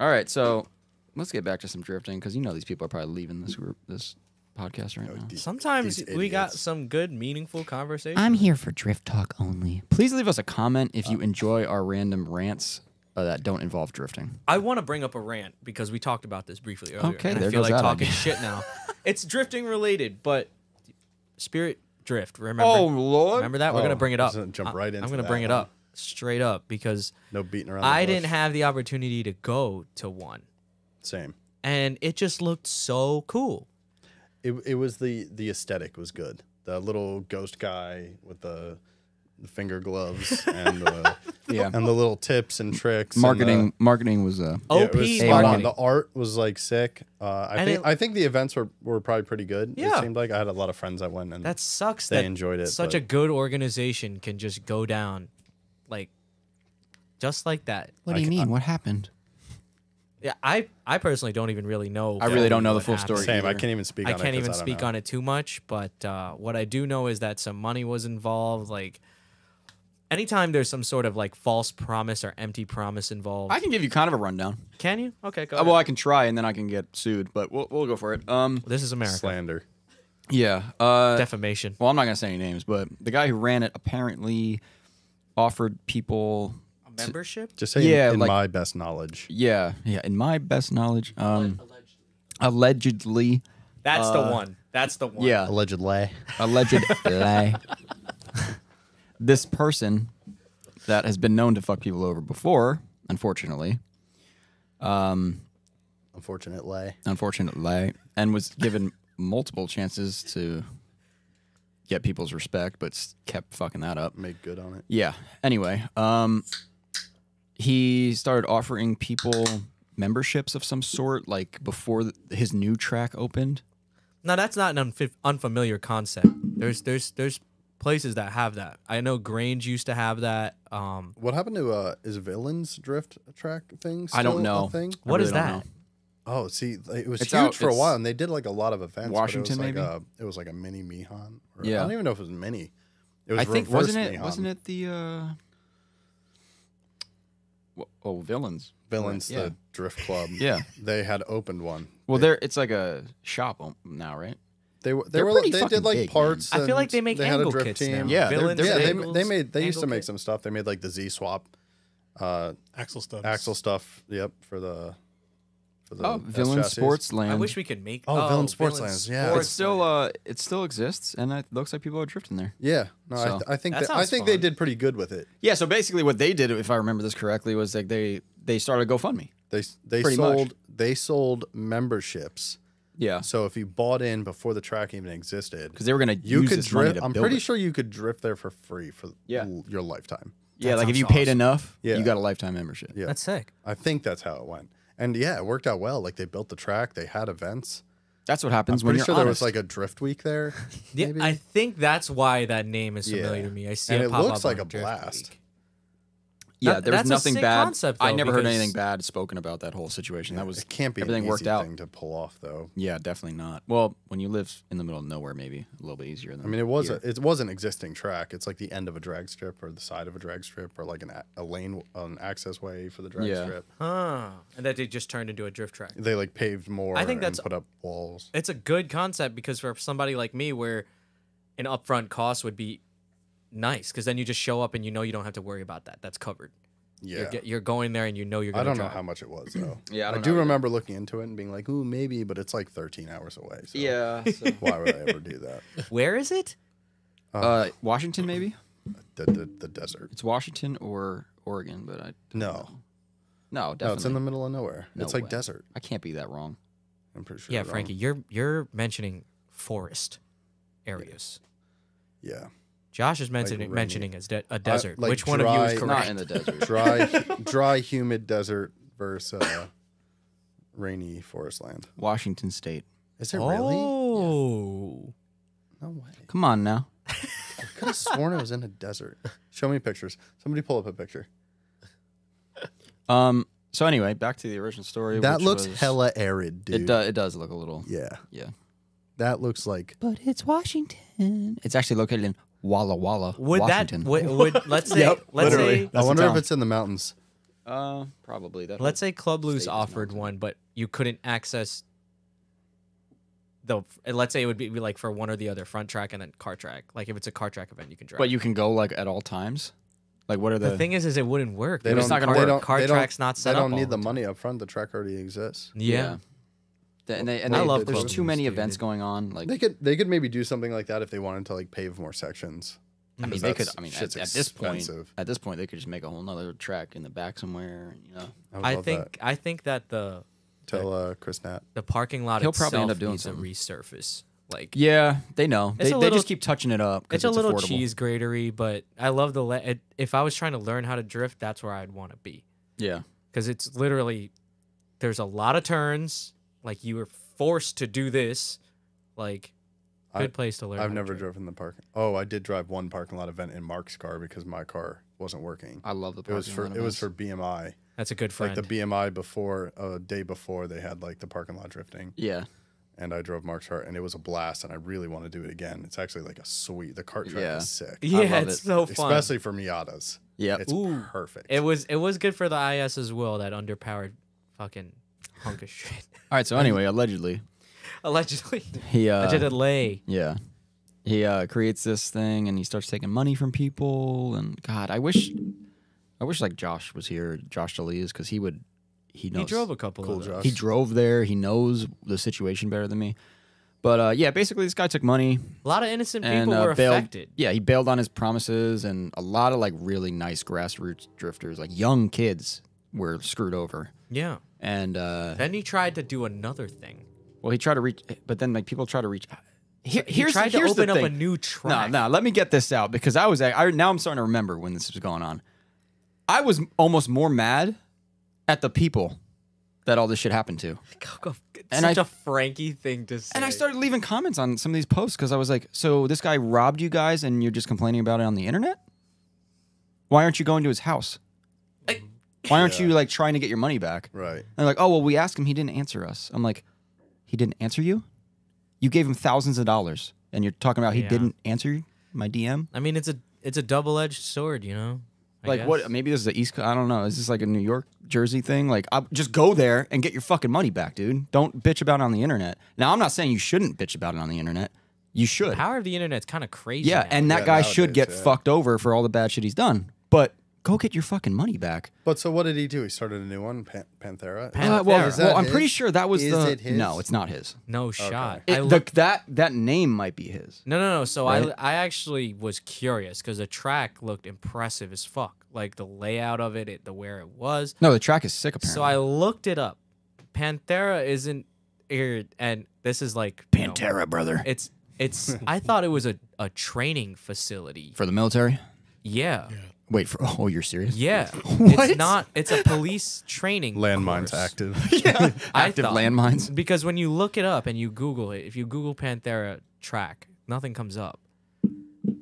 [SPEAKER 4] all right, so let's get back to some drifting because you know these people are probably leaving this group, this podcast right now.
[SPEAKER 2] These-
[SPEAKER 1] Sometimes
[SPEAKER 2] these
[SPEAKER 1] we got
[SPEAKER 2] idiots.
[SPEAKER 1] some good, meaningful conversation.
[SPEAKER 4] I'm here for drift talk
[SPEAKER 5] *laughs*
[SPEAKER 4] only. Please leave us a comment if you enjoy our random rants uh, that don't involve drifting.
[SPEAKER 1] I want to bring up a rant because we talked about this briefly earlier.
[SPEAKER 4] Okay,
[SPEAKER 1] and I
[SPEAKER 4] there
[SPEAKER 1] feel
[SPEAKER 4] goes
[SPEAKER 1] like
[SPEAKER 4] that
[SPEAKER 1] talking
[SPEAKER 4] idea.
[SPEAKER 1] shit
[SPEAKER 4] *laughs*
[SPEAKER 1] now. it's drifting related, but spirit drift. Remember?
[SPEAKER 4] Oh, Lord!
[SPEAKER 1] remember that? We're gonna
[SPEAKER 2] Oh,
[SPEAKER 1] bring it up.
[SPEAKER 2] just jump
[SPEAKER 1] I-
[SPEAKER 2] right
[SPEAKER 1] I'm
[SPEAKER 2] into
[SPEAKER 1] gonna
[SPEAKER 2] that
[SPEAKER 1] bring it
[SPEAKER 2] one.
[SPEAKER 1] up straight up because
[SPEAKER 2] No beating around. The
[SPEAKER 1] I
[SPEAKER 2] bush.
[SPEAKER 1] didn't have the opportunity to go to one,
[SPEAKER 2] same.
[SPEAKER 1] and it just looked so cool.
[SPEAKER 2] It it was the the aesthetic was good. The little ghost guy with the, the finger gloves
[SPEAKER 1] *laughs*
[SPEAKER 2] and the,
[SPEAKER 4] Yeah.
[SPEAKER 2] and the little tips and tricks. and the-
[SPEAKER 4] Marketing, marketing was uh,
[SPEAKER 2] Yeah,
[SPEAKER 1] OP
[SPEAKER 2] it was spot on.
[SPEAKER 1] marketing.
[SPEAKER 2] The art was like sick. Uh, I
[SPEAKER 1] And
[SPEAKER 2] think
[SPEAKER 1] it-
[SPEAKER 2] I think the events were, were probably pretty good.
[SPEAKER 1] Yeah.
[SPEAKER 2] It seemed like I had a lot of friends that went and
[SPEAKER 1] That sucks.
[SPEAKER 2] They
[SPEAKER 1] that
[SPEAKER 2] enjoyed it,
[SPEAKER 1] Such
[SPEAKER 2] but-
[SPEAKER 1] a good organization can just go down, like, just like that.
[SPEAKER 4] What do you
[SPEAKER 2] I-
[SPEAKER 4] mean? what happened?
[SPEAKER 1] Yeah, I I personally don't even really know.
[SPEAKER 4] I really don't know the
[SPEAKER 1] what
[SPEAKER 4] full
[SPEAKER 1] happened.
[SPEAKER 4] story.
[SPEAKER 2] same. I
[SPEAKER 4] either.
[SPEAKER 2] can't even speak.
[SPEAKER 1] I
[SPEAKER 2] on
[SPEAKER 1] can't
[SPEAKER 2] it 'cause
[SPEAKER 1] even
[SPEAKER 2] don't
[SPEAKER 1] speak
[SPEAKER 2] know.
[SPEAKER 1] on it too much, but uh, what I do know is that some money was involved. Like, anytime there's some sort of like false promise or empty promise involved,
[SPEAKER 4] I can give you kind of a rundown.
[SPEAKER 1] can you? Okay, go.
[SPEAKER 4] Uh,
[SPEAKER 1] ahead.
[SPEAKER 4] well, I can try and then I can get sued, but we'll, we'll go for it. Um,
[SPEAKER 1] this is America.
[SPEAKER 2] slander.
[SPEAKER 4] yeah. Uh,
[SPEAKER 1] Defamation.
[SPEAKER 4] Well, I'm not gonna say any names, but the guy who ran it apparently offered people.
[SPEAKER 1] Membership.
[SPEAKER 2] Just say
[SPEAKER 4] Yeah,
[SPEAKER 2] yeah, in
[SPEAKER 4] like-
[SPEAKER 2] my best knowledge.
[SPEAKER 4] Yeah, yeah. In my best knowledge, um,
[SPEAKER 5] Allegedly.
[SPEAKER 4] allegedly,
[SPEAKER 1] That's the one. That's the one.
[SPEAKER 4] Uh, yeah,
[SPEAKER 2] Allegedly.
[SPEAKER 1] *laughs*
[SPEAKER 4] allegedly, this person that has been known to fuck people over before, unfortunately,
[SPEAKER 2] Unfortunately.
[SPEAKER 4] unfortunately, and was given multiple chances to get people's respect, but s- kept fucking that up.
[SPEAKER 2] Made good on it.
[SPEAKER 4] Yeah. Anyway, um, he started offering people memberships of some sort, like before th- his new track opened.
[SPEAKER 1] Now that's not an unf- unfamiliar concept. There's there's there's places that have that. I know Grange used to have that. Um,
[SPEAKER 2] What happened to uh is villains drift track thing?
[SPEAKER 4] I don't
[SPEAKER 2] still a
[SPEAKER 4] know.
[SPEAKER 2] thing.
[SPEAKER 1] What is
[SPEAKER 4] really don't
[SPEAKER 1] that?
[SPEAKER 4] know.
[SPEAKER 2] Oh, see, like, it was
[SPEAKER 4] It's
[SPEAKER 2] huge
[SPEAKER 4] out-
[SPEAKER 2] for a
[SPEAKER 4] it's
[SPEAKER 2] while, and they did like a lot of events. but it was
[SPEAKER 4] Washington,
[SPEAKER 2] like
[SPEAKER 4] maybe?
[SPEAKER 2] a- it was like a mini Mihan. Or,
[SPEAKER 4] Yeah.
[SPEAKER 2] I don't even know if it was mini. It was
[SPEAKER 4] I think
[SPEAKER 2] reverse
[SPEAKER 4] wasn't it
[SPEAKER 2] Nihon.
[SPEAKER 4] wasn't it the uh wh- oh villains
[SPEAKER 2] Villains,
[SPEAKER 4] Yeah.
[SPEAKER 2] the Drift Club.
[SPEAKER 4] *laughs* yeah
[SPEAKER 2] They had opened one.
[SPEAKER 4] well there it's like a shop o- now right
[SPEAKER 2] They were they
[SPEAKER 4] They're
[SPEAKER 2] were
[SPEAKER 4] pretty
[SPEAKER 2] they
[SPEAKER 4] fucking
[SPEAKER 2] did like
[SPEAKER 4] big, man.
[SPEAKER 2] parts.
[SPEAKER 1] I feel
[SPEAKER 2] and
[SPEAKER 1] like they make
[SPEAKER 2] had a
[SPEAKER 1] angle
[SPEAKER 2] drift
[SPEAKER 1] kits
[SPEAKER 2] team.
[SPEAKER 1] now.
[SPEAKER 4] Yeah, they're-
[SPEAKER 1] Villains,
[SPEAKER 2] Yeah, they,
[SPEAKER 1] angles,
[SPEAKER 2] they made they used
[SPEAKER 1] angle
[SPEAKER 2] to make
[SPEAKER 1] kits.
[SPEAKER 2] some stuff. They made like the Z swap, uh,
[SPEAKER 3] Axel stuff.
[SPEAKER 2] axle stuff. Yep, for the for the
[SPEAKER 4] oh
[SPEAKER 2] S
[SPEAKER 4] villain
[SPEAKER 2] chassis.
[SPEAKER 4] sports land
[SPEAKER 1] I wish we could make.
[SPEAKER 2] Oh, Villain Sportslands, yeah.
[SPEAKER 4] it still uh it still exists and it looks like people are drifting there
[SPEAKER 2] Yeah, no, I,
[SPEAKER 4] So,
[SPEAKER 2] I think
[SPEAKER 1] that
[SPEAKER 2] that I
[SPEAKER 1] sounds
[SPEAKER 2] think
[SPEAKER 1] fun.
[SPEAKER 2] they did pretty good with it.
[SPEAKER 4] yeah so basically what they did if i remember this correctly was like they they started gofundme
[SPEAKER 2] They they
[SPEAKER 4] Pretty much.
[SPEAKER 2] sold they sold memberships.
[SPEAKER 4] yeah
[SPEAKER 2] So if you bought in before the track even existed,
[SPEAKER 4] because they were gonna
[SPEAKER 2] you
[SPEAKER 4] use
[SPEAKER 2] could
[SPEAKER 4] this money
[SPEAKER 2] drift.
[SPEAKER 4] to
[SPEAKER 2] I'm
[SPEAKER 4] build
[SPEAKER 2] pretty
[SPEAKER 4] it.
[SPEAKER 2] sure you could drift there for free for
[SPEAKER 4] Yeah.
[SPEAKER 2] l- your lifetime.
[SPEAKER 4] yeah
[SPEAKER 1] That
[SPEAKER 4] like if
[SPEAKER 1] sounds
[SPEAKER 4] you paid
[SPEAKER 1] awesome.
[SPEAKER 4] enough
[SPEAKER 2] Yeah.
[SPEAKER 4] you got a lifetime membership
[SPEAKER 2] Yeah.
[SPEAKER 1] That's sick.
[SPEAKER 2] I think that's how it went. And yeah, it worked out well. Like they built the track, they had events.
[SPEAKER 4] that's what happens
[SPEAKER 2] I'm
[SPEAKER 4] when
[SPEAKER 2] pretty
[SPEAKER 4] you're
[SPEAKER 2] sure there was
[SPEAKER 4] honest.
[SPEAKER 2] like a drift week there.
[SPEAKER 1] Yeah,
[SPEAKER 2] maybe.
[SPEAKER 1] I think that's why that name is familiar
[SPEAKER 2] Yeah.
[SPEAKER 1] to me. I see
[SPEAKER 2] And
[SPEAKER 1] it
[SPEAKER 2] it
[SPEAKER 1] pop
[SPEAKER 2] looks
[SPEAKER 1] up
[SPEAKER 2] like
[SPEAKER 1] on
[SPEAKER 2] a
[SPEAKER 1] Drift
[SPEAKER 2] blast.
[SPEAKER 1] Week.
[SPEAKER 4] Yeah,
[SPEAKER 1] That-
[SPEAKER 4] there was
[SPEAKER 1] that's a
[SPEAKER 4] nothing
[SPEAKER 1] sick
[SPEAKER 4] bad.
[SPEAKER 1] concept,
[SPEAKER 4] I
[SPEAKER 1] though,
[SPEAKER 4] never heard
[SPEAKER 1] because-
[SPEAKER 4] anything bad spoken about that whole situation. That was
[SPEAKER 2] it can't be
[SPEAKER 4] everything
[SPEAKER 2] an
[SPEAKER 4] worked
[SPEAKER 2] easy
[SPEAKER 4] out.
[SPEAKER 2] thing to pull off though.
[SPEAKER 4] Yeah, definitely not. Well, when you live in the middle of nowhere, maybe a little bit easier. Than
[SPEAKER 2] I mean, it was
[SPEAKER 4] here.
[SPEAKER 2] a, it was an existing track. It's like the end of a drag strip or the side of a drag strip or like an a, a lane an access way for the drag
[SPEAKER 4] Yeah.
[SPEAKER 2] strip.
[SPEAKER 1] Huh. And that they just turned into a drift track.
[SPEAKER 2] They like paved more.
[SPEAKER 1] I think that's-
[SPEAKER 2] and put up walls.
[SPEAKER 1] It's a good concept because for somebody like me, where an upfront cost would be nice, because then you just show up and you know you don't have to worry about that. That's covered.
[SPEAKER 2] Yeah,
[SPEAKER 1] You're, ge- you're going there and you know you're.
[SPEAKER 2] I
[SPEAKER 1] Gonna
[SPEAKER 2] don't know
[SPEAKER 1] drive.
[SPEAKER 2] how much it was
[SPEAKER 4] *clears throat*
[SPEAKER 2] though.
[SPEAKER 4] Yeah, I
[SPEAKER 2] I,
[SPEAKER 4] don't
[SPEAKER 2] do
[SPEAKER 4] know either.
[SPEAKER 2] remember looking into it and being like, "Ooh, maybe," but it's like 13 hours away. So *laughs*
[SPEAKER 4] yeah. So.
[SPEAKER 2] Why would I ever do that?
[SPEAKER 4] *laughs*
[SPEAKER 1] Where is
[SPEAKER 2] *laughs*
[SPEAKER 1] it?
[SPEAKER 4] uh, Washington, maybe
[SPEAKER 2] The, the, the desert.
[SPEAKER 4] it's Washington or Oregon, but I
[SPEAKER 2] No,
[SPEAKER 4] no definitely.
[SPEAKER 2] no, Oh, it's in the middle of nowhere.
[SPEAKER 4] No
[SPEAKER 2] it's like
[SPEAKER 4] way.
[SPEAKER 2] desert.
[SPEAKER 4] I can't be that wrong.
[SPEAKER 2] I'm pretty sure.
[SPEAKER 1] Yeah,
[SPEAKER 2] wrong.
[SPEAKER 1] Frankie, you're you're mentioning forest areas.
[SPEAKER 2] Yeah,
[SPEAKER 1] Josh is mentioning
[SPEAKER 2] rainy.
[SPEAKER 1] mentioning as de- a desert.
[SPEAKER 2] like
[SPEAKER 1] Which one of you is
[SPEAKER 2] dry-
[SPEAKER 1] correct?
[SPEAKER 2] Not
[SPEAKER 4] Not in the
[SPEAKER 2] *laughs*
[SPEAKER 4] desert.
[SPEAKER 2] dry, dry, humid desert versus uh, rainy forest land.
[SPEAKER 4] Washington State.
[SPEAKER 2] Is it really?
[SPEAKER 1] Oh,
[SPEAKER 2] No way.
[SPEAKER 4] Come on now.
[SPEAKER 2] I could have sworn it was in a desert. Show me pictures. Somebody pull up a picture.
[SPEAKER 4] Um. So anyway, back to the original story.
[SPEAKER 2] That
[SPEAKER 4] which
[SPEAKER 2] looks
[SPEAKER 4] was-
[SPEAKER 2] hella arid, dude.
[SPEAKER 4] It does. It does look a little.
[SPEAKER 2] Yeah.
[SPEAKER 4] Yeah.
[SPEAKER 2] That looks like
[SPEAKER 4] But it's Washington. It's actually located in Walla Walla,
[SPEAKER 1] would
[SPEAKER 4] Washington.
[SPEAKER 1] that would,
[SPEAKER 4] *laughs*
[SPEAKER 1] would let's say
[SPEAKER 4] Yep,
[SPEAKER 1] let's
[SPEAKER 4] literally.
[SPEAKER 1] say
[SPEAKER 2] I
[SPEAKER 4] That's the
[SPEAKER 2] wonder if
[SPEAKER 4] town.
[SPEAKER 2] it's in the mountains.
[SPEAKER 4] uh, probably that.
[SPEAKER 1] let's say Club Loose
[SPEAKER 4] State is
[SPEAKER 1] offered
[SPEAKER 4] mountain.
[SPEAKER 1] one, but you couldn't access the. Let's say it would be like for one or the other front track and then car track. Like if it's a car track event, you can drive.
[SPEAKER 4] But you can go like at all times. Like what are the,
[SPEAKER 1] the thing is, is it wouldn't work.
[SPEAKER 2] They
[SPEAKER 1] It was
[SPEAKER 2] don't-
[SPEAKER 1] not gonna
[SPEAKER 2] they
[SPEAKER 1] work.
[SPEAKER 2] don't-
[SPEAKER 1] car
[SPEAKER 2] they don't-
[SPEAKER 1] track's not
[SPEAKER 2] They
[SPEAKER 1] set
[SPEAKER 2] don't
[SPEAKER 1] up.
[SPEAKER 2] need
[SPEAKER 1] all
[SPEAKER 2] the
[SPEAKER 1] time.
[SPEAKER 2] money up front. The track already exists.
[SPEAKER 1] Yeah.
[SPEAKER 4] Th- And they, and
[SPEAKER 2] I
[SPEAKER 4] they-
[SPEAKER 2] love
[SPEAKER 4] There's
[SPEAKER 2] Club
[SPEAKER 4] too many
[SPEAKER 1] Loose,
[SPEAKER 4] events
[SPEAKER 1] dude.
[SPEAKER 4] going on. Like
[SPEAKER 2] They could they could maybe do something like that if they wanted to like pave more sections.
[SPEAKER 4] I mean,
[SPEAKER 2] Because
[SPEAKER 4] they could.
[SPEAKER 2] that's-
[SPEAKER 4] I mean, at,
[SPEAKER 2] shit's
[SPEAKER 4] at this point,
[SPEAKER 2] expensive.
[SPEAKER 4] at this point, they could just make a whole nother track in the back somewhere. You know,
[SPEAKER 2] I, would
[SPEAKER 1] I
[SPEAKER 2] love
[SPEAKER 1] think
[SPEAKER 2] that.
[SPEAKER 1] I think that the
[SPEAKER 2] tell uh, Chris Nat.
[SPEAKER 1] the parking lot
[SPEAKER 4] He'll
[SPEAKER 1] itself
[SPEAKER 4] probably end up doing
[SPEAKER 1] needs to
[SPEAKER 4] something.
[SPEAKER 1] resurface. Like
[SPEAKER 4] yeah, they know.
[SPEAKER 1] It's
[SPEAKER 4] They,
[SPEAKER 1] a
[SPEAKER 4] they
[SPEAKER 1] little-
[SPEAKER 4] just keep touching it up. 'cause
[SPEAKER 1] it's a little
[SPEAKER 4] affordable.
[SPEAKER 1] cheese gratery, but I love the. Le- it, if I was trying to learn how to drift, that's where I'd want to be
[SPEAKER 4] Yeah,
[SPEAKER 1] because it's literally there's a lot of turns. Like you were forced to do this. Like
[SPEAKER 2] I-
[SPEAKER 1] good place to learn. how
[SPEAKER 2] I've
[SPEAKER 1] to
[SPEAKER 2] never
[SPEAKER 1] drift.
[SPEAKER 2] driven the park. Oh, I did drive one parking lot event in Mark's car because my car wasn't working.
[SPEAKER 4] I love the.
[SPEAKER 2] It was
[SPEAKER 4] parking
[SPEAKER 2] for
[SPEAKER 4] lot
[SPEAKER 2] it was
[SPEAKER 4] events.
[SPEAKER 2] for BMI.
[SPEAKER 1] That's a good friend. *laughs*
[SPEAKER 2] Like the BMI before a uh, day before they had like the parking lot drifting,
[SPEAKER 4] Yeah,
[SPEAKER 2] and I drove Mark's car, and it was a blast, and I really want to do it again. It's actually like a sweet. The cart track
[SPEAKER 4] Yeah.
[SPEAKER 2] is sick,
[SPEAKER 1] yeah,
[SPEAKER 4] love
[SPEAKER 1] it's
[SPEAKER 4] it.
[SPEAKER 1] so fun.
[SPEAKER 2] especially for Miatas.
[SPEAKER 4] yeah.
[SPEAKER 2] It's
[SPEAKER 1] Ooh.
[SPEAKER 2] perfect.
[SPEAKER 1] it was it was good for the IS as well. That underpowered fucking hunk of shit. *laughs*
[SPEAKER 4] All right. So anyway, allegedly,
[SPEAKER 1] Allegedly,
[SPEAKER 4] he. Uh,
[SPEAKER 1] allegedly.
[SPEAKER 4] Yeah. He uh, creates this thing and he starts taking money from people and God, I wish I wish like Josh was here, Josh Delis, because he would he knows
[SPEAKER 1] He drove a couple.
[SPEAKER 2] cool,
[SPEAKER 1] of those.
[SPEAKER 2] Josh.
[SPEAKER 4] he drove there, he knows the situation better than me. But uh, yeah, basically this guy took money
[SPEAKER 1] A lot of innocent
[SPEAKER 4] and
[SPEAKER 1] people
[SPEAKER 4] uh,
[SPEAKER 1] were
[SPEAKER 4] bailed.
[SPEAKER 1] affected.
[SPEAKER 4] Yeah, he bailed on his promises and a lot of like really nice grassroots drifters, like young kids were screwed over.
[SPEAKER 1] Yeah.
[SPEAKER 4] And uh,
[SPEAKER 1] Then he tried to do another thing.
[SPEAKER 4] well he tried to reach but then like people try to reach here,
[SPEAKER 1] He
[SPEAKER 4] here's,
[SPEAKER 1] tried
[SPEAKER 4] here's
[SPEAKER 1] to open
[SPEAKER 4] the
[SPEAKER 1] up
[SPEAKER 4] thing.
[SPEAKER 1] a new track. *laughs*
[SPEAKER 4] No, no. Let me get this out because I was I, now I'm starting to remember when this was going on. I was almost more mad at the people that all this shit happened to,
[SPEAKER 1] It's
[SPEAKER 4] And
[SPEAKER 1] oh, such a
[SPEAKER 4] I-
[SPEAKER 1] Frankie thing to say.
[SPEAKER 4] and I started leaving comments on some of these posts because I was like, "So this guy robbed you guys, and you're just complaining about it on the internet? Why aren't you going to his house?
[SPEAKER 1] I-
[SPEAKER 4] Why aren't you like trying to get your money back?"
[SPEAKER 2] right.
[SPEAKER 4] And they're like, "Oh well, we asked him, he didn't answer us." I'm like, "He didn't answer you? You gave him thousands of dollars, and you're talking about he
[SPEAKER 1] Yeah.
[SPEAKER 4] didn't answer you?" my DM.
[SPEAKER 1] I mean, it's a it's a double edged sword, you know. I
[SPEAKER 4] like what?
[SPEAKER 1] guess.
[SPEAKER 4] Maybe this is the East. Co- I don't know. Is this like a New York Jersey thing? Like, I, just go there and get your fucking money back, dude. Don't bitch about it on the internet. Now, I'm not saying you shouldn't bitch about it on the internet. You should.
[SPEAKER 1] The power of the internet's kind of crazy.
[SPEAKER 4] yeah,
[SPEAKER 1] now.
[SPEAKER 4] and that
[SPEAKER 2] Yeah,
[SPEAKER 4] guy should
[SPEAKER 2] nowadays,
[SPEAKER 4] get
[SPEAKER 2] yeah.
[SPEAKER 4] fucked over for all the bad shit he's done. But go get your fucking money back.
[SPEAKER 2] But so what did he do? He started a new one, Pan- Panthera.
[SPEAKER 4] Uh, well,
[SPEAKER 2] Is that
[SPEAKER 4] well, I'm
[SPEAKER 2] his?
[SPEAKER 4] pretty sure that was
[SPEAKER 2] Is
[SPEAKER 4] the.
[SPEAKER 2] it his?
[SPEAKER 4] No, it's not his.
[SPEAKER 1] no shot.
[SPEAKER 4] It-
[SPEAKER 1] I
[SPEAKER 4] the-
[SPEAKER 1] looked,
[SPEAKER 4] that that name might be his.
[SPEAKER 1] no, no, no. So
[SPEAKER 4] Right?
[SPEAKER 1] I I actually was curious because the track looked impressive as fuck. Like the layout of it, it the where it was.
[SPEAKER 4] No, the track is sick. Apparently,
[SPEAKER 1] So I looked it up. Panthera isn't er, and this is like you know,
[SPEAKER 4] brother,
[SPEAKER 1] it's
[SPEAKER 4] *laughs*
[SPEAKER 1] it's. I thought it was a a training facility.
[SPEAKER 4] for the military.
[SPEAKER 1] Yeah.
[SPEAKER 4] Wait for *laughs* oh, you're serious?
[SPEAKER 1] Yeah,
[SPEAKER 4] *laughs* What?
[SPEAKER 1] it's not. It's a police training
[SPEAKER 2] *laughs* landmines
[SPEAKER 1] course.
[SPEAKER 2] active.
[SPEAKER 4] *laughs* yeah.
[SPEAKER 1] I
[SPEAKER 4] Active
[SPEAKER 1] thought-
[SPEAKER 4] landmines.
[SPEAKER 1] Because when you look it up and you Google it, if you Google Panthera track, nothing comes up.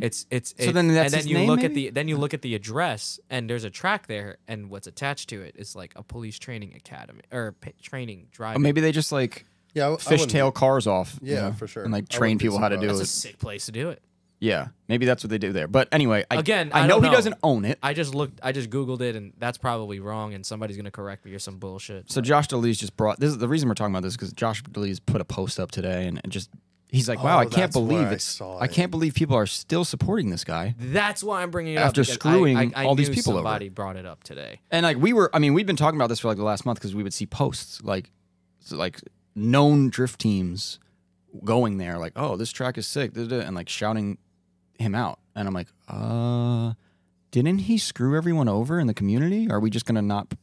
[SPEAKER 1] It's it's
[SPEAKER 4] So
[SPEAKER 1] it-
[SPEAKER 4] then that's
[SPEAKER 1] and then
[SPEAKER 4] his
[SPEAKER 1] you
[SPEAKER 4] name,
[SPEAKER 1] look at
[SPEAKER 4] maybe?
[SPEAKER 1] the then you look at the address and there's a track there and what's attached to it is like a police training academy or p- training drive.
[SPEAKER 4] Or Oh, maybe they just like
[SPEAKER 2] Yeah, I- I wouldn't-
[SPEAKER 4] fishtail cars off. you
[SPEAKER 2] Yeah,
[SPEAKER 4] know,
[SPEAKER 2] for sure.
[SPEAKER 4] And like
[SPEAKER 2] I
[SPEAKER 4] train
[SPEAKER 2] wouldn't be
[SPEAKER 4] people how to do
[SPEAKER 2] surprised.
[SPEAKER 1] that's a
[SPEAKER 4] it.
[SPEAKER 1] sick place to do it.
[SPEAKER 4] Yeah, maybe that's what they do there. But anyway, I,
[SPEAKER 1] Again,
[SPEAKER 4] I,
[SPEAKER 1] I
[SPEAKER 4] know
[SPEAKER 1] don't
[SPEAKER 4] he
[SPEAKER 1] know.
[SPEAKER 4] doesn't own it.
[SPEAKER 1] I just looked. I just Googled it and that's probably wrong and somebody's gonna correct me or some bullshit.
[SPEAKER 4] So Josh DeLees just brought this. is The reason we're talking about this because Josh DeLees put a post up today and, and just he's like, "Wow,
[SPEAKER 2] Oh,
[SPEAKER 4] I can't
[SPEAKER 2] that's where
[SPEAKER 4] believe
[SPEAKER 2] I
[SPEAKER 4] it's.
[SPEAKER 2] saw
[SPEAKER 4] I
[SPEAKER 2] it.
[SPEAKER 4] can't believe people are still supporting this guy."
[SPEAKER 1] that's why I'm bringing it
[SPEAKER 4] After
[SPEAKER 1] up. because I-
[SPEAKER 4] screwing
[SPEAKER 1] I, I
[SPEAKER 4] all these
[SPEAKER 1] knew
[SPEAKER 4] people over.
[SPEAKER 1] somebody brought it up today.
[SPEAKER 4] And like we were, I mean, we've been talking about this for like the last month because we would see posts like, s- like known drift teams going there, like, oh, this track is sick, da, da, and like shouting him out. And I'm like, uh, didn't he screw everyone over in the community? Are we just gonna not?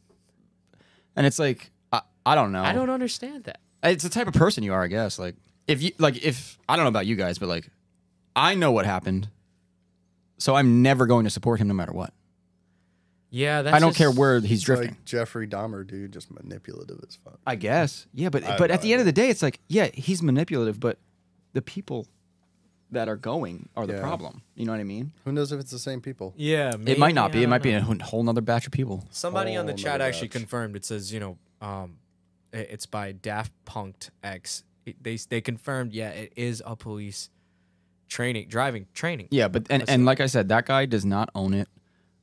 [SPEAKER 4] And it's like, I, I don't know.
[SPEAKER 1] I don't understand that.
[SPEAKER 4] It's the type of person you are, I guess. Like if you like if I don't know about you guys, but like I know what happened, so I'm never going to support him no matter what.
[SPEAKER 1] Yeah, that's
[SPEAKER 4] I don't
[SPEAKER 1] just-
[SPEAKER 4] care where he's
[SPEAKER 2] It's
[SPEAKER 4] drifting.
[SPEAKER 2] like Jeffrey Dahmer, dude, just manipulative as fuck.
[SPEAKER 4] I guess. Yeah, but
[SPEAKER 2] I have
[SPEAKER 4] but
[SPEAKER 2] no
[SPEAKER 4] at the end of the day, it's like, yeah, he's manipulative, but the people that are going are the
[SPEAKER 2] Yeah.
[SPEAKER 4] problem. You know what I mean?
[SPEAKER 2] Who knows if it's the same people?
[SPEAKER 1] Yeah,
[SPEAKER 4] it might not be. It might be a whole whole nother batch of people.
[SPEAKER 1] Somebody on the
[SPEAKER 2] whole
[SPEAKER 1] chat
[SPEAKER 2] nother
[SPEAKER 1] actually
[SPEAKER 2] batch.
[SPEAKER 1] confirmed. It says, you know, um, i- it's by Daft Punked X. It- They they confirmed. Yeah, it is a police training driving training.
[SPEAKER 4] Yeah, but and, and like I said, that guy does not own it.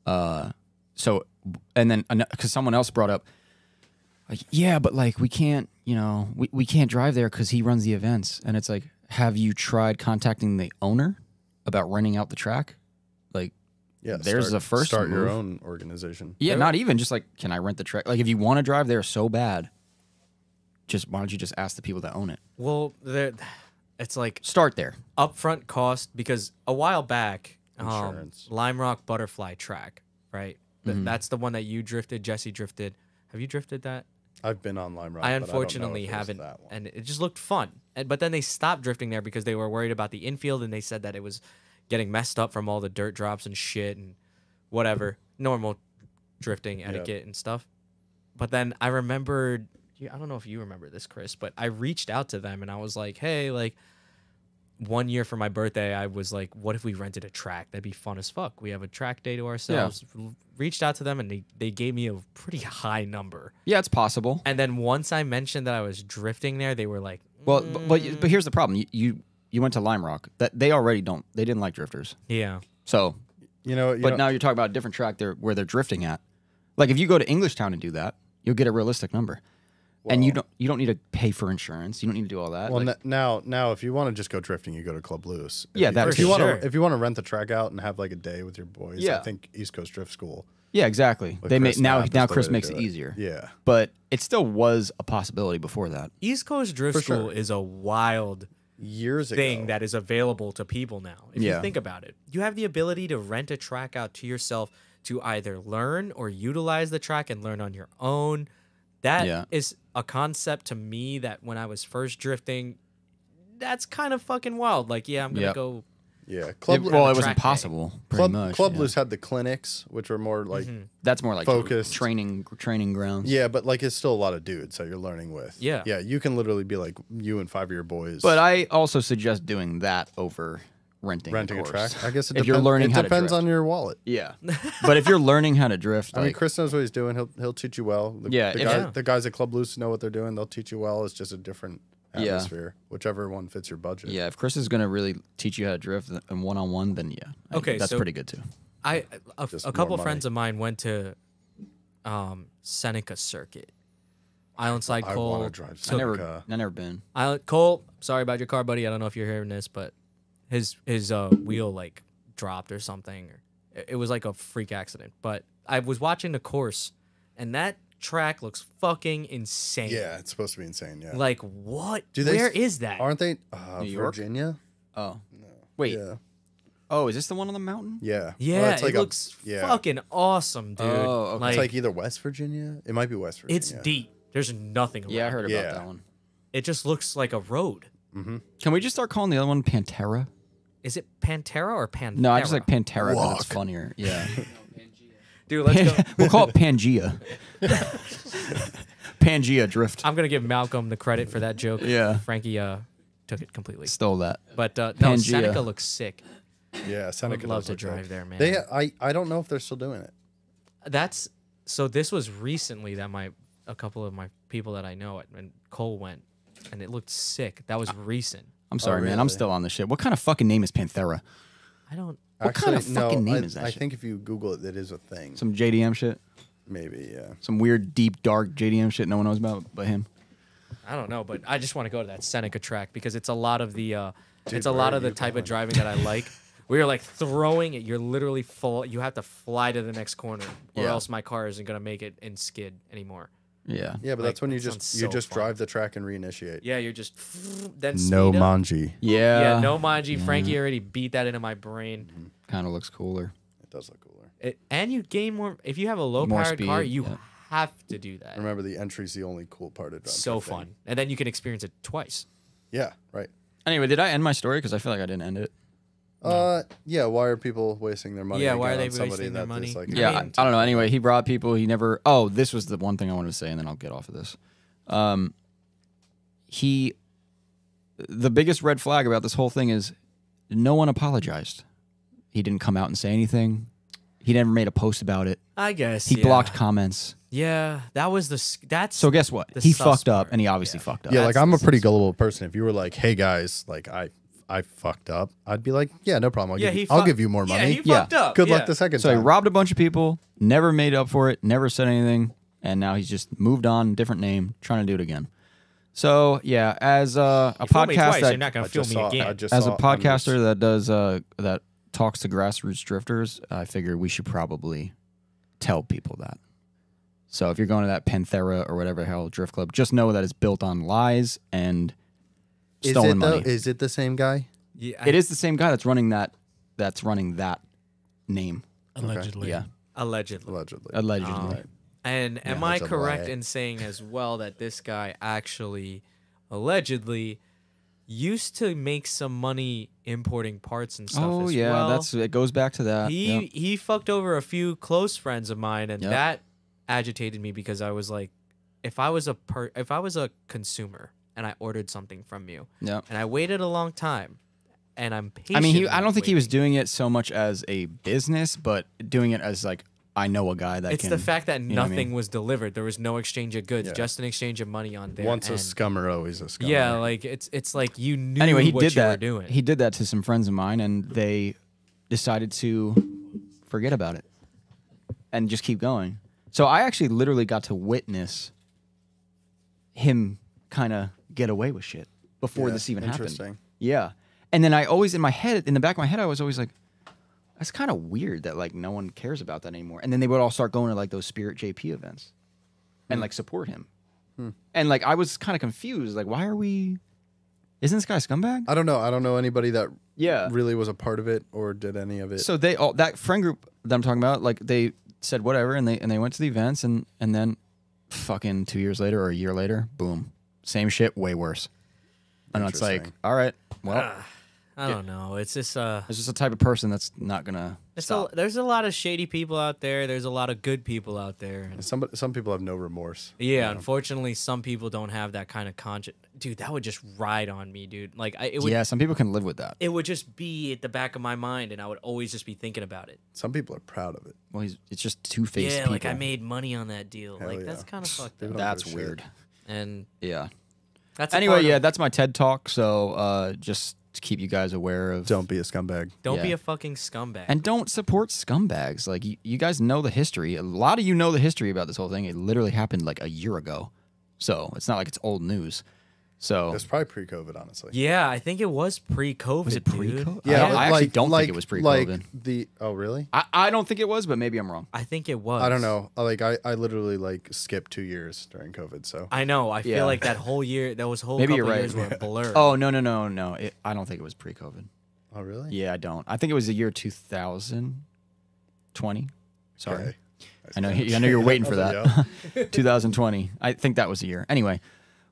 [SPEAKER 4] Uh, so and then because someone else brought up, like, yeah, but like we can't, you know, we, we can't drive there because he runs the events, and it's like, have you tried contacting the owner about renting out the track? Like,
[SPEAKER 2] Yeah,
[SPEAKER 4] There's
[SPEAKER 2] start,
[SPEAKER 4] the first
[SPEAKER 2] Start your
[SPEAKER 4] move.
[SPEAKER 2] own organization.
[SPEAKER 4] Yeah, not even just like, can I rent the track? Like, if you want to drive there so bad, just why don't you just ask the people that own it?
[SPEAKER 1] Well, there, it's like
[SPEAKER 4] Start there.
[SPEAKER 1] upfront cost because a while back, um,
[SPEAKER 2] Insurance.
[SPEAKER 1] Lime Rock Butterfly Track, right? Th- That's the one that you drifted. Jesse drifted. Have you drifted that?
[SPEAKER 2] I've been on Lime Rock.
[SPEAKER 1] I
[SPEAKER 2] but don't know
[SPEAKER 1] unfortunately
[SPEAKER 2] if it was
[SPEAKER 1] haven't,
[SPEAKER 2] That one.
[SPEAKER 1] and it just looked fun. And, but then they stopped drifting there because they were worried about the infield, and they said that it was getting messed up from all the dirt drops and shit and whatever normal drifting etiquette and stuff. But then I remembered, yeah, I don't know if you remember this, Chris, but I reached out to them and I was like, hey, like one year for my birthday, I was like, what if we rented a track? That'd be fun as fuck. We have a track day to ourselves. L- Reached out to them and they, they gave me a pretty high number.
[SPEAKER 4] Yeah, it's possible.
[SPEAKER 1] And then once I mentioned that I was drifting there, they were like,
[SPEAKER 4] Well, b- but you- but here's the problem. You, you you went to Lime Rock. That they already don't. They didn't like drifters.
[SPEAKER 1] "Yeah,
[SPEAKER 4] So,
[SPEAKER 2] You know, you
[SPEAKER 4] but
[SPEAKER 2] know-
[SPEAKER 4] now you're talking about a different track there where they're drifting at. Like if you go to Englishtown and do that, you'll get a realistic number. and you
[SPEAKER 2] Well-
[SPEAKER 4] don't you don't need to pay for insurance. You don't need to do all that.
[SPEAKER 2] Well,
[SPEAKER 4] Like,
[SPEAKER 2] n- now, now, if you want to just go drifting, you go to Club Loose. If
[SPEAKER 4] Yeah,
[SPEAKER 2] you,
[SPEAKER 4] that
[SPEAKER 2] or
[SPEAKER 4] too.
[SPEAKER 2] if you want
[SPEAKER 1] Sure.
[SPEAKER 2] to, if you want to rent the track out and have like a day with your boys,
[SPEAKER 4] Yeah.
[SPEAKER 2] I think East Coast Drift School.
[SPEAKER 4] yeah, exactly.
[SPEAKER 2] with
[SPEAKER 4] They
[SPEAKER 2] Chris
[SPEAKER 4] make now
[SPEAKER 2] Knapp is
[SPEAKER 4] now
[SPEAKER 2] the way
[SPEAKER 4] Chris
[SPEAKER 2] to
[SPEAKER 4] makes
[SPEAKER 2] do
[SPEAKER 4] it
[SPEAKER 2] it.
[SPEAKER 4] easier.
[SPEAKER 2] Yeah,
[SPEAKER 4] But it still was a possibility before that.
[SPEAKER 1] East Coast Drift
[SPEAKER 2] For
[SPEAKER 1] School
[SPEAKER 2] sure.
[SPEAKER 1] is a wild
[SPEAKER 2] years
[SPEAKER 1] thing
[SPEAKER 2] ago.
[SPEAKER 1] that is available to people now. If
[SPEAKER 4] Yeah.
[SPEAKER 1] you think about it, you have the ability to rent a track out to yourself to either learn or utilize the track and learn on your own. That is
[SPEAKER 4] Yeah.
[SPEAKER 1] a concept to me that when I was first drifting, that's kind of fucking wild. Like, yeah, I'm gonna
[SPEAKER 4] Yep.
[SPEAKER 1] go.
[SPEAKER 2] yeah, Club
[SPEAKER 4] It- well,
[SPEAKER 1] on a
[SPEAKER 4] it was
[SPEAKER 1] track day.
[SPEAKER 4] impossible, pretty
[SPEAKER 2] Club,
[SPEAKER 4] much.
[SPEAKER 2] Club
[SPEAKER 4] yeah.
[SPEAKER 2] Loose had the clinics, which were more like
[SPEAKER 1] Mm-hmm.
[SPEAKER 4] That's more like
[SPEAKER 2] Focused.
[SPEAKER 4] training training grounds.
[SPEAKER 2] yeah, but like it's still a lot of dudes that you're learning with.
[SPEAKER 1] Yeah.
[SPEAKER 2] yeah, you can literally be like you and five of your boys.
[SPEAKER 4] But I also suggest doing that over renting
[SPEAKER 2] renting a
[SPEAKER 4] course.
[SPEAKER 2] track, I guess it
[SPEAKER 4] If you're
[SPEAKER 2] depen-
[SPEAKER 4] learning
[SPEAKER 2] it
[SPEAKER 4] how to
[SPEAKER 2] depends
[SPEAKER 4] drift.
[SPEAKER 2] on your wallet.
[SPEAKER 4] Yeah. but if you're learning how to drift,
[SPEAKER 2] I mean,
[SPEAKER 4] like,
[SPEAKER 2] Chris knows what he's doing. He'll he'll teach you well. The,
[SPEAKER 4] Yeah,
[SPEAKER 2] the,
[SPEAKER 4] if-
[SPEAKER 2] guy,
[SPEAKER 1] Yeah.
[SPEAKER 2] the guys at Club Loose know what they're doing. They'll teach you well. It's just a different
[SPEAKER 4] Yeah.
[SPEAKER 2] atmosphere, whichever one fits your budget.
[SPEAKER 4] Yeah, if Chris is gonna really teach you how to drift and one on one, then yeah, I-
[SPEAKER 1] Okay,
[SPEAKER 4] that's
[SPEAKER 1] so-
[SPEAKER 4] pretty good too.
[SPEAKER 1] I a,
[SPEAKER 2] Just
[SPEAKER 1] a
[SPEAKER 2] more
[SPEAKER 1] couple
[SPEAKER 2] money.
[SPEAKER 1] friends of mine went to um, Seneca Circuit, Islandside
[SPEAKER 2] I
[SPEAKER 1] Cole.
[SPEAKER 2] want to drive
[SPEAKER 4] I
[SPEAKER 1] So-
[SPEAKER 4] never,
[SPEAKER 2] Seneca.
[SPEAKER 4] I never been.
[SPEAKER 1] Island Cole, sorry about your car, buddy. I don't know if you're hearing this, but his his uh, wheel like dropped or something. It, it was like a freak accident. But I was watching the course, and that track looks fucking insane.
[SPEAKER 2] Yeah, it's supposed to be insane. Yeah.
[SPEAKER 1] Like what?
[SPEAKER 2] Do they
[SPEAKER 1] Where
[SPEAKER 2] s-
[SPEAKER 1] is that?
[SPEAKER 2] Aren't they uh,
[SPEAKER 4] New York?
[SPEAKER 2] Virginia?
[SPEAKER 4] Oh, wait.
[SPEAKER 2] Yeah.
[SPEAKER 4] Oh, is this the one on the mountain?
[SPEAKER 2] Yeah.
[SPEAKER 1] yeah,
[SPEAKER 2] Well, it's
[SPEAKER 1] it
[SPEAKER 2] a-
[SPEAKER 1] looks
[SPEAKER 2] yeah.
[SPEAKER 1] fucking awesome, dude.
[SPEAKER 4] Oh, okay.
[SPEAKER 1] Like,
[SPEAKER 2] It's
[SPEAKER 1] it's,
[SPEAKER 2] like either West Virginia. It might be West Virginia.
[SPEAKER 1] deep. There's nothing. Around.
[SPEAKER 4] Yeah, I heard about
[SPEAKER 2] Yeah.
[SPEAKER 4] that one.
[SPEAKER 1] It just looks like a road.
[SPEAKER 4] Can we just start calling the other one Pantera?
[SPEAKER 1] Is it Pantera or Pantera?
[SPEAKER 4] No, I just like Pantera because it's funnier. Yeah,
[SPEAKER 1] Dude, let's go.
[SPEAKER 4] *laughs* we'll call it Pangea. Pangea drift.
[SPEAKER 1] I'm gonna give Malcolm the credit for that joke.
[SPEAKER 4] *laughs* Yeah.
[SPEAKER 1] Frankie uh, took it completely.
[SPEAKER 4] Stole that.
[SPEAKER 1] But uh, no,
[SPEAKER 4] Pangea.
[SPEAKER 1] Seneca looks sick.
[SPEAKER 2] Yeah,
[SPEAKER 1] I'd
[SPEAKER 2] Seneca.
[SPEAKER 1] love
[SPEAKER 2] does
[SPEAKER 1] to
[SPEAKER 2] look cool.
[SPEAKER 1] drive there, man.
[SPEAKER 2] They, I, I don't know if they're still doing it.
[SPEAKER 1] That's so. This was recently that my a couple of my people that I know at and Cole went, and it looked sick. That was recent.
[SPEAKER 4] I'm sorry, man. I'm
[SPEAKER 2] really?
[SPEAKER 4] still on the shit. What kind of fucking name is Panthera?
[SPEAKER 1] I don't.
[SPEAKER 4] What kind of
[SPEAKER 2] Actually, no,
[SPEAKER 4] fucking name
[SPEAKER 2] I,
[SPEAKER 4] is that
[SPEAKER 2] I
[SPEAKER 4] shit?
[SPEAKER 2] think if you Google it, that is a thing.
[SPEAKER 4] Some JDM shit.
[SPEAKER 2] Maybe, yeah.
[SPEAKER 4] Some weird, deep, dark JDM shit no one knows about but him.
[SPEAKER 1] I don't know, but I just want to go to that Seneca track because it's a lot of the uh, it's a
[SPEAKER 2] where
[SPEAKER 1] lot
[SPEAKER 2] are
[SPEAKER 1] of the
[SPEAKER 2] you
[SPEAKER 1] type of driving that I like. *laughs* Where you're like throwing it, you're literally full. You have to fly to the next corner, or
[SPEAKER 4] Yeah.
[SPEAKER 1] else my car isn't gonna make it and skid anymore.
[SPEAKER 4] Yeah.
[SPEAKER 2] Yeah, but
[SPEAKER 1] Like,
[SPEAKER 2] that's when you
[SPEAKER 1] that
[SPEAKER 2] just
[SPEAKER 1] sounds
[SPEAKER 2] you
[SPEAKER 1] so
[SPEAKER 2] just
[SPEAKER 1] fun.
[SPEAKER 2] drive the track and reinitiate.
[SPEAKER 1] Yeah, you're just then speed up.
[SPEAKER 2] manji.
[SPEAKER 4] Yeah.
[SPEAKER 1] yeah, no manji. Frankie already beat that into my brain.
[SPEAKER 4] Kind of looks cooler.
[SPEAKER 2] It does look cooler.
[SPEAKER 1] It, and you gain more if you have a low
[SPEAKER 4] More
[SPEAKER 1] powered car.
[SPEAKER 4] speed,
[SPEAKER 1] You
[SPEAKER 4] yeah.
[SPEAKER 1] have to do that.
[SPEAKER 2] Remember, the entry's the only cool part of driving.
[SPEAKER 1] so fun, and then you can experience it twice.
[SPEAKER 2] Yeah, right.
[SPEAKER 4] Anyway, did I end my story? Because I feel like I didn't end it.
[SPEAKER 2] Uh, yeah. Why are people wasting their money?
[SPEAKER 1] Yeah, why
[SPEAKER 2] again
[SPEAKER 1] are
[SPEAKER 2] on
[SPEAKER 1] they
[SPEAKER 2] somebody
[SPEAKER 1] wasting their
[SPEAKER 2] that
[SPEAKER 1] money?
[SPEAKER 2] is, Like,
[SPEAKER 1] I
[SPEAKER 4] Yeah, I,
[SPEAKER 1] mean-
[SPEAKER 4] I don't know. Anyway, he robbed people. He never. Oh, this was the one thing I wanted to say, and then I'll get off of this. Um, he, the biggest red flag about this whole thing is, no one apologized. He didn't come out and say anything. He never made a post about it.
[SPEAKER 1] I guess
[SPEAKER 4] He blocked comments.
[SPEAKER 1] Yeah, that was the s- that's
[SPEAKER 4] So guess what?
[SPEAKER 1] The
[SPEAKER 4] He
[SPEAKER 1] sus
[SPEAKER 4] fucked
[SPEAKER 1] part,
[SPEAKER 4] up, and he obviously fucked up.
[SPEAKER 2] yeah, like
[SPEAKER 1] That's
[SPEAKER 2] I'm a
[SPEAKER 1] the
[SPEAKER 2] pretty
[SPEAKER 1] sense.
[SPEAKER 2] gullible person. If you were like, "Hey guys, like I, I fucked up," I'd be like, "Yeah, no problem. I'll,
[SPEAKER 1] yeah
[SPEAKER 2] give,
[SPEAKER 1] he.
[SPEAKER 2] you, I'll
[SPEAKER 1] fuck-
[SPEAKER 2] give you more
[SPEAKER 1] yeah,
[SPEAKER 2] money."
[SPEAKER 1] he
[SPEAKER 4] Yeah.
[SPEAKER 1] fucked up.
[SPEAKER 2] Good
[SPEAKER 1] yeah.
[SPEAKER 2] luck the second
[SPEAKER 4] So he
[SPEAKER 2] time.
[SPEAKER 4] robbed a bunch of people, never made up for it, never said anything, and now he's just moved on, different name, trying to do it again. So yeah, as uh, a
[SPEAKER 1] You fooled me
[SPEAKER 4] podcast
[SPEAKER 1] twice,
[SPEAKER 4] that-
[SPEAKER 1] you're not gonna
[SPEAKER 2] I
[SPEAKER 1] fool
[SPEAKER 2] just
[SPEAKER 1] me
[SPEAKER 2] saw.
[SPEAKER 1] again.
[SPEAKER 2] I just
[SPEAKER 4] as a
[SPEAKER 2] saw it on
[SPEAKER 4] podcaster
[SPEAKER 2] this-
[SPEAKER 4] that does uh, that talks to grassroots drifters, I figure we should probably tell people that. So if you're going to that Panthera or whatever the hell drift club, just know that it's built on lies and
[SPEAKER 2] Is
[SPEAKER 4] stolen
[SPEAKER 2] it
[SPEAKER 4] money.
[SPEAKER 2] Though, is it the same guy?
[SPEAKER 1] Yeah,
[SPEAKER 4] it is the same guy that's running that that's running that name.
[SPEAKER 3] Allegedly.
[SPEAKER 4] Yeah,
[SPEAKER 1] allegedly.
[SPEAKER 2] Allegedly.
[SPEAKER 4] allegedly.
[SPEAKER 1] And am I
[SPEAKER 2] that's a
[SPEAKER 1] correct
[SPEAKER 2] lie.
[SPEAKER 1] in saying as well that this guy actually, allegedly, used to make some money importing parts and stuff?
[SPEAKER 4] oh
[SPEAKER 1] as
[SPEAKER 4] yeah,
[SPEAKER 1] well?
[SPEAKER 4] that's it. Goes back to that.
[SPEAKER 1] he
[SPEAKER 4] Yep.
[SPEAKER 1] he fucked over a few close friends of mine, and
[SPEAKER 4] Yep.
[SPEAKER 1] that agitated me because I was like, if I was a per- if I was a consumer and I ordered something from you
[SPEAKER 4] Yep.
[SPEAKER 1] and I waited a long time, and I'm patient.
[SPEAKER 4] I mean, he. I don't think he was doing it so much as a business, but doing it as like I know a guy that
[SPEAKER 1] It's
[SPEAKER 4] can.
[SPEAKER 1] the fact that
[SPEAKER 4] know what I
[SPEAKER 1] nothing
[SPEAKER 4] mean?
[SPEAKER 1] was delivered. There was no exchange of goods,
[SPEAKER 2] Yeah.
[SPEAKER 1] just an exchange of money on there.
[SPEAKER 2] Once a scummer, always a scummer.
[SPEAKER 1] Yeah, like it's it's like you knew
[SPEAKER 4] anyway, he
[SPEAKER 1] what
[SPEAKER 4] did
[SPEAKER 1] you
[SPEAKER 4] that.
[SPEAKER 1] were doing.
[SPEAKER 4] He did that to some friends of mine, and they decided to forget about it and just keep going. So I actually literally got to witness him kind of get away with shit before
[SPEAKER 2] Yeah,
[SPEAKER 4] this even happened.
[SPEAKER 2] interesting.
[SPEAKER 4] Yeah, and then I always in my head, in the back of my head, I was always like. That's kind of weird that like no one cares about that anymore. And then they would all start going to like those Spirit JP events
[SPEAKER 2] Hmm.
[SPEAKER 4] and like support him. And like I was kind of confused, like why are we? Isn't this guy a scumbag?
[SPEAKER 2] I don't know. I don't know anybody that
[SPEAKER 4] Yeah.
[SPEAKER 2] really was a part of it or did any of it.
[SPEAKER 4] So they all that friend group that I'm talking about, like they said whatever, and they and they went to the events, and and then, fucking two years later or a year later, boom, same shit, way worse. And it's like,
[SPEAKER 2] Interesting.
[SPEAKER 4] all right, well,
[SPEAKER 1] I don't know. It's just uh,
[SPEAKER 4] it's just a type of person that's not gonna
[SPEAKER 1] it's a,
[SPEAKER 4] stop.
[SPEAKER 1] there's a lot of shady people out there. There's a lot of good people out there. and-
[SPEAKER 2] some some people have no remorse.
[SPEAKER 1] yeah, unfortunately, some people don't have that kind of conscience. Dude, that would just ride on me, dude. Like I, it would.
[SPEAKER 4] yeah, some people can live with that.
[SPEAKER 1] It would just be at the back of my mind, and I would always just be thinking about it.
[SPEAKER 2] Some people are proud of it.
[SPEAKER 4] Well, he's, it's just two faced.
[SPEAKER 1] yeah, like I made money on that deal. like
[SPEAKER 2] yeah.
[SPEAKER 4] *laughs*
[SPEAKER 1] that's kind of fucked
[SPEAKER 2] They
[SPEAKER 1] up.
[SPEAKER 2] don't
[SPEAKER 4] That's
[SPEAKER 2] give a shit.
[SPEAKER 4] weird.
[SPEAKER 1] And
[SPEAKER 4] Yeah.
[SPEAKER 1] That's a part
[SPEAKER 4] Anyway,
[SPEAKER 1] of-
[SPEAKER 4] yeah, that's my TED talk. So uh, just to keep you guys aware of
[SPEAKER 2] Don't be a scumbag.
[SPEAKER 1] Don't be
[SPEAKER 4] yeah.
[SPEAKER 1] a fucking scumbag.
[SPEAKER 4] and don't support scumbags. Like you, you guys know the history. A lot of you know the history about this whole thing. It literally happened like a year ago, so it's not like it's old news. So
[SPEAKER 2] That's probably pre-COVID, honestly.
[SPEAKER 1] yeah, I think it was pre-COVID.
[SPEAKER 4] was it pre-COVID?
[SPEAKER 1] dude.
[SPEAKER 4] I, don't-
[SPEAKER 2] but
[SPEAKER 4] I actually
[SPEAKER 2] like-
[SPEAKER 4] don't
[SPEAKER 2] like-
[SPEAKER 4] think it was
[SPEAKER 2] Like
[SPEAKER 4] pre-COVID.
[SPEAKER 2] the oh really?
[SPEAKER 4] I, I don't think it was, but maybe I'm wrong.
[SPEAKER 1] I think it was.
[SPEAKER 2] I don't know. I- Like I, I literally like skipped two years during COVID. So
[SPEAKER 1] I know. I
[SPEAKER 4] Yeah.
[SPEAKER 1] feel like that whole year, that was whole
[SPEAKER 4] Maybe
[SPEAKER 1] couple
[SPEAKER 4] you're right.
[SPEAKER 1] years were
[SPEAKER 4] *laughs*
[SPEAKER 1] a blur.
[SPEAKER 4] Oh no no no no! It, I don't think it was pre-COVID.
[SPEAKER 2] oh really?
[SPEAKER 4] Yeah, I don't. I think it was the year 2020. Sorry.
[SPEAKER 2] Okay.
[SPEAKER 4] I know. I know you're waiting for
[SPEAKER 2] I was *laughs*
[SPEAKER 4] that. *laughs* 2020. I think that was the year. Anyway,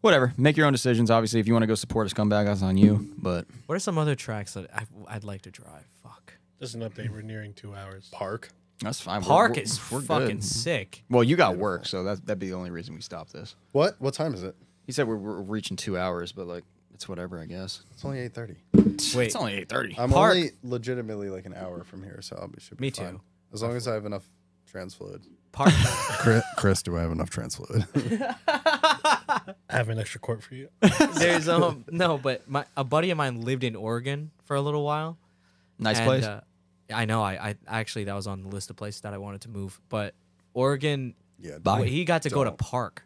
[SPEAKER 4] whatever. Make your own decisions. Obviously, if you want to go support a scumbag, that's on you. But
[SPEAKER 1] What are some other tracks that I, I'd like to drive? Fuck.
[SPEAKER 3] Just an update. We're nearing two hours.
[SPEAKER 2] Park.
[SPEAKER 4] that's fine. We're-
[SPEAKER 1] Park
[SPEAKER 4] we're-
[SPEAKER 1] is
[SPEAKER 4] we're good.
[SPEAKER 1] fucking sick.
[SPEAKER 4] Well, you got work, so that that'd be the only reason we stopped this.
[SPEAKER 2] What? What time is it?
[SPEAKER 4] He said we're, we're reaching two hours, but like it's whatever, I guess. Um,
[SPEAKER 2] It's only eight thirty.
[SPEAKER 1] Wait.
[SPEAKER 4] it's only eight thirty.
[SPEAKER 2] I'm
[SPEAKER 1] Park.
[SPEAKER 2] only legitimately like an hour from here, so I'll be should be
[SPEAKER 1] Me
[SPEAKER 2] fine.
[SPEAKER 1] too.
[SPEAKER 2] As long as I have enough trans fluid.
[SPEAKER 1] Park.
[SPEAKER 2] Chris, Chris do I have enough trans fluid?
[SPEAKER 3] I have an extra quart for you.
[SPEAKER 1] There's um no, but my a buddy of mine lived in Oregon for a little while.
[SPEAKER 4] nice
[SPEAKER 1] And,
[SPEAKER 4] place.
[SPEAKER 1] uh, I know. I, I actually that was on the list of places that I wanted to move, but Oregon,
[SPEAKER 2] *laughs* yeah.
[SPEAKER 4] Bye.
[SPEAKER 1] he got to go to park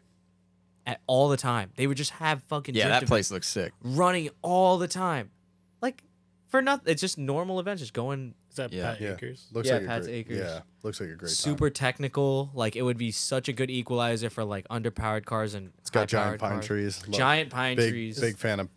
[SPEAKER 1] at all the time. They would just have fucking
[SPEAKER 4] yeah,
[SPEAKER 1] drift
[SPEAKER 4] that
[SPEAKER 1] events
[SPEAKER 4] place looks sick.
[SPEAKER 1] running all the time, like for nothing. It's just normal events, just going
[SPEAKER 3] Is that
[SPEAKER 4] Yeah.
[SPEAKER 3] Pat
[SPEAKER 2] Yeah.
[SPEAKER 3] Akers?
[SPEAKER 2] Looks
[SPEAKER 1] Yeah,
[SPEAKER 2] like a
[SPEAKER 1] Pat's
[SPEAKER 2] great,
[SPEAKER 1] Acres.
[SPEAKER 2] Yeah. Looks like a great time.
[SPEAKER 1] super technical. Like it would be such a good equalizer for like underpowered cars and
[SPEAKER 2] It's got giant
[SPEAKER 1] high-powered
[SPEAKER 2] pine
[SPEAKER 1] cars.
[SPEAKER 2] trees. Love-
[SPEAKER 1] giant pine
[SPEAKER 2] big,
[SPEAKER 1] trees.
[SPEAKER 2] Big fan of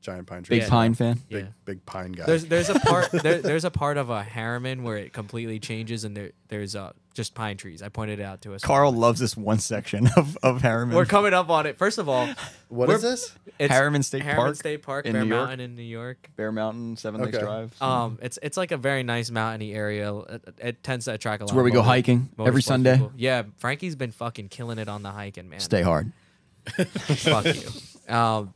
[SPEAKER 2] giant pine trees.
[SPEAKER 4] Big Pine fan.
[SPEAKER 1] Yeah.
[SPEAKER 2] Big big pine guy.
[SPEAKER 1] There's there's a part
[SPEAKER 4] *laughs*
[SPEAKER 1] there, there's a part of a Harriman where it completely changes and there there's uh just pine trees. I pointed it out to us.
[SPEAKER 4] Carl loves this one section *laughs* of of Harriman.
[SPEAKER 1] We're coming up on it. First of all,
[SPEAKER 2] what
[SPEAKER 1] we're-
[SPEAKER 2] is this?
[SPEAKER 1] it's
[SPEAKER 4] Harriman
[SPEAKER 1] *laughs*
[SPEAKER 4] State
[SPEAKER 1] Harriman
[SPEAKER 4] Park
[SPEAKER 1] State Park,
[SPEAKER 4] in
[SPEAKER 1] Bear
[SPEAKER 4] New York. Mm-hmm.
[SPEAKER 1] Mountain in New York.
[SPEAKER 4] Bear Mountain, Seven Lakes
[SPEAKER 2] Okay.
[SPEAKER 4] Drive.
[SPEAKER 1] Um, it's it's like a very nice mountainy area. It, it tends to attract a lot.
[SPEAKER 4] where
[SPEAKER 1] of
[SPEAKER 4] we go
[SPEAKER 1] motor-
[SPEAKER 4] hiking every
[SPEAKER 1] motorsports
[SPEAKER 4] Sunday.
[SPEAKER 1] people. Yeah, Frankie's been fucking killing it on the hiking, man.
[SPEAKER 4] Stay hard.
[SPEAKER 1] Fuck
[SPEAKER 4] *laughs*
[SPEAKER 1] you. Um,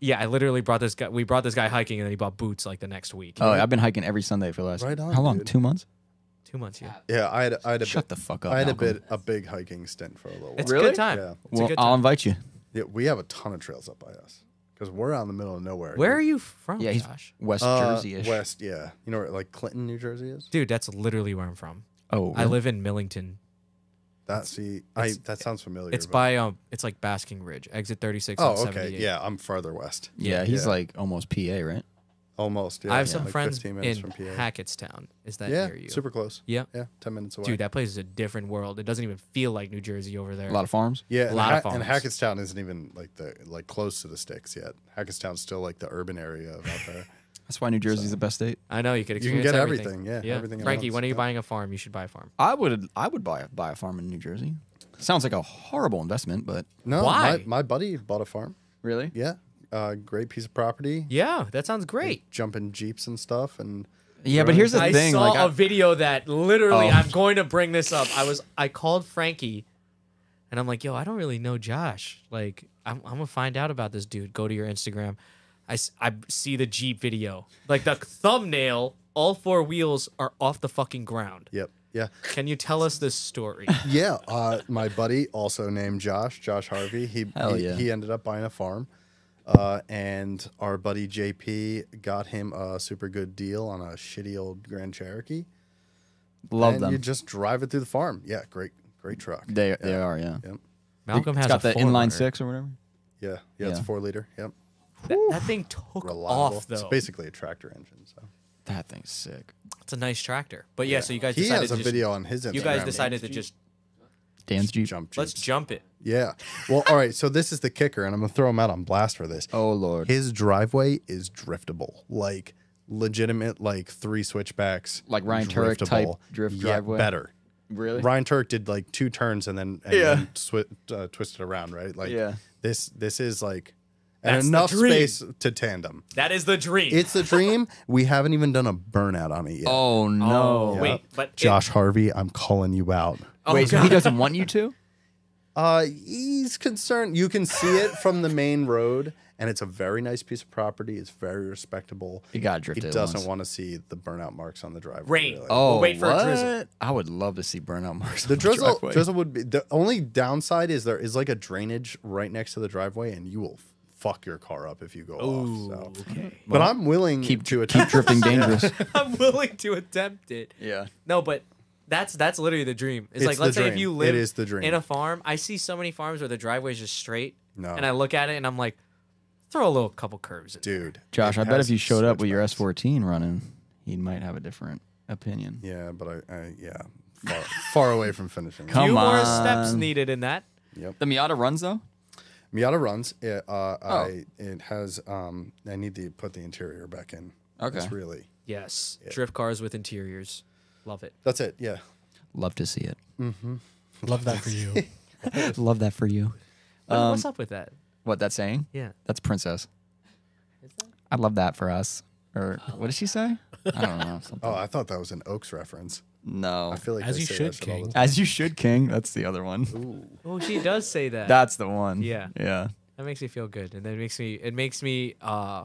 [SPEAKER 1] yeah, I literally brought this guy. We brought this guy hiking, and then he bought boots like the next week.
[SPEAKER 4] Oh, I've been hiking every Sunday for the last
[SPEAKER 2] Right on,
[SPEAKER 4] how long?
[SPEAKER 2] dude.
[SPEAKER 4] Two months.
[SPEAKER 1] Two months. Yeah,
[SPEAKER 2] Yeah, I had I had a
[SPEAKER 4] Shut
[SPEAKER 2] bit,
[SPEAKER 4] the fuck up.
[SPEAKER 2] I had a
[SPEAKER 4] Malcolm.
[SPEAKER 2] bit a big hiking stint for a little while.
[SPEAKER 1] it's a
[SPEAKER 4] Really?
[SPEAKER 1] good time.
[SPEAKER 2] Yeah.
[SPEAKER 1] It's a
[SPEAKER 4] Well,
[SPEAKER 1] good
[SPEAKER 4] I'll
[SPEAKER 1] time.
[SPEAKER 4] invite you.
[SPEAKER 2] Yeah, we have a ton of trails up by us because we're out in the middle of nowhere.
[SPEAKER 1] Where are
[SPEAKER 2] dude.
[SPEAKER 1] you from,
[SPEAKER 4] Yeah, he's
[SPEAKER 1] Josh?
[SPEAKER 4] West
[SPEAKER 2] Uh,
[SPEAKER 4] Jersey-ish.
[SPEAKER 2] West, yeah. You know where like Clinton, New Jersey is?
[SPEAKER 1] Dude, that's literally where I'm from.
[SPEAKER 4] Oh,
[SPEAKER 1] I live in Millington.
[SPEAKER 2] That see, I
[SPEAKER 1] it's-
[SPEAKER 2] that sounds familiar.
[SPEAKER 1] It's
[SPEAKER 2] but-
[SPEAKER 1] by um, it's like Basking Ridge, exit 36. on
[SPEAKER 2] Oh, okay.
[SPEAKER 1] 78.
[SPEAKER 2] Yeah, I'm farther west.
[SPEAKER 4] Yeah, he's
[SPEAKER 2] Yeah.
[SPEAKER 4] like almost PA, right?
[SPEAKER 2] Almost. Yeah,
[SPEAKER 1] I have
[SPEAKER 2] yeah,
[SPEAKER 1] some
[SPEAKER 2] like
[SPEAKER 1] friends
[SPEAKER 2] 15
[SPEAKER 1] in
[SPEAKER 2] minutes from PA.
[SPEAKER 1] Hackettstown. Is that
[SPEAKER 2] yeah,
[SPEAKER 1] near you?
[SPEAKER 2] super close.
[SPEAKER 1] Yeah.
[SPEAKER 2] Yeah, 10 minutes away.
[SPEAKER 1] Dude, that place is a different world. It doesn't even feel like New Jersey over there.
[SPEAKER 4] A lot of farms.
[SPEAKER 2] yeah,
[SPEAKER 1] a
[SPEAKER 2] and,
[SPEAKER 1] lot of
[SPEAKER 2] Ha- and
[SPEAKER 1] farms.
[SPEAKER 2] Hackettstown isn't even like the like close to the sticks yet. Hackettstown's still like the urban area of out
[SPEAKER 4] *laughs*
[SPEAKER 2] there.
[SPEAKER 4] That's why New Jersey's the best state.
[SPEAKER 1] I know you could
[SPEAKER 2] You can
[SPEAKER 1] experience
[SPEAKER 2] get
[SPEAKER 1] everything.
[SPEAKER 2] everything, yeah, everything at
[SPEAKER 1] Frankie,
[SPEAKER 2] once,
[SPEAKER 1] when are you
[SPEAKER 2] yeah.
[SPEAKER 1] buying a farm? You should buy a farm.
[SPEAKER 4] I would I would buy buy a farm in New Jersey. Sounds like a horrible investment, but
[SPEAKER 2] No,
[SPEAKER 1] Why?
[SPEAKER 2] My, my buddy bought a farm.
[SPEAKER 4] really,
[SPEAKER 2] Yeah, uh, great piece of property.
[SPEAKER 1] Yeah, that sounds great.
[SPEAKER 2] Jumping jeeps and stuff, and
[SPEAKER 4] yeah. But here's the
[SPEAKER 1] I
[SPEAKER 4] thing,
[SPEAKER 1] saw
[SPEAKER 4] like,
[SPEAKER 1] a
[SPEAKER 4] I-
[SPEAKER 1] video that literally
[SPEAKER 4] Oh.
[SPEAKER 1] I'm going to bring this up. I was I called Frankie and I'm like, yo, I don't really know Josh. Like, I'm, I'm gonna find out about this dude. Go to your Instagram. I, s- I see the Jeep video. Like the thumbnail, all four wheels are off the fucking ground.
[SPEAKER 2] yep, yeah.
[SPEAKER 1] Can you tell us this
[SPEAKER 4] *laughs*
[SPEAKER 1] story?
[SPEAKER 2] Yeah, uh, my buddy, also named Josh, Josh Harvey. He
[SPEAKER 4] Hell
[SPEAKER 2] he,
[SPEAKER 4] yeah.
[SPEAKER 2] he ended up buying a farm, uh, and our buddy JP got him a super good deal on a shitty old Grand Cherokee.
[SPEAKER 4] love
[SPEAKER 2] and You
[SPEAKER 4] them.
[SPEAKER 2] just drive it through the farm. Yeah, great, great truck.
[SPEAKER 4] They
[SPEAKER 2] yeah.
[SPEAKER 4] they are yeah.
[SPEAKER 2] Yep.
[SPEAKER 1] Malcolm
[SPEAKER 4] It's
[SPEAKER 1] has
[SPEAKER 4] got
[SPEAKER 1] a
[SPEAKER 4] the inline
[SPEAKER 1] 4Runner.
[SPEAKER 4] six or whatever.
[SPEAKER 2] Yeah, yeah, It's a
[SPEAKER 4] Yeah.
[SPEAKER 2] four liter. Yep,
[SPEAKER 1] That, that thing took
[SPEAKER 2] reliable.
[SPEAKER 1] off
[SPEAKER 2] It's
[SPEAKER 1] though. It's,
[SPEAKER 2] basically a tractor engine. So
[SPEAKER 4] That thing's sick.
[SPEAKER 1] a nice tractor. But yeah, so you guys
[SPEAKER 2] he
[SPEAKER 1] decided
[SPEAKER 2] has a
[SPEAKER 1] to just-
[SPEAKER 2] video on his Instagram.
[SPEAKER 1] You guys decided to just
[SPEAKER 4] Dan's Jeep.
[SPEAKER 2] jump.
[SPEAKER 1] let's
[SPEAKER 2] jeeps.
[SPEAKER 1] jump it.
[SPEAKER 2] Yeah. Well, all right. So this is the kicker, and I'm gonna throw him out on blast
[SPEAKER 1] *laughs*
[SPEAKER 2] for this.
[SPEAKER 4] Oh lord,
[SPEAKER 2] his driveway is driftable, like legitimate, like three switchbacks,
[SPEAKER 4] Like Ryan Turek type drift
[SPEAKER 2] Yeah,
[SPEAKER 4] driveway?
[SPEAKER 2] Better.
[SPEAKER 4] really?
[SPEAKER 2] Ryan Turek did like two turns and then, and
[SPEAKER 4] Yeah.
[SPEAKER 2] then swi- uh, twisted around, right? Like
[SPEAKER 4] Yeah.
[SPEAKER 2] this, this is like and
[SPEAKER 1] That's the
[SPEAKER 2] enough
[SPEAKER 1] dream.
[SPEAKER 2] space to tandem.
[SPEAKER 1] That is the dream.
[SPEAKER 2] It's a dream. we haven't even done a burnout on it yet.
[SPEAKER 4] Oh no,
[SPEAKER 1] Oh, wait, but it-
[SPEAKER 2] Josh Harvey, I'm calling you out.
[SPEAKER 1] oh,
[SPEAKER 4] wait. So
[SPEAKER 1] God.
[SPEAKER 4] he doesn't want you to.
[SPEAKER 2] Uh, he's concerned. You can see it from the main road, and it's a very nice piece of property. It's very respectable.
[SPEAKER 4] You gotta
[SPEAKER 2] He
[SPEAKER 4] drift it.
[SPEAKER 2] doesn't
[SPEAKER 4] once.
[SPEAKER 2] want to see the burnout marks on the driveway.
[SPEAKER 1] Rain.
[SPEAKER 4] *laughs* Oh,
[SPEAKER 1] We'll wait for a
[SPEAKER 4] what?
[SPEAKER 1] drizzle.
[SPEAKER 4] I would love to see burnout marks. on
[SPEAKER 2] The drizzle,
[SPEAKER 4] driveway.
[SPEAKER 2] drizzle would be the only downside is there is like a drainage right next to the driveway, and you will fuck your car up if you go
[SPEAKER 1] Oh,
[SPEAKER 2] off. So.
[SPEAKER 1] okay.
[SPEAKER 2] But I'm willing
[SPEAKER 4] keep
[SPEAKER 2] to
[SPEAKER 4] keep
[SPEAKER 2] attempt
[SPEAKER 4] *laughs* drifting dangerous.
[SPEAKER 1] *laughs* I'm willing to attempt it.
[SPEAKER 4] yeah.
[SPEAKER 1] No, but that's that's literally the dream. It's,
[SPEAKER 2] It's
[SPEAKER 1] like
[SPEAKER 2] the
[SPEAKER 1] let's say if
[SPEAKER 2] dream.
[SPEAKER 1] you
[SPEAKER 2] It
[SPEAKER 1] live
[SPEAKER 2] is the dream.
[SPEAKER 1] in a farm. I see so many farms where the driveway is just straight,
[SPEAKER 2] No.
[SPEAKER 1] and I look at it and I'm like, throw a little couple curves. In.
[SPEAKER 2] dude.
[SPEAKER 4] Josh,
[SPEAKER 2] it
[SPEAKER 4] I bet
[SPEAKER 2] has
[SPEAKER 4] if you showed up with your
[SPEAKER 2] switchbacks.
[SPEAKER 4] S14 running, he might have a different opinion.
[SPEAKER 2] Yeah, but I, I yeah, far, far away from finishing.
[SPEAKER 4] Come
[SPEAKER 1] Few more steps
[SPEAKER 4] on.
[SPEAKER 1] needed in that.
[SPEAKER 4] The Miata runs though.
[SPEAKER 2] Miata runs. It, uh,
[SPEAKER 4] Oh.
[SPEAKER 2] I it has. Um, I need to put the interior back in.
[SPEAKER 4] Okay.
[SPEAKER 2] That's really.
[SPEAKER 1] Yes, drift cars with interiors, love it.
[SPEAKER 2] That's it. Yeah.
[SPEAKER 4] Love to see it.
[SPEAKER 3] *laughs* Love that for you.
[SPEAKER 4] Love that for you.
[SPEAKER 1] What-
[SPEAKER 2] Um,
[SPEAKER 1] what's up with that?
[SPEAKER 4] What that saying?
[SPEAKER 1] Yeah,
[SPEAKER 4] That's princess. I love that for us. Or what did she say? I don't know. Something.
[SPEAKER 2] Oh, I thought that was an Oaks reference.
[SPEAKER 4] No.
[SPEAKER 2] I feel like
[SPEAKER 3] As
[SPEAKER 2] they
[SPEAKER 3] you
[SPEAKER 2] say
[SPEAKER 3] should,
[SPEAKER 2] that shit all the
[SPEAKER 3] King.
[SPEAKER 2] time.
[SPEAKER 4] As you should, King. That's the other one.
[SPEAKER 1] oh, she does say that. that.
[SPEAKER 4] That's the one.
[SPEAKER 1] Yeah.
[SPEAKER 4] Yeah.
[SPEAKER 1] makes me feel good, and that makes me it makes me uh,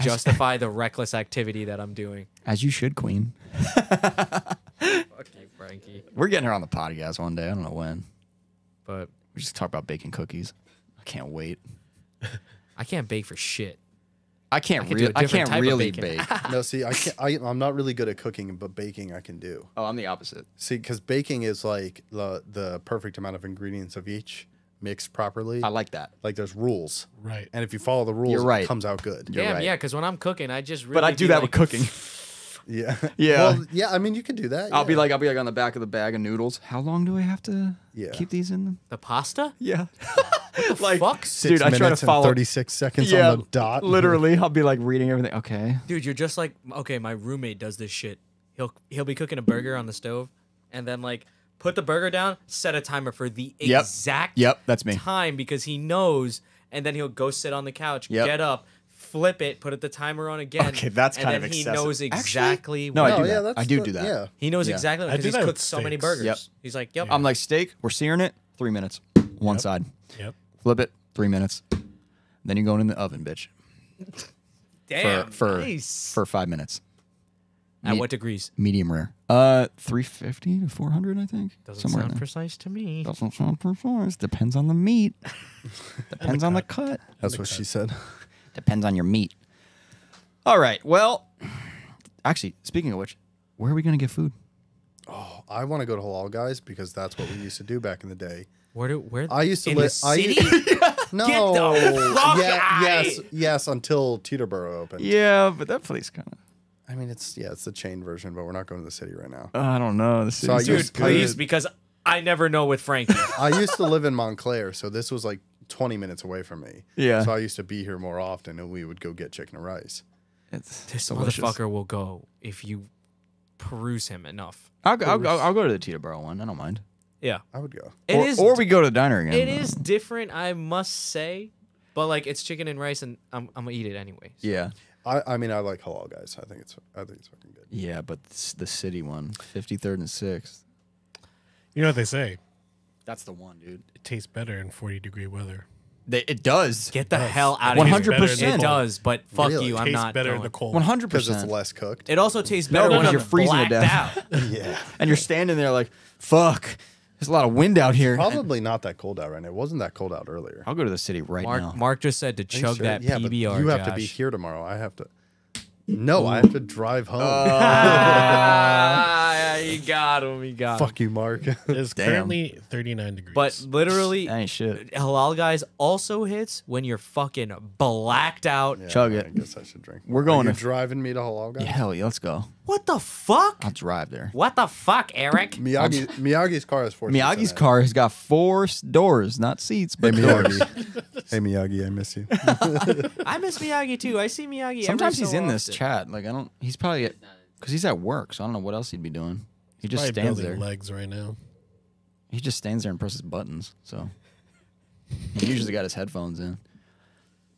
[SPEAKER 1] justify the reckless activity that I'm doing.
[SPEAKER 4] As you should, Queen.
[SPEAKER 1] Okay, Frankie.
[SPEAKER 4] We're getting her on the podcast one day. I don't know when.
[SPEAKER 1] But
[SPEAKER 4] We just talk about baking cookies. I can't wait.
[SPEAKER 1] I can't bake for shit.
[SPEAKER 4] I can't.
[SPEAKER 1] I
[SPEAKER 4] I,
[SPEAKER 1] could do a
[SPEAKER 4] I
[SPEAKER 1] different
[SPEAKER 4] can't
[SPEAKER 1] type of
[SPEAKER 4] really
[SPEAKER 1] bacon.
[SPEAKER 4] bake.
[SPEAKER 2] No, see, I can't. I, I'm not really good at cooking, but baking I can do.
[SPEAKER 4] oh, I'm the opposite.
[SPEAKER 2] See, because baking is like the the perfect amount of ingredients of each mixed properly.
[SPEAKER 4] I like that.
[SPEAKER 2] like there's rules,
[SPEAKER 3] *laughs* Right.
[SPEAKER 2] and if you follow the rules,
[SPEAKER 4] right.
[SPEAKER 2] it comes out good.
[SPEAKER 4] You're
[SPEAKER 1] Damn,
[SPEAKER 4] right.
[SPEAKER 1] yeah, because when I'm cooking, I just really
[SPEAKER 4] But I do
[SPEAKER 1] be like,
[SPEAKER 4] that with cooking.
[SPEAKER 2] Yeah.
[SPEAKER 4] *laughs* Yeah.
[SPEAKER 2] Well, yeah. I mean, you can do that.
[SPEAKER 4] I'll be
[SPEAKER 2] yeah.
[SPEAKER 4] like, I'll be like on the back of the bag of noodles. How long do I have to
[SPEAKER 2] Yeah.
[SPEAKER 4] keep these in them?
[SPEAKER 1] the pasta.
[SPEAKER 4] Yeah. *laughs*
[SPEAKER 1] Like, Fuck,
[SPEAKER 2] Six
[SPEAKER 4] dude, I try to
[SPEAKER 2] minutes and
[SPEAKER 4] follow.
[SPEAKER 2] 36 seconds *laughs*
[SPEAKER 4] yeah,
[SPEAKER 2] on the dot.
[SPEAKER 4] Literally, I'll be like reading everything. Okay.
[SPEAKER 1] dude, you're just like okay. My roommate does this shit. He'll he'll be cooking a burger on the stove, and then like put the burger down, set a timer for the
[SPEAKER 4] Yep.
[SPEAKER 1] exact
[SPEAKER 4] Yep, that's me.
[SPEAKER 1] time because he knows, and then he'll go sit on the couch,
[SPEAKER 4] Yep.
[SPEAKER 1] get up, flip it, put it the timer on again.
[SPEAKER 4] Okay, that's
[SPEAKER 1] and
[SPEAKER 4] kind
[SPEAKER 1] then
[SPEAKER 4] of
[SPEAKER 1] he
[SPEAKER 4] excessive.
[SPEAKER 1] knows
[SPEAKER 4] Actually,
[SPEAKER 1] exactly.
[SPEAKER 4] no,
[SPEAKER 1] what-
[SPEAKER 4] I do
[SPEAKER 2] Oh, yeah,
[SPEAKER 4] that.
[SPEAKER 2] that's
[SPEAKER 4] I do
[SPEAKER 2] the-
[SPEAKER 4] do that.
[SPEAKER 2] yeah.
[SPEAKER 1] he knows
[SPEAKER 4] yeah.
[SPEAKER 1] exactly
[SPEAKER 3] I
[SPEAKER 1] because
[SPEAKER 3] do
[SPEAKER 1] he's
[SPEAKER 3] that
[SPEAKER 1] cooked
[SPEAKER 3] with
[SPEAKER 1] so many
[SPEAKER 3] steaks.
[SPEAKER 1] burgers.
[SPEAKER 4] Yep.
[SPEAKER 1] He's like, yep,
[SPEAKER 4] I'm like steak. We're searing it. Three minutes. One side.
[SPEAKER 3] Yep.
[SPEAKER 4] Flip it. Three minutes. Then you're going in the oven, bitch,
[SPEAKER 1] damn,
[SPEAKER 4] for-
[SPEAKER 1] nice.
[SPEAKER 4] for five minutes.
[SPEAKER 1] At
[SPEAKER 4] meat.
[SPEAKER 1] what degrees?
[SPEAKER 4] Medium rare. Uh, three fifty to four hundred, I think.
[SPEAKER 1] Doesn't
[SPEAKER 4] Somewhere in
[SPEAKER 1] sound
[SPEAKER 4] there.
[SPEAKER 1] precise to me.
[SPEAKER 4] Doesn't sound precise. Depends on the meat. *laughs* Depends on the cut.
[SPEAKER 2] That's what she said.
[SPEAKER 4] Depends on your meat. All right. Well, actually, speaking of which, where are we gonna get food?
[SPEAKER 2] I want to go to Halal Guys because that's what we used to do back in the day.
[SPEAKER 1] Where do where?
[SPEAKER 2] I used to
[SPEAKER 1] in
[SPEAKER 2] live.
[SPEAKER 1] the city. *laughs*
[SPEAKER 2] No.
[SPEAKER 1] the fuck out.
[SPEAKER 2] yes, yes. Until Teterboro opened.
[SPEAKER 4] Yeah, but that place kind of.
[SPEAKER 2] I mean, it's yeah, it's the chain version, but we're not going to the city right now.
[SPEAKER 4] I don't know. This
[SPEAKER 2] So I used-
[SPEAKER 4] is
[SPEAKER 1] Dude,
[SPEAKER 2] Just
[SPEAKER 1] please,
[SPEAKER 2] good.
[SPEAKER 1] because I never know with Frankie.
[SPEAKER 2] I used to live in Montclair, so this was like 20 minutes away from me.
[SPEAKER 4] Yeah.
[SPEAKER 2] So I used to be here more often, and we would go get chicken and rice.
[SPEAKER 4] it's
[SPEAKER 1] this
[SPEAKER 4] delicious.
[SPEAKER 1] motherfucker will go if you peruse him enough.
[SPEAKER 4] I'll, go- I'll, go- I'll go to the Teterboro one. I don't mind.
[SPEAKER 1] Yeah,
[SPEAKER 2] I would go.
[SPEAKER 1] it
[SPEAKER 4] or,
[SPEAKER 1] is.
[SPEAKER 4] or we go to the diner again.
[SPEAKER 1] it
[SPEAKER 4] but-
[SPEAKER 1] is different, I must say. But like, it's chicken and rice, and I'm, I'm gonna eat it anyway.
[SPEAKER 4] Yeah.
[SPEAKER 2] I, I mean, I like halal guys. I think it's I think it's fucking good.
[SPEAKER 4] Yeah, but s- the city one, 53rd and 6th.
[SPEAKER 3] You know what they say?
[SPEAKER 4] That's the one, dude.
[SPEAKER 3] It tastes better in 40 degree weather.
[SPEAKER 4] They, it does.
[SPEAKER 1] Get the hell out of
[SPEAKER 4] One
[SPEAKER 1] here.
[SPEAKER 4] hundred
[SPEAKER 1] It
[SPEAKER 4] percent.
[SPEAKER 1] does, but fuck
[SPEAKER 2] Really?
[SPEAKER 1] you. I'm
[SPEAKER 3] tastes
[SPEAKER 1] not.
[SPEAKER 3] better in
[SPEAKER 1] going.
[SPEAKER 3] the cold.
[SPEAKER 4] 100%.
[SPEAKER 2] Because it's less
[SPEAKER 1] *laughs*
[SPEAKER 2] cooked.
[SPEAKER 1] It also tastes better
[SPEAKER 4] No,
[SPEAKER 1] when
[SPEAKER 4] because
[SPEAKER 1] you're
[SPEAKER 4] you're freezing to
[SPEAKER 1] freezing
[SPEAKER 4] death.
[SPEAKER 2] *laughs*
[SPEAKER 1] out.
[SPEAKER 2] yeah.
[SPEAKER 4] and you're standing there like, fuck, there's a lot of wind out here. And-
[SPEAKER 2] Probably not that cold out right now. It wasn't that cold out earlier.
[SPEAKER 4] I'll go to the city right
[SPEAKER 1] Mark,
[SPEAKER 4] now.
[SPEAKER 1] Mark just said to chug
[SPEAKER 2] Sure.
[SPEAKER 1] that
[SPEAKER 2] yeah,
[SPEAKER 1] PBR.
[SPEAKER 2] but you have to be
[SPEAKER 1] Josh.
[SPEAKER 2] here tomorrow. I have to. No, I have to drive home.
[SPEAKER 1] Ah, you got him. You got him.
[SPEAKER 2] *laughs* Fuck you, Mark.
[SPEAKER 3] *laughs* It's
[SPEAKER 4] Damn.
[SPEAKER 3] currently 39 degrees.
[SPEAKER 1] But literally,
[SPEAKER 4] That ain't shit.
[SPEAKER 1] Halal guys also hits when you're fucking blacked out.
[SPEAKER 4] Chug
[SPEAKER 2] I
[SPEAKER 4] it.
[SPEAKER 2] guess I should drink.
[SPEAKER 4] We're
[SPEAKER 2] Are
[SPEAKER 4] going
[SPEAKER 2] you
[SPEAKER 4] to-
[SPEAKER 2] driving me to halal guys.
[SPEAKER 4] Hell yeah, let's go.
[SPEAKER 1] What the fuck?
[SPEAKER 4] I'll drive there.
[SPEAKER 1] What the fuck, Eric?
[SPEAKER 2] Miyagi, Miyagi's car is four. seats in
[SPEAKER 4] Miyagi's
[SPEAKER 2] it.
[SPEAKER 4] car has got four s- doors, not seats, but
[SPEAKER 2] Hey
[SPEAKER 4] *laughs* doors.
[SPEAKER 2] Miyagi. *laughs* hey Miyagi, I miss you.
[SPEAKER 1] I miss Miyagi too. I see Miyagi. every
[SPEAKER 4] Sometimes he's
[SPEAKER 1] so
[SPEAKER 4] in this
[SPEAKER 1] often.
[SPEAKER 4] chat. Like I don't. He's probably at because he's at work, so I don't know what else he'd be doing. He just
[SPEAKER 3] Probably
[SPEAKER 4] stands
[SPEAKER 3] building
[SPEAKER 4] there.
[SPEAKER 3] legs right now.
[SPEAKER 4] He just stands there and presses buttons. So he usually got his headphones in.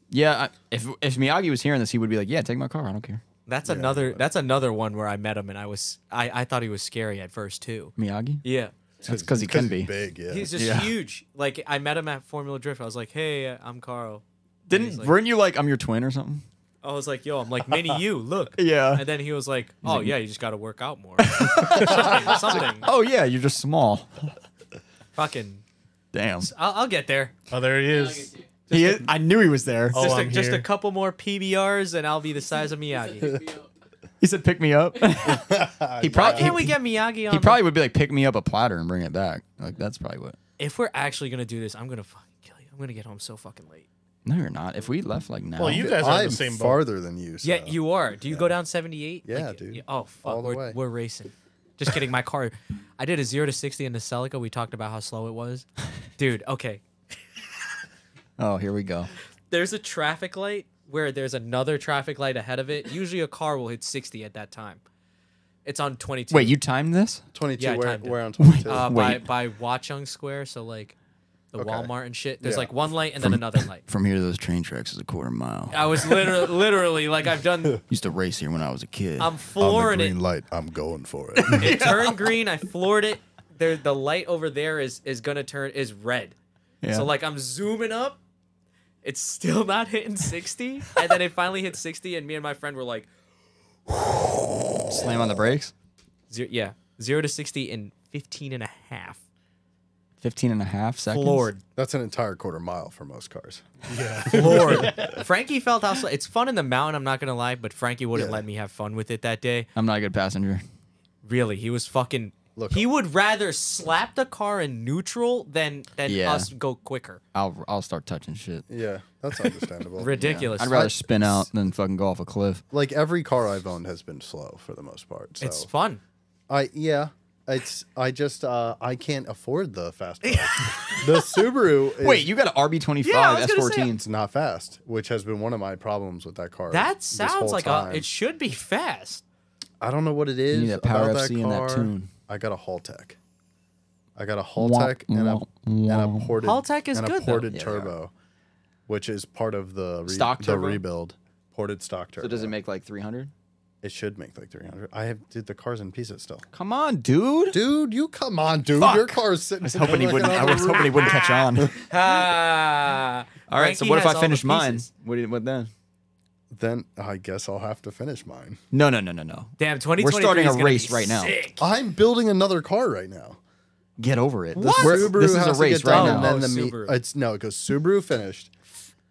[SPEAKER 4] Yeah, I, if if Miyagi was hearing this, he would be like, "Yeah, take my car. I don't care."
[SPEAKER 1] That's another. That's another one where I met him and I was. I, I thought he was scary at first too.
[SPEAKER 4] Miyagi.
[SPEAKER 1] Yeah,
[SPEAKER 4] That's because he can
[SPEAKER 2] he's
[SPEAKER 4] be.
[SPEAKER 2] big. Yeah. *laughs*
[SPEAKER 1] he's just
[SPEAKER 4] Yeah.
[SPEAKER 1] huge. Like I met him at Formula Drift. I was like, hey, uh, I'm Carl.
[SPEAKER 4] Didn't
[SPEAKER 1] He's like-
[SPEAKER 4] weren't you like I'm your twin or something?
[SPEAKER 1] I was like, yo, I'm like mini
[SPEAKER 4] *laughs*
[SPEAKER 1] you. Look.
[SPEAKER 4] Yeah.
[SPEAKER 1] And then he was like, oh yeah, you just got to work out
[SPEAKER 4] *laughs*
[SPEAKER 1] more. Something. something.
[SPEAKER 4] Oh yeah, you're just small.
[SPEAKER 1] Fucking.
[SPEAKER 4] Damn.
[SPEAKER 1] I'll, I'll get there.
[SPEAKER 3] Oh, there he
[SPEAKER 5] I'll get
[SPEAKER 3] is.
[SPEAKER 4] *laughs*
[SPEAKER 5] to you.
[SPEAKER 4] He is, I knew he was there.
[SPEAKER 3] Oh,
[SPEAKER 1] just, a,
[SPEAKER 3] I'm
[SPEAKER 1] just a
[SPEAKER 3] here.
[SPEAKER 1] couple more PBRs and I'll be the size of Miyagi.
[SPEAKER 4] *laughs* He said, "Pick me up." he
[SPEAKER 1] Why
[SPEAKER 4] probably
[SPEAKER 1] can't we get Miyagi on?
[SPEAKER 4] he
[SPEAKER 1] the-
[SPEAKER 4] probably would be like, "Pick me up a platter and bring it back." Like that's probably what.
[SPEAKER 1] if we're actually gonna do this, I'm gonna fucking kill you. I'm gonna get home so fucking late.
[SPEAKER 4] No, you're not. If we left like now,
[SPEAKER 3] Well, you guys are in
[SPEAKER 2] I'm
[SPEAKER 3] the same boat.
[SPEAKER 2] farther than you. So.
[SPEAKER 1] Yeah, you are. Do you go down 78?
[SPEAKER 2] Yeah, dude.
[SPEAKER 1] oh fuck,
[SPEAKER 2] All the
[SPEAKER 1] we're,
[SPEAKER 2] way.
[SPEAKER 1] we're racing. Just kidding. My car. I did a zero to sixty in the Celica. We talked about how slow it was, dude. Okay,
[SPEAKER 4] oh, here we go.
[SPEAKER 1] there's a traffic light where there's another traffic light ahead of it. Usually a car will hit 60 at that time. It's on 22.
[SPEAKER 4] Wait, you timed this?
[SPEAKER 2] 22.
[SPEAKER 1] Yeah, I
[SPEAKER 2] where,
[SPEAKER 1] timed it. *laughs*
[SPEAKER 2] where on 22? *laughs*
[SPEAKER 1] uh, by
[SPEAKER 4] wait.
[SPEAKER 1] by Wachung Square, so like the Walmart and shit. There's
[SPEAKER 2] Yeah.
[SPEAKER 1] like one light and then another
[SPEAKER 2] *laughs*
[SPEAKER 1] light.
[SPEAKER 4] From here to those train tracks is a quarter mile.
[SPEAKER 1] I was literally literally like I've done
[SPEAKER 4] Used to race here when I was a kid.
[SPEAKER 1] I'm
[SPEAKER 2] on the
[SPEAKER 1] flooring
[SPEAKER 2] green
[SPEAKER 1] it.
[SPEAKER 2] light, I'm going for it.
[SPEAKER 1] *laughs*
[SPEAKER 2] *laughs*
[SPEAKER 1] It turned green, I floored it. There the light over there is is going to turn is red.
[SPEAKER 4] yeah.
[SPEAKER 1] So like I'm zooming up, it's still not hitting 60, and then it finally hit 60 and me and my friend were like
[SPEAKER 4] slam on the brakes.
[SPEAKER 1] Zero, yeah, zero to 60 in 15 and a half.
[SPEAKER 4] 15 and a half seconds.
[SPEAKER 2] *laughs* That's an entire quarter mile for most cars.
[SPEAKER 1] Lord. Frankie felt how slow. It's fun in the mountain, I'm not going to lie, but Frankie wouldn't
[SPEAKER 2] Yeah.
[SPEAKER 1] let me have fun with it that day.
[SPEAKER 4] I'm not a good passenger.
[SPEAKER 1] Really, he was fucking.
[SPEAKER 2] Look,
[SPEAKER 1] he would rather slap the car in neutral than, than
[SPEAKER 4] Yeah.
[SPEAKER 1] us go quicker.
[SPEAKER 4] I'll I'll start touching shit.
[SPEAKER 2] Yeah,
[SPEAKER 1] *laughs*
[SPEAKER 2] that's understandable.
[SPEAKER 1] Ridiculous.
[SPEAKER 4] I'd rather spin out than fucking go off a cliff.
[SPEAKER 2] like every car I've owned has been slow for the most part. So
[SPEAKER 1] It's fun.
[SPEAKER 2] I yeah, it's I just uh I can't afford the fast cars. the
[SPEAKER 1] *laughs*
[SPEAKER 2] Subaru is
[SPEAKER 4] Wait, you got an RB25
[SPEAKER 1] Yeah, I was gonna say-
[SPEAKER 4] S14.
[SPEAKER 2] it's not fast, which has been one of my problems with that car.
[SPEAKER 1] That
[SPEAKER 2] this whole
[SPEAKER 1] sounds like
[SPEAKER 2] time.
[SPEAKER 1] a. It should be fast. *laughs*
[SPEAKER 2] I don't know what it is
[SPEAKER 4] need that Power
[SPEAKER 2] about
[SPEAKER 4] FC
[SPEAKER 2] that
[SPEAKER 4] and that
[SPEAKER 2] car.
[SPEAKER 4] tune.
[SPEAKER 2] I got a Haltech. I got a
[SPEAKER 4] Womp,
[SPEAKER 2] Haltech and a
[SPEAKER 4] womp,
[SPEAKER 2] and
[SPEAKER 4] womp.
[SPEAKER 2] a ported
[SPEAKER 1] Haltech is
[SPEAKER 2] and
[SPEAKER 1] good,
[SPEAKER 2] a
[SPEAKER 1] though.
[SPEAKER 2] ported
[SPEAKER 4] Yeah, they are.
[SPEAKER 2] turbo, which is part of the re-
[SPEAKER 4] Stock
[SPEAKER 2] the
[SPEAKER 4] turbo?
[SPEAKER 2] rebuild ported stock
[SPEAKER 1] uh,
[SPEAKER 2] turbo.
[SPEAKER 4] So does it make like 300?
[SPEAKER 2] It should make like 300. I have did the cars in pieces still.
[SPEAKER 4] Come on, dude.
[SPEAKER 2] Dude, you come on, dude.
[SPEAKER 4] Fuck.
[SPEAKER 2] Your car's sitting.
[SPEAKER 4] I was hoping he wouldn't. I was hoping he wouldn't catch on.
[SPEAKER 1] Ah.
[SPEAKER 4] *laughs* All right. So
[SPEAKER 1] Frankie
[SPEAKER 4] what if
[SPEAKER 1] has
[SPEAKER 4] I
[SPEAKER 1] all
[SPEAKER 4] finish
[SPEAKER 1] the
[SPEAKER 4] mine?
[SPEAKER 1] pieces.
[SPEAKER 4] What? do you- What then?
[SPEAKER 2] Then I guess I'll have to finish mine.
[SPEAKER 4] No, no, no, no, no.
[SPEAKER 1] Damn, 2023
[SPEAKER 4] starting
[SPEAKER 1] is
[SPEAKER 4] a
[SPEAKER 1] gonna be
[SPEAKER 4] race right now.
[SPEAKER 1] sick.
[SPEAKER 2] I'm building another car right now.
[SPEAKER 4] Get over it.
[SPEAKER 1] What?
[SPEAKER 4] This, we're-
[SPEAKER 2] Subaru
[SPEAKER 4] this is a
[SPEAKER 2] has to
[SPEAKER 4] race
[SPEAKER 2] get done,
[SPEAKER 4] right
[SPEAKER 1] down
[SPEAKER 4] now.
[SPEAKER 2] and
[SPEAKER 1] Oh,
[SPEAKER 2] then the Mi-
[SPEAKER 1] Subaru.
[SPEAKER 2] it's no, it goes Subaru finished,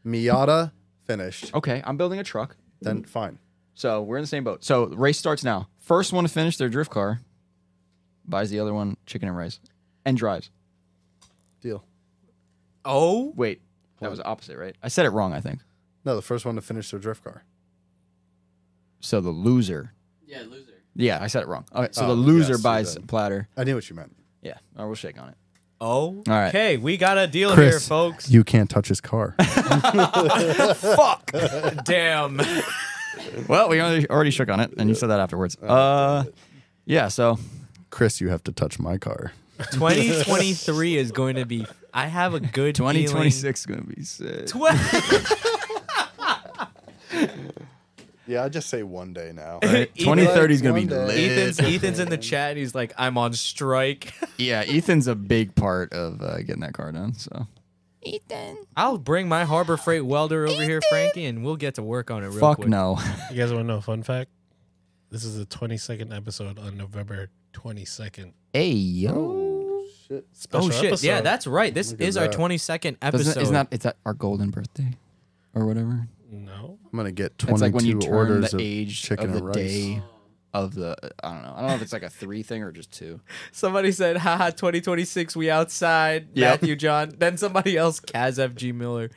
[SPEAKER 2] Miata finished.
[SPEAKER 4] Okay, I'm building a truck.
[SPEAKER 2] Then fine.
[SPEAKER 4] So we're in the same boat. So race starts now. First one to finish their drift car buys the other one chicken and rice and drives.
[SPEAKER 2] Deal.
[SPEAKER 1] Oh,
[SPEAKER 4] Wait, that was opposite, right? I said it wrong, I think.
[SPEAKER 2] No, the first one to finish their drift car.
[SPEAKER 4] So the loser.
[SPEAKER 5] Yeah, loser.
[SPEAKER 4] Yeah, I said it wrong. All right, so
[SPEAKER 2] Oh,
[SPEAKER 4] the loser
[SPEAKER 2] yes, so
[SPEAKER 4] buys
[SPEAKER 2] then-
[SPEAKER 4] platter.
[SPEAKER 2] I knew what you meant.
[SPEAKER 4] Yeah, I will shake on it.
[SPEAKER 1] oh.
[SPEAKER 4] right.
[SPEAKER 1] Okay, we got a deal here,
[SPEAKER 2] Chris.
[SPEAKER 1] folks.
[SPEAKER 2] You can't touch his car. *laughs*
[SPEAKER 1] Fuck.
[SPEAKER 2] *laughs*
[SPEAKER 1] Damn.
[SPEAKER 4] Well, we already, already shook on it, and you said that afterwards.
[SPEAKER 2] Oh,
[SPEAKER 4] Uh, yeah. So
[SPEAKER 2] Chris, you have to touch my car.
[SPEAKER 1] 2023 is going to be. I have a good *laughs*
[SPEAKER 4] 2026 is gonna be sick.
[SPEAKER 1] feeling-
[SPEAKER 2] Yeah, I just say one day *laughs* now.
[SPEAKER 1] Ethan-
[SPEAKER 4] 2030 is gonna be
[SPEAKER 2] One
[SPEAKER 4] lit.
[SPEAKER 2] day.
[SPEAKER 1] Ethan's Ethan's in the chat. And he's like, I'm on strike.
[SPEAKER 4] Yeah, Ethan's a big part of uh, getting that car done. So
[SPEAKER 1] I'll bring my Harbor Freight welder over here, Frankie, and we'll get to work on it real
[SPEAKER 4] fuck
[SPEAKER 1] quick.
[SPEAKER 4] no. *laughs*
[SPEAKER 3] You guys want to know a fun fact? This is the 22nd episode on November 22nd.
[SPEAKER 4] hey yo.
[SPEAKER 2] Shit.
[SPEAKER 1] Oh
[SPEAKER 3] Special
[SPEAKER 1] shit! Yeah,
[SPEAKER 3] episode.
[SPEAKER 1] that's right. This
[SPEAKER 2] at
[SPEAKER 1] is our
[SPEAKER 2] that.
[SPEAKER 1] 22nd episode.
[SPEAKER 4] Doesn't, isn't that it's that our golden birthday or whatever?
[SPEAKER 3] no.
[SPEAKER 2] I'm gonna get
[SPEAKER 4] It's
[SPEAKER 2] 22
[SPEAKER 4] like when you turn
[SPEAKER 2] orders
[SPEAKER 4] the
[SPEAKER 2] of
[SPEAKER 4] age
[SPEAKER 2] chicken
[SPEAKER 4] of the
[SPEAKER 2] and rice.
[SPEAKER 4] day of the. I don't know. I don't know if it's like a three thing or just two.
[SPEAKER 1] somebody said, "Haha, 2026, we outside."
[SPEAKER 4] Yep.
[SPEAKER 1] Matthew John. Then somebody else, Kaz F G Miller.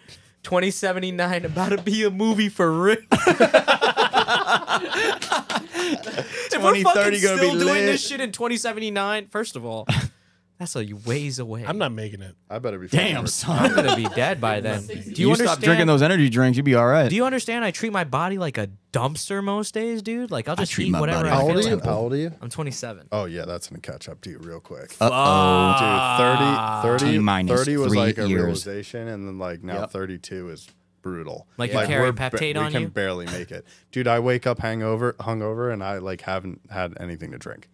[SPEAKER 1] 2079 about to be a movie for real. *laughs* if we're
[SPEAKER 4] 2030
[SPEAKER 1] fucking
[SPEAKER 4] gonna be
[SPEAKER 1] still doing this
[SPEAKER 4] lit.
[SPEAKER 1] shit in 2079, first of all, that's a ways away.
[SPEAKER 3] I'm not making it.
[SPEAKER 2] I better be.
[SPEAKER 4] Damn, son.
[SPEAKER 1] I'm gonna be dead by then. Do
[SPEAKER 4] you,
[SPEAKER 1] you, understand?
[SPEAKER 4] stop drinking those energy drinks, you'd be all right.
[SPEAKER 1] Do you understand? I treat my body like a dumpster most days, dude. Like I'll just
[SPEAKER 4] treat
[SPEAKER 1] eat
[SPEAKER 4] my
[SPEAKER 1] whatever
[SPEAKER 4] body
[SPEAKER 1] I
[SPEAKER 2] How old
[SPEAKER 1] feel
[SPEAKER 2] are you?
[SPEAKER 1] like.
[SPEAKER 2] How old are you?
[SPEAKER 1] I'm 27.
[SPEAKER 2] Oh yeah, that's gonna catch up to you real quick.
[SPEAKER 4] Uh oh.
[SPEAKER 1] Ah.
[SPEAKER 2] Dude, 30, 30,
[SPEAKER 4] T-minus
[SPEAKER 2] 30 was
[SPEAKER 4] three
[SPEAKER 2] like a
[SPEAKER 4] years.
[SPEAKER 2] realization, and then like now
[SPEAKER 4] Yep.
[SPEAKER 2] 32 is brutal.
[SPEAKER 1] Like you carry
[SPEAKER 2] we're
[SPEAKER 1] Peptate
[SPEAKER 2] we
[SPEAKER 1] on
[SPEAKER 2] can
[SPEAKER 1] you?
[SPEAKER 2] barely make it, dude. I wake up hangover, hungover, and I like haven't had anything to
[SPEAKER 4] *laughs*
[SPEAKER 2] drink.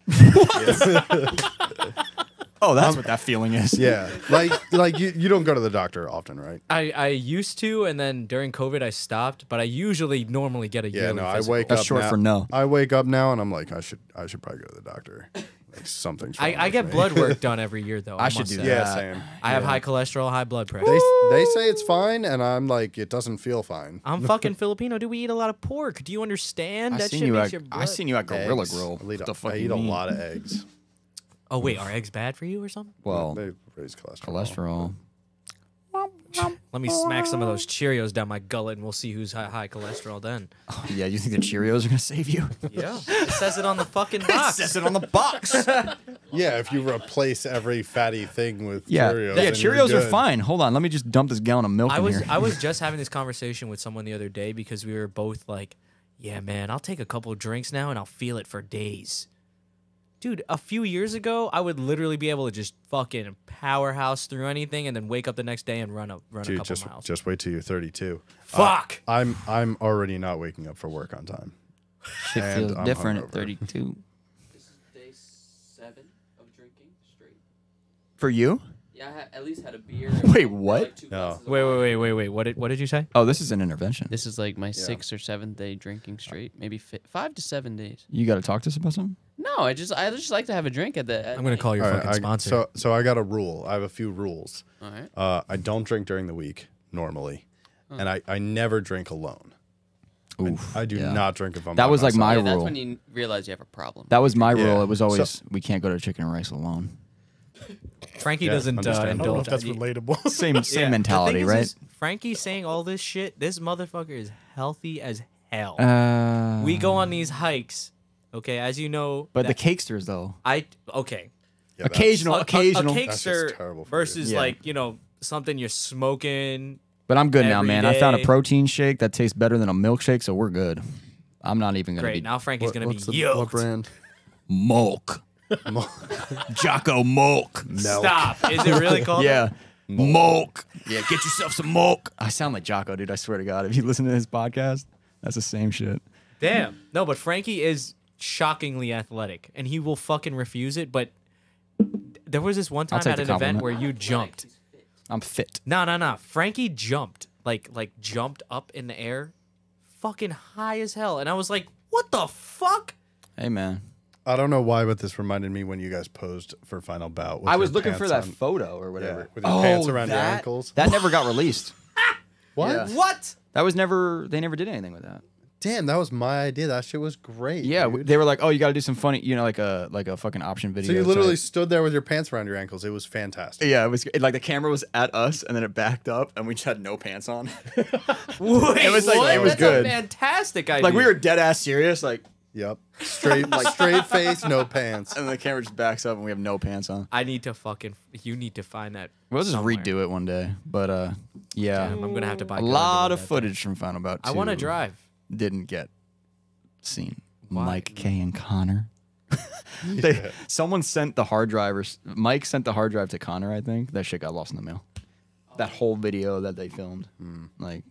[SPEAKER 4] Oh, that's what that feeling is.
[SPEAKER 2] Yeah, like like you, you don't go to the doctor often, right?
[SPEAKER 1] I, I used to, and then during COVID, I stopped. But I usually normally get a
[SPEAKER 2] Yeah,
[SPEAKER 1] yearly
[SPEAKER 2] no, I
[SPEAKER 1] physical.
[SPEAKER 2] wake
[SPEAKER 4] That's
[SPEAKER 2] up
[SPEAKER 4] short
[SPEAKER 2] now-
[SPEAKER 4] for no.
[SPEAKER 2] I wake up now and I'm like, I should I should probably go to the doctor. Like something's. Wrong
[SPEAKER 1] I, I
[SPEAKER 2] with
[SPEAKER 1] get
[SPEAKER 2] me.
[SPEAKER 1] blood
[SPEAKER 2] *laughs*
[SPEAKER 1] work done every year though. I,
[SPEAKER 4] I should
[SPEAKER 1] must
[SPEAKER 4] do
[SPEAKER 1] say.
[SPEAKER 4] that.
[SPEAKER 2] Yeah, same.
[SPEAKER 1] I have
[SPEAKER 2] Yeah.
[SPEAKER 1] high cholesterol, high blood pressure.
[SPEAKER 2] They they say it's fine, and I'm like, it doesn't feel fine.
[SPEAKER 1] I'm fucking Filipino. Do we eat a lot of pork? Do you understand?
[SPEAKER 4] I
[SPEAKER 1] that
[SPEAKER 4] seen
[SPEAKER 1] shit
[SPEAKER 4] you
[SPEAKER 1] makes
[SPEAKER 4] at
[SPEAKER 1] your
[SPEAKER 4] I
[SPEAKER 1] blood-
[SPEAKER 4] seen you at Gorilla
[SPEAKER 2] Eggs.
[SPEAKER 4] Grill.
[SPEAKER 2] I eat,
[SPEAKER 4] What
[SPEAKER 2] a-
[SPEAKER 4] the fuck
[SPEAKER 2] I
[SPEAKER 4] you
[SPEAKER 2] eat a
[SPEAKER 4] mean?
[SPEAKER 2] lot of eggs.
[SPEAKER 1] Oh wait, are eggs bad for you or something?
[SPEAKER 4] Well,
[SPEAKER 2] they raise cholesterol.
[SPEAKER 4] *laughs* cholesterol.
[SPEAKER 1] Let me smack some of
[SPEAKER 4] *laughs*
[SPEAKER 1] those Cheerios down my gullet, and we'll see who's high, high cholesterol then.
[SPEAKER 4] *laughs* Yeah, you think the Cheerios are gonna save you?
[SPEAKER 1] Yeah, it says it on the fucking
[SPEAKER 4] *laughs* it
[SPEAKER 1] box.
[SPEAKER 4] says it on the *laughs* box.
[SPEAKER 2] Yeah, if you replace every fatty thing with
[SPEAKER 4] Yeah,
[SPEAKER 2] Cheerios,
[SPEAKER 4] yeah,
[SPEAKER 2] then you're
[SPEAKER 4] Cheerios are
[SPEAKER 2] good.
[SPEAKER 4] fine. Hold on, let me just dump this gallon of milk
[SPEAKER 1] I
[SPEAKER 4] in
[SPEAKER 1] was
[SPEAKER 4] here.
[SPEAKER 1] I was just having this conversation with someone the other day because we were both like, "Yeah, man, I'll take a couple drinks now and I'll feel it for days." Dude, a few years ago, I would literally be able to just fucking powerhouse through anything and then wake up the next day and run a run a
[SPEAKER 2] Dude,
[SPEAKER 1] couple
[SPEAKER 2] just
[SPEAKER 1] miles.
[SPEAKER 2] just wait till you're 32.
[SPEAKER 1] Fuck.
[SPEAKER 2] Uh, I'm I'm already not waking up for work on time.
[SPEAKER 4] *laughs* Shit
[SPEAKER 2] and
[SPEAKER 4] feels
[SPEAKER 2] I'm
[SPEAKER 4] different at
[SPEAKER 2] hungover.
[SPEAKER 4] 32.
[SPEAKER 5] This is day seven of drinking straight.
[SPEAKER 4] For you?
[SPEAKER 5] Yeah, I ha- at least had a beer.
[SPEAKER 4] *laughs* Wait, what?
[SPEAKER 5] Like two glasses of
[SPEAKER 1] wait,
[SPEAKER 5] wine.
[SPEAKER 1] wait, wait, wait, wait. What did what did you say?
[SPEAKER 4] Oh, this is an intervention.
[SPEAKER 5] This is like my sixth or seventh day drinking straight, maybe fi- five to seven days.
[SPEAKER 4] You got to talk to us about something?
[SPEAKER 5] No, I just I just like to have a drink at the. At
[SPEAKER 1] I'm gonna call your
[SPEAKER 2] All right,
[SPEAKER 1] fucking
[SPEAKER 2] I-
[SPEAKER 1] sponsor.
[SPEAKER 2] So so I got a rule. I have a few rules.
[SPEAKER 5] All right.
[SPEAKER 2] Uh, I don't drink during the week normally, and I, I never drink alone.
[SPEAKER 4] Oof.
[SPEAKER 2] I do
[SPEAKER 4] yeah.
[SPEAKER 2] not drink if I'm.
[SPEAKER 4] That
[SPEAKER 2] by
[SPEAKER 4] was like
[SPEAKER 2] myself.
[SPEAKER 4] my
[SPEAKER 5] yeah, that's
[SPEAKER 4] rule.
[SPEAKER 5] when you realize you have a problem.
[SPEAKER 4] That was my
[SPEAKER 2] Yeah.
[SPEAKER 4] rule. It was always we can't go to chicken and rice alone.
[SPEAKER 1] Frankie
[SPEAKER 2] Yeah,
[SPEAKER 1] doesn't uh,
[SPEAKER 2] understandable.
[SPEAKER 3] I don't know if
[SPEAKER 1] indulge.
[SPEAKER 3] that's
[SPEAKER 1] that.
[SPEAKER 4] *laughs*
[SPEAKER 3] relatable.
[SPEAKER 4] Same same
[SPEAKER 1] Yeah. The
[SPEAKER 4] mentality,
[SPEAKER 1] thing is,
[SPEAKER 4] right?
[SPEAKER 1] is Frankie's saying all this shit. This motherfucker is healthy as hell.
[SPEAKER 4] uh,
[SPEAKER 1] we go on these hikes, okay? As you know,
[SPEAKER 4] but the
[SPEAKER 1] that-
[SPEAKER 4] cakesters though.
[SPEAKER 1] I okay.
[SPEAKER 2] Yeah, that's-
[SPEAKER 4] occasional,
[SPEAKER 1] a, a-
[SPEAKER 4] occasional.
[SPEAKER 1] A, cake
[SPEAKER 2] That's just
[SPEAKER 1] sir
[SPEAKER 2] terrible for you.
[SPEAKER 1] versus
[SPEAKER 4] Yeah.
[SPEAKER 1] like you know something you're smoking.
[SPEAKER 4] but I'm good now,
[SPEAKER 1] every
[SPEAKER 4] man. I found a
[SPEAKER 1] day.
[SPEAKER 4] protein shake that tastes better than a milkshake, so we're good. I'm not even gonna
[SPEAKER 1] Great.
[SPEAKER 4] be
[SPEAKER 1] Now Frankie's
[SPEAKER 2] What-
[SPEAKER 1] gonna be
[SPEAKER 2] what's the-
[SPEAKER 1] yoked.
[SPEAKER 2] What brand?
[SPEAKER 4] Mulk. Jocko Mulk.
[SPEAKER 1] Stop. Is it
[SPEAKER 4] *laughs*
[SPEAKER 1] really called?
[SPEAKER 4] Yeah. Mulk. Yeah, get yourself some mulk. I sound like Jocko, dude. I swear to God. If you listen to his podcast, that's the same shit.
[SPEAKER 1] that? Damn. No, but Frankie is shockingly athletic, and he will fucking refuse it. But there was this one time
[SPEAKER 4] take
[SPEAKER 1] at
[SPEAKER 4] the
[SPEAKER 1] an event
[SPEAKER 4] compliment.
[SPEAKER 1] where you jumped.
[SPEAKER 4] I'm fit.
[SPEAKER 1] No, no, no. Frankie jumped like like jumped up in the air, fucking high as hell, and I was like, what the fuck?
[SPEAKER 4] Hey, man.
[SPEAKER 2] I don't know why, but this reminded me when you guys posed for final bout. with
[SPEAKER 4] I
[SPEAKER 2] your
[SPEAKER 4] was looking for
[SPEAKER 2] pants
[SPEAKER 4] that
[SPEAKER 2] on-
[SPEAKER 4] photo or
[SPEAKER 2] yeah,
[SPEAKER 4] whatever. Oh,
[SPEAKER 2] with your pants around your ankles.
[SPEAKER 4] That never got released.
[SPEAKER 2] What?
[SPEAKER 4] Yeah.
[SPEAKER 1] What?
[SPEAKER 4] That was never, they never did anything with that.
[SPEAKER 2] Damn, that was my idea. That shit was great.
[SPEAKER 4] Yeah,
[SPEAKER 2] dude.
[SPEAKER 4] w they were like, oh, you got to do some funny, you know, like a like a fucking option video.
[SPEAKER 2] So you literally
[SPEAKER 4] type.
[SPEAKER 2] stood there with your pants around your ankles. It was fantastic.
[SPEAKER 4] Yeah, it was it, like the camera was at us and then it backed up and we just had no pants *laughs* on.
[SPEAKER 1] Wait,
[SPEAKER 4] was like-
[SPEAKER 1] what?
[SPEAKER 4] it was
[SPEAKER 1] That's
[SPEAKER 4] good.
[SPEAKER 1] a fantastic idea.
[SPEAKER 4] like we were dead ass serious, like,
[SPEAKER 2] Yep.
[SPEAKER 4] *laughs*
[SPEAKER 2] Straight straight face, no pants.
[SPEAKER 4] and the camera just backs up and we have no pants on.
[SPEAKER 1] I need to fucking. You need to find that.
[SPEAKER 4] We'll just
[SPEAKER 1] somewhere.
[SPEAKER 4] redo it one day. But uh yeah.
[SPEAKER 1] Damn, I'm gonna have to buy
[SPEAKER 4] a
[SPEAKER 1] Gundam
[SPEAKER 4] lot
[SPEAKER 1] on
[SPEAKER 4] of
[SPEAKER 1] that.
[SPEAKER 4] footage from Final Bout 2.
[SPEAKER 1] I want to drive.
[SPEAKER 4] Didn't get seen.
[SPEAKER 1] Why?
[SPEAKER 4] Mike K and Connor. *laughs* they, Someone sent the hard drive. Or, s- Mike sent the hard drive to Connor. I think that shit got lost in the mail. That whole video that they filmed, like,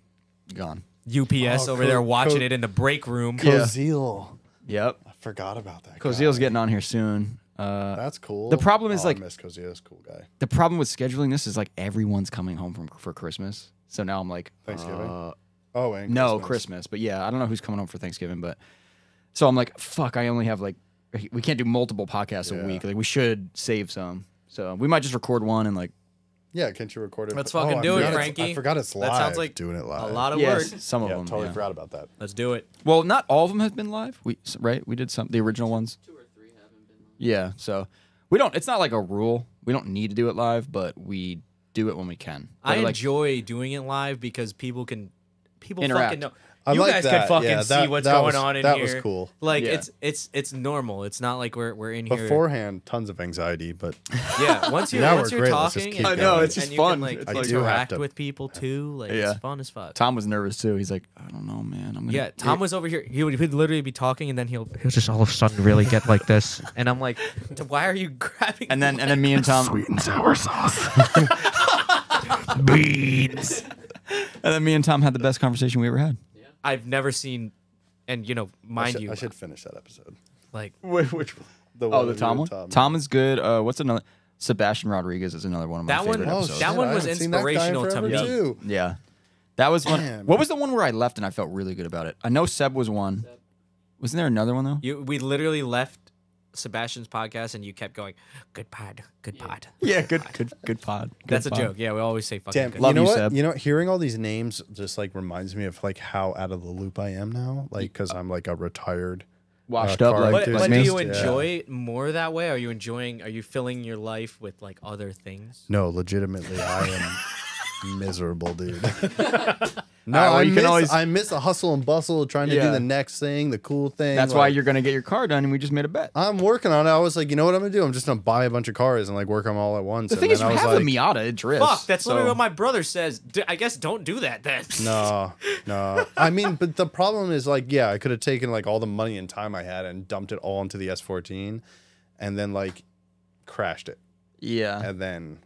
[SPEAKER 4] gone.
[SPEAKER 1] UPS
[SPEAKER 2] Oh,
[SPEAKER 1] over
[SPEAKER 2] co-
[SPEAKER 1] there watching
[SPEAKER 2] co-
[SPEAKER 1] it in the break room.
[SPEAKER 4] Yeah.
[SPEAKER 2] Cozeal.
[SPEAKER 4] Yep.
[SPEAKER 2] I forgot about that. guy.
[SPEAKER 4] Coziel's getting on here soon. Uh,
[SPEAKER 2] That's cool.
[SPEAKER 4] The problem is,
[SPEAKER 2] Oh, I
[SPEAKER 4] like-
[SPEAKER 2] miss Cozeal's cool guy.
[SPEAKER 4] the problem with scheduling this is like everyone's coming home from for Christmas. So now I'm like
[SPEAKER 2] Thanksgiving?
[SPEAKER 4] uh,
[SPEAKER 2] Oh, and
[SPEAKER 4] no Christmas, but yeah, I don't know who's coming home for Thanksgiving, but so I'm like, fuck, I only have like, we can't do multiple podcasts
[SPEAKER 2] Yeah.
[SPEAKER 4] a week. Like we should save some, so we might just record one and like
[SPEAKER 2] Yeah, can't you record it?
[SPEAKER 1] Let's
[SPEAKER 2] Oh,
[SPEAKER 1] fucking
[SPEAKER 2] I
[SPEAKER 1] do it,
[SPEAKER 2] forgot it's-
[SPEAKER 1] Frankie.
[SPEAKER 2] I forgot it's live.
[SPEAKER 1] That sounds like
[SPEAKER 2] doing it
[SPEAKER 1] A
[SPEAKER 2] live.
[SPEAKER 1] lot of
[SPEAKER 4] yes,
[SPEAKER 1] work.
[SPEAKER 4] some of
[SPEAKER 2] Yeah,
[SPEAKER 4] them.
[SPEAKER 2] totally
[SPEAKER 4] yeah.
[SPEAKER 2] forgot about that.
[SPEAKER 1] Let's do it.
[SPEAKER 4] Well, not all of them have been live. We s- right, we did some the original ones.
[SPEAKER 5] Two or three haven't been. long.
[SPEAKER 4] Yeah, so we don't. It's not like a rule. We don't need to do it live, but we do it when we can.
[SPEAKER 1] I
[SPEAKER 4] But, like,
[SPEAKER 1] enjoy doing it live because people can, people fucking
[SPEAKER 4] Interact.
[SPEAKER 1] know.
[SPEAKER 2] I
[SPEAKER 1] you
[SPEAKER 2] like
[SPEAKER 1] guys
[SPEAKER 2] that.
[SPEAKER 1] can fucking
[SPEAKER 2] Yeah, that-
[SPEAKER 1] see what's
[SPEAKER 2] that
[SPEAKER 1] going
[SPEAKER 2] was-
[SPEAKER 1] on in
[SPEAKER 2] that
[SPEAKER 1] here.
[SPEAKER 2] was cool.
[SPEAKER 1] Like
[SPEAKER 4] Yeah.
[SPEAKER 1] it's it's it's normal. It's not like we're we're in here.
[SPEAKER 2] Beforehand, tons of anxiety, but
[SPEAKER 1] yeah. Once you're
[SPEAKER 2] Now
[SPEAKER 1] once
[SPEAKER 2] we're
[SPEAKER 1] you're
[SPEAKER 2] great. Let's just
[SPEAKER 1] talking,
[SPEAKER 2] keep
[SPEAKER 1] and,
[SPEAKER 2] going. I know,
[SPEAKER 4] it's
[SPEAKER 1] and
[SPEAKER 4] just
[SPEAKER 1] you can,
[SPEAKER 4] fun.
[SPEAKER 1] like
[SPEAKER 4] It's
[SPEAKER 2] like- I do have
[SPEAKER 1] interact
[SPEAKER 2] to-
[SPEAKER 1] with people too. Like
[SPEAKER 4] Yeah.
[SPEAKER 1] it's fun as fuck.
[SPEAKER 4] Tom was nervous too. He's like, I don't know, man. I'm gonna
[SPEAKER 1] Yeah, Tom was over here. He would he'd literally be talking, and then he'll he'll just all of a sudden really get like this, and I'm
[SPEAKER 2] *laughs*
[SPEAKER 1] like, "D- why are you grabbing?
[SPEAKER 4] And then and then me and Tom sweet and sour sauce. Beans. And then me and Tom had the best conversation we ever had.
[SPEAKER 1] I've never seen, and you know,
[SPEAKER 2] I
[SPEAKER 1] mind
[SPEAKER 2] should,
[SPEAKER 1] you,
[SPEAKER 2] I should finish that episode.
[SPEAKER 1] like
[SPEAKER 4] Which one?
[SPEAKER 2] one
[SPEAKER 4] Oh, the
[SPEAKER 2] with
[SPEAKER 4] Tom one.
[SPEAKER 2] Tom.
[SPEAKER 4] Tom is good. Uh, what's another? Sebastian Rodriguez is another one of my
[SPEAKER 1] That one-
[SPEAKER 4] favorite
[SPEAKER 1] Oh,
[SPEAKER 4] episodes.
[SPEAKER 1] that one
[SPEAKER 2] I
[SPEAKER 1] was
[SPEAKER 2] haven't seen that guy in
[SPEAKER 1] inspirational to
[SPEAKER 2] forever,
[SPEAKER 1] me.
[SPEAKER 2] too.
[SPEAKER 4] Yeah, that was one.
[SPEAKER 2] Damn.
[SPEAKER 4] What was the one where I left and I felt really good about it? I know Seb was one. Wasn't there another one though?
[SPEAKER 1] you, we literally left Sebastian's podcast and you kept going, good pod, good pod.
[SPEAKER 4] *laughs* Yeah, good, good, good pod. Good
[SPEAKER 1] That's a
[SPEAKER 4] pod.
[SPEAKER 1] joke. Yeah, we always say fucking
[SPEAKER 2] Damn,
[SPEAKER 1] good.
[SPEAKER 4] Love
[SPEAKER 2] you know
[SPEAKER 4] you,
[SPEAKER 2] what?
[SPEAKER 4] Seb.
[SPEAKER 2] You know, what? hearing all these names just like reminds me of like how out of the loop I am now. Like, because I'm like a retired.
[SPEAKER 4] Washed
[SPEAKER 2] Uh,
[SPEAKER 4] up
[SPEAKER 2] Carl
[SPEAKER 4] like,
[SPEAKER 2] Like
[SPEAKER 1] But,
[SPEAKER 2] dude,
[SPEAKER 1] but do
[SPEAKER 4] me.
[SPEAKER 2] it's
[SPEAKER 1] you
[SPEAKER 2] yeah.
[SPEAKER 1] enjoy it more that way? Are you enjoying? Are you filling your life with like other things?
[SPEAKER 2] No, legitimately, I am *laughs* miserable,
[SPEAKER 4] *laughs*
[SPEAKER 2] dude. no,
[SPEAKER 4] well,
[SPEAKER 2] I
[SPEAKER 4] you can
[SPEAKER 2] miss,
[SPEAKER 4] always-
[SPEAKER 2] I miss the hustle and bustle, of trying to do
[SPEAKER 4] Yeah.
[SPEAKER 2] the next thing, the cool thing.
[SPEAKER 4] That's why
[SPEAKER 2] like-
[SPEAKER 4] you're gonna get your car done, and we just made a bet.
[SPEAKER 2] I'm working on it. I was like, you know what I'm gonna do? I'm just gonna buy a bunch of cars and like work on them all at once.
[SPEAKER 4] The
[SPEAKER 2] and
[SPEAKER 4] thing is, you
[SPEAKER 2] then I was
[SPEAKER 4] have
[SPEAKER 2] like,
[SPEAKER 4] a Miata. It drifts.
[SPEAKER 1] Fuck, that's
[SPEAKER 4] so-
[SPEAKER 1] literally what my brother says. D- I guess don't do that then.
[SPEAKER 2] No, no. I mean, but the problem is like, yeah, I could have taken like all the money and time I had and dumped it all into the S14, and then like crashed it,
[SPEAKER 4] Yeah,
[SPEAKER 2] and then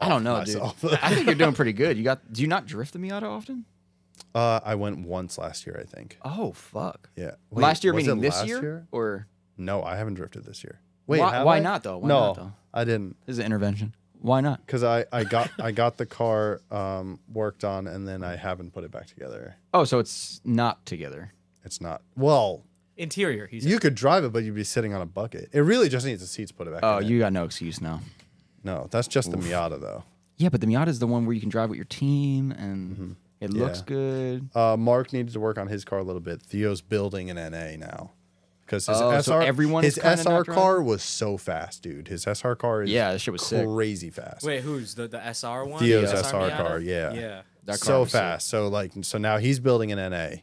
[SPEAKER 4] I don't know, dude.
[SPEAKER 2] myself.
[SPEAKER 4] *laughs* I think you're doing pretty good. You got? Do you not drift the Miata often?
[SPEAKER 2] *laughs* uh, I went once last year, I think.
[SPEAKER 4] Oh fuck!
[SPEAKER 2] Yeah,
[SPEAKER 4] last
[SPEAKER 2] Wait,
[SPEAKER 4] year
[SPEAKER 2] was
[SPEAKER 4] meaning
[SPEAKER 2] it
[SPEAKER 4] this
[SPEAKER 2] last
[SPEAKER 4] year, or
[SPEAKER 2] No, I haven't drifted this year. Wait,
[SPEAKER 4] why,
[SPEAKER 2] have
[SPEAKER 4] why
[SPEAKER 2] I?
[SPEAKER 4] not though? Why
[SPEAKER 2] no,
[SPEAKER 4] not though?
[SPEAKER 2] I didn't.
[SPEAKER 4] This is an intervention. Why not?
[SPEAKER 2] Cause I, I got I got the car um, worked on and then I haven't put it back together.
[SPEAKER 4] Oh, so it's not together.
[SPEAKER 2] It's not well.
[SPEAKER 1] *laughs* Interior, he's
[SPEAKER 2] You could drive it, but you'd be sitting on a bucket. It really just needs the seats put it back.
[SPEAKER 4] Oh,
[SPEAKER 2] in it.
[SPEAKER 4] you got no excuse now.
[SPEAKER 2] No, that's just the Miata though.
[SPEAKER 4] Yeah, but the Miata is the one where you can drive with your team, and it looks
[SPEAKER 2] Yeah.
[SPEAKER 4] good.
[SPEAKER 2] Uh, Mark needed to work on his car a little bit. Theo's building an NA now because his
[SPEAKER 4] Oh,
[SPEAKER 2] SR
[SPEAKER 4] so everyone is
[SPEAKER 2] his
[SPEAKER 4] kinda
[SPEAKER 2] SR
[SPEAKER 4] not driving?
[SPEAKER 2] car was so fast, dude. His SR car is
[SPEAKER 4] Yeah, that shit was sick.
[SPEAKER 2] crazy fast.
[SPEAKER 1] Wait, who's the the SR one?
[SPEAKER 2] Theo's
[SPEAKER 1] The
[SPEAKER 2] SR
[SPEAKER 1] Miata?
[SPEAKER 2] car, yeah.
[SPEAKER 1] Yeah.
[SPEAKER 4] That car
[SPEAKER 2] so
[SPEAKER 4] was sick.
[SPEAKER 2] fast. So like so now he's building an NA.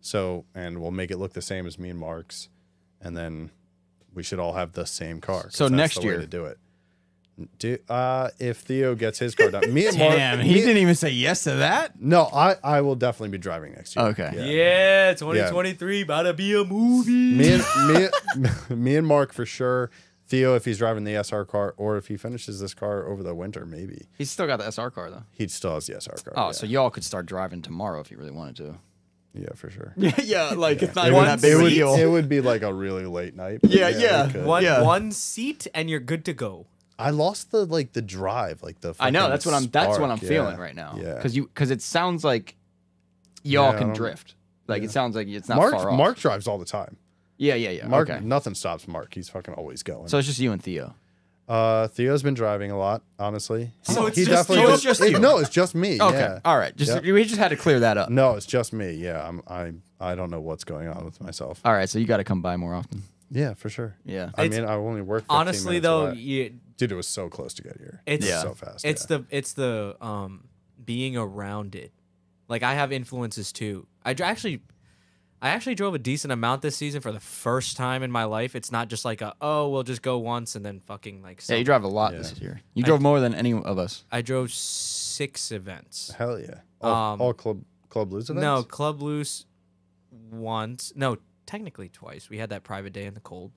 [SPEAKER 2] So and we'll make it look the same as me and Mark's, and then we should all have the same car. 'cause
[SPEAKER 4] So
[SPEAKER 2] that's
[SPEAKER 4] next
[SPEAKER 2] the
[SPEAKER 4] year.
[SPEAKER 2] way to do it. Do, uh, if Theo gets his car done, me and Mark, me-
[SPEAKER 4] even say yes to that.
[SPEAKER 2] No, I, I will definitely be driving next year.
[SPEAKER 4] Okay.
[SPEAKER 1] Yeah.
[SPEAKER 2] Yeah.
[SPEAKER 1] 2023 about to be a movie.
[SPEAKER 2] Me and me, *laughs* me and Mark for sure. Theo, if he's driving the SR car, or if he finishes this car over the winter, maybe
[SPEAKER 4] He's still got the SR car though.
[SPEAKER 2] he still has the SR car.
[SPEAKER 4] Oh,
[SPEAKER 2] yeah.
[SPEAKER 4] so y'all could start driving tomorrow if you really wanted to.
[SPEAKER 2] yeah, for sure.
[SPEAKER 4] Yeah, *laughs* yeah, like it's not
[SPEAKER 2] It would, it, would, it would be like a really late night. but
[SPEAKER 4] Yeah,
[SPEAKER 2] we
[SPEAKER 4] yeah.
[SPEAKER 2] could.
[SPEAKER 1] One
[SPEAKER 4] Yeah.
[SPEAKER 1] one seat and you're good to go.
[SPEAKER 2] I lost the like the drive, like the.
[SPEAKER 4] I know
[SPEAKER 2] fucking
[SPEAKER 4] that's what I'm. That's what
[SPEAKER 2] spark,
[SPEAKER 4] I'm
[SPEAKER 2] yeah.
[SPEAKER 4] feeling right now.
[SPEAKER 2] Yeah.
[SPEAKER 4] because you because it sounds like y'all
[SPEAKER 2] Yeah, I
[SPEAKER 4] can
[SPEAKER 2] don't-
[SPEAKER 4] drift. Like it sounds like it's not
[SPEAKER 2] Mark
[SPEAKER 4] far off.
[SPEAKER 2] Mark drives all the time.
[SPEAKER 4] yeah, yeah, yeah.
[SPEAKER 2] Mark,
[SPEAKER 4] okay.
[SPEAKER 2] nothing stops Mark. He's fucking always going.
[SPEAKER 4] So it's just you and Theo.
[SPEAKER 2] uh, Theo's been driving a lot, honestly.
[SPEAKER 1] So it's
[SPEAKER 2] he
[SPEAKER 1] just
[SPEAKER 2] definitely
[SPEAKER 1] you?
[SPEAKER 2] does-
[SPEAKER 1] It's just
[SPEAKER 2] it-
[SPEAKER 1] you.
[SPEAKER 2] No, it's just me.
[SPEAKER 4] Okay,
[SPEAKER 2] yeah.
[SPEAKER 4] all right. Just
[SPEAKER 2] Yeah.
[SPEAKER 4] we just had to clear that up.
[SPEAKER 2] No, it's just me. Yeah, I'm. I I don't know what's going on with myself.
[SPEAKER 4] All right, so you got to come by more often.
[SPEAKER 2] Yeah, for sure.
[SPEAKER 4] Yeah.
[SPEAKER 2] I
[SPEAKER 1] It's-
[SPEAKER 2] mean, I only worked. 15
[SPEAKER 1] Honestly
[SPEAKER 2] minutes
[SPEAKER 1] though,
[SPEAKER 2] away.
[SPEAKER 1] you,
[SPEAKER 2] dude, it was so close to get here.
[SPEAKER 1] It's-
[SPEAKER 2] It's
[SPEAKER 4] Yeah.
[SPEAKER 2] so fast.
[SPEAKER 1] it's
[SPEAKER 2] yeah.
[SPEAKER 1] the it's the um being around it. Like I have influences too. I dr- actually I actually drove a decent amount this season for the first time in my life. It's not just like a oh we'll just go once and then fucking like.
[SPEAKER 4] Yeah, you
[SPEAKER 1] some-
[SPEAKER 4] drive a lot
[SPEAKER 2] Yeah.
[SPEAKER 4] this year. You drove more than any of us.
[SPEAKER 1] I drove six events.
[SPEAKER 2] hell yeah. All,
[SPEAKER 1] Um,
[SPEAKER 2] all club club blues events.
[SPEAKER 1] No, Club Loose once. No, technically twice. We had that private day in the cold.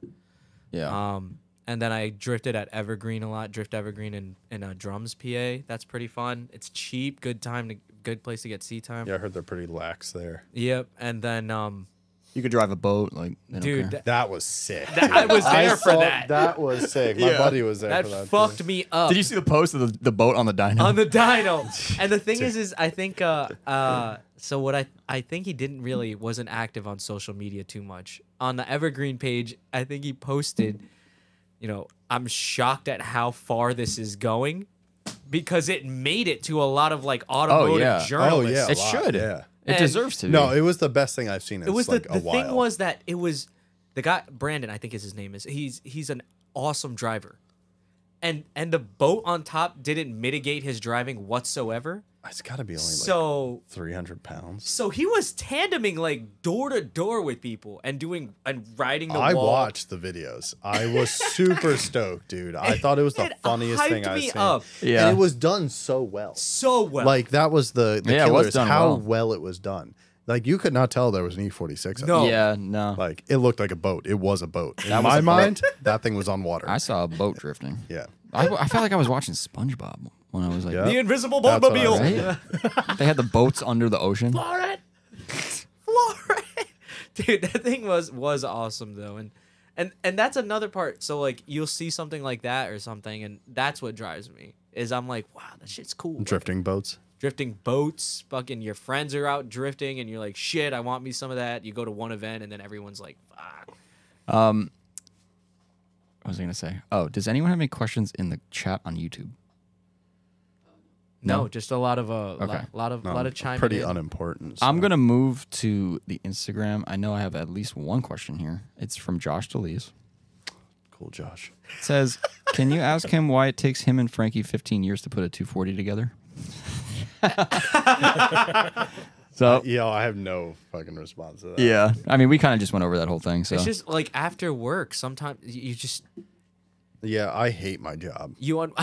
[SPEAKER 4] Yeah.
[SPEAKER 1] Um, and then I drifted at Evergreen a lot. Drift Evergreen in in uh, drums, PA. That's pretty fun. It's cheap. Good time to good place to get sea time.
[SPEAKER 2] Yeah, I heard they're pretty lax there.
[SPEAKER 1] Yep. And then um,
[SPEAKER 4] you could drive a boat, like they don't
[SPEAKER 1] dude,
[SPEAKER 4] care.
[SPEAKER 1] that,
[SPEAKER 2] That was sick.
[SPEAKER 1] that- I was there for
[SPEAKER 2] saw-
[SPEAKER 1] that. That,
[SPEAKER 2] That was sick. My
[SPEAKER 4] Yeah.
[SPEAKER 2] buddy was there for that.
[SPEAKER 1] fucked
[SPEAKER 2] too.
[SPEAKER 1] me up.
[SPEAKER 4] Did you see the post of the, the boat on the dyno?
[SPEAKER 1] on the dyno. And the thing is, is I think uh uh so what I I think he didn't really wasn't active on social media too much. On the Evergreen page, I think he posted, you know, I'm shocked at how far this is going because it made it to a lot of like automotive
[SPEAKER 4] yeah. Oh,
[SPEAKER 2] Oh
[SPEAKER 1] journalists.
[SPEAKER 2] yeah, a
[SPEAKER 4] it
[SPEAKER 2] lot,
[SPEAKER 4] should.
[SPEAKER 2] Yeah.
[SPEAKER 4] It
[SPEAKER 1] And-
[SPEAKER 4] deserves to. Be.
[SPEAKER 2] No, it was the best thing I've seen. In
[SPEAKER 1] It was
[SPEAKER 2] like
[SPEAKER 1] the, the
[SPEAKER 2] a while.
[SPEAKER 1] thing was that it was the guy Brandon, I think is his name is. He's he's an awesome driver. And and the boat on top didn't mitigate his driving whatsoever.
[SPEAKER 2] it's got to be only like
[SPEAKER 1] So
[SPEAKER 2] 300 pounds.
[SPEAKER 1] So he was tandeming like door to door with people and doing and riding the
[SPEAKER 2] I
[SPEAKER 1] wall.
[SPEAKER 2] watched the videos. I was
[SPEAKER 1] *laughs*
[SPEAKER 2] super stoked, dude. I thought it was the
[SPEAKER 1] it
[SPEAKER 2] funniest thing
[SPEAKER 1] hyped
[SPEAKER 2] I've
[SPEAKER 1] me
[SPEAKER 2] seen.
[SPEAKER 1] up.
[SPEAKER 4] Yeah.
[SPEAKER 2] And it was done so well.
[SPEAKER 1] so well.
[SPEAKER 2] Like that was the, the
[SPEAKER 4] Yeah, it
[SPEAKER 2] killer
[SPEAKER 4] was
[SPEAKER 2] is
[SPEAKER 4] done
[SPEAKER 2] how
[SPEAKER 4] well.
[SPEAKER 2] well. it was done. Like you could not tell there was an E E46.
[SPEAKER 1] No.
[SPEAKER 4] Yeah, no.
[SPEAKER 2] Like it looked like a boat. It was a boat. In
[SPEAKER 4] That was a
[SPEAKER 2] my
[SPEAKER 4] boat. *laughs*
[SPEAKER 2] mind, that thing was on water.
[SPEAKER 4] I saw a boat drifting.
[SPEAKER 2] yeah.
[SPEAKER 4] I, I felt like I was watching SpongeBob when I was like,
[SPEAKER 2] Yeah.
[SPEAKER 1] the invisible
[SPEAKER 2] That's what I
[SPEAKER 1] boatmobile.
[SPEAKER 2] was
[SPEAKER 1] *laughs*
[SPEAKER 4] right? they had the boats under the ocean.
[SPEAKER 1] Lauren, Lauren, dude, that thing was was awesome though, and and and that's another part. So like you'll see something like that or something, and that's what drives me is I'm like, wow, that shit's cool.
[SPEAKER 2] Drifting boats.
[SPEAKER 1] drifting boats, fucking your friends are out drifting, and you're like, shit, I want me some of that. You go to one event, and then everyone's like, fuck.
[SPEAKER 4] was I gonna say? Oh, does anyone have any questions in the chat on YouTube?
[SPEAKER 1] No,
[SPEAKER 4] No?
[SPEAKER 1] just a lot of a
[SPEAKER 4] Okay.
[SPEAKER 1] lot, lot of lot of chiming
[SPEAKER 2] Um, pretty
[SPEAKER 1] in.
[SPEAKER 2] unimportant.
[SPEAKER 4] I'm
[SPEAKER 2] so.
[SPEAKER 4] gonna move to the Instagram. I know I have at least one question here. It's from Josh Deleuze.
[SPEAKER 2] cool, Josh.
[SPEAKER 4] It says, "Can you ask him why it takes him and Frankie 15 years to put a 240 *laughs* together?" so
[SPEAKER 2] Yeah, I have no fucking response to that.
[SPEAKER 4] yeah, I mean, we kind of just went over that whole thing. So
[SPEAKER 1] It's just like after work. Sometimes you just
[SPEAKER 2] Yeah, I hate my job.
[SPEAKER 1] you un- *laughs*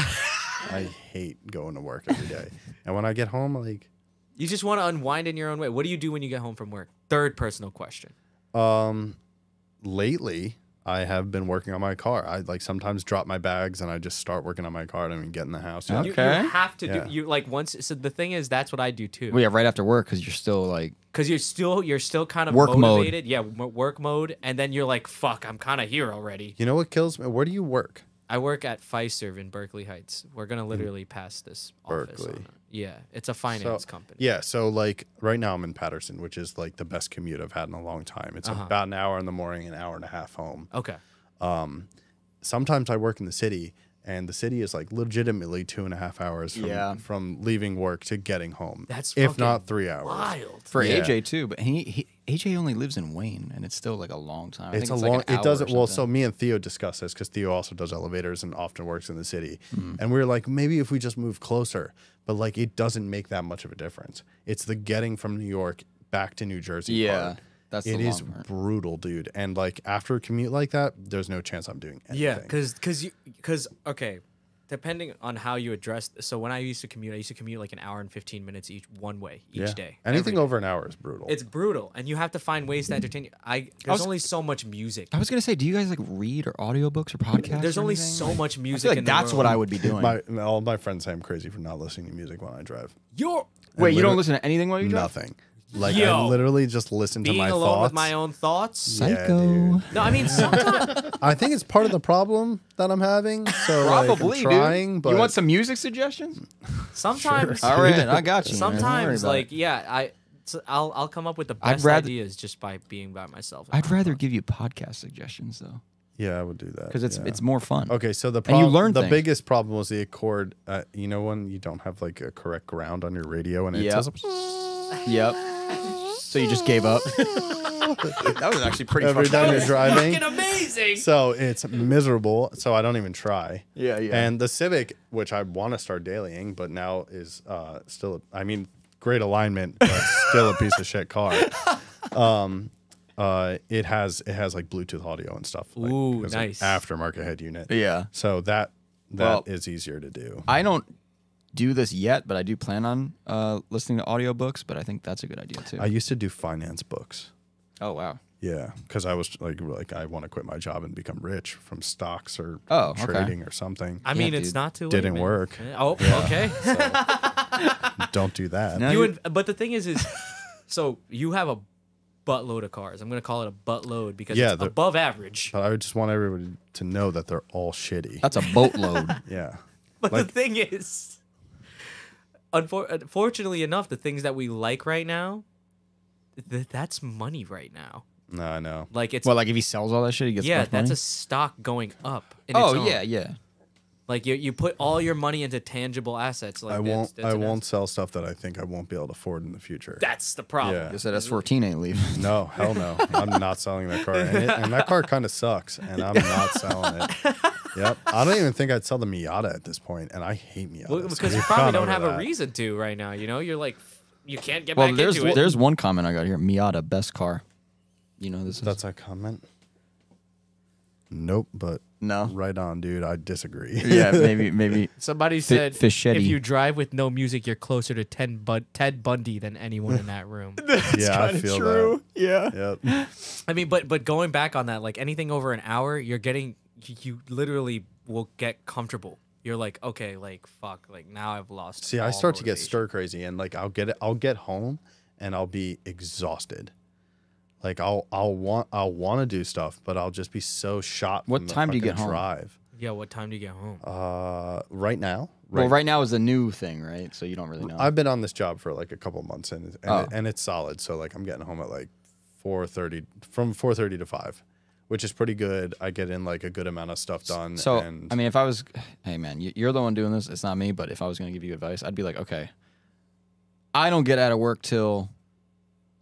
[SPEAKER 2] I hate going to work every day. and when I get home, like,
[SPEAKER 1] you just want to unwind in your own way. What do you do when you get home from work? Third personal question.
[SPEAKER 2] um, lately I have been working on my car. I like sometimes drop my bags and I just start working on my car. I don't even get in the house. yet.
[SPEAKER 1] You,
[SPEAKER 4] Okay.
[SPEAKER 1] you have to
[SPEAKER 2] Yeah.
[SPEAKER 1] do you like once. So the thing is, that's what I do too.
[SPEAKER 4] well, yeah, right after work because you're still like
[SPEAKER 1] because you're still you're still kind of
[SPEAKER 4] Work mode.
[SPEAKER 1] motivated. Yeah, mo- work mode, and then you're like, "Fuck, I'm kind of here already."
[SPEAKER 2] You know what kills me? Where do you work?
[SPEAKER 1] I work at Fiserv in Berkeley Heights. We're
[SPEAKER 4] Hmm.
[SPEAKER 1] gonna literally pass this office. on
[SPEAKER 2] Berkeley.
[SPEAKER 1] it. Yeah, it's a finance
[SPEAKER 2] So-
[SPEAKER 1] company.
[SPEAKER 2] Yeah, so like right now I'm in Patterson, which is like the best commute I've had in a long time. It's
[SPEAKER 1] Uh-huh.
[SPEAKER 2] about an hour in the morning, an hour and a half home.
[SPEAKER 1] Okay.
[SPEAKER 2] Sometimes I work in the city, and the city is like legitimately two and a half hours from,
[SPEAKER 4] Yeah.
[SPEAKER 2] from leaving work to getting home.
[SPEAKER 1] That's
[SPEAKER 2] if
[SPEAKER 1] fucking
[SPEAKER 2] not three hours.
[SPEAKER 1] Wild.
[SPEAKER 4] for
[SPEAKER 2] Yeah.
[SPEAKER 4] AJ too, but he, he AJ only lives in Wayne, and it's still like a long time. I think
[SPEAKER 2] It's a
[SPEAKER 4] like,
[SPEAKER 2] long.
[SPEAKER 4] an hour
[SPEAKER 2] it doesn't.
[SPEAKER 4] or
[SPEAKER 2] Well, so
[SPEAKER 4] something.
[SPEAKER 2] me and Theo discussed this because Theo also does elevators and often works in the city,
[SPEAKER 4] Mm-hmm.
[SPEAKER 2] and we were like, maybe if we just move closer, but like it doesn't make that much of a difference. It's the getting from New York back to New Jersey.
[SPEAKER 4] Yeah,
[SPEAKER 2] part.
[SPEAKER 4] that's the
[SPEAKER 2] it is
[SPEAKER 4] long part.
[SPEAKER 2] brutal, dude. And like after a commute like that, there's no chance I'm doing anything.
[SPEAKER 1] Yeah, because because you because okay, depending on how you address. So when I used to commute, I used to commute like an hour and fifteen minutes each one way each
[SPEAKER 2] Yeah.
[SPEAKER 1] day. every
[SPEAKER 2] Anything
[SPEAKER 1] day.
[SPEAKER 2] over an hour is brutal.
[SPEAKER 1] It's brutal, and you have to find ways to entertain. you. I there's
[SPEAKER 4] was-
[SPEAKER 1] only so much music.
[SPEAKER 4] I was gonna say, do you guys like read or audiobooks or podcasts?
[SPEAKER 1] There's
[SPEAKER 4] or
[SPEAKER 1] only
[SPEAKER 4] anything?
[SPEAKER 1] so
[SPEAKER 4] Like,
[SPEAKER 1] much
[SPEAKER 4] I
[SPEAKER 1] music.
[SPEAKER 4] feel like
[SPEAKER 1] in the
[SPEAKER 4] that's
[SPEAKER 1] world.
[SPEAKER 4] what I would be doing.
[SPEAKER 2] my all my friends say I'm crazy for not listening to music when I drive.
[SPEAKER 1] You're
[SPEAKER 4] Wait, you
[SPEAKER 2] literally-
[SPEAKER 4] don't listen to anything while you drive?
[SPEAKER 2] Nothing. Like I
[SPEAKER 1] Yo.
[SPEAKER 2] literally just listen to
[SPEAKER 1] being
[SPEAKER 2] my
[SPEAKER 1] alone
[SPEAKER 2] thoughts.
[SPEAKER 1] with my own thoughts.
[SPEAKER 2] Yeah,
[SPEAKER 4] Psycho.
[SPEAKER 2] dude.
[SPEAKER 1] No, I
[SPEAKER 4] *laughs*
[SPEAKER 1] mean sometimes.
[SPEAKER 2] I think it's part of the problem that I'm having. So like, I'm
[SPEAKER 4] Probably,
[SPEAKER 2] trying,
[SPEAKER 4] dude.
[SPEAKER 2] but
[SPEAKER 4] You want some music *laughs* suggestions?
[SPEAKER 1] sometimes.
[SPEAKER 4] All right, I got you. man. Don't worry
[SPEAKER 1] Sometimes,
[SPEAKER 4] about
[SPEAKER 1] like
[SPEAKER 4] it.
[SPEAKER 1] yeah, I so I'll I'll come up with the
[SPEAKER 4] I'd
[SPEAKER 1] best
[SPEAKER 4] rather-
[SPEAKER 1] ideas just by being by myself.
[SPEAKER 4] I'd rather give you podcast suggestions though,
[SPEAKER 2] yeah, I would do that
[SPEAKER 4] because it's
[SPEAKER 2] yeah.
[SPEAKER 4] it's more fun.
[SPEAKER 2] okay. So the
[SPEAKER 4] And you
[SPEAKER 2] problem,
[SPEAKER 4] learn
[SPEAKER 2] the
[SPEAKER 4] things.
[SPEAKER 2] biggest problem was the Accord. Uh, you know when you don't have like a correct ground on your radio, and it
[SPEAKER 4] Yep.
[SPEAKER 2] says
[SPEAKER 4] Yep. So you just
[SPEAKER 2] *laughs*
[SPEAKER 4] gave up. that was actually pretty
[SPEAKER 2] every
[SPEAKER 4] fucking
[SPEAKER 2] time
[SPEAKER 4] good.
[SPEAKER 2] you're driving.
[SPEAKER 1] Fucking amazing.
[SPEAKER 2] So it's miserable. So I don't even try.
[SPEAKER 4] Yeah, yeah.
[SPEAKER 2] And the Civic, which I want to start dailying, but now is uh, still, I mean, great alignment,
[SPEAKER 4] *laughs*
[SPEAKER 2] but still a piece of shit car. Um, uh, it has it has like Bluetooth audio and stuff. Like,
[SPEAKER 1] Ooh,
[SPEAKER 2] it's an
[SPEAKER 1] nice.
[SPEAKER 2] aftermarket head unit.
[SPEAKER 4] Yeah.
[SPEAKER 2] So that that
[SPEAKER 4] Well-
[SPEAKER 2] is easier to do.
[SPEAKER 4] I don't do this yet, but I do plan on uh, listening to audiobooks, but I think that's a good idea too.
[SPEAKER 2] I used to do finance books.
[SPEAKER 4] oh wow.
[SPEAKER 2] Yeah, because I was like, like I want to quit my job and become rich from stocks or
[SPEAKER 4] Oh, okay.
[SPEAKER 2] trading or something.
[SPEAKER 1] I mean,
[SPEAKER 4] Yeah,
[SPEAKER 1] it's
[SPEAKER 4] dude.
[SPEAKER 1] not too late,
[SPEAKER 2] Didn't
[SPEAKER 1] man.
[SPEAKER 2] work.
[SPEAKER 1] Oh, okay.
[SPEAKER 4] *laughs*
[SPEAKER 2] Don't do that.
[SPEAKER 4] No,
[SPEAKER 1] you
[SPEAKER 4] you-
[SPEAKER 1] and but the thing is, *laughs* is so you have a buttload of cars. I'm gonna call it a buttload because
[SPEAKER 2] Yeah,
[SPEAKER 1] it's
[SPEAKER 2] they're-
[SPEAKER 1] above average. *laughs*
[SPEAKER 2] But I would just want everybody to know that they're all shitty.
[SPEAKER 1] Uh,
[SPEAKER 4] that's a
[SPEAKER 2] *laughs*
[SPEAKER 4] boatload.
[SPEAKER 2] Yeah.
[SPEAKER 1] But
[SPEAKER 2] Like-
[SPEAKER 1] the thing is, unfor- unfortunately enough, the things that we like right now, th- that's money right now.
[SPEAKER 2] No, I know.
[SPEAKER 1] Like it's
[SPEAKER 4] well, like if he sells all that shit, he gets
[SPEAKER 1] yeah,
[SPEAKER 4] less
[SPEAKER 1] that's
[SPEAKER 4] money?
[SPEAKER 1] a stock going up. in its
[SPEAKER 4] Oh
[SPEAKER 1] own.
[SPEAKER 4] yeah, yeah.
[SPEAKER 1] Like you, you put all your money into tangible assets. Like
[SPEAKER 2] I
[SPEAKER 1] that's-
[SPEAKER 2] won't.
[SPEAKER 1] that's
[SPEAKER 2] I
[SPEAKER 1] an
[SPEAKER 2] won't
[SPEAKER 1] asset.
[SPEAKER 2] sell stuff that I think I won't be able to afford in the future.
[SPEAKER 1] That's the problem.
[SPEAKER 2] Yeah.
[SPEAKER 4] Guess that S14 ain't leaving.
[SPEAKER 2] *laughs*
[SPEAKER 4] *laughs*
[SPEAKER 2] No, hell no. I'm not selling that car, and, it, and that car kind of sucks, and
[SPEAKER 1] *laughs*
[SPEAKER 2] I'm not selling it. Yep. I don't even think I'd sell the Miata at this point, and I hate Miata.
[SPEAKER 1] Well, because you probably don't have a reason to right now. You know, you're like, you can't get
[SPEAKER 4] Well,
[SPEAKER 1] back
[SPEAKER 4] there's
[SPEAKER 1] into it.
[SPEAKER 4] there's one comment I got here. Miata, best car. You know this is
[SPEAKER 2] That's a comment. Nope, but
[SPEAKER 4] no.
[SPEAKER 2] right on, dude. I disagree. *laughs*
[SPEAKER 4] Yeah, maybe maybe.
[SPEAKER 1] Somebody
[SPEAKER 4] Fi-
[SPEAKER 1] said
[SPEAKER 4] Fischetti.
[SPEAKER 1] if you drive with no music, you're closer to Ted, Bud- Ted Bundy than anyone in that
[SPEAKER 2] *laughs*
[SPEAKER 1] room.
[SPEAKER 2] yeah, I feel
[SPEAKER 4] Yeah.
[SPEAKER 2] that. Yep.
[SPEAKER 1] I mean, but but going back on that, like anything over an hour, you're getting you, you literally will get comfortable. You're like, okay, like fuck, like now I've lost.
[SPEAKER 2] See, I
[SPEAKER 1] all
[SPEAKER 2] start to get
[SPEAKER 1] motivation.
[SPEAKER 2] stir crazy, and like I'll get it. I'll get home, and I'll be exhausted. Like I'll I'll want I'll want to do stuff, but I'll just be so shot.
[SPEAKER 4] What
[SPEAKER 2] from the
[SPEAKER 4] time do you get
[SPEAKER 2] fucking
[SPEAKER 4] home?
[SPEAKER 2] Drive.
[SPEAKER 1] Yeah, what time do you get home?
[SPEAKER 2] Uh, right now.
[SPEAKER 4] Well, right now is a new thing, right? So you don't really know.
[SPEAKER 2] I've been on this job for like a couple months, and and,
[SPEAKER 4] Oh.
[SPEAKER 2] and it's solid. So like I'm getting home at like four thirty from four thirty to five, which is pretty good. I get in like a good amount of stuff done.
[SPEAKER 4] So
[SPEAKER 2] and
[SPEAKER 4] I mean, if I was, hey man, you- you're the one doing this. It's not me. But if I was gonna give you advice, I'd be like, okay, I don't get out of work till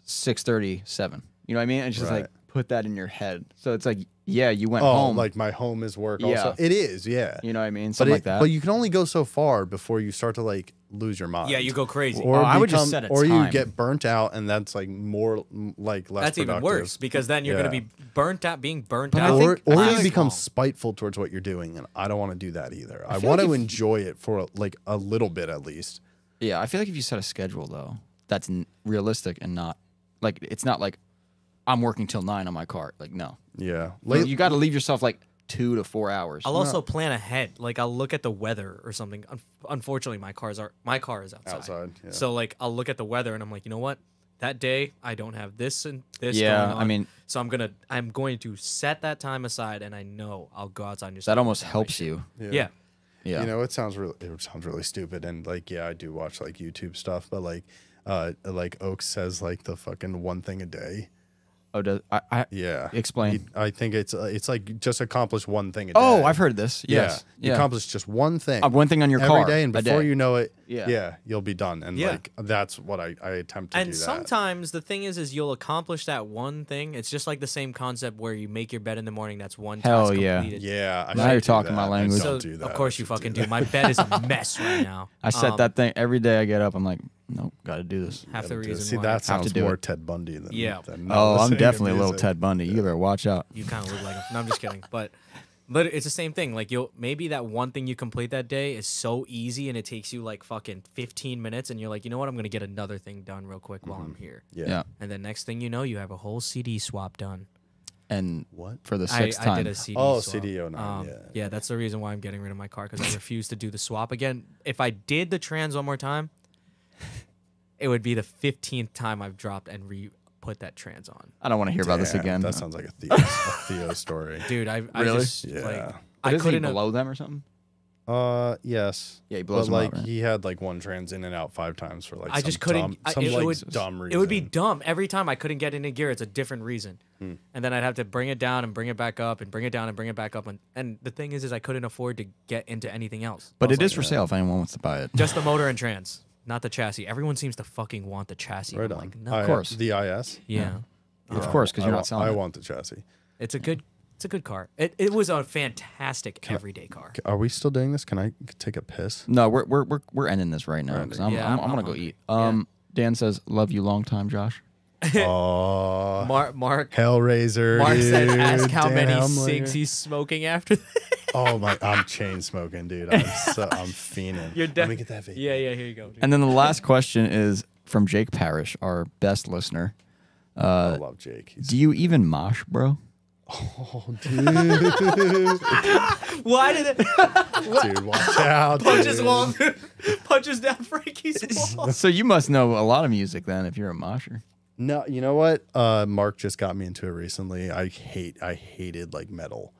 [SPEAKER 4] six thirty seven. You know what I mean? And just like put that in your head. So it's like, yeah, you went
[SPEAKER 2] oh,
[SPEAKER 4] home.
[SPEAKER 2] like my home is work.
[SPEAKER 4] Yeah.
[SPEAKER 2] Also, it is. Yeah.
[SPEAKER 4] you know what I mean?
[SPEAKER 2] but
[SPEAKER 4] Something
[SPEAKER 2] it-
[SPEAKER 4] like that.
[SPEAKER 2] But you can only go so far before you start to like lose your mind.
[SPEAKER 1] Yeah, you go crazy.
[SPEAKER 2] Uh, Or
[SPEAKER 4] Oh, I would just
[SPEAKER 2] become-
[SPEAKER 4] set a
[SPEAKER 2] or you
[SPEAKER 4] time.
[SPEAKER 2] get burnt out, and that's like more m- like less.
[SPEAKER 1] That's even
[SPEAKER 2] productive.
[SPEAKER 1] worse because then you're
[SPEAKER 2] Yeah.
[SPEAKER 1] gonna be burnt out, being burnt
[SPEAKER 4] But I
[SPEAKER 1] out.
[SPEAKER 2] Or,
[SPEAKER 4] think-
[SPEAKER 2] or
[SPEAKER 4] I
[SPEAKER 2] you
[SPEAKER 4] think-
[SPEAKER 2] become spiteful towards what you're doing, and I don't want to do that either. I,
[SPEAKER 4] feel
[SPEAKER 2] want
[SPEAKER 4] like
[SPEAKER 2] to
[SPEAKER 4] if-
[SPEAKER 2] enjoy it for like a little bit at least.
[SPEAKER 4] yeah, I feel like if you set a schedule though, that's n- realistic and not like it's not like I'm working till nine on my car. Like no,
[SPEAKER 2] Yeah, *laughs*
[SPEAKER 4] you, got to leave yourself like two to four hours.
[SPEAKER 1] I'll also plan ahead. Like I'll look at the weather or something. Un- unfortunately, my cars are my car is outside.
[SPEAKER 2] outside. Yeah.
[SPEAKER 1] So like I'll look at the weather and I'm like, you know what? That day I don't have this and this.
[SPEAKER 4] Yeah,
[SPEAKER 1] going on,
[SPEAKER 4] I mean-
[SPEAKER 1] so I'm gonna I'm going to set that time aside and I know I'll go outside. And just
[SPEAKER 4] that almost helps you.
[SPEAKER 1] Yeah.
[SPEAKER 4] Yeah.
[SPEAKER 2] You know, it sounds really it sounds really stupid and like yeah, I do watch like YouTube stuff, but like uh like Oaks says like the fucking one thing a day.
[SPEAKER 4] oh, does, I, I,
[SPEAKER 2] Yeah.
[SPEAKER 4] Explain.
[SPEAKER 2] You- I think it's uh, it's like just accomplish one thing a day.
[SPEAKER 4] oh, I've heard this.
[SPEAKER 2] Yeah.
[SPEAKER 4] Yes.
[SPEAKER 2] You accomplish just one thing.
[SPEAKER 4] Uh, one thing on your car
[SPEAKER 2] every day and
[SPEAKER 4] a
[SPEAKER 2] before
[SPEAKER 4] day.
[SPEAKER 2] you know it,
[SPEAKER 4] Yeah.
[SPEAKER 2] yeah. you'll be done. And
[SPEAKER 1] Yeah.
[SPEAKER 2] like that's what I I attempt to do
[SPEAKER 1] And
[SPEAKER 2] that.
[SPEAKER 1] sometimes the thing is, is you'll accomplish that one thing. It's just like the same concept where you make your bed in the morning. That's one
[SPEAKER 4] Hell
[SPEAKER 1] task
[SPEAKER 4] yeah.
[SPEAKER 1] completed.
[SPEAKER 2] yeah, I
[SPEAKER 4] Now
[SPEAKER 2] should
[SPEAKER 4] you're
[SPEAKER 2] do
[SPEAKER 4] talking my
[SPEAKER 2] that. I
[SPEAKER 4] language.
[SPEAKER 2] don't
[SPEAKER 1] So
[SPEAKER 2] do that.
[SPEAKER 1] of
[SPEAKER 2] I
[SPEAKER 1] course you
[SPEAKER 2] should do
[SPEAKER 1] fucking
[SPEAKER 2] that.
[SPEAKER 1] do. My bed is a mess right
[SPEAKER 4] *laughs*
[SPEAKER 1] now.
[SPEAKER 4] I set
[SPEAKER 1] Um,
[SPEAKER 4] that thing every day. I get up. I'm like, nope, got to do this. Oh,
[SPEAKER 1] half the reason.
[SPEAKER 2] See,
[SPEAKER 1] why
[SPEAKER 2] that
[SPEAKER 4] Have to
[SPEAKER 2] sounds
[SPEAKER 4] do
[SPEAKER 2] more
[SPEAKER 4] it.
[SPEAKER 2] Ted Bundy than
[SPEAKER 1] Yeah.
[SPEAKER 2] than not
[SPEAKER 4] Oh, I'm
[SPEAKER 2] listening to
[SPEAKER 4] definitely a little
[SPEAKER 2] music.
[SPEAKER 4] Ted Bundy. You better watch out.
[SPEAKER 1] you kind of look like him. No, I'm just kidding. But but it's the same thing. Like you'll maybe that one thing you complete that day is so easy and it takes you like fucking 15 minutes and you're like, you know what? I'm gonna get another thing done real quick while
[SPEAKER 4] Mm-hmm.
[SPEAKER 1] I'm here.
[SPEAKER 4] Yeah.
[SPEAKER 2] Yeah.
[SPEAKER 1] And then next thing you know, you have a whole CD swap done.
[SPEAKER 4] And
[SPEAKER 2] What?
[SPEAKER 4] for the
[SPEAKER 1] I,
[SPEAKER 4] sixth
[SPEAKER 1] I
[SPEAKER 4] time.
[SPEAKER 1] did a CD.
[SPEAKER 2] Oh,
[SPEAKER 1] swap.
[SPEAKER 2] CD09,
[SPEAKER 1] Um,
[SPEAKER 2] yeah.
[SPEAKER 1] Yeah, that's the reason why I'm getting rid of my car because I refuse to do the swap again. If I did the trans one more time, it would be the 15th time I've dropped and re put that trans on.
[SPEAKER 4] I don't want to hear about this
[SPEAKER 2] Damn,
[SPEAKER 4] again.
[SPEAKER 2] That sounds like a Theo,
[SPEAKER 1] *laughs*
[SPEAKER 2] a Theo story.
[SPEAKER 1] Dude, I, I
[SPEAKER 4] Really?
[SPEAKER 1] just
[SPEAKER 2] Yeah.
[SPEAKER 1] like
[SPEAKER 4] But
[SPEAKER 1] I
[SPEAKER 4] doesn't he
[SPEAKER 1] couldn't have-
[SPEAKER 4] blow them or something?
[SPEAKER 2] Uh, yes.
[SPEAKER 4] Yeah, he blows
[SPEAKER 2] but
[SPEAKER 4] them
[SPEAKER 2] like
[SPEAKER 4] up, right?
[SPEAKER 2] he had like one trans in and out five times for like
[SPEAKER 1] I
[SPEAKER 2] some
[SPEAKER 1] just couldn't-
[SPEAKER 2] dumb,
[SPEAKER 1] I-
[SPEAKER 2] some
[SPEAKER 1] it
[SPEAKER 2] like
[SPEAKER 1] would-
[SPEAKER 2] dumb reason. Hmm.
[SPEAKER 1] It would be dumb every time I couldn't get into gear. It's a different reason, and then I'd have to bring it down and bring it back up and bring it down and bring it back up. And, and the thing is, is I couldn't afford to get into anything else.
[SPEAKER 4] But
[SPEAKER 1] I was
[SPEAKER 4] it is
[SPEAKER 1] like,
[SPEAKER 4] for sale if anyone wants to buy it.
[SPEAKER 1] just the motor and trans, not the chassis. Everyone seems to fucking want the chassis.
[SPEAKER 2] right
[SPEAKER 1] I'm
[SPEAKER 2] on.
[SPEAKER 1] like, no,
[SPEAKER 2] I-
[SPEAKER 4] course.
[SPEAKER 2] The IS.
[SPEAKER 1] yeah,
[SPEAKER 4] of course, because
[SPEAKER 2] I
[SPEAKER 4] you're
[SPEAKER 2] wa-
[SPEAKER 4] not selling
[SPEAKER 2] I
[SPEAKER 4] it.
[SPEAKER 2] want the chassis.
[SPEAKER 1] it's a good, it's a good car. It, it was a fantastic everyday car.
[SPEAKER 2] C- Are we still doing this? Can I c- take a piss?
[SPEAKER 4] No, we're, we're, we're, we're ending this right now because I'm,
[SPEAKER 1] Yeah, I'm-
[SPEAKER 4] I'm, I'm,
[SPEAKER 1] I'm
[SPEAKER 4] going to go
[SPEAKER 1] hungry.
[SPEAKER 4] eat. Um, Dan says, love you long time, Josh.
[SPEAKER 2] Oh,
[SPEAKER 1] Mar- Mark,
[SPEAKER 2] Hellraiser.
[SPEAKER 1] Mark said,
[SPEAKER 2] dude,
[SPEAKER 1] ask how many
[SPEAKER 2] damn,
[SPEAKER 1] cigs
[SPEAKER 2] like-
[SPEAKER 1] he's smoking
[SPEAKER 2] *laughs*
[SPEAKER 1] after. This.
[SPEAKER 2] Oh my, I'm chain smoking, dude. I'm so,
[SPEAKER 1] *laughs*
[SPEAKER 2] I'm fiending.
[SPEAKER 1] You're
[SPEAKER 2] Let me
[SPEAKER 1] def-
[SPEAKER 2] get that vape.
[SPEAKER 1] Yeah, yeah. Here you go. dude.
[SPEAKER 4] And then the last question is from Jake Parrish, our best listener.
[SPEAKER 2] I love Jake. He's
[SPEAKER 4] Do you even mosh, bro?
[SPEAKER 1] *laughs* Why did it?
[SPEAKER 2] dude. Watch
[SPEAKER 1] *laughs*
[SPEAKER 2] out.
[SPEAKER 1] punches
[SPEAKER 2] dude.
[SPEAKER 1] wall, punches down Frankie's
[SPEAKER 2] *laughs*
[SPEAKER 1] wall.
[SPEAKER 4] So you must know a lot of music then if you're a mosher.
[SPEAKER 2] No, you know what? Uh, Mark just got me into it recently. I hate, I hated like metal,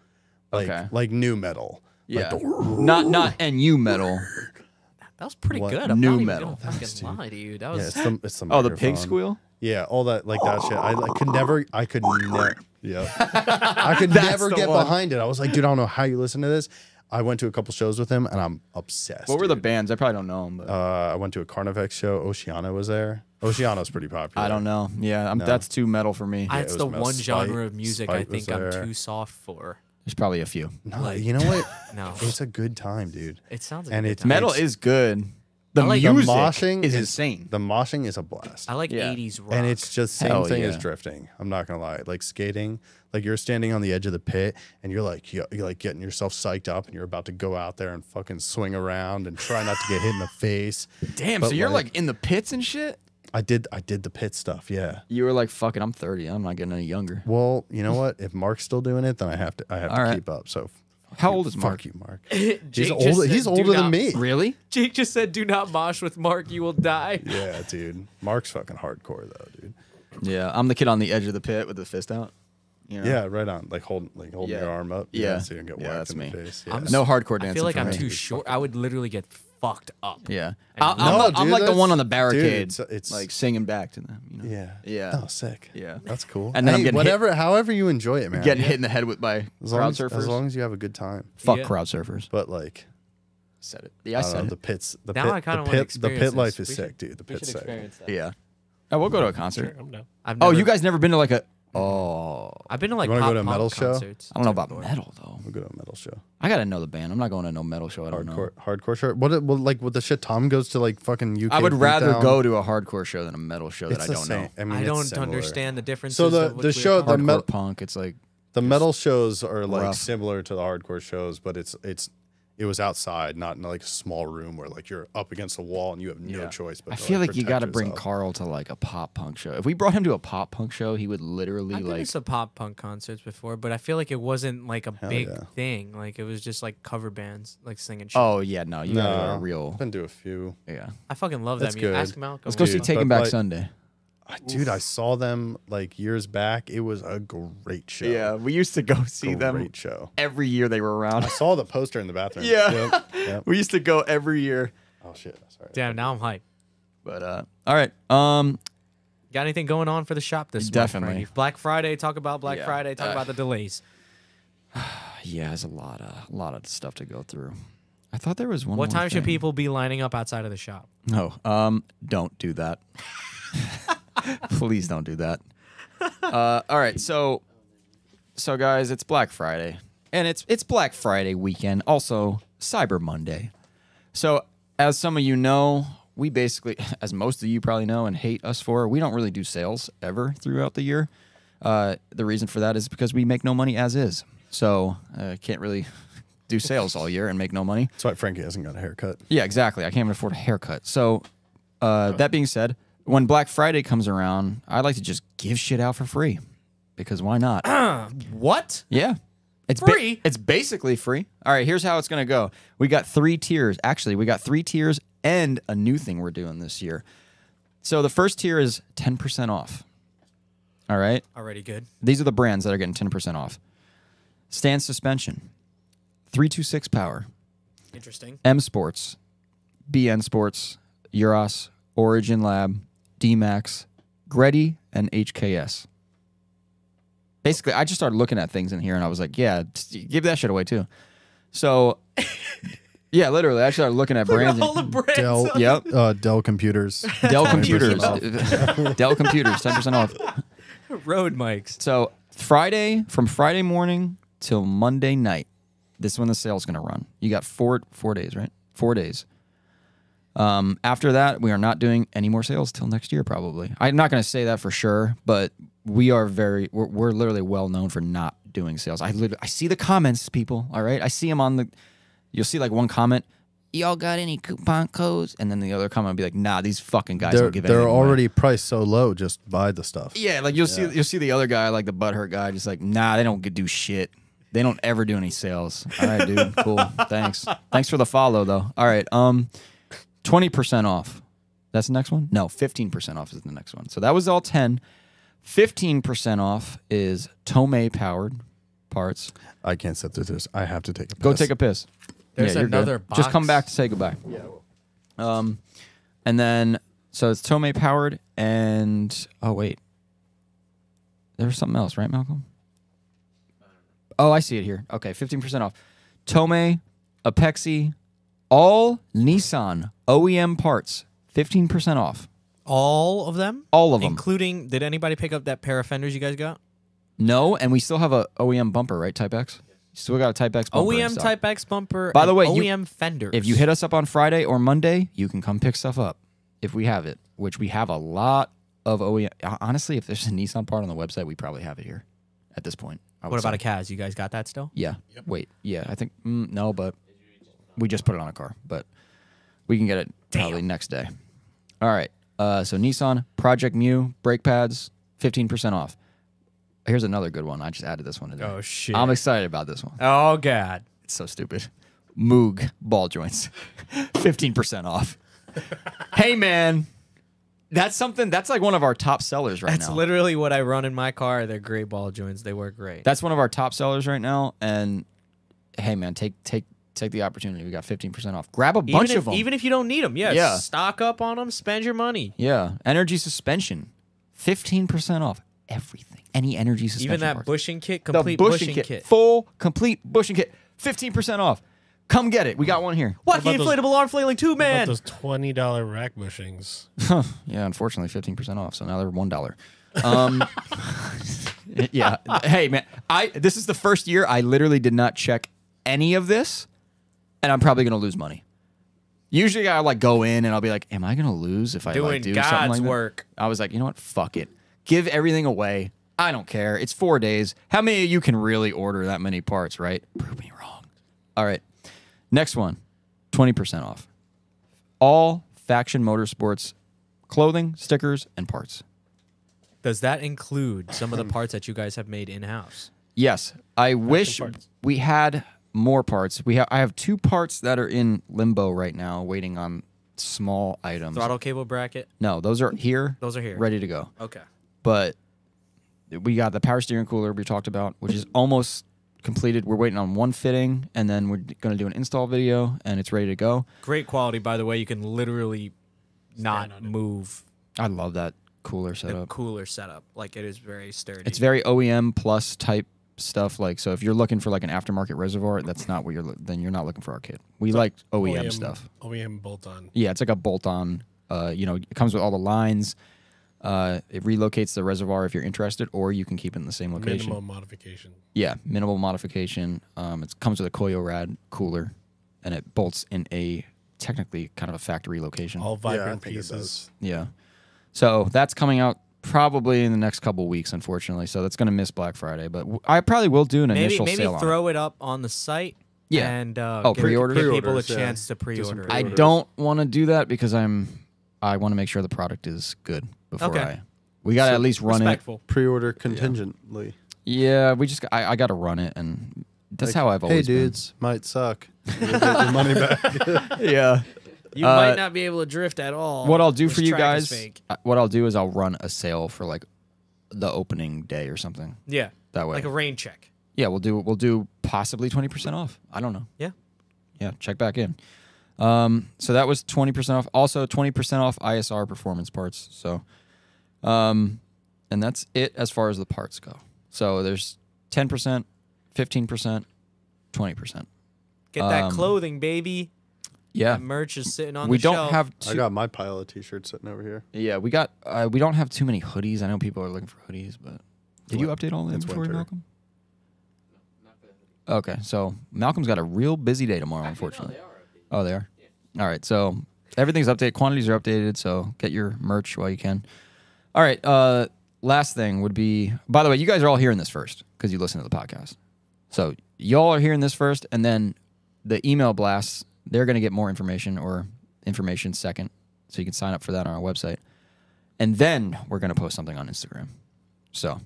[SPEAKER 2] like
[SPEAKER 4] Okay.
[SPEAKER 2] like new metal.
[SPEAKER 4] Yeah.
[SPEAKER 2] like,
[SPEAKER 4] not not NU metal.
[SPEAKER 1] That was pretty
[SPEAKER 2] What?
[SPEAKER 1] good. I'm
[SPEAKER 4] New
[SPEAKER 1] not even
[SPEAKER 4] metal.
[SPEAKER 1] gonna fucking lie to you. That
[SPEAKER 2] yeah,
[SPEAKER 1] was
[SPEAKER 2] it's the, it's the
[SPEAKER 4] Oh, the pig
[SPEAKER 2] microphone.
[SPEAKER 4] squeal?
[SPEAKER 2] Yeah, all that like that shit. I like could never. I could never. Yeah, I
[SPEAKER 4] *laughs*
[SPEAKER 2] could never
[SPEAKER 4] the
[SPEAKER 2] get
[SPEAKER 4] one.
[SPEAKER 2] behind it. I was like, dude, I don't know how you listen to this. I went to a couple shows with him, and I'm obsessed.
[SPEAKER 4] What were the
[SPEAKER 2] dude.
[SPEAKER 4] bands? I probably don't know them, but
[SPEAKER 2] Uh, I went to a Carnivex show. Oceana was there. Oceana's pretty popular.
[SPEAKER 4] I don't know. Yeah, I'm, that's too metal for me.
[SPEAKER 1] that's
[SPEAKER 2] it
[SPEAKER 1] the
[SPEAKER 2] was
[SPEAKER 1] one
[SPEAKER 2] Spite-
[SPEAKER 1] genre of music I
[SPEAKER 2] Spite was
[SPEAKER 1] think I'm
[SPEAKER 2] there.
[SPEAKER 1] too soft for.
[SPEAKER 4] There's probably a few.
[SPEAKER 2] No,
[SPEAKER 1] Like-
[SPEAKER 2] you know what?
[SPEAKER 1] *laughs* No,
[SPEAKER 2] It's a good time, dude.
[SPEAKER 1] it sounds. Like
[SPEAKER 2] and
[SPEAKER 1] and
[SPEAKER 2] it's
[SPEAKER 1] it's
[SPEAKER 4] Metal
[SPEAKER 2] It's-
[SPEAKER 4] is good. The
[SPEAKER 1] I like- The
[SPEAKER 4] music
[SPEAKER 2] moshing
[SPEAKER 4] is
[SPEAKER 2] is-
[SPEAKER 4] insane.
[SPEAKER 2] The moshing is a blast.
[SPEAKER 1] I like
[SPEAKER 4] yeah.
[SPEAKER 1] 80s rock.
[SPEAKER 2] and it's just same
[SPEAKER 4] Hell
[SPEAKER 2] thing as
[SPEAKER 4] yeah.
[SPEAKER 2] drifting. I'm not gonna lie. Like skating, like you're standing on the edge of the pit and you're like you're, you're like getting yourself psyched up and you're about to go out there and fucking swing around and try not to get hit in the face.
[SPEAKER 4] Damn, so
[SPEAKER 2] but
[SPEAKER 4] you're
[SPEAKER 2] like-
[SPEAKER 4] like in the pits and shit?
[SPEAKER 2] I did I did the pit stuff, yeah.
[SPEAKER 4] You were like, fuck it, I'm 30. I'm not getting any younger.
[SPEAKER 2] Well, you know what? If Mark's still doing it, then I have to I have
[SPEAKER 4] All
[SPEAKER 2] to
[SPEAKER 4] right.
[SPEAKER 2] keep up. So
[SPEAKER 4] How old is Mark?
[SPEAKER 2] fuck you,
[SPEAKER 4] *laughs*
[SPEAKER 2] Mark.
[SPEAKER 1] Jake
[SPEAKER 2] He's
[SPEAKER 1] just
[SPEAKER 2] older
[SPEAKER 1] said,
[SPEAKER 2] he's
[SPEAKER 1] "Do
[SPEAKER 2] older
[SPEAKER 1] not-
[SPEAKER 2] than me.
[SPEAKER 4] Really?
[SPEAKER 1] Jake just said, "Do not mosh with Mark. You will die."
[SPEAKER 2] *laughs* Yeah, dude. Mark's fucking hardcore though, dude.
[SPEAKER 4] Yeah, I'm the kid on the edge of the pit with the fist out. You know?
[SPEAKER 2] Yeah, right on. Like holding like holding
[SPEAKER 4] Yeah.
[SPEAKER 2] your arm up.
[SPEAKER 4] Yeah.
[SPEAKER 2] so you don't get
[SPEAKER 4] Yeah,
[SPEAKER 2] whacked
[SPEAKER 4] that's
[SPEAKER 2] in the
[SPEAKER 4] me.
[SPEAKER 2] face. Yeah.
[SPEAKER 1] I'm s-
[SPEAKER 4] No hardcore dancing.
[SPEAKER 1] I feel like
[SPEAKER 4] for
[SPEAKER 1] I'm
[SPEAKER 4] me.
[SPEAKER 1] too short. I would literally get fucked up.
[SPEAKER 4] Yeah,
[SPEAKER 1] I
[SPEAKER 4] I,
[SPEAKER 1] mean,
[SPEAKER 4] I'm,
[SPEAKER 1] No,
[SPEAKER 4] like- I'm
[SPEAKER 2] dude,
[SPEAKER 4] like the one
[SPEAKER 2] that's-
[SPEAKER 4] on the barricade,
[SPEAKER 2] dude, it's- it's-
[SPEAKER 4] like singing back to them. You know?
[SPEAKER 2] yeah.
[SPEAKER 4] Yeah.
[SPEAKER 2] Oh, sick.
[SPEAKER 4] Yeah.
[SPEAKER 2] That's cool.
[SPEAKER 4] And then I'm
[SPEAKER 2] Hey,
[SPEAKER 4] getting hit-
[SPEAKER 2] whatever however you enjoy it, man.
[SPEAKER 4] Getting hit in the head with by
[SPEAKER 2] as long
[SPEAKER 4] crowd
[SPEAKER 2] as,
[SPEAKER 4] surfers.
[SPEAKER 2] as long as you have a good time.
[SPEAKER 4] Fuck
[SPEAKER 1] Yeah.
[SPEAKER 4] crowd surfers.
[SPEAKER 2] But like
[SPEAKER 4] Said it. Yeah, I,
[SPEAKER 2] I don't know,
[SPEAKER 4] said
[SPEAKER 2] the pits the
[SPEAKER 1] Now I
[SPEAKER 2] pit,
[SPEAKER 1] kinda
[SPEAKER 2] the
[SPEAKER 1] wanna
[SPEAKER 2] pit, the
[SPEAKER 1] experience
[SPEAKER 2] pit life
[SPEAKER 1] this.
[SPEAKER 2] is
[SPEAKER 1] We
[SPEAKER 2] sick, dude. The pit sick.
[SPEAKER 1] that.
[SPEAKER 4] it. Yeah. I will go to a concert.
[SPEAKER 3] Sure, I'm down.
[SPEAKER 1] I've
[SPEAKER 4] Oh,
[SPEAKER 1] never-
[SPEAKER 4] you guys never been to like a? Oh,
[SPEAKER 1] I've been to like
[SPEAKER 2] wanna
[SPEAKER 1] pop
[SPEAKER 2] go to a
[SPEAKER 1] punk
[SPEAKER 2] metal show?
[SPEAKER 1] concerts.
[SPEAKER 4] I don't know about metal though.
[SPEAKER 2] We'll go to a metal show.
[SPEAKER 4] I gotta know the band. I'm not going to no metal show. I don't know.
[SPEAKER 2] Hardcore hardcore show. What, it- well, like what the shit Tom goes to like fucking UK.
[SPEAKER 4] I would rather
[SPEAKER 2] beatdown.
[SPEAKER 4] go to a hardcore show than a metal show
[SPEAKER 2] It's
[SPEAKER 4] that I
[SPEAKER 2] the
[SPEAKER 4] don't
[SPEAKER 2] same.
[SPEAKER 4] know.
[SPEAKER 2] I, mean,
[SPEAKER 1] I
[SPEAKER 2] it's
[SPEAKER 1] don't
[SPEAKER 2] similar.
[SPEAKER 1] understand the differences.
[SPEAKER 2] So the-
[SPEAKER 1] of what
[SPEAKER 2] the
[SPEAKER 1] we
[SPEAKER 2] show-
[SPEAKER 1] were
[SPEAKER 2] the
[SPEAKER 1] talking
[SPEAKER 4] Hardcore
[SPEAKER 2] metal-
[SPEAKER 4] punk. It's like
[SPEAKER 2] The metal shows are like
[SPEAKER 4] rough.
[SPEAKER 2] similar to the hardcore shows, but it's it's it was outside, not in like a small room where like you're up against a wall and you have no
[SPEAKER 1] Yeah.
[SPEAKER 2] choice. But
[SPEAKER 4] I
[SPEAKER 2] to,
[SPEAKER 4] feel like, you
[SPEAKER 2] protect
[SPEAKER 4] got to bring
[SPEAKER 2] yourself.
[SPEAKER 4] Carl to like a pop punk show. If we brought him to a pop punk show, he would literally
[SPEAKER 1] I've been
[SPEAKER 4] like.
[SPEAKER 1] to some pop punk concerts before, but I feel like it wasn't like a big
[SPEAKER 2] yeah.
[SPEAKER 1] thing. Like it was just like cover bands like singing. Shit.
[SPEAKER 4] Oh yeah, no, you gotta go
[SPEAKER 2] No.
[SPEAKER 4] to real.
[SPEAKER 2] I've been to a few.
[SPEAKER 4] Yeah,
[SPEAKER 1] I fucking love
[SPEAKER 2] that's
[SPEAKER 1] that music.
[SPEAKER 2] good.
[SPEAKER 1] Ask Malcolm.
[SPEAKER 4] let's go see
[SPEAKER 2] Dude,
[SPEAKER 4] Taking
[SPEAKER 2] but,
[SPEAKER 4] Back
[SPEAKER 2] like-
[SPEAKER 4] Sunday.
[SPEAKER 2] Ah, Dude, I saw them like years back. It was a great show.
[SPEAKER 4] we used to go see
[SPEAKER 2] great show.
[SPEAKER 4] every year they were around.
[SPEAKER 2] I saw the poster in the bathroom.
[SPEAKER 4] *laughs*
[SPEAKER 2] Yep, yep.
[SPEAKER 4] we used to go every year.
[SPEAKER 2] Oh shit. Sorry.
[SPEAKER 1] Damn, now I'm hyped.
[SPEAKER 4] But uh, all right, um,
[SPEAKER 1] Got anything going on for the shop this
[SPEAKER 4] Definitely.
[SPEAKER 1] month? Definitely. Black Friday. Talk about Black
[SPEAKER 4] Yeah.
[SPEAKER 1] Friday. Talk
[SPEAKER 4] Uh,
[SPEAKER 1] about the delays.
[SPEAKER 4] yeah, there's a lot of a lot of stuff to go through. I thought there was one.
[SPEAKER 1] What
[SPEAKER 4] more
[SPEAKER 1] time should
[SPEAKER 4] thing.
[SPEAKER 1] people be lining up outside of the shop?
[SPEAKER 4] No, um, don't do that. *laughs* Please don't do that. Uh, all right, so, so guys, it's Black Friday, and it's it's Black Friday weekend, also Cyber Monday. So, as some of you know, we basically, *laughs* as most of you probably know and hate us for, we don't really do sales ever throughout the year. Uh, the reason for that is because we make no money as is, so uh, can't really *laughs* do sales all year and make no money.
[SPEAKER 2] That's why Frankie hasn't got a haircut.
[SPEAKER 4] Yeah, exactly. I can't even afford a haircut. So, uh, that being said, when Black Friday comes around, I like to just give shit out for free because why not?
[SPEAKER 1] *clears throat* What?
[SPEAKER 4] yeah. It's ba-
[SPEAKER 1] Free?
[SPEAKER 4] it's basically free. All right, here's how it's going to go. We got three tiers. Actually, we got three tiers and a new thing we're doing this year. So, the first tier is 10% off. All right.
[SPEAKER 1] Already good.
[SPEAKER 4] These are the brands that are getting 10% off. Stand Suspension, 326 Power,
[SPEAKER 1] Interesting. *laughs*
[SPEAKER 4] M Sports, BN Sports, Euros, Origin Lab, DMAX, Greddy, and HKS. Basically, I just started looking at things in here and I was like, yeah, t- give that shit away too. So, *laughs* yeah, literally, I started looking at brands. and-
[SPEAKER 1] All the brands.
[SPEAKER 2] Dell. *laughs*
[SPEAKER 4] yep.
[SPEAKER 2] Uh, Dell Computers.
[SPEAKER 4] *laughs* Dell
[SPEAKER 2] 20%
[SPEAKER 4] Computers.
[SPEAKER 2] off.
[SPEAKER 4] *laughs* Dell Computers, 10% off.
[SPEAKER 1] Road mics.
[SPEAKER 4] So Friday from Friday morning till Monday night. This is when the sale's gonna run. You got four four days, right? Four days. Um, after that, we are not doing any more sales till next year, probably. I'm not gonna say that for sure, but we are very we're, we're literally well known for not doing sales. I literally, I see the comments, people. All right, I see them on the. You'll see like one comment. Y'all got any coupon codes? And then the other comment will be like, Nah, these fucking guys
[SPEAKER 2] They're,
[SPEAKER 4] don't give.
[SPEAKER 2] they're
[SPEAKER 4] anything away."
[SPEAKER 2] already priced so low. Just buy the stuff.
[SPEAKER 4] Yeah, like you'll see you'll see the other guy, like the butthurt guy, just like, nah, they don't g- do shit. They don't ever do any sales. All right, dude. cool. Thanks. Thanks for the follow though. All right. Um twenty percent off. That's the next one? No, fifteen percent off is the next one. So that was all ten. Fifteen percent off is Tomei powered parts.
[SPEAKER 2] I can't sit through this. I have to take a piss.
[SPEAKER 4] Go take a piss.
[SPEAKER 1] There's
[SPEAKER 4] you're good.
[SPEAKER 1] another
[SPEAKER 4] Just come
[SPEAKER 1] box.
[SPEAKER 4] back to say goodbye. Yeah. Um, and then so it's Tomei powered and oh wait, there was something else, right, Malcolm? Oh, I see it here. Okay, fifteen percent off. Tomei, Apexi, all Nissan OEM parts, fifteen percent off.
[SPEAKER 1] All of them?
[SPEAKER 4] All of them.
[SPEAKER 1] Including, did anybody pick up that pair of fenders you guys got?
[SPEAKER 4] no, and we still have a OEM bumper, right? Type X. Still got a Type X bumper. in
[SPEAKER 1] OEM
[SPEAKER 4] stock.
[SPEAKER 1] E Type X bumper.
[SPEAKER 4] Oh, By
[SPEAKER 1] and
[SPEAKER 4] the way, you-
[SPEAKER 1] OEM fenders.
[SPEAKER 4] If you hit us up on Friday or Monday, you can come pick stuff up if we have it, which we have a lot of OEM. Honestly, if there's a Nissan part on the website, we probably have it here at this point. I
[SPEAKER 1] what
[SPEAKER 4] would
[SPEAKER 1] about a
[SPEAKER 4] say.
[SPEAKER 1] Kaz? You guys got that still?
[SPEAKER 4] Yeah. Wait. Yeah. I think mm, no, but we just put it on a car, but we can get it probably next day. All right. Uh, so Nissan Project Mu brake pads, fifteen percent off. Here's another good one. I just added this one today.
[SPEAKER 1] Oh, shit.
[SPEAKER 4] I'm excited about this one.
[SPEAKER 1] Oh, God.
[SPEAKER 4] It's so stupid.
[SPEAKER 1] *laughs*
[SPEAKER 4] Moog ball joints, fifteen percent off. hey man, That's something. That's like one of our top sellers right
[SPEAKER 1] That's
[SPEAKER 4] now.
[SPEAKER 1] literally what I run in my car. They're great ball joints. They work great.
[SPEAKER 4] that's one of our top sellers right now. And hey, man, take take take the opportunity. We got fifteen percent off. Grab a
[SPEAKER 1] even
[SPEAKER 4] bunch
[SPEAKER 1] if,
[SPEAKER 4] of them.
[SPEAKER 1] Even if you don't need them, yeah,
[SPEAKER 4] Yeah.
[SPEAKER 1] Stock up on them. Spend your money.
[SPEAKER 4] yeah, energy suspension, fifteen percent off everything. Any energy suspension.
[SPEAKER 1] Even that
[SPEAKER 4] parts.
[SPEAKER 1] bushing kit,
[SPEAKER 4] the
[SPEAKER 1] complete
[SPEAKER 4] bushing,
[SPEAKER 1] bushing
[SPEAKER 4] kit.
[SPEAKER 1] kit.
[SPEAKER 4] full complete bushing kit, fifteen percent off. Come get it. We got one here.
[SPEAKER 1] What,
[SPEAKER 3] What
[SPEAKER 1] the
[SPEAKER 3] about
[SPEAKER 1] inflatable arm flailing tube
[SPEAKER 3] About
[SPEAKER 1] man?
[SPEAKER 3] those twenty dollar rack bushings.
[SPEAKER 4] Yeah, unfortunately, fifteen percent off. So now they're one dollar. Um, *laughs* yeah. Hey, man. I this is the first year I literally did not check any of this, and I'm probably gonna lose money. Usually, I like go in and I'll be like, "Am I gonna lose if I
[SPEAKER 1] Doing
[SPEAKER 4] like, do something
[SPEAKER 1] God's
[SPEAKER 4] like that?"
[SPEAKER 1] work.
[SPEAKER 4] I was like, you know what? Fuck it. Give everything away. I don't care. It's four days. How many of you can really order that many parts, right? Prove me wrong. All right. Next one 20% off. All Faction Motorsports clothing, stickers, and parts.
[SPEAKER 1] Does that include some
[SPEAKER 4] *clears throat*
[SPEAKER 1] of the parts that you guys have made in house?
[SPEAKER 4] Yes. I wish we had more parts. We ha- I have two parts that are in limbo right now, waiting on small items.
[SPEAKER 1] Throttle cable bracket.
[SPEAKER 4] No, those are here.
[SPEAKER 1] Those are here.
[SPEAKER 4] Ready to go.
[SPEAKER 1] Okay.
[SPEAKER 4] but we got the power steering cooler we talked about, which is almost completed. We're waiting on one fitting, and then we're going to do an install video, and it's ready to go.
[SPEAKER 1] Great quality, by the way. You can literally not move
[SPEAKER 4] I love that cooler
[SPEAKER 1] the
[SPEAKER 4] setup.
[SPEAKER 1] cooler setup. Like it is very sturdy.
[SPEAKER 4] It's very OEM plus type stuff. Like, so if you're looking for like an aftermarket reservoir, that's not what you're. lo- Then you're not looking for our kit. We like OEM, E
[SPEAKER 3] E
[SPEAKER 4] stuff.
[SPEAKER 3] OEM bolt on.
[SPEAKER 4] Yeah, it's like a bolt-on. Uh, you know, it comes with all the lines. Uh, it relocates the reservoir if you're interested, or you can keep it in the same location.
[SPEAKER 3] Minimal modification.
[SPEAKER 4] Yeah, minimal modification. Um, it comes with a Koyorad cooler, and it bolts in a technically kind of a factory location.
[SPEAKER 1] Oh.
[SPEAKER 3] All
[SPEAKER 2] I
[SPEAKER 3] vibrant
[SPEAKER 2] think it
[SPEAKER 3] pieces.
[SPEAKER 4] Yeah, so that's coming out probably in the next couple weeks, unfortunately. So that's going to miss Black Friday, but w- I probably will do an
[SPEAKER 1] maybe
[SPEAKER 4] initial
[SPEAKER 1] maybe
[SPEAKER 4] sale on it.
[SPEAKER 1] throw it. up on the site.
[SPEAKER 4] Yeah.
[SPEAKER 1] And uh,
[SPEAKER 4] Oh,
[SPEAKER 1] give,
[SPEAKER 4] pre-orders?
[SPEAKER 1] give people a
[SPEAKER 2] Pre-orders, yeah.
[SPEAKER 1] chance to
[SPEAKER 2] Do some
[SPEAKER 1] pre-order. it.
[SPEAKER 4] I
[SPEAKER 2] pre-orders.
[SPEAKER 4] don't want to do that because I'm. I want to make sure the product is good before
[SPEAKER 1] Okay.
[SPEAKER 4] I. We got to at least run
[SPEAKER 1] Respectful.
[SPEAKER 2] Pre-order contingently.
[SPEAKER 4] it. Yeah, we just. I, I got to run it, and that's how I've
[SPEAKER 2] Hey,
[SPEAKER 4] always been.
[SPEAKER 2] dudes, might *laughs* suck. You'll get your money back.
[SPEAKER 4] *laughs* Yeah.
[SPEAKER 1] You
[SPEAKER 4] Uh,
[SPEAKER 1] might not be able to drift at all.
[SPEAKER 4] what I'll do
[SPEAKER 1] Oh, This
[SPEAKER 4] for you
[SPEAKER 1] track is
[SPEAKER 4] guys,
[SPEAKER 1] fake.
[SPEAKER 4] uh, what I'll do is I'll run a sale for like the opening day or something.
[SPEAKER 1] Yeah.
[SPEAKER 4] That way,
[SPEAKER 1] Like a rain check.
[SPEAKER 4] yeah, we'll do we'll do possibly twenty percent off. I don't know.
[SPEAKER 1] Yeah.
[SPEAKER 4] Yeah, check back in. Um, so that was twenty percent off. Also twenty percent off ISR performance parts. So, um, and that's it as far as the parts go. So there's ten percent, fifteen percent, twenty percent.
[SPEAKER 1] Get that
[SPEAKER 4] Um,
[SPEAKER 1] clothing, baby.
[SPEAKER 4] Yeah,
[SPEAKER 1] That merch is sitting on
[SPEAKER 4] we
[SPEAKER 1] the
[SPEAKER 4] don't
[SPEAKER 1] shelf.
[SPEAKER 4] have.
[SPEAKER 2] I
[SPEAKER 4] Too,
[SPEAKER 2] got my pile of t-shirts sitting over here.
[SPEAKER 4] yeah, we got. Uh, we don't have too many hoodies. I know people are looking for hoodies, but did you
[SPEAKER 2] Win-
[SPEAKER 4] update all the
[SPEAKER 2] it's
[SPEAKER 4] inventory,
[SPEAKER 2] winter.
[SPEAKER 4] Malcolm? Okay, so Malcolm's got a real busy day tomorrow, unfortunately. Oh, they are. All right, so everything's updated. Quantities are updated, so get your merch while you can. All right. Uh, last thing would be. By the way, you guys are all hearing this first because you listen to the podcast. So y'all are hearing this first, and then the email blasts. They're going to get more information or information second, so you can sign up for that on our website, and then we're going to post something on Instagram. So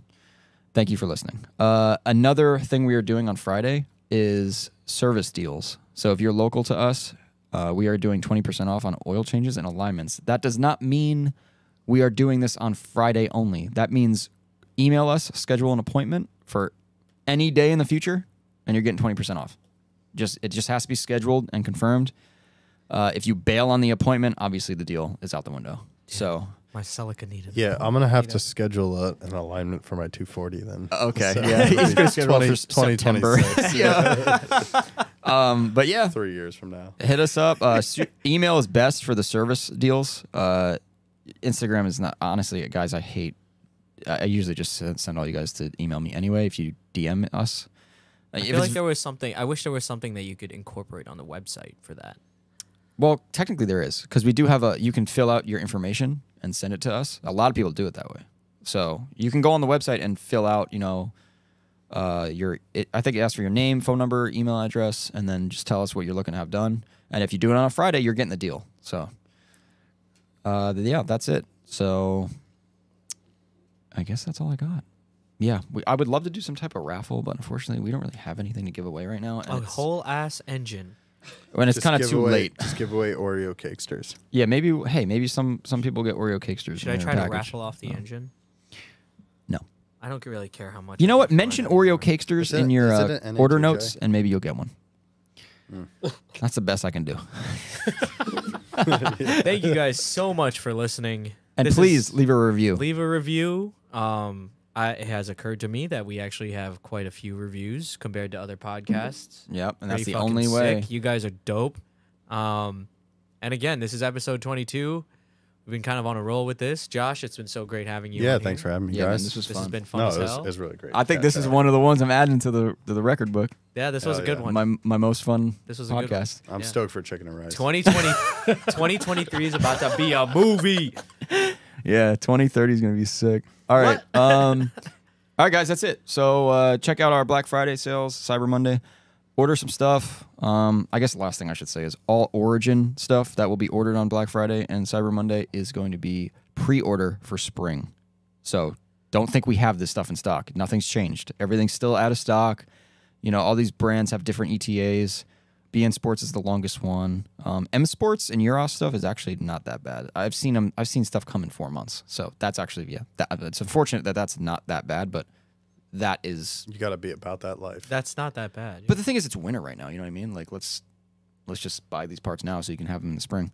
[SPEAKER 4] thank you for listening. Uh, another thing we are doing on Friday is service deals. So if you're local to us, uh, we are doing 20% off on oil changes and alignments. That does not mean we are doing this on Friday only. That means email us, schedule an appointment for any day in the future, and you're getting 20% off. Just it just has to be scheduled and confirmed. Uh, if you bail on the appointment, obviously the deal is out the window. So
[SPEAKER 1] My Celica needed.
[SPEAKER 2] Yeah, I'm gonna have to schedule a, an alignment for my 240 then.
[SPEAKER 4] okay,
[SPEAKER 2] So *laughs*
[SPEAKER 4] *laughs* yeah,
[SPEAKER 2] it'll
[SPEAKER 4] he's
[SPEAKER 2] be
[SPEAKER 4] gonna schedule
[SPEAKER 2] 20
[SPEAKER 4] for September.
[SPEAKER 2] 2026,
[SPEAKER 4] *laughs* yeah. *laughs* um, but
[SPEAKER 2] *laughs*
[SPEAKER 4] yeah,
[SPEAKER 2] Three years from now.
[SPEAKER 4] hit us up. Uh, su- email is best for the service deals. Uh, Instagram is not honestly, guys. I hate. I I usually just send, send all you guys to email me anyway. If you DM us, Uh,
[SPEAKER 1] I
[SPEAKER 4] if
[SPEAKER 1] feel like
[SPEAKER 4] it's-
[SPEAKER 1] there was something. I wish there was something that you could incorporate on the website for that.
[SPEAKER 4] well, technically there is because we do have a. You can fill out your information and send it to us. A lot of people do it that way. So you can go on the website and fill out. You know, uh, your. It, I think it asks for your name, phone number, email address, and then just tell us what you're looking to have done. And if you do it on a Friday, you're getting the deal. So uh, th- yeah, that's it. So I guess that's all I got. Yeah, we, I would love to do some type of raffle, but unfortunately, we don't really have anything to give away right now. And
[SPEAKER 1] A
[SPEAKER 4] it's-
[SPEAKER 1] whole ass engine.
[SPEAKER 4] When it's
[SPEAKER 2] Just
[SPEAKER 4] kind of
[SPEAKER 2] give
[SPEAKER 4] too
[SPEAKER 2] away-
[SPEAKER 4] late.
[SPEAKER 2] Just give away Oreo cakesters.
[SPEAKER 4] Yeah, maybe. Hey, maybe some some people get Oreo cakesters.
[SPEAKER 1] Should I
[SPEAKER 4] in their
[SPEAKER 1] try to
[SPEAKER 4] package.
[SPEAKER 1] raffle off the engine?
[SPEAKER 4] No.
[SPEAKER 1] I don't really care how much.
[SPEAKER 4] You
[SPEAKER 1] I
[SPEAKER 4] know what?
[SPEAKER 1] pay for it
[SPEAKER 4] Mention Oreo
[SPEAKER 1] anymore.
[SPEAKER 4] cakesters
[SPEAKER 2] Is it-
[SPEAKER 4] in your
[SPEAKER 2] is it
[SPEAKER 4] uh,
[SPEAKER 2] an NHJ?
[SPEAKER 4] order notes, and maybe you'll get one.
[SPEAKER 2] Hmm.
[SPEAKER 1] *laughs*
[SPEAKER 4] That's the best I can do.
[SPEAKER 1] *laughs* Thank you guys so much for listening.
[SPEAKER 4] And
[SPEAKER 1] This is-
[SPEAKER 4] please leave a review.
[SPEAKER 1] leave a review. Um, I, it has occurred to me that we actually have quite a few reviews compared to other podcasts.
[SPEAKER 4] yep, and that's
[SPEAKER 1] Pretty
[SPEAKER 4] the
[SPEAKER 1] fucking
[SPEAKER 4] only way.
[SPEAKER 1] sick. You guys are dope. Um, and again, this is episode 22. We've been kind of on a roll with this. Josh, it's been so great having *laughs* you.
[SPEAKER 2] Yeah,
[SPEAKER 1] on
[SPEAKER 2] thanks
[SPEAKER 1] here.
[SPEAKER 2] for having me,
[SPEAKER 4] Yeah, man,
[SPEAKER 2] guys.
[SPEAKER 4] this was
[SPEAKER 1] This has
[SPEAKER 4] fun.
[SPEAKER 1] been fun
[SPEAKER 2] no,
[SPEAKER 1] as
[SPEAKER 2] it was,
[SPEAKER 1] hell.
[SPEAKER 2] it was really great.
[SPEAKER 4] I think
[SPEAKER 2] Yeah,
[SPEAKER 4] this is
[SPEAKER 2] yeah.
[SPEAKER 4] one of the ones I'm adding to the to the record book.
[SPEAKER 1] yeah, this was a
[SPEAKER 2] Hell
[SPEAKER 1] good
[SPEAKER 2] yeah.
[SPEAKER 1] one.
[SPEAKER 2] *laughs*
[SPEAKER 4] My my most fun
[SPEAKER 1] This was a good one.
[SPEAKER 4] podcast.
[SPEAKER 2] I'm
[SPEAKER 1] yeah.
[SPEAKER 2] stoked for chicken and rice.
[SPEAKER 1] *laughs* 2020, 2023 is about to be a movie.
[SPEAKER 4] Yeah, 2030 is gonna be sick. All right, um, *laughs* all right, guys, that's it. So uh, check out our Black Friday sales, Cyber Monday. Order some stuff. Um, I guess the last thing I should say is all Origin stuff that will be ordered on Black Friday and Cyber Monday is going to be pre-order for spring. So don't think we have this stuff in stock. Nothing's changed. Everything's still out of stock. You know, all these brands have different E ETAs. BN Sports is the longest one. Um, M Sports and Euros stuff is actually not that bad. I've seen 'em- I've seen stuff come in four months. So that's actually yeah. That, it's unfortunate that that's not that bad, but that is.
[SPEAKER 2] You got to be about that life.
[SPEAKER 1] That's not that bad.
[SPEAKER 4] But the thing is, it's winter right now. You know what I mean? Like let's let's just buy these parts now so you can have them in the spring.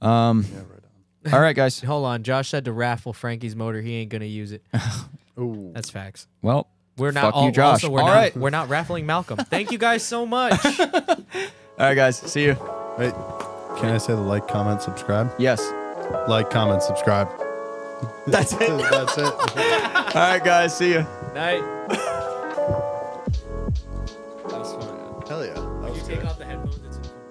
[SPEAKER 4] Um,
[SPEAKER 2] yeah, right on.
[SPEAKER 4] all right, guys.
[SPEAKER 1] Hold on. Josh said to raffle Frankie's motor. He ain't going to use it. That's facts.
[SPEAKER 4] Well,
[SPEAKER 1] We're not
[SPEAKER 4] Fuck you,
[SPEAKER 1] all,
[SPEAKER 4] Josh.
[SPEAKER 1] Also, we're
[SPEAKER 4] All
[SPEAKER 1] not,
[SPEAKER 4] right.
[SPEAKER 1] we're not raffling Malcolm. Thank you guys so *laughs* much.
[SPEAKER 4] all right, guys. See you.
[SPEAKER 2] Wait, can I say the like, comment, subscribe?
[SPEAKER 4] Yes.
[SPEAKER 2] Like, comment, subscribe.
[SPEAKER 4] That's it. all
[SPEAKER 2] *laughs* That's it.
[SPEAKER 4] right, guys. See you.
[SPEAKER 1] Night. that was fun.
[SPEAKER 2] Hell yeah. That was
[SPEAKER 1] You
[SPEAKER 2] good.
[SPEAKER 1] take off the headphones. It's